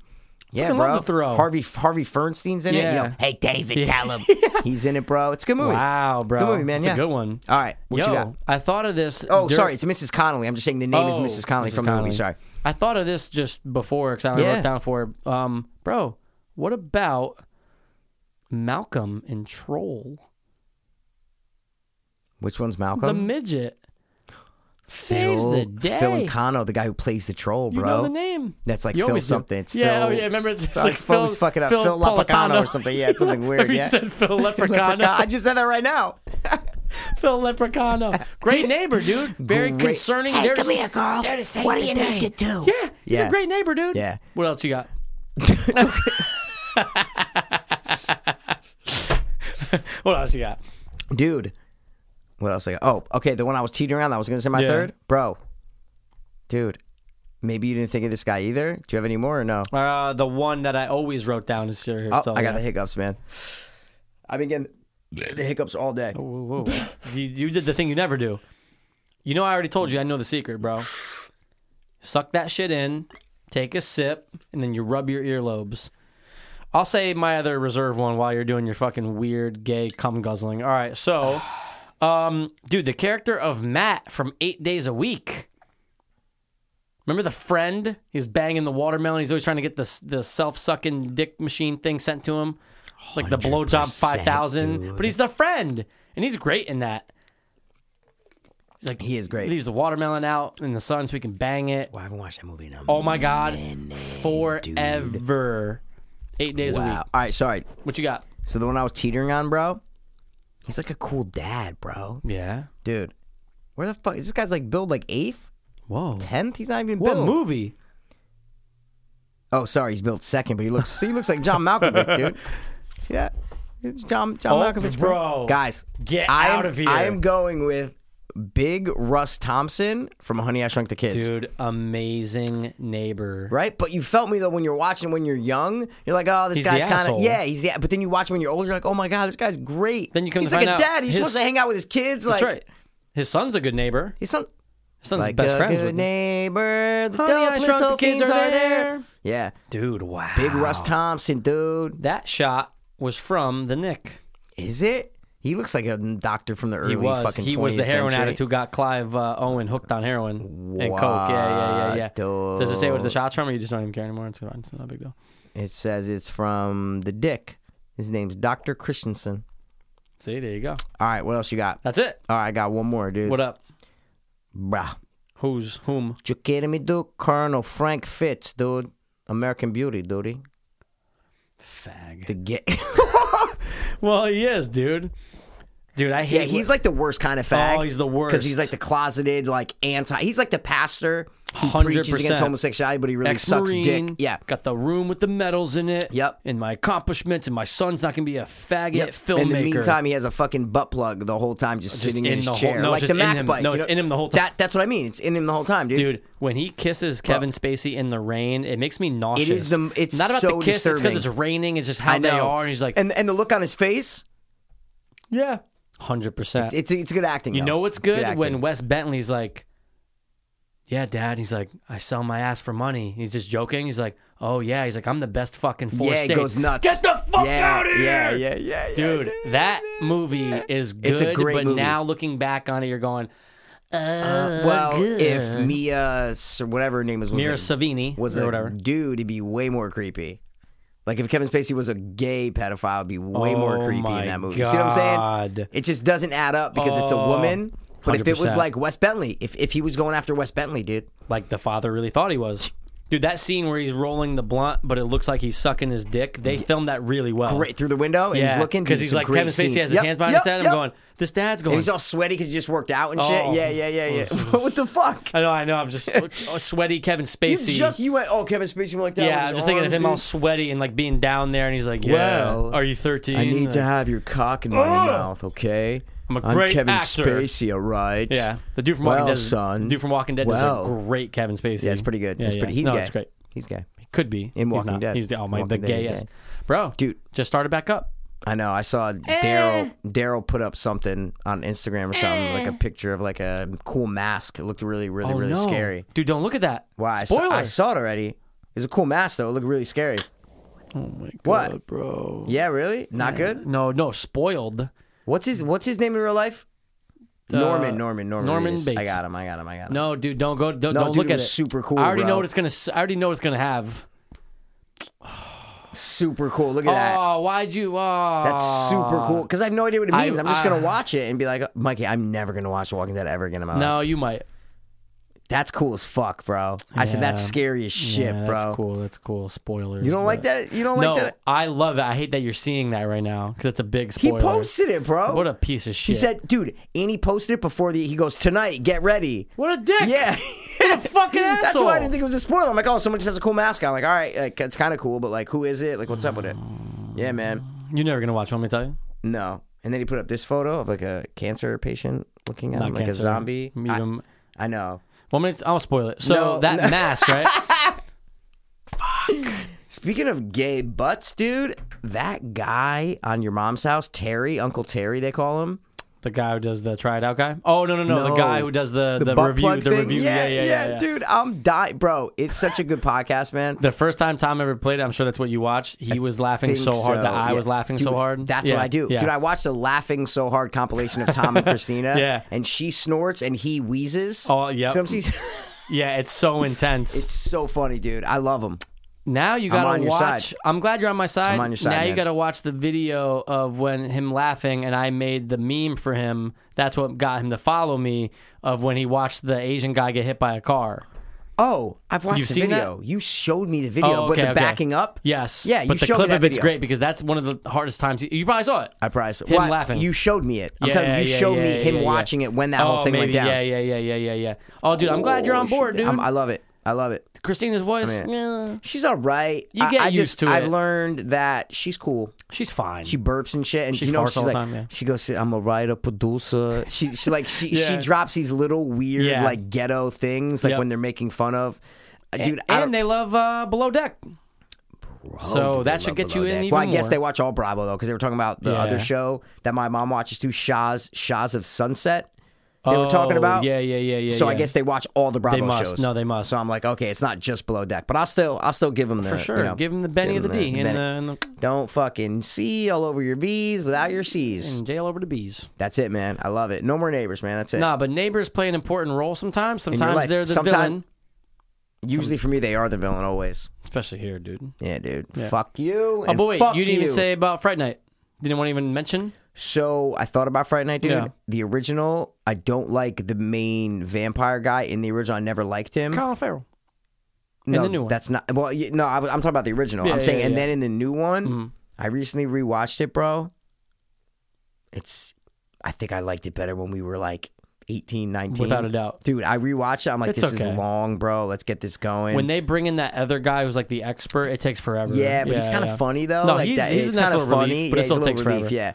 Speaker 1: Yeah,
Speaker 2: Fucking
Speaker 1: bro.
Speaker 2: love the Thoreau.
Speaker 1: Harvey Harvey Fernstein's in it. You
Speaker 2: Yeah.
Speaker 1: know, hey David, tell him he's in it, bro. It's a good movie.
Speaker 2: Wow, bro.
Speaker 1: Good movie, man.
Speaker 2: It's
Speaker 1: yeah.
Speaker 2: a good one.
Speaker 1: All right, what
Speaker 2: Yo,
Speaker 1: you got?
Speaker 2: I thought of this.
Speaker 1: Oh,
Speaker 2: dur-
Speaker 1: sorry, it's Mrs. Connolly. I'm just saying the name
Speaker 2: Oh,
Speaker 1: is Mrs. Connolly from the
Speaker 2: Connelly.
Speaker 1: movie. Sorry.
Speaker 2: I thought of this just before because I only
Speaker 1: Yeah.
Speaker 2: wrote down for it. Um, bro, what about Malcolm and Troll?
Speaker 1: Which one's
Speaker 2: The
Speaker 1: Malcolm?
Speaker 2: midget saves
Speaker 1: Phil,
Speaker 2: the day.
Speaker 1: Phil Incano, the guy who plays the troll,
Speaker 2: you
Speaker 1: bro.
Speaker 2: know the name.
Speaker 1: That's like
Speaker 2: You
Speaker 1: Phil
Speaker 2: always do.
Speaker 1: something. It's
Speaker 2: yeah,
Speaker 1: Phil-
Speaker 2: oh, yeah. Remember, it's, it's
Speaker 1: I
Speaker 2: like Phil.
Speaker 1: always fuck it up. Phil Lapicano or something. Yeah, it's something weird,
Speaker 2: Remember
Speaker 1: yeah.
Speaker 2: You said Phil
Speaker 1: Leprechaun. I
Speaker 2: Leprechaun.
Speaker 1: just said that right now.
Speaker 2: Phil Leprechaun. Great neighbor, dude. Very
Speaker 1: Great.
Speaker 2: concerning. Hey, come here, girl.
Speaker 1: What do you need to do?
Speaker 2: Yeah, he's
Speaker 1: Yeah.
Speaker 2: a great neighbor, dude.
Speaker 1: Yeah.
Speaker 2: What else you got? what else you got?
Speaker 1: Dude. What else I got? Oh, okay. The one I was cheating around, I was going to say my
Speaker 2: Yeah.
Speaker 1: third. Bro. Dude. Maybe you didn't think of this guy either. Do you have any more or no?
Speaker 2: Uh, the one that I always wrote down is here.
Speaker 1: Oh,
Speaker 2: so,
Speaker 1: I got the
Speaker 2: yeah.
Speaker 1: hiccups, man. I've been getting the hiccups all day.
Speaker 2: Whoa, whoa. you, you did the thing you never do. You know, I already told you. I know the secret, bro. Suck that shit in, take a sip, and then you rub your earlobes. I'll say my other reserve one while you're doing your fucking weird gay cum guzzling. All right, so, um, dude, the character of Matt from Eight Days a Week. Remember the friend? He was banging the watermelon. He's always trying to get the the self sucking dick machine thing sent to him, like the blowjob five thousand. But he's the friend, and he's great in that. He's like
Speaker 1: He is great.
Speaker 2: Leaves the watermelon out in the sun so we can bang it.
Speaker 1: I haven't watched that movie in a
Speaker 2: Oh my god, forever. Eight days a
Speaker 1: Wow.
Speaker 2: week.
Speaker 1: All right, sorry.
Speaker 2: What you got?
Speaker 1: So the one I was teetering on, bro, he's like a cool dad, bro.
Speaker 2: Yeah.
Speaker 1: Dude, where the fuck is this guy's like billed like eighth,
Speaker 2: Whoa.
Speaker 1: tenth? He's not even
Speaker 2: What
Speaker 1: billed.
Speaker 2: movie?
Speaker 1: Oh, sorry, he's billed second, but he looks he looks like John Malkovich, dude. See that? It's John John
Speaker 2: Oh,
Speaker 1: Malkovich, bro.
Speaker 2: bro.
Speaker 1: Guys,
Speaker 2: Get
Speaker 1: I am,
Speaker 2: out of here.
Speaker 1: I am going with Big Russ Thompson from Honey I Shrunk the Kids.
Speaker 2: Dude, amazing neighbor.
Speaker 1: Right, but you felt me though when you're watching when you're young. You're like, oh, this
Speaker 2: He's the
Speaker 1: guy's kind of
Speaker 2: asshole.
Speaker 1: yeah, he's yeah. But then you watch him when you're older, you're like, oh my god, this guy's great.
Speaker 2: Then you come
Speaker 1: he's
Speaker 2: to
Speaker 1: like
Speaker 2: find
Speaker 1: a
Speaker 2: out
Speaker 1: dad. He's
Speaker 2: his-
Speaker 1: supposed to hang out with his kids. Like
Speaker 2: That's right. His son's a good neighbor.
Speaker 1: he's some
Speaker 2: His son's
Speaker 1: like
Speaker 2: best
Speaker 1: a
Speaker 2: friends
Speaker 1: good
Speaker 2: with him.
Speaker 1: neighbor. The
Speaker 2: Honey, I
Speaker 1: dopest
Speaker 2: Shrunk the
Speaker 1: old
Speaker 2: Kids
Speaker 1: fiends
Speaker 2: are
Speaker 1: are
Speaker 2: there.
Speaker 1: Yeah,
Speaker 2: Dude, wow.
Speaker 1: Big Russ Thompson, dude.
Speaker 2: That shot was from the Nick.
Speaker 1: Is it? He looks like a doctor from the early
Speaker 2: He was.
Speaker 1: fucking.
Speaker 2: He was the
Speaker 1: 20th
Speaker 2: heroin
Speaker 1: century.
Speaker 2: addict who got Clive uh, Owen hooked on heroin and coke. Yeah, yeah, yeah, yeah.
Speaker 1: What,
Speaker 2: Does it say what the
Speaker 1: dude?
Speaker 2: shots from, or you just don't even care anymore? It's fine. It's not a big deal.
Speaker 1: It says it's from the Dick. His name's Doctor Christensen.
Speaker 2: See, there you go.
Speaker 1: All right, what else you got?
Speaker 2: That's it.
Speaker 1: All right, I got one more, dude.
Speaker 2: What up?
Speaker 1: Bruh,
Speaker 2: Who's whom?
Speaker 1: you kidding me, dude? Colonel Frank Fitz, dude. American Beauty, dude.
Speaker 2: Fag.
Speaker 1: The gay.
Speaker 2: Well, he is, dude. dude. I hate.
Speaker 1: Yeah, he's like the worst kind of fag.
Speaker 2: Oh, he's the
Speaker 1: because he's
Speaker 2: worst.
Speaker 1: like the closeted, like anti. He's like the pastor who preaches
Speaker 2: 100%.
Speaker 1: against homosexuality, but he really sucks dick.
Speaker 2: Ex-Marine,
Speaker 1: Yeah,
Speaker 2: Got the room with the medals in it.
Speaker 1: Yep.
Speaker 2: And my accomplishments, and my son's not gonna be a faggot
Speaker 1: Yep.
Speaker 2: filmmaker.
Speaker 1: In the meantime, he has a fucking butt plug the whole time, just, sitting in,
Speaker 2: in
Speaker 1: his
Speaker 2: the whole-
Speaker 1: chair,
Speaker 2: no, it's
Speaker 1: like
Speaker 2: just
Speaker 1: the
Speaker 2: in
Speaker 1: Mac
Speaker 2: him.
Speaker 1: bike.
Speaker 2: No,
Speaker 1: you
Speaker 2: it's
Speaker 1: know?
Speaker 2: in him the whole time.
Speaker 1: That, that's what I mean. It's in him the whole time, dude.
Speaker 2: Dude, when he kisses Kevin Spacey in the rain, it makes me nauseous.
Speaker 1: the- it's
Speaker 2: not about
Speaker 1: so
Speaker 2: the kiss. It's
Speaker 1: disturbing.
Speaker 2: because it's raining. It's just
Speaker 1: I
Speaker 2: how they
Speaker 1: know.
Speaker 2: are. And he's like,
Speaker 1: and and the look on his face,
Speaker 2: yeah, hundred percent.
Speaker 1: it's it's good acting.
Speaker 2: You
Speaker 1: though.
Speaker 2: know what's
Speaker 1: It's
Speaker 2: good,
Speaker 1: acting.
Speaker 2: when Wes Bentley's like, "Yeah, Dad." He's like, "I sell my ass for money." He's just joking. He's like, "Oh yeah." He's like, "I'm the best fucking four
Speaker 1: yeah,
Speaker 2: states."
Speaker 1: it goes nuts.
Speaker 2: Get the fuck
Speaker 1: yeah,
Speaker 2: out of here,
Speaker 1: yeah, Yeah, yeah, yeah,
Speaker 2: dude. that movie is good.
Speaker 1: It's a great
Speaker 2: but
Speaker 1: movie.
Speaker 2: now looking back on it, you're going,
Speaker 1: well, if Mia, S- whatever her name was, was
Speaker 2: "Mira
Speaker 1: a-
Speaker 2: Savini
Speaker 1: was
Speaker 2: or
Speaker 1: a
Speaker 2: whatever."
Speaker 1: dude, it'd be way more creepy. Like if Kevin Spacey was a gay pedophile, it'd be way more
Speaker 2: Oh
Speaker 1: creepy
Speaker 2: my
Speaker 1: in that movie. See what I'm saying?
Speaker 2: God.
Speaker 1: It just doesn't add up because it's a
Speaker 2: Oh,
Speaker 1: woman. But if it was
Speaker 2: 100%.
Speaker 1: like Wes Bentley, if if he was going after Wes Bentley, dude,
Speaker 2: Like the father really thought he was. Dude, that scene where he's rolling the blunt, but it looks like he's sucking his dick. They filmed that really well.
Speaker 1: right through the window, and he's looking
Speaker 2: because
Speaker 1: dude,
Speaker 2: he's
Speaker 1: some
Speaker 2: like
Speaker 1: great
Speaker 2: Kevin Spacey
Speaker 1: scene.
Speaker 2: has his
Speaker 1: Yep,
Speaker 2: hands behind
Speaker 1: yep,
Speaker 2: his head.
Speaker 1: yep.
Speaker 2: I'm going, this dad's going.
Speaker 1: and he's all sweaty because he just worked out and shit.
Speaker 2: Oh.
Speaker 1: Yeah, yeah, yeah, yeah. what the fuck?
Speaker 2: I know, I know. I'm just a sweaty Kevin
Speaker 1: You
Speaker 2: Spacey.
Speaker 1: just you went oh Kevin Spacey went like that. with
Speaker 2: yeah, I'm
Speaker 1: his
Speaker 2: just thinking of
Speaker 1: arms,
Speaker 2: him all
Speaker 1: dude.
Speaker 2: sweaty and like being down there, and he's like, "Yeah,
Speaker 1: Well,
Speaker 2: are you 13?"
Speaker 1: I need to
Speaker 2: Like,
Speaker 1: have your cock in my mouth, okay?
Speaker 2: I'm a great
Speaker 1: Kevin
Speaker 2: actor.
Speaker 1: Spacey, all right.
Speaker 2: Yeah, the dude from
Speaker 1: Well,
Speaker 2: Walking Dead.
Speaker 1: son.
Speaker 2: the dude from Walking Dead does
Speaker 1: Well.
Speaker 2: a great Kevin Spacey.
Speaker 1: Yeah, it's pretty good.
Speaker 2: Yeah,
Speaker 1: it's
Speaker 2: yeah.
Speaker 1: pretty. He's
Speaker 2: no,
Speaker 1: gay.
Speaker 2: it's great.
Speaker 1: He's gay.
Speaker 2: He could be
Speaker 1: In
Speaker 2: He's
Speaker 1: Walking
Speaker 2: not.
Speaker 1: Dead.
Speaker 2: He's the, oh my, the
Speaker 1: Walking Dead, he's
Speaker 2: gayest,
Speaker 1: gay.
Speaker 2: bro.
Speaker 1: Dude.
Speaker 2: just started back up.
Speaker 1: I know. I saw Daryl. Daryl put up something on Instagram or something, like a picture of like a cool mask. It looked really, really,
Speaker 2: oh
Speaker 1: really
Speaker 2: no,
Speaker 1: scary.
Speaker 2: dude! Don't look at that.
Speaker 1: Why? I saw,
Speaker 2: Spoiler.
Speaker 1: I saw it already. It was a cool mask though. It looked really scary.
Speaker 2: oh my god,
Speaker 1: What?
Speaker 2: bro?
Speaker 1: Yeah, really? Not good.
Speaker 2: No, no, spoiled.
Speaker 1: What's his What's his name in real life? Norman. Norman. Norman.
Speaker 2: Uh, Norman
Speaker 1: Reedus. I
Speaker 2: Bates.
Speaker 1: got him. I got him. I got him.
Speaker 2: No, dude, don't go. Don't,
Speaker 1: No,
Speaker 2: don't
Speaker 1: dude,
Speaker 2: look
Speaker 1: it
Speaker 2: at
Speaker 1: was
Speaker 2: it.
Speaker 1: super cool,
Speaker 2: I already
Speaker 1: bro.
Speaker 2: know what it's gonna. s- I already know what it's gonna have.
Speaker 1: Super cool. Look at that.
Speaker 2: Oh, why'd you? Oh,
Speaker 1: That's super cool because I have no idea what it
Speaker 2: I-
Speaker 1: means. I, am just
Speaker 2: I-
Speaker 1: gonna watch it and be like, Mikey, I'm never gonna watch The Walking Dead ever again in my life.
Speaker 2: No, you might.
Speaker 1: That's cool as fuck, bro. I said that's
Speaker 2: Yeah.
Speaker 1: scary as shit,
Speaker 2: Yeah,
Speaker 1: bro.
Speaker 2: That's cool. That's cool. Spoilers.
Speaker 1: You don't like
Speaker 2: but-
Speaker 1: that? You don't
Speaker 2: No,
Speaker 1: like that?
Speaker 2: I love it. I hate that you're seeing that right now because it's a big
Speaker 1: He
Speaker 2: spoiler.
Speaker 1: posted it, bro.
Speaker 2: What a piece of shit.
Speaker 1: he said, dude, and he posted it before the. He goes tonight. Get ready.
Speaker 2: "What a dick."
Speaker 1: Yeah,
Speaker 2: What a fucking
Speaker 1: that's
Speaker 2: asshole.
Speaker 1: why I didn't think it was a spoiler. I'm like, oh, someone just has a cool mask on. Like, all right, like it's kind of cool, but like, who is it? Like, what's up with it? Yeah, man.
Speaker 2: You're never gonna watch. Want me to tell you?
Speaker 1: No. And then he put up this photo of like a cancer patient looking at him like a
Speaker 2: cancer.
Speaker 1: zombie.
Speaker 2: Meet
Speaker 1: I,
Speaker 2: him.
Speaker 1: I know.
Speaker 2: One minute. I'll spoil it. So
Speaker 1: No,
Speaker 2: that
Speaker 1: no.
Speaker 2: mask, right?
Speaker 1: Speaking of gay butts, dude, that guy on your mom's house, Terry, Uncle Terry, they call him.
Speaker 2: the guy who does the try it out guy. Oh no, no, no.
Speaker 1: No.
Speaker 2: The guy who does the Uh, the,
Speaker 1: butt
Speaker 2: review.
Speaker 1: plug
Speaker 2: The
Speaker 1: thing?
Speaker 2: review.
Speaker 1: Yeah,
Speaker 2: yeah, yeah, yeah.
Speaker 1: dude, I'm dying, bro. It's such a good podcast, man.
Speaker 2: The first time Tom ever played it, I'm sure that's what you watched. He was laughing so
Speaker 1: Think
Speaker 2: hard that I
Speaker 1: yeah.
Speaker 2: was laughing
Speaker 1: Dude,
Speaker 2: so hard.
Speaker 1: That's
Speaker 2: Yeah,
Speaker 1: what I do,
Speaker 2: yeah.
Speaker 1: dude. I watched the laughing so hard compilation of Tom and Christina.
Speaker 2: Yeah.
Speaker 1: and she snorts and he wheezes.
Speaker 2: Oh, yep.
Speaker 1: Sometimes
Speaker 2: yeah, it's so intense.
Speaker 1: it's so funny, dude. I love him.
Speaker 2: Now you gotta
Speaker 1: on your
Speaker 2: watch.
Speaker 1: side.
Speaker 2: I'm glad you're on my side.
Speaker 1: I'm on your side,
Speaker 2: Now you
Speaker 1: man.
Speaker 2: gotta watch the video of when him laughing, and I made the meme for him. That's what got him to follow me. Of when he watched the Asian guy get hit by a car.
Speaker 1: Oh, I've watched
Speaker 2: You've
Speaker 1: the
Speaker 2: seen
Speaker 1: video. You showed me the video,
Speaker 2: Oh,
Speaker 1: but
Speaker 2: okay,
Speaker 1: the
Speaker 2: okay.
Speaker 1: backing up.
Speaker 2: Yes.
Speaker 1: Yeah, you
Speaker 2: But the
Speaker 1: showed me
Speaker 2: clip
Speaker 1: that
Speaker 2: of it's
Speaker 1: video.
Speaker 2: great because that's one of the hardest times. You probably saw it.
Speaker 1: I probably saw
Speaker 2: Him
Speaker 1: Well,
Speaker 2: laughing.
Speaker 1: You showed me it. I'm
Speaker 2: Yeah,
Speaker 1: telling you, you
Speaker 2: yeah,
Speaker 1: showed
Speaker 2: yeah,
Speaker 1: me
Speaker 2: yeah,
Speaker 1: him
Speaker 2: yeah.
Speaker 1: watching it when that whole
Speaker 2: Oh,
Speaker 1: thing
Speaker 2: maybe.
Speaker 1: went down.
Speaker 2: Yeah, yeah, yeah, yeah, yeah, yeah. Oh, dude, I'm glad you're on
Speaker 1: Holy
Speaker 2: board,
Speaker 1: shit.
Speaker 2: dude.
Speaker 1: I'm- i love it. I love it.
Speaker 2: Christina's voice.
Speaker 1: I mean-
Speaker 2: yeah.
Speaker 1: She's all right.
Speaker 2: You
Speaker 1: I-
Speaker 2: get
Speaker 1: I
Speaker 2: used
Speaker 1: just,
Speaker 2: to
Speaker 1: I've
Speaker 2: it.
Speaker 1: learned that she's cool.
Speaker 2: She's fine.
Speaker 1: She burps and shit, and
Speaker 2: She
Speaker 1: you know
Speaker 2: farts
Speaker 1: she's
Speaker 2: all the
Speaker 1: like
Speaker 2: time, yeah.
Speaker 1: she goes, "I'm a writer, producer." She, she like she she
Speaker 2: Yeah.
Speaker 1: drops these little weird
Speaker 2: Yeah.
Speaker 1: like ghetto things like
Speaker 2: Yep.
Speaker 1: when they're making fun of. Uh, Dude, I don't,
Speaker 2: and they love uh, Below Deck.
Speaker 1: Oh,
Speaker 2: so
Speaker 1: did
Speaker 2: that
Speaker 1: they
Speaker 2: should
Speaker 1: love
Speaker 2: get you
Speaker 1: Below
Speaker 2: in
Speaker 1: Deck.
Speaker 2: even
Speaker 1: Well, I guess
Speaker 2: more.
Speaker 1: they watch all Bravo though, because they were talking about the
Speaker 2: Yeah.
Speaker 1: other show that my mom watches too, Shaw's Shaw's of Sunset. They were talking
Speaker 2: Oh,
Speaker 1: about.
Speaker 2: Yeah, yeah, yeah, yeah.
Speaker 1: So I
Speaker 2: yeah.
Speaker 1: guess they watch all the Bravo
Speaker 2: must.
Speaker 1: shows.
Speaker 2: No, they must.
Speaker 1: So I'm like, okay, it's not just below deck, but I'll still, I'll still give them the
Speaker 2: for sure.
Speaker 1: uh, You know,
Speaker 2: give him the Benny
Speaker 1: give
Speaker 2: of the
Speaker 1: 'em
Speaker 2: D and
Speaker 1: Benny.
Speaker 2: the, and the
Speaker 1: Don't fucking see all over your B's without your C's.
Speaker 2: and jail over the bees.
Speaker 1: That's it, man. I love it. No more neighbors, man. That's it.
Speaker 2: Nah, but neighbors play an important role sometimes. Sometimes
Speaker 1: life.
Speaker 2: they're the
Speaker 1: Sometime-
Speaker 2: villain,
Speaker 1: Usually for me, they are the villain always.
Speaker 2: especially here, dude.
Speaker 1: Yeah, dude. Fuck you.
Speaker 2: Oh,
Speaker 1: and
Speaker 2: but wait,
Speaker 1: fuck
Speaker 2: you didn't even say about Fright Night. Didn't want to even mention.
Speaker 1: So I thought about Friday Night, dude.
Speaker 2: Yeah.
Speaker 1: The original, I don't like the main vampire guy in the original. I never liked him.
Speaker 2: Colin Farrell.
Speaker 1: no,
Speaker 2: the new one.
Speaker 1: that's not. Well, you, no, I, was- I'm talking about the original.
Speaker 2: Yeah,
Speaker 1: I'm saying,
Speaker 2: yeah,
Speaker 1: and
Speaker 2: yeah. Mm-hmm.
Speaker 1: then in the new one, I recently rewatched it, bro. It's I think I liked it better when we were like 18, 19.
Speaker 2: Without a doubt.
Speaker 1: Dude, I rewatched it. I'm like,
Speaker 2: It's
Speaker 1: this
Speaker 2: okay.
Speaker 1: is long, bro. Let's get this going.
Speaker 2: When they bring in that other guy who's like the expert, it takes forever.
Speaker 1: yeah, but he's kind of
Speaker 2: yeah.
Speaker 1: funny, though.
Speaker 2: No,
Speaker 1: like
Speaker 2: he's,
Speaker 1: that,
Speaker 2: he's
Speaker 1: it's
Speaker 2: a nice
Speaker 1: kind of
Speaker 2: little
Speaker 1: funny.
Speaker 2: relief, but
Speaker 1: yeah,
Speaker 2: it
Speaker 1: he's
Speaker 2: still
Speaker 1: a
Speaker 2: takes
Speaker 1: little relief.
Speaker 2: forever.
Speaker 1: Yeah.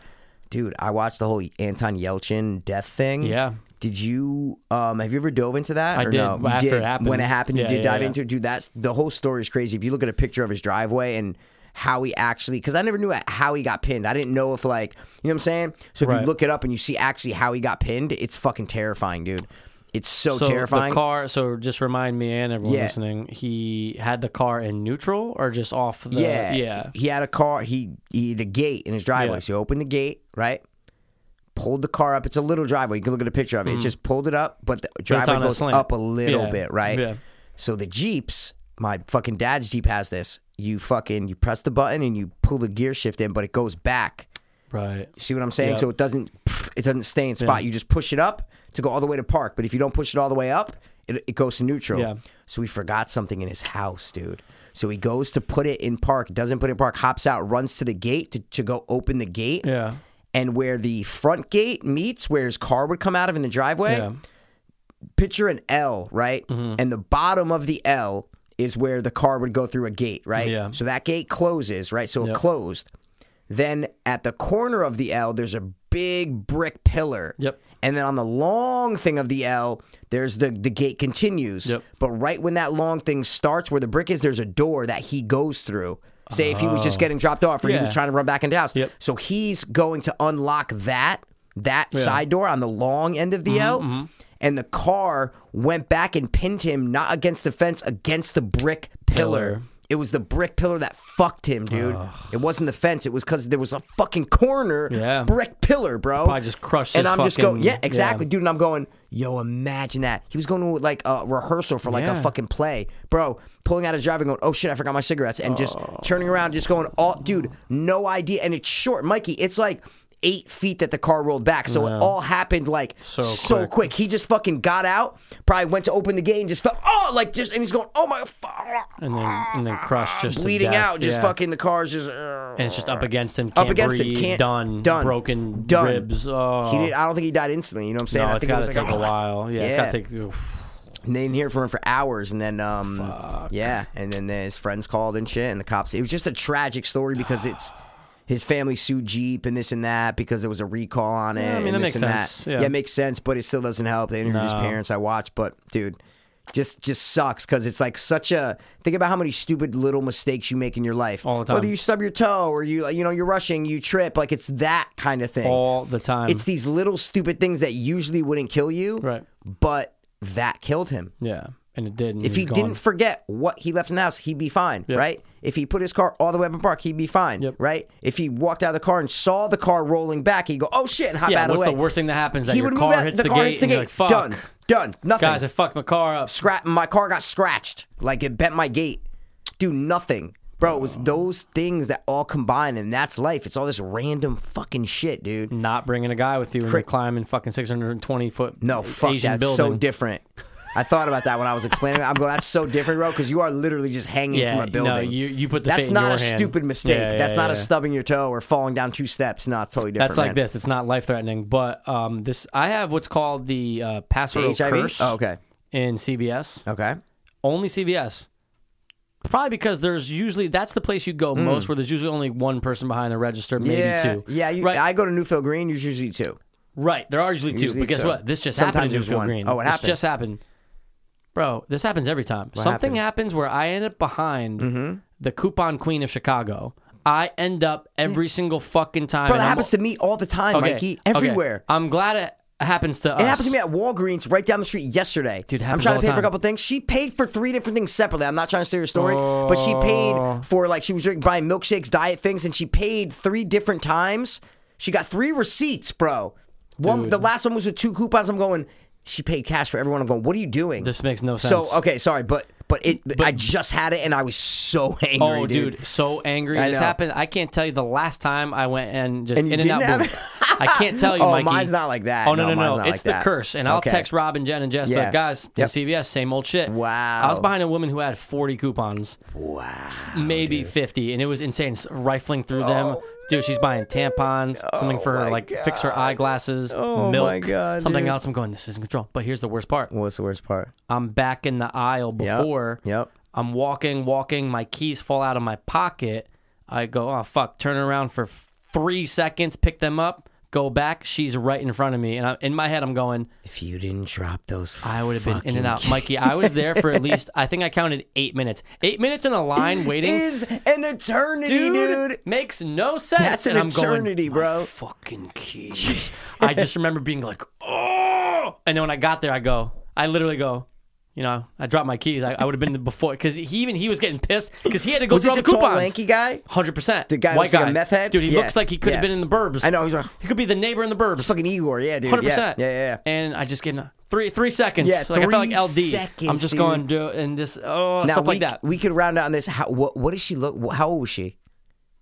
Speaker 1: Dude, I watched the whole Anton Yelchin death thing.
Speaker 2: Yeah.
Speaker 1: Did you um have you ever dove into that?
Speaker 2: I
Speaker 1: or
Speaker 2: did,
Speaker 1: No? You
Speaker 2: after it
Speaker 1: did.
Speaker 2: happened.
Speaker 1: When it happened,
Speaker 2: Yeah,
Speaker 1: you did
Speaker 2: yeah,
Speaker 1: dive
Speaker 2: yeah.
Speaker 1: into it. Dude, that's the whole story is crazy. If you look at a picture of his driveway and how he actually because I never knew how he got pinned. I didn't know if like you know what I'm saying? So if
Speaker 2: Right.
Speaker 1: you look it up and you see actually how he got pinned, it's fucking terrifying, dude. It's so,
Speaker 2: So
Speaker 1: terrifying.
Speaker 2: the car. So just remind me and everyone
Speaker 1: Yeah.
Speaker 2: listening, he had the car in neutral or just off the.
Speaker 1: yeah.
Speaker 2: yeah.
Speaker 1: He had a car, he, he had a gate in his driveway.
Speaker 2: Yeah.
Speaker 1: So he opened the gate, right? Pulled the car up. It's a little driveway. You can look at a picture of it. It just pulled it up, but the driveway
Speaker 2: Mm. on a
Speaker 1: goes
Speaker 2: slant.
Speaker 1: up a little
Speaker 2: Yeah.
Speaker 1: bit, right?
Speaker 2: Yeah.
Speaker 1: So the Jeeps, my fucking dad's Jeep has this. You fucking you press the button and you pull the gear shift in, but it goes back.
Speaker 2: Right.
Speaker 1: See what I'm saying?
Speaker 2: Yeah.
Speaker 1: So it doesn't pff, it doesn't stay in spot. You just push it up to go all the way to park. But if you don't push it all the way up, it, it goes to neutral.
Speaker 2: Yeah.
Speaker 1: So he forgot something in his house, dude. So he goes to put it in park, doesn't put it in park, hops out, runs to the gate to, to go open the gate.
Speaker 2: Yeah.
Speaker 1: And where the front gate meets where his car would come out of in the driveway,
Speaker 2: Yeah.
Speaker 1: picture an L, right?
Speaker 2: Mm-hmm.
Speaker 1: And the bottom of the L is where the car would go through a gate, right?
Speaker 2: Yeah.
Speaker 1: So that gate closes, right? So
Speaker 2: Yep.
Speaker 1: it closed. Then at the corner of the L, there's a big brick pillar.
Speaker 2: Yep.
Speaker 1: And then on the long thing of the L, there's the the gate continues.
Speaker 2: Yep.
Speaker 1: But right when that long thing starts, where the brick is, there's a door that he goes through. Say if he was just getting dropped off, or he
Speaker 2: Oh. Yeah.
Speaker 1: was trying to run back into the house.
Speaker 2: Yep.
Speaker 1: So he's going to unlock that that side door on the long end of
Speaker 2: Mm-hmm,
Speaker 1: the L. And the car went back and pinned him not against the fence, against the brick pillar.
Speaker 2: Pillar.
Speaker 1: It was the brick pillar that fucked him, dude. It wasn't the fence. It was because there was a fucking corner
Speaker 2: Yeah.
Speaker 1: brick pillar, bro.
Speaker 2: Probably just crushed
Speaker 1: And
Speaker 2: his
Speaker 1: I'm just
Speaker 2: fucking-
Speaker 1: going, yeah, exactly,
Speaker 2: yeah.
Speaker 1: dude. And I'm going, yo, imagine that. He was going to like a rehearsal for like
Speaker 2: Yeah.
Speaker 1: a fucking play, bro. Pulling out his driver, going, oh shit, I forgot my cigarettes, and just
Speaker 2: Oh.
Speaker 1: turning around, just going, all, dude, no idea. And it's short, Mikey. It's like. Eight feet that the car rolled back, so it all happened like so,
Speaker 2: quick.
Speaker 1: quick. He just fucking got out, probably went to open the gate and just felt oh like just and he's going oh my fuck,
Speaker 2: And then and then crushed just to
Speaker 1: bleeding
Speaker 2: death.
Speaker 1: out, just
Speaker 2: Yeah.
Speaker 1: fucking the car's just uh,
Speaker 2: And it's just up against him. Can't
Speaker 1: up against
Speaker 2: breathe,
Speaker 1: him, can't
Speaker 2: done,
Speaker 1: done,
Speaker 2: broken
Speaker 1: done.
Speaker 2: ribs. Oh.
Speaker 1: He did. I don't think he died instantly. You know what I'm saying?
Speaker 2: no,
Speaker 1: I
Speaker 2: it's
Speaker 1: think it
Speaker 2: got to
Speaker 1: was
Speaker 2: take
Speaker 1: like "Oh,
Speaker 2: a while. Yeah, it's
Speaker 1: Yeah.
Speaker 2: got to take. oof.
Speaker 1: And they didn't hear from him for hours, and then um, yeah, and then his friends called and shit, and the cops. It was just a tragic story because it's his family sued Jeep and this and that because there was a recall on it.
Speaker 2: I
Speaker 1: and
Speaker 2: mean, that
Speaker 1: this
Speaker 2: makes
Speaker 1: and
Speaker 2: sense.
Speaker 1: That.
Speaker 2: Yeah.
Speaker 1: it makes sense, but it still doesn't help. They interviewed his
Speaker 2: No.
Speaker 1: parents. I watched, but dude. Just, just sucks because it's like such a. Think about how many stupid little mistakes you make in your life.
Speaker 2: All the time.
Speaker 1: Whether you stub your toe or you, you know, you're rushing, you trip. Like it's that kind of thing.
Speaker 2: all the time.
Speaker 1: It's these little stupid things that usually wouldn't kill you,
Speaker 2: Right.
Speaker 1: But that killed him.
Speaker 2: yeah, and it didn't.
Speaker 1: If he
Speaker 2: gone.
Speaker 1: didn't forget what he left in the house, he'd be fine, right? If he put his car all the way up in park, he'd be fine,
Speaker 2: Yep.
Speaker 1: right? If he walked out of the car and saw the car rolling back, he'd go, "Oh shit!" and hop
Speaker 2: yeah,
Speaker 1: out of
Speaker 2: what's
Speaker 1: the way.
Speaker 2: the worst thing that happens? That
Speaker 1: he
Speaker 2: your
Speaker 1: would move
Speaker 2: car
Speaker 1: out.
Speaker 2: hits
Speaker 1: the,
Speaker 2: the,
Speaker 1: car
Speaker 2: gate,
Speaker 1: hits the
Speaker 2: and you're
Speaker 1: gate.
Speaker 2: like, fuck,
Speaker 1: Done. Done. Nothing.
Speaker 2: guys, I fucked my car up.
Speaker 1: Scrap. My car got scratched. Like it bent my gate. Do nothing. Bro, it was those things that all combine, and that's life. It's all this random fucking shit, dude.
Speaker 2: Not bringing a guy with you and you're climbing fucking 620 foot
Speaker 1: No, fuck
Speaker 2: Asian
Speaker 1: that's
Speaker 2: building.
Speaker 1: so different. I thought about that when I was explaining it. I'm going, that's so different, bro, because you are literally just hanging
Speaker 2: Yeah,
Speaker 1: from a building.
Speaker 2: no, you- you put the
Speaker 1: That's
Speaker 2: fate in
Speaker 1: not
Speaker 2: your
Speaker 1: a
Speaker 2: hand.
Speaker 1: stupid mistake.
Speaker 2: Yeah, yeah,
Speaker 1: that's not
Speaker 2: yeah.
Speaker 1: a stubbing your toe or falling down two steps. No, it's totally different.
Speaker 2: That's like
Speaker 1: man.
Speaker 2: this. It's not life threatening, but um, this I have what's called the uh, Paso
Speaker 1: The HIV?
Speaker 2: curse.
Speaker 1: Oh, okay.
Speaker 2: In CVS,
Speaker 1: Okay.
Speaker 2: only CVS. Probably because there's usually that's the place you go most where there's usually only one person behind the register, maybe
Speaker 1: Hmm. yeah.
Speaker 2: two.
Speaker 1: Yeah, you,
Speaker 2: right.
Speaker 1: I go to Newfield Green, you usually two.
Speaker 2: right. There are usually two.
Speaker 1: Usually
Speaker 2: But guess
Speaker 1: two.
Speaker 2: what? This just
Speaker 1: Sometimes
Speaker 2: happened in
Speaker 1: there's
Speaker 2: Newfield
Speaker 1: one.
Speaker 2: Green.
Speaker 1: Oh, it
Speaker 2: This
Speaker 1: happened.
Speaker 2: just happened. Bro, this happens every time. Something
Speaker 1: happened? Mm-hmm.
Speaker 2: happens where I end up behind the coupon queen of Chicago. I end up every single fucking time.
Speaker 1: Bro,
Speaker 2: and
Speaker 1: that
Speaker 2: I'm-
Speaker 1: happens to me all the time,
Speaker 2: Okay,
Speaker 1: Mikey.
Speaker 2: okay.
Speaker 1: Everywhere.
Speaker 2: I'm glad it happens to us.
Speaker 1: It happened to me at Walgreens right down the street yesterday.
Speaker 2: Dude, it
Speaker 1: I'm
Speaker 2: happens
Speaker 1: trying
Speaker 2: all
Speaker 1: to
Speaker 2: the
Speaker 1: pay for a
Speaker 2: time.
Speaker 1: couple things. She paid for three different things separately. I'm not trying to say her story, but she
Speaker 2: Oh.
Speaker 1: paid for like she was drinking, buying milkshakes, diet things, and she paid three different times. She got three receipts, bro. One, the last one was with two coupons. I'm going. She paid cash for everyone. I'm going. What are you doing?
Speaker 2: This makes no sense.
Speaker 1: So okay, sorry, but but it. I just had it, and I was so angry,
Speaker 2: Oh, dude. so angry.
Speaker 1: I
Speaker 2: this
Speaker 1: know.
Speaker 2: happened. I can't tell you the last time I went and just
Speaker 1: And you
Speaker 2: in and out.
Speaker 1: didn't have
Speaker 2: boom.
Speaker 1: it?
Speaker 2: I can't tell you,
Speaker 1: Oh,
Speaker 2: Mikey.
Speaker 1: mine's not like that.
Speaker 2: Oh no,
Speaker 1: No,
Speaker 2: no, no.
Speaker 1: mine's not
Speaker 2: It's
Speaker 1: like
Speaker 2: the
Speaker 1: that.
Speaker 2: curse, and I'll
Speaker 1: Okay.
Speaker 2: text Rob and Jen and Jess.
Speaker 1: Yeah.
Speaker 2: But guys,
Speaker 1: Yep.
Speaker 2: in CVS, same old shit.
Speaker 1: Wow.
Speaker 2: I was behind a woman who had forty coupons,
Speaker 1: Wow. Oh,
Speaker 2: maybe fifty, and it was insane. s- Rifling through them, Dude, she's buying tampons, something for her, like fix her eyeglasses,
Speaker 1: Oh,
Speaker 2: milk,
Speaker 1: my God,
Speaker 2: something
Speaker 1: dude.
Speaker 2: else. I'm going, this isn't control. But here's the worst part.
Speaker 1: What's the worst part?
Speaker 2: I'm back in the aisle
Speaker 1: Yep.
Speaker 2: before.
Speaker 1: Yep.
Speaker 2: I'm walking, walking. My keys fall out of my pocket. I go, oh fuck! Turn around for three seconds, pick them up, go back. She's right in front of me, and I, in my head, I'm going,
Speaker 1: If you didn't drop those,
Speaker 2: I would have been in and out, Mikey. I was there for at least, I think I counted eight minutes. Eight minutes in a line waiting.
Speaker 1: Is an eternity,
Speaker 2: Dude,
Speaker 1: dude.
Speaker 2: makes no sense.
Speaker 1: That's an
Speaker 2: and I'm going,
Speaker 1: eternity,
Speaker 2: "My
Speaker 1: bro."
Speaker 2: Fucking keys. I just remember being like, oh. And then when I got there, I go, I literally go, you know, I dropped my keys. I, I would have been before because he even he was getting pissed because he had to go
Speaker 1: Was
Speaker 2: through
Speaker 1: it
Speaker 2: all
Speaker 1: the
Speaker 2: the
Speaker 1: tall,
Speaker 2: coupons.
Speaker 1: lanky guy?
Speaker 2: Hundred percent.
Speaker 1: The guy
Speaker 2: White
Speaker 1: looks like a
Speaker 2: guy.
Speaker 1: meth head?
Speaker 2: Dude, he
Speaker 1: Yeah.
Speaker 2: looks like he could have
Speaker 1: Yeah.
Speaker 2: been in the burbs.
Speaker 1: I know. He's like
Speaker 2: He could be the neighbor in the burbs.
Speaker 1: fucking Igor. Yeah, dude.
Speaker 2: Hundred
Speaker 1: yeah.
Speaker 2: percent.
Speaker 1: Yeah, yeah, yeah.
Speaker 2: And I just gave him three three seconds.
Speaker 1: Yeah,
Speaker 2: like I felt like
Speaker 1: three
Speaker 2: LD. I'm
Speaker 1: seconds,
Speaker 2: just
Speaker 1: dude.
Speaker 2: going to and this oh
Speaker 1: Now
Speaker 2: stuff
Speaker 1: we,
Speaker 2: like that.
Speaker 1: we could round out on this. How what what does she look? wh- How old was she?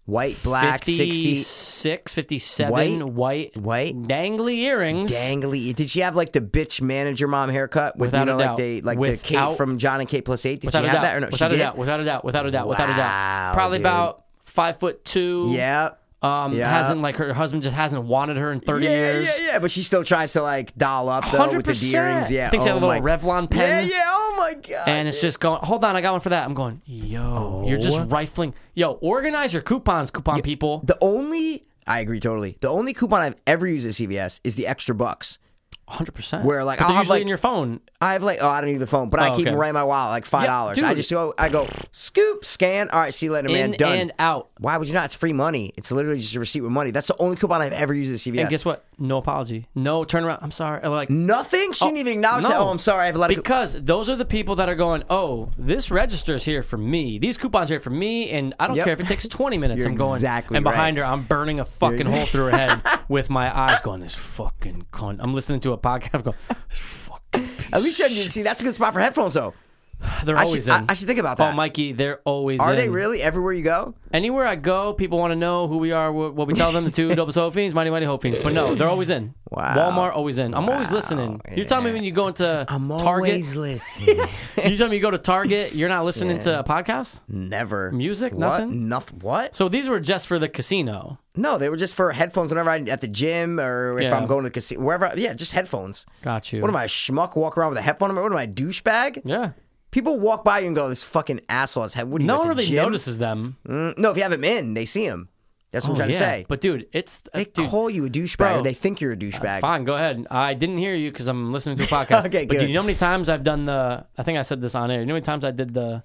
Speaker 1: White, black, 60,
Speaker 2: 56, 57, white,
Speaker 1: white?
Speaker 2: dangly earrings.
Speaker 1: dangly. Did she have like the bitch manager mom haircut? With,
Speaker 2: Without
Speaker 1: you
Speaker 2: a
Speaker 1: know,
Speaker 2: doubt.
Speaker 1: like they like the
Speaker 2: Without-
Speaker 1: Kate from John and Kate plus eight. Did she
Speaker 2: without
Speaker 1: have
Speaker 2: a doubt,
Speaker 1: that or no?
Speaker 2: without
Speaker 1: she
Speaker 2: a
Speaker 1: did?
Speaker 2: doubt, without a doubt, without a doubt, without a doubt.
Speaker 1: Wow,
Speaker 2: Probably
Speaker 1: dude.
Speaker 2: about five foot two.
Speaker 1: Yeah.
Speaker 2: Um,
Speaker 1: Yeah.
Speaker 2: hasn't like her husband just hasn't wanted her in thirty
Speaker 1: yeah,
Speaker 2: years.
Speaker 1: yeah, yeah. But she still tries to like doll up though with the
Speaker 2: 100%.
Speaker 1: D rings. Yeah.
Speaker 2: I think she had
Speaker 1: oh
Speaker 2: a
Speaker 1: my-
Speaker 2: little Revlon
Speaker 1: Yeah,
Speaker 2: pen.
Speaker 1: yeah. Oh my god.
Speaker 2: And it's just going. Hold on, I got one for that. I'm going. Yo, you're just
Speaker 1: Oh.
Speaker 2: rifling. Yo, organize your coupons, coupon people.
Speaker 1: The only I agree totally. The only coupon I've ever used at CVS is the extra bucks.
Speaker 2: 100. percent
Speaker 1: Where, like,
Speaker 2: but
Speaker 1: I'll
Speaker 2: they're
Speaker 1: have,
Speaker 2: usually
Speaker 1: like-
Speaker 2: in your phone.
Speaker 1: I have like oh I don't need the phone, but I
Speaker 2: Oh,
Speaker 1: keep
Speaker 2: okay.
Speaker 1: them right in my wallet like five dollars. I
Speaker 2: dude.
Speaker 1: just go I go scoop scan. All right, see you later, man.
Speaker 2: In
Speaker 1: Done.
Speaker 2: and out.
Speaker 1: Why would you not? It's free money. It's literally just a receipt with money. That's the only coupon I've ever used at CVS.
Speaker 2: And guess what? No apology. No turnaround. I'm sorry. Or, Like
Speaker 1: Nothing. She didn't even acknowledge that.
Speaker 2: no.
Speaker 1: Oh, I'm sorry. I have a lot of.
Speaker 2: because those are the people that are going. Oh, this register's here for me. These coupons are here for me, and I don't
Speaker 1: Yep.
Speaker 2: care if it takes 20 minutes.
Speaker 1: You're
Speaker 2: I'm going
Speaker 1: exactly
Speaker 2: and behind
Speaker 1: right.
Speaker 2: her, I'm burning a fucking hole through her head with my eyes. Going, this fucking cunt. I'm listening to a podcast. I'm going, this fucking. piece
Speaker 1: at least I didn't see. That's a good spot for headphones, though.
Speaker 2: of- They're
Speaker 1: I
Speaker 2: always
Speaker 1: should- I-
Speaker 2: in.
Speaker 1: I should think about
Speaker 2: Oh,
Speaker 1: that.
Speaker 2: Mikey, they're always.
Speaker 1: Are
Speaker 2: in.
Speaker 1: they really everywhere you go?
Speaker 2: Anywhere I go, people want to know who we are, what what we tell them, the two dopest hope fiends, mighty, mighty hope fiends. But no, they're always in.
Speaker 1: Wow.
Speaker 2: Walmart, always in. I'm always listening. You tell me when you go into
Speaker 1: I'm
Speaker 2: Target.
Speaker 1: always listening.
Speaker 2: you tell me you go to Target, you're not listening to a podcast?
Speaker 1: Never
Speaker 2: Music?
Speaker 1: What?
Speaker 2: Nothing?
Speaker 1: Nothing. What?
Speaker 2: So these were just for the casino.
Speaker 1: No, they were just for headphones. Whenever I at the gym or if
Speaker 2: Yeah.
Speaker 1: I'm going to the casino, wherever. I- yeah, just headphones.
Speaker 2: Got you.
Speaker 1: What am I, a schmuck? Walk around with a headphone? in my- What am I, a douchebag?
Speaker 2: Yeah.
Speaker 1: People walk by you and go, "This fucking asshole has head." What do you?
Speaker 2: No
Speaker 1: at
Speaker 2: one
Speaker 1: the
Speaker 2: really
Speaker 1: gym?
Speaker 2: notices them.
Speaker 1: Mm, no, if you have him in, they see him. That's what I'm trying
Speaker 2: Yeah.
Speaker 1: to say.
Speaker 2: But dude, it's uh,
Speaker 1: they
Speaker 2: dude,
Speaker 1: call you a douchebag,
Speaker 2: bro. uh,
Speaker 1: or they think you're a douchebag.
Speaker 2: Fine, go ahead. I didn't hear you because I'm listening to a podcast.
Speaker 1: Okay,
Speaker 2: but do
Speaker 1: good.
Speaker 2: you know how many times I've done the? I think I said this on air. You know how many times I did the?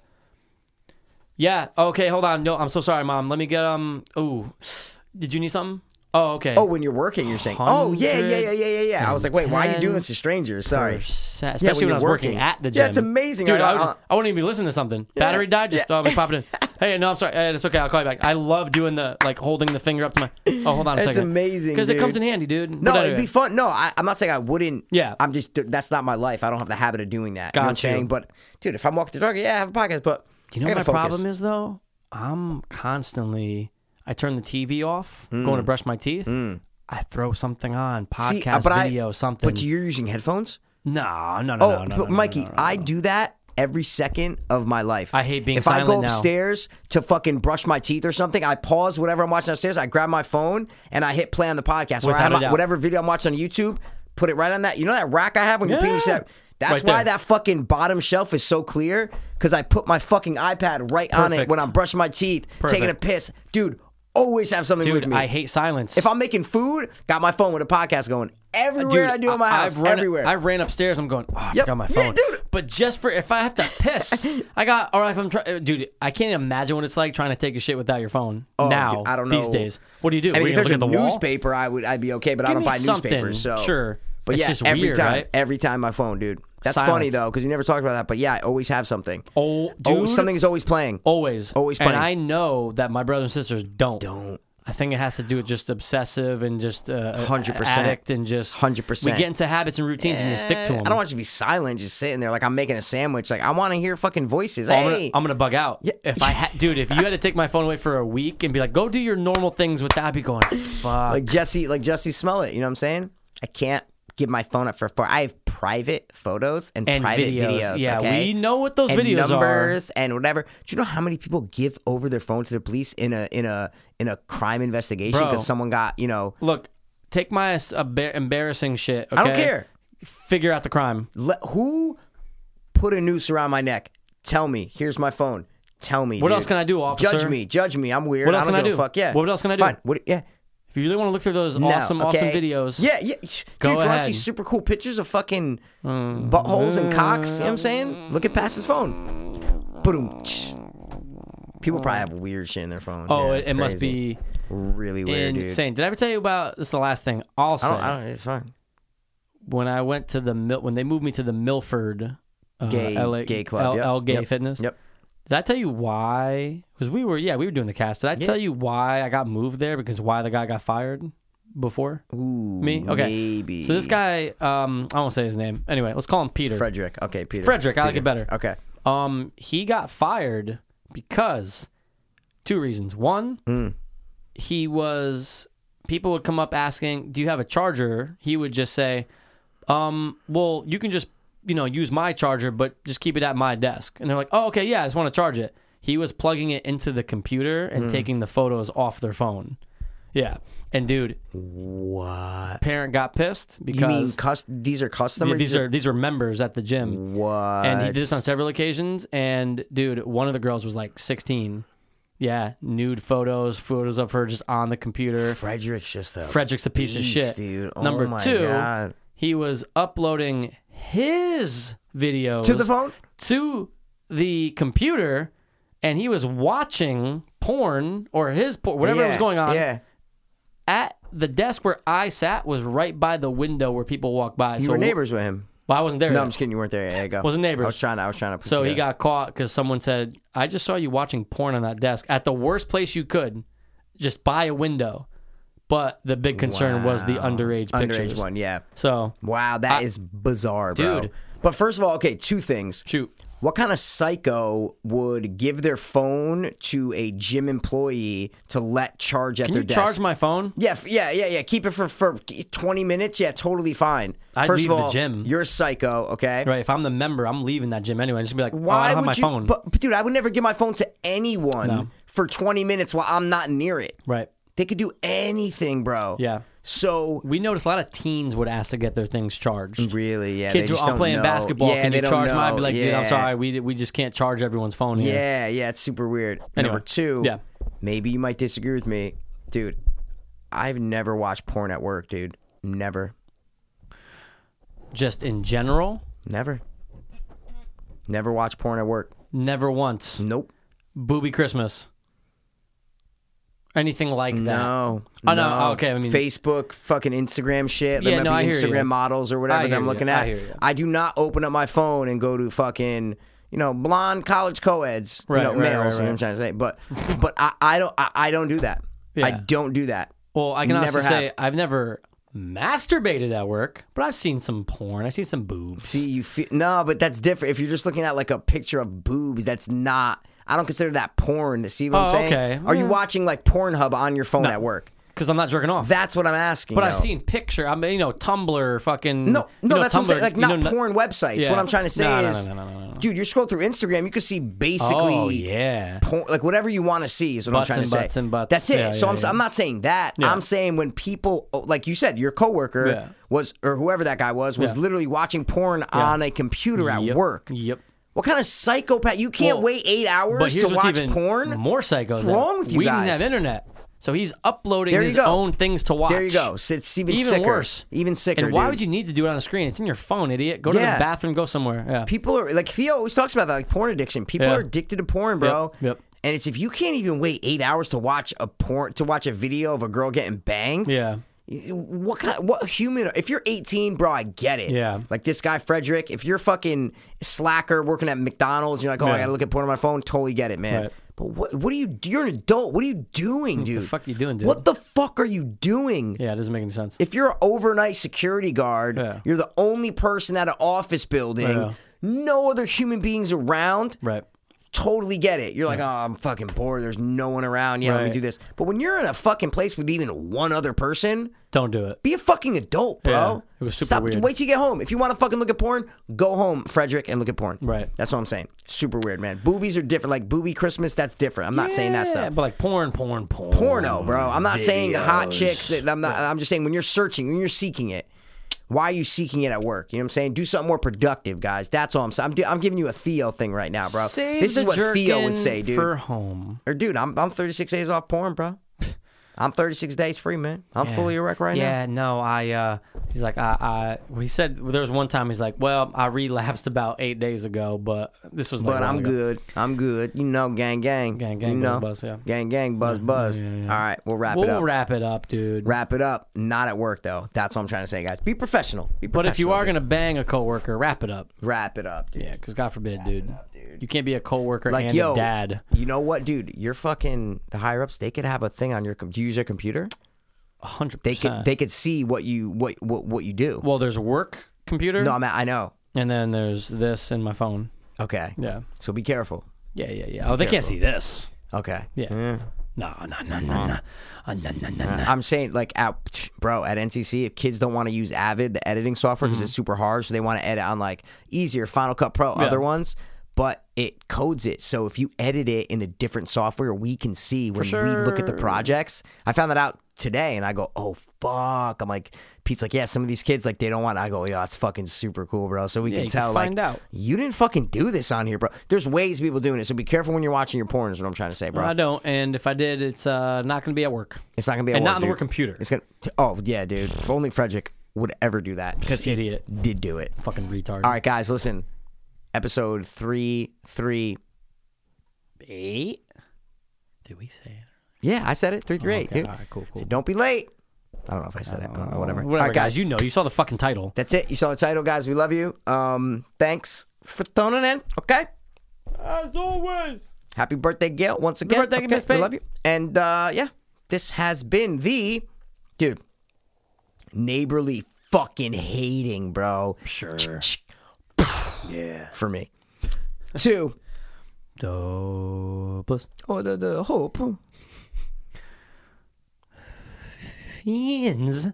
Speaker 2: Yeah. Okay. Hold on. No, I'm so sorry, mom. Let me get um. Ooh, did you need something? Oh, okay.
Speaker 1: Oh, when you're working, you're saying, "Oh yeah, yeah, yeah, yeah, yeah, yeah." I was like, "Wait, why are you doing this to strangers?" Sorry.
Speaker 2: Especially
Speaker 1: Yeah,
Speaker 2: when,
Speaker 1: you're
Speaker 2: I was working. at the gym.
Speaker 1: Yeah, it's amazing.
Speaker 2: Dude, I,
Speaker 1: I-
Speaker 2: would,
Speaker 1: I-
Speaker 2: I wouldn't even be listening to something. Battery died. Just oh, we pop it in. Hey, no, I'm sorry. Hey, it's okay. I'll call you back. I love doing the like holding the finger up to my. Oh, hold on a
Speaker 1: It's
Speaker 2: second.
Speaker 1: amazing,
Speaker 2: because it
Speaker 1: dude.
Speaker 2: comes in handy, dude.
Speaker 1: No,
Speaker 2: But
Speaker 1: it'd
Speaker 2: anyway.
Speaker 1: be fun. No, I, I'm not saying I wouldn't.
Speaker 2: Yeah.
Speaker 1: I'm just that's not my life. I don't have the habit of doing that. you know what I'm
Speaker 2: Got you.
Speaker 1: saying? But dude, if I'm walking the dog, yeah, I have a podcast. But
Speaker 2: You know what my problem is though? I'm constantly I turn the TV off, going
Speaker 1: Hmm.
Speaker 2: to brush my teeth. I throw something on, podcast, video, something.
Speaker 1: But you're using headphones.
Speaker 2: no, no, no,
Speaker 1: Oh,
Speaker 2: no, no,
Speaker 1: but
Speaker 2: no,
Speaker 1: Mikey,
Speaker 2: no, no, no.
Speaker 1: I do that every second of my life.
Speaker 2: I hate being
Speaker 1: If I go
Speaker 2: silent now.
Speaker 1: upstairs to fucking brush my teeth or something, I pause whatever I'm watching upstairs. I grab my phone and I hit play on the podcast. or I
Speaker 2: Without
Speaker 1: have
Speaker 2: a
Speaker 1: my-
Speaker 2: doubt.
Speaker 1: whatever video I'm watching on YouTube, put it right on that. You know that rack I have when you're peeing
Speaker 2: Yeah.
Speaker 1: yourself. That's
Speaker 2: Right
Speaker 1: why
Speaker 2: there.
Speaker 1: that fucking bottom shelf is so clear because I put my fucking iPad right on it
Speaker 2: Perfect.
Speaker 1: when I'm brushing my teeth, taking a
Speaker 2: Perfect.
Speaker 1: piss. Dude, always have something with
Speaker 2: dude,
Speaker 1: me.
Speaker 2: I hate silence.
Speaker 1: if I'm making food, got my phone with a podcast going. Everywhere I do in my house,
Speaker 2: I've run,
Speaker 1: everywhere.
Speaker 2: I ran upstairs. I'm going. Oh, I
Speaker 1: Yep.
Speaker 2: forgot my
Speaker 1: Yeah,
Speaker 2: phone,
Speaker 1: dude.
Speaker 2: But just for if I have to piss, I got. Or if I'm trying, dude, I can't imagine what it's like trying to take a shit without your phone now.
Speaker 1: dude, Oh, I don't
Speaker 2: these
Speaker 1: know.
Speaker 2: days. What do you do?
Speaker 1: I
Speaker 2: Were
Speaker 1: mean,
Speaker 2: you
Speaker 1: if
Speaker 2: gonna
Speaker 1: there's
Speaker 2: look
Speaker 1: a
Speaker 2: at the wall?
Speaker 1: newspaper, I would I'd be okay, but I
Speaker 2: Give
Speaker 1: don't
Speaker 2: me
Speaker 1: buy
Speaker 2: something,
Speaker 1: newspapers. So
Speaker 2: sure.
Speaker 1: but
Speaker 2: It's
Speaker 1: yeah,
Speaker 2: just
Speaker 1: every
Speaker 2: weird,
Speaker 1: time,
Speaker 2: right?
Speaker 1: every time my phone, dude. That's
Speaker 2: Silence.
Speaker 1: funny though, because you never talked about that. But yeah, I always have something.
Speaker 2: Oh,
Speaker 1: Oh,
Speaker 2: dude. Oh.
Speaker 1: something's always playing.
Speaker 2: Always.
Speaker 1: Always
Speaker 2: And
Speaker 1: playing.
Speaker 2: I know that my brothers and sisters don't. Don't. I think it has to do with just obsessive and just uh, a-
Speaker 1: 100%.
Speaker 2: addict and just
Speaker 1: 100%.
Speaker 2: We get into habits and routines and you stick to them.
Speaker 1: I don't want you to be silent, just sitting there like I'm making a sandwich. Like I want to hear fucking voices.
Speaker 2: I'm gonna,
Speaker 1: hey,
Speaker 2: I'm gonna bug out. If I ha- dude, if you had to take my phone away for a week and be like, go do your normal things with that, I'd be going, fuck.
Speaker 1: like Jesse, like Jesse Smollett. You know what I'm saying? I can't give my phone up for four. I have private photos and,
Speaker 2: and
Speaker 1: private
Speaker 2: videos.
Speaker 1: videos.
Speaker 2: yeah,
Speaker 1: okay?
Speaker 2: we know what those
Speaker 1: and
Speaker 2: videos are.
Speaker 1: numbers and whatever. Do you know how many people give over their phone to the police in a in a in a crime investigation
Speaker 2: Bro.
Speaker 1: because someone got you know?
Speaker 2: Look, take my s- embar- embarrassing shit.
Speaker 1: I don't
Speaker 2: okay?
Speaker 1: care.
Speaker 2: Figure out the crime.
Speaker 1: Let, who put a noose around my neck? Tell me. Here's my phone. Tell me.
Speaker 2: What
Speaker 1: dude.
Speaker 2: else can I do, officer?
Speaker 1: Judge me. Judge me. I'm weird.
Speaker 2: What else
Speaker 1: I don't
Speaker 2: can I
Speaker 1: give
Speaker 2: do?
Speaker 1: a fuck. Yeah.
Speaker 2: What else can I do?
Speaker 1: Fine. What, yeah.
Speaker 2: If you really want to look through those
Speaker 1: No,
Speaker 2: awesome, awesome
Speaker 1: okay?
Speaker 2: videos,
Speaker 1: Yeah, yeah. Shh.
Speaker 2: Go
Speaker 1: Dude, if you want to
Speaker 2: ahead. Mm.
Speaker 1: see super cool pictures of fucking buttholes and cocks, you know what I'm saying? Look at past his phone. Boom. tsh. People probably have weird shit in their phone.
Speaker 2: oh,
Speaker 1: Yeah,
Speaker 2: it,
Speaker 1: it's
Speaker 2: it must
Speaker 1: crazy.
Speaker 2: be
Speaker 1: really weird, dude.
Speaker 2: insane. Did I ever tell you about this? Is the last thing. Also,
Speaker 1: I don't, I don't, it's fine.
Speaker 2: when I went to the Mil- when they moved me to the Milford uh,
Speaker 1: Gay,
Speaker 2: LA,
Speaker 1: gay club.
Speaker 2: L,
Speaker 1: yep.
Speaker 2: L Gay
Speaker 1: yep.
Speaker 2: Fitness.
Speaker 1: Yep.
Speaker 2: Did I tell you why? Because we were yeah we were doing the cast. Did I tell you why I got moved there? Because why the guy got fired before?
Speaker 1: Ooh,
Speaker 2: Me? Okay.
Speaker 1: Maybe.
Speaker 2: So this guy, um, I won't say his name. Anyway, let's call him Peter.
Speaker 1: Frederick. Okay, Peter.
Speaker 2: Frederick, I like
Speaker 1: Peter.
Speaker 2: it better.
Speaker 1: Okay.
Speaker 2: Um, he got fired because two reasons. One,
Speaker 1: Hmm.
Speaker 2: he was people would come up asking, "Do you have a charger?" He would just say, "Um, well, you can just you know use my charger, but just keep it at my desk." And they're like, "Oh, okay, yeah, I just want to charge it." He was plugging it into the computer and
Speaker 1: Hmm.
Speaker 2: taking the photos off their phone. Yeah, and dude,
Speaker 1: What?
Speaker 2: parent got pissed
Speaker 1: You mean
Speaker 2: because
Speaker 1: cus- these are customers?
Speaker 2: yeah, these are these are members at the gym.
Speaker 1: What?
Speaker 2: And he did this on several occasions. And dude, one of the girls was like 16. Yeah, nude photos, photos of her just on the computer.
Speaker 1: Frederick's just a
Speaker 2: Frederick's a piece of
Speaker 1: beast,
Speaker 2: shit.
Speaker 1: dude. Oh
Speaker 2: Number
Speaker 1: my
Speaker 2: two,
Speaker 1: God.
Speaker 2: he was uploading his videos
Speaker 1: to the phone.
Speaker 2: to the computer, and he was watching porn or his porn, whatever
Speaker 1: yeah,
Speaker 2: was going on
Speaker 1: Yeah,
Speaker 2: at the desk where I sat was right by the window where people walk by.
Speaker 1: you
Speaker 2: so
Speaker 1: were neighbors with him.
Speaker 2: Well, I wasn't there.
Speaker 1: No,
Speaker 2: yet.
Speaker 1: I'm just kidding. You weren't there. Yeah, go.
Speaker 2: Wasn't neighbors.
Speaker 1: I was trying to. I was trying to. put
Speaker 2: So he
Speaker 1: together.
Speaker 2: got caught because someone said, "I just saw you watching porn on that desk at the worst place you could, just by a window." But the big concern was the underage pictures.
Speaker 1: underage one. Yeah.
Speaker 2: So
Speaker 1: Wow, that is bizarre, bro.
Speaker 2: Dude.
Speaker 1: But first of all, okay, two things.
Speaker 2: shoot,
Speaker 1: What kind of psycho would give their phone to a gym employee to let charge at
Speaker 2: can
Speaker 1: their
Speaker 2: you
Speaker 1: desk?
Speaker 2: charge my phone?
Speaker 1: Yeah, f- yeah, yeah, yeah. Keep it for, for 20 minutes. Yeah, totally fine.
Speaker 2: I'd
Speaker 1: First
Speaker 2: leave
Speaker 1: of
Speaker 2: the
Speaker 1: all,
Speaker 2: gym.
Speaker 1: You're a psycho, okay?
Speaker 2: Right, if I'm the member, I'm leaving that gym anyway. I just be like, "Oh,
Speaker 1: Why
Speaker 2: I don't have
Speaker 1: would
Speaker 2: my
Speaker 1: you?
Speaker 2: phone."
Speaker 1: But, but dude, I would never give my phone to anyone for 20 minutes while I'm not near it.
Speaker 2: right,
Speaker 1: They could do anything, bro.
Speaker 2: yeah.
Speaker 1: So
Speaker 2: We noticed a lot of teens would ask to get their things charged.
Speaker 1: really, Mm, yeah, they
Speaker 2: Kids, who
Speaker 1: just
Speaker 2: I'm
Speaker 1: don't
Speaker 2: playing
Speaker 1: know.
Speaker 2: basketball.
Speaker 1: Yeah,
Speaker 2: can
Speaker 1: they
Speaker 2: you
Speaker 1: don't
Speaker 2: charge mine? I'd be
Speaker 1: know.
Speaker 2: like, dude, I'm
Speaker 1: Yeah.
Speaker 2: sorry, we we just can't charge everyone's phone here.
Speaker 1: Yeah, yeah, it's super weird. Number
Speaker 2: Anyway.
Speaker 1: two,
Speaker 2: Yeah.
Speaker 1: maybe you might disagree with me, dude. I've never watched porn at work, dude. Never,
Speaker 2: Just in general,
Speaker 1: never, never watched porn at work.
Speaker 2: never once.
Speaker 1: Nope.
Speaker 2: Booby Christmas. Anything like that.
Speaker 1: No.
Speaker 2: Oh, no, okay, I mean-
Speaker 1: Facebook, fucking Instagram shit. There
Speaker 2: Yeah,
Speaker 1: might
Speaker 2: no,
Speaker 1: be
Speaker 2: I hear
Speaker 1: Instagram
Speaker 2: you.
Speaker 1: models or whatever
Speaker 2: I
Speaker 1: that
Speaker 2: hear
Speaker 1: I'm
Speaker 2: you,
Speaker 1: looking
Speaker 2: I
Speaker 1: at.
Speaker 2: hear you.
Speaker 1: do not open up my phone and go to fucking, you know, blonde college co-eds, you
Speaker 2: Right,
Speaker 1: know,
Speaker 2: right,
Speaker 1: males,
Speaker 2: right,
Speaker 1: you know what I'm
Speaker 2: right.
Speaker 1: trying to say. But but I, I don't I, I don't do that. I
Speaker 2: Yeah.
Speaker 1: don't do that.
Speaker 2: Well, I can also
Speaker 1: Never
Speaker 2: say
Speaker 1: have.
Speaker 2: I've never masturbated at work, but I've seen some porn. I've seen some boobs.
Speaker 1: See, you feel no, but that's different. If you're just looking at like a picture of boobs, that's not. I don't consider that porn. To see what I'm
Speaker 2: Oh,
Speaker 1: saying?
Speaker 2: okay.
Speaker 1: Are you
Speaker 2: Yeah.
Speaker 1: watching like Pornhub on your phone at work?
Speaker 2: Because I'm not jerking off.
Speaker 1: That's what I'm asking.
Speaker 2: but I've
Speaker 1: though.
Speaker 2: seen picture. I mean, you know, Tumblr, fucking.
Speaker 1: No,
Speaker 2: you
Speaker 1: no,
Speaker 2: know,
Speaker 1: that's
Speaker 2: Tumblr,
Speaker 1: what I'm saying. Like
Speaker 2: you
Speaker 1: not
Speaker 2: know,
Speaker 1: porn websites.
Speaker 2: yeah.
Speaker 1: What I'm trying to say
Speaker 2: No, no,
Speaker 1: is,
Speaker 2: no, no, no, no, no.
Speaker 1: dude, you scroll through Instagram, you can see basically,
Speaker 2: Oh yeah.
Speaker 1: porn, like whatever you want to see is what
Speaker 2: Butts
Speaker 1: I'm trying
Speaker 2: and
Speaker 1: to
Speaker 2: butts
Speaker 1: say.
Speaker 2: and butts.
Speaker 1: That's it.
Speaker 2: Yeah,
Speaker 1: so
Speaker 2: yeah,
Speaker 1: I'm,
Speaker 2: yeah.
Speaker 1: I'm not saying that.
Speaker 2: Yeah.
Speaker 1: I'm saying when people, oh, like you said, your coworker
Speaker 2: Yeah.
Speaker 1: was or whoever that guy was was
Speaker 2: Yeah.
Speaker 1: literally watching porn on a computer at
Speaker 2: Yep.
Speaker 1: work.
Speaker 2: Yep.
Speaker 1: What kind of psychopath? You can't
Speaker 2: Well,
Speaker 1: wait eight hours
Speaker 2: But
Speaker 1: to
Speaker 2: here's what's
Speaker 1: watch
Speaker 2: even
Speaker 1: porn.
Speaker 2: more psychos.
Speaker 1: wrong with you
Speaker 2: we
Speaker 1: guys?
Speaker 2: didn't have internet, so he's uploading
Speaker 1: There you
Speaker 2: his
Speaker 1: go.
Speaker 2: own things to watch.
Speaker 1: There you go. So It's even,
Speaker 2: Even
Speaker 1: sicker.
Speaker 2: worse.
Speaker 1: Even sicker.
Speaker 2: And why
Speaker 1: dude.
Speaker 2: would you need to do it on a screen? It's in your phone, idiot. Go to
Speaker 1: Yeah.
Speaker 2: the bathroom. Go somewhere. Yeah.
Speaker 1: people are like Theo always talks about that like porn addiction. People
Speaker 2: Yeah.
Speaker 1: are addicted to porn, bro.
Speaker 2: Yep, yep.
Speaker 1: And it's if you can't even wait eight hours to watch a porn to watch a video of a girl getting banged.
Speaker 2: Yeah.
Speaker 1: What kind? What human? If you're 18, bro, I get it.
Speaker 2: Yeah.
Speaker 1: Like this guy Frederick. If you're fucking slacker working at McDonald's, you're like, oh, I
Speaker 2: Yeah.
Speaker 1: gotta look at porn on my phone. Totally get it, man.
Speaker 2: Right.
Speaker 1: But what? What are you? You're an adult. What are you doing, dude?
Speaker 2: fuck you doing, dude?
Speaker 1: What the fuck are you doing?
Speaker 2: Yeah. It doesn't make any sense.
Speaker 1: If you're an overnight security guard,
Speaker 2: Yeah.
Speaker 1: you're the only person at an office building,
Speaker 2: Yeah.
Speaker 1: no other human beings around.
Speaker 2: Right.
Speaker 1: totally get it. You're like, oh, I'm fucking bored. There's no one around. Yeah, let me
Speaker 2: Right.
Speaker 1: do this. But when you're in a fucking place with even one other person,
Speaker 2: Don't do it.
Speaker 1: be a fucking adult, bro.
Speaker 2: Yeah, it was super
Speaker 1: Stop,
Speaker 2: weird.
Speaker 1: Wait till you get home. If you want to fucking look at porn, go home, Frederick, and look at porn.
Speaker 2: Right.
Speaker 1: That's what I'm saying. Super weird, man. Boobies are different. Like booby Christmas, that's different. I'm not saying that
Speaker 2: Yeah,
Speaker 1: stuff.
Speaker 2: But like porn, porn, porn.
Speaker 1: Porno, bro. I'm not saying hot chicks. That I'm not. I'm just saying when you're searching, when you're seeking it. Why are you seeking it at work? You know what I'm saying? Do something more productive, guys. That's all I'm saying. I'm, do- I'm giving you a Theo thing right now, bro.
Speaker 2: Save
Speaker 1: this
Speaker 2: the
Speaker 1: is what Theo would
Speaker 2: jerkin
Speaker 1: say, dude.
Speaker 2: For home.
Speaker 1: or dude, I'm I'm 36 days off porn, bro. I'm 36 days free, man. I'm fully erect right now.
Speaker 2: yeah, no, I. uh He's like, I, I. He said there was one time he's like, well, I relapsed about eight days ago, but this was. Like
Speaker 1: But
Speaker 2: a while
Speaker 1: I'm
Speaker 2: ago.
Speaker 1: good. I'm good. You know, gang, gang.
Speaker 2: Gang, gang,
Speaker 1: you
Speaker 2: buzz,
Speaker 1: know.
Speaker 2: buzz, yeah.
Speaker 1: Gang, gang, buzz, buzz. All right, we'll wrap
Speaker 2: We'll
Speaker 1: it up. Wrap-,
Speaker 2: wrap it up, dude.
Speaker 1: it up. Not at work, though. That's what I'm trying to say, guys. Be professional. Be professional.
Speaker 2: but if you are
Speaker 1: dude.
Speaker 2: gonna bang a coworker, wrap it up.
Speaker 1: Wrap it up, dude.
Speaker 2: Yeah, because God forbid, dude. You can't be a coworker
Speaker 1: Like,
Speaker 2: and
Speaker 1: yo.
Speaker 2: a dad.
Speaker 1: You know what, dude? You're fucking the higher ups. They could have a thing on your. Com- do you use your computer?
Speaker 2: A hundred
Speaker 1: They could.
Speaker 2: percent.
Speaker 1: They could see what you what what, what you do.
Speaker 2: Well, there's work computer,
Speaker 1: no, I'm. at- I know.
Speaker 2: and then there's this in my phone.
Speaker 1: Okay.
Speaker 2: Yeah,
Speaker 1: So be careful.
Speaker 2: yeah, yeah, yeah. Oh, they can't see this.
Speaker 1: Okay.
Speaker 2: Yeah. No, no, no, no, no, Uh, no, no, no, no.
Speaker 1: I'm saying like out, bro, at NCC, if kids don't want to use Avid, the editing software, because
Speaker 2: Mm-hmm.
Speaker 1: it's super hard, so they want to edit on like easier Final Cut Pro, other ones, but it codes it. So if you edit it in a different software, we can see when we look at the projects. I found that out today, and I go, oh fuck. I'm like, Pete's like, yeah, some of these kids like they don't want. It. I go, yeah, it's fucking super cool, bro. So we can
Speaker 2: you can
Speaker 1: tell, like,
Speaker 2: find out.
Speaker 1: you didn't fucking do this on here, bro. There's ways of people doing it, so be careful when you're watching your porn. Is what I'm trying to say, bro.
Speaker 2: I don't. And if I did, it's uh, not going to be at work.
Speaker 1: It's not gonna be a
Speaker 2: And
Speaker 1: war,
Speaker 2: not on the
Speaker 1: dude.
Speaker 2: work computer.
Speaker 1: It's gonna. Oh yeah, dude. If only Frederick would ever do that because he
Speaker 2: Idiot.
Speaker 1: did do it.
Speaker 2: Fucking retard.
Speaker 1: All right, guys, listen. Episode three, three.
Speaker 2: Eight? Did we say it?
Speaker 1: Yeah, I said it. Three, three, eight,
Speaker 2: Okay,
Speaker 1: dude.
Speaker 2: all right, cool,
Speaker 1: So
Speaker 2: cool.
Speaker 1: don't be late. I don't know if I said it. I don't know, whatever.
Speaker 2: Whatever,
Speaker 1: All right,
Speaker 2: guys. You know. You saw the fucking title.
Speaker 1: That's it. You saw the title, guys. We love you. Um, thanks for tuning in. Okay.
Speaker 2: As always.
Speaker 1: Happy birthday, Gail. Once again,
Speaker 2: birthday,
Speaker 1: okay,
Speaker 2: Miss
Speaker 1: we
Speaker 2: Pate.
Speaker 1: love you. And uh, yeah, this has been the dude neighborly fucking hating, bro.
Speaker 5: Sure. yeah.
Speaker 1: for me. Two.
Speaker 2: Dopeless.
Speaker 1: Oh, the, the hope.
Speaker 2: Fiends.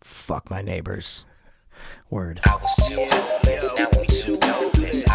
Speaker 1: Fuck my neighbors.
Speaker 2: Word.
Speaker 3: I was too hopeless, now I'm too hopeless.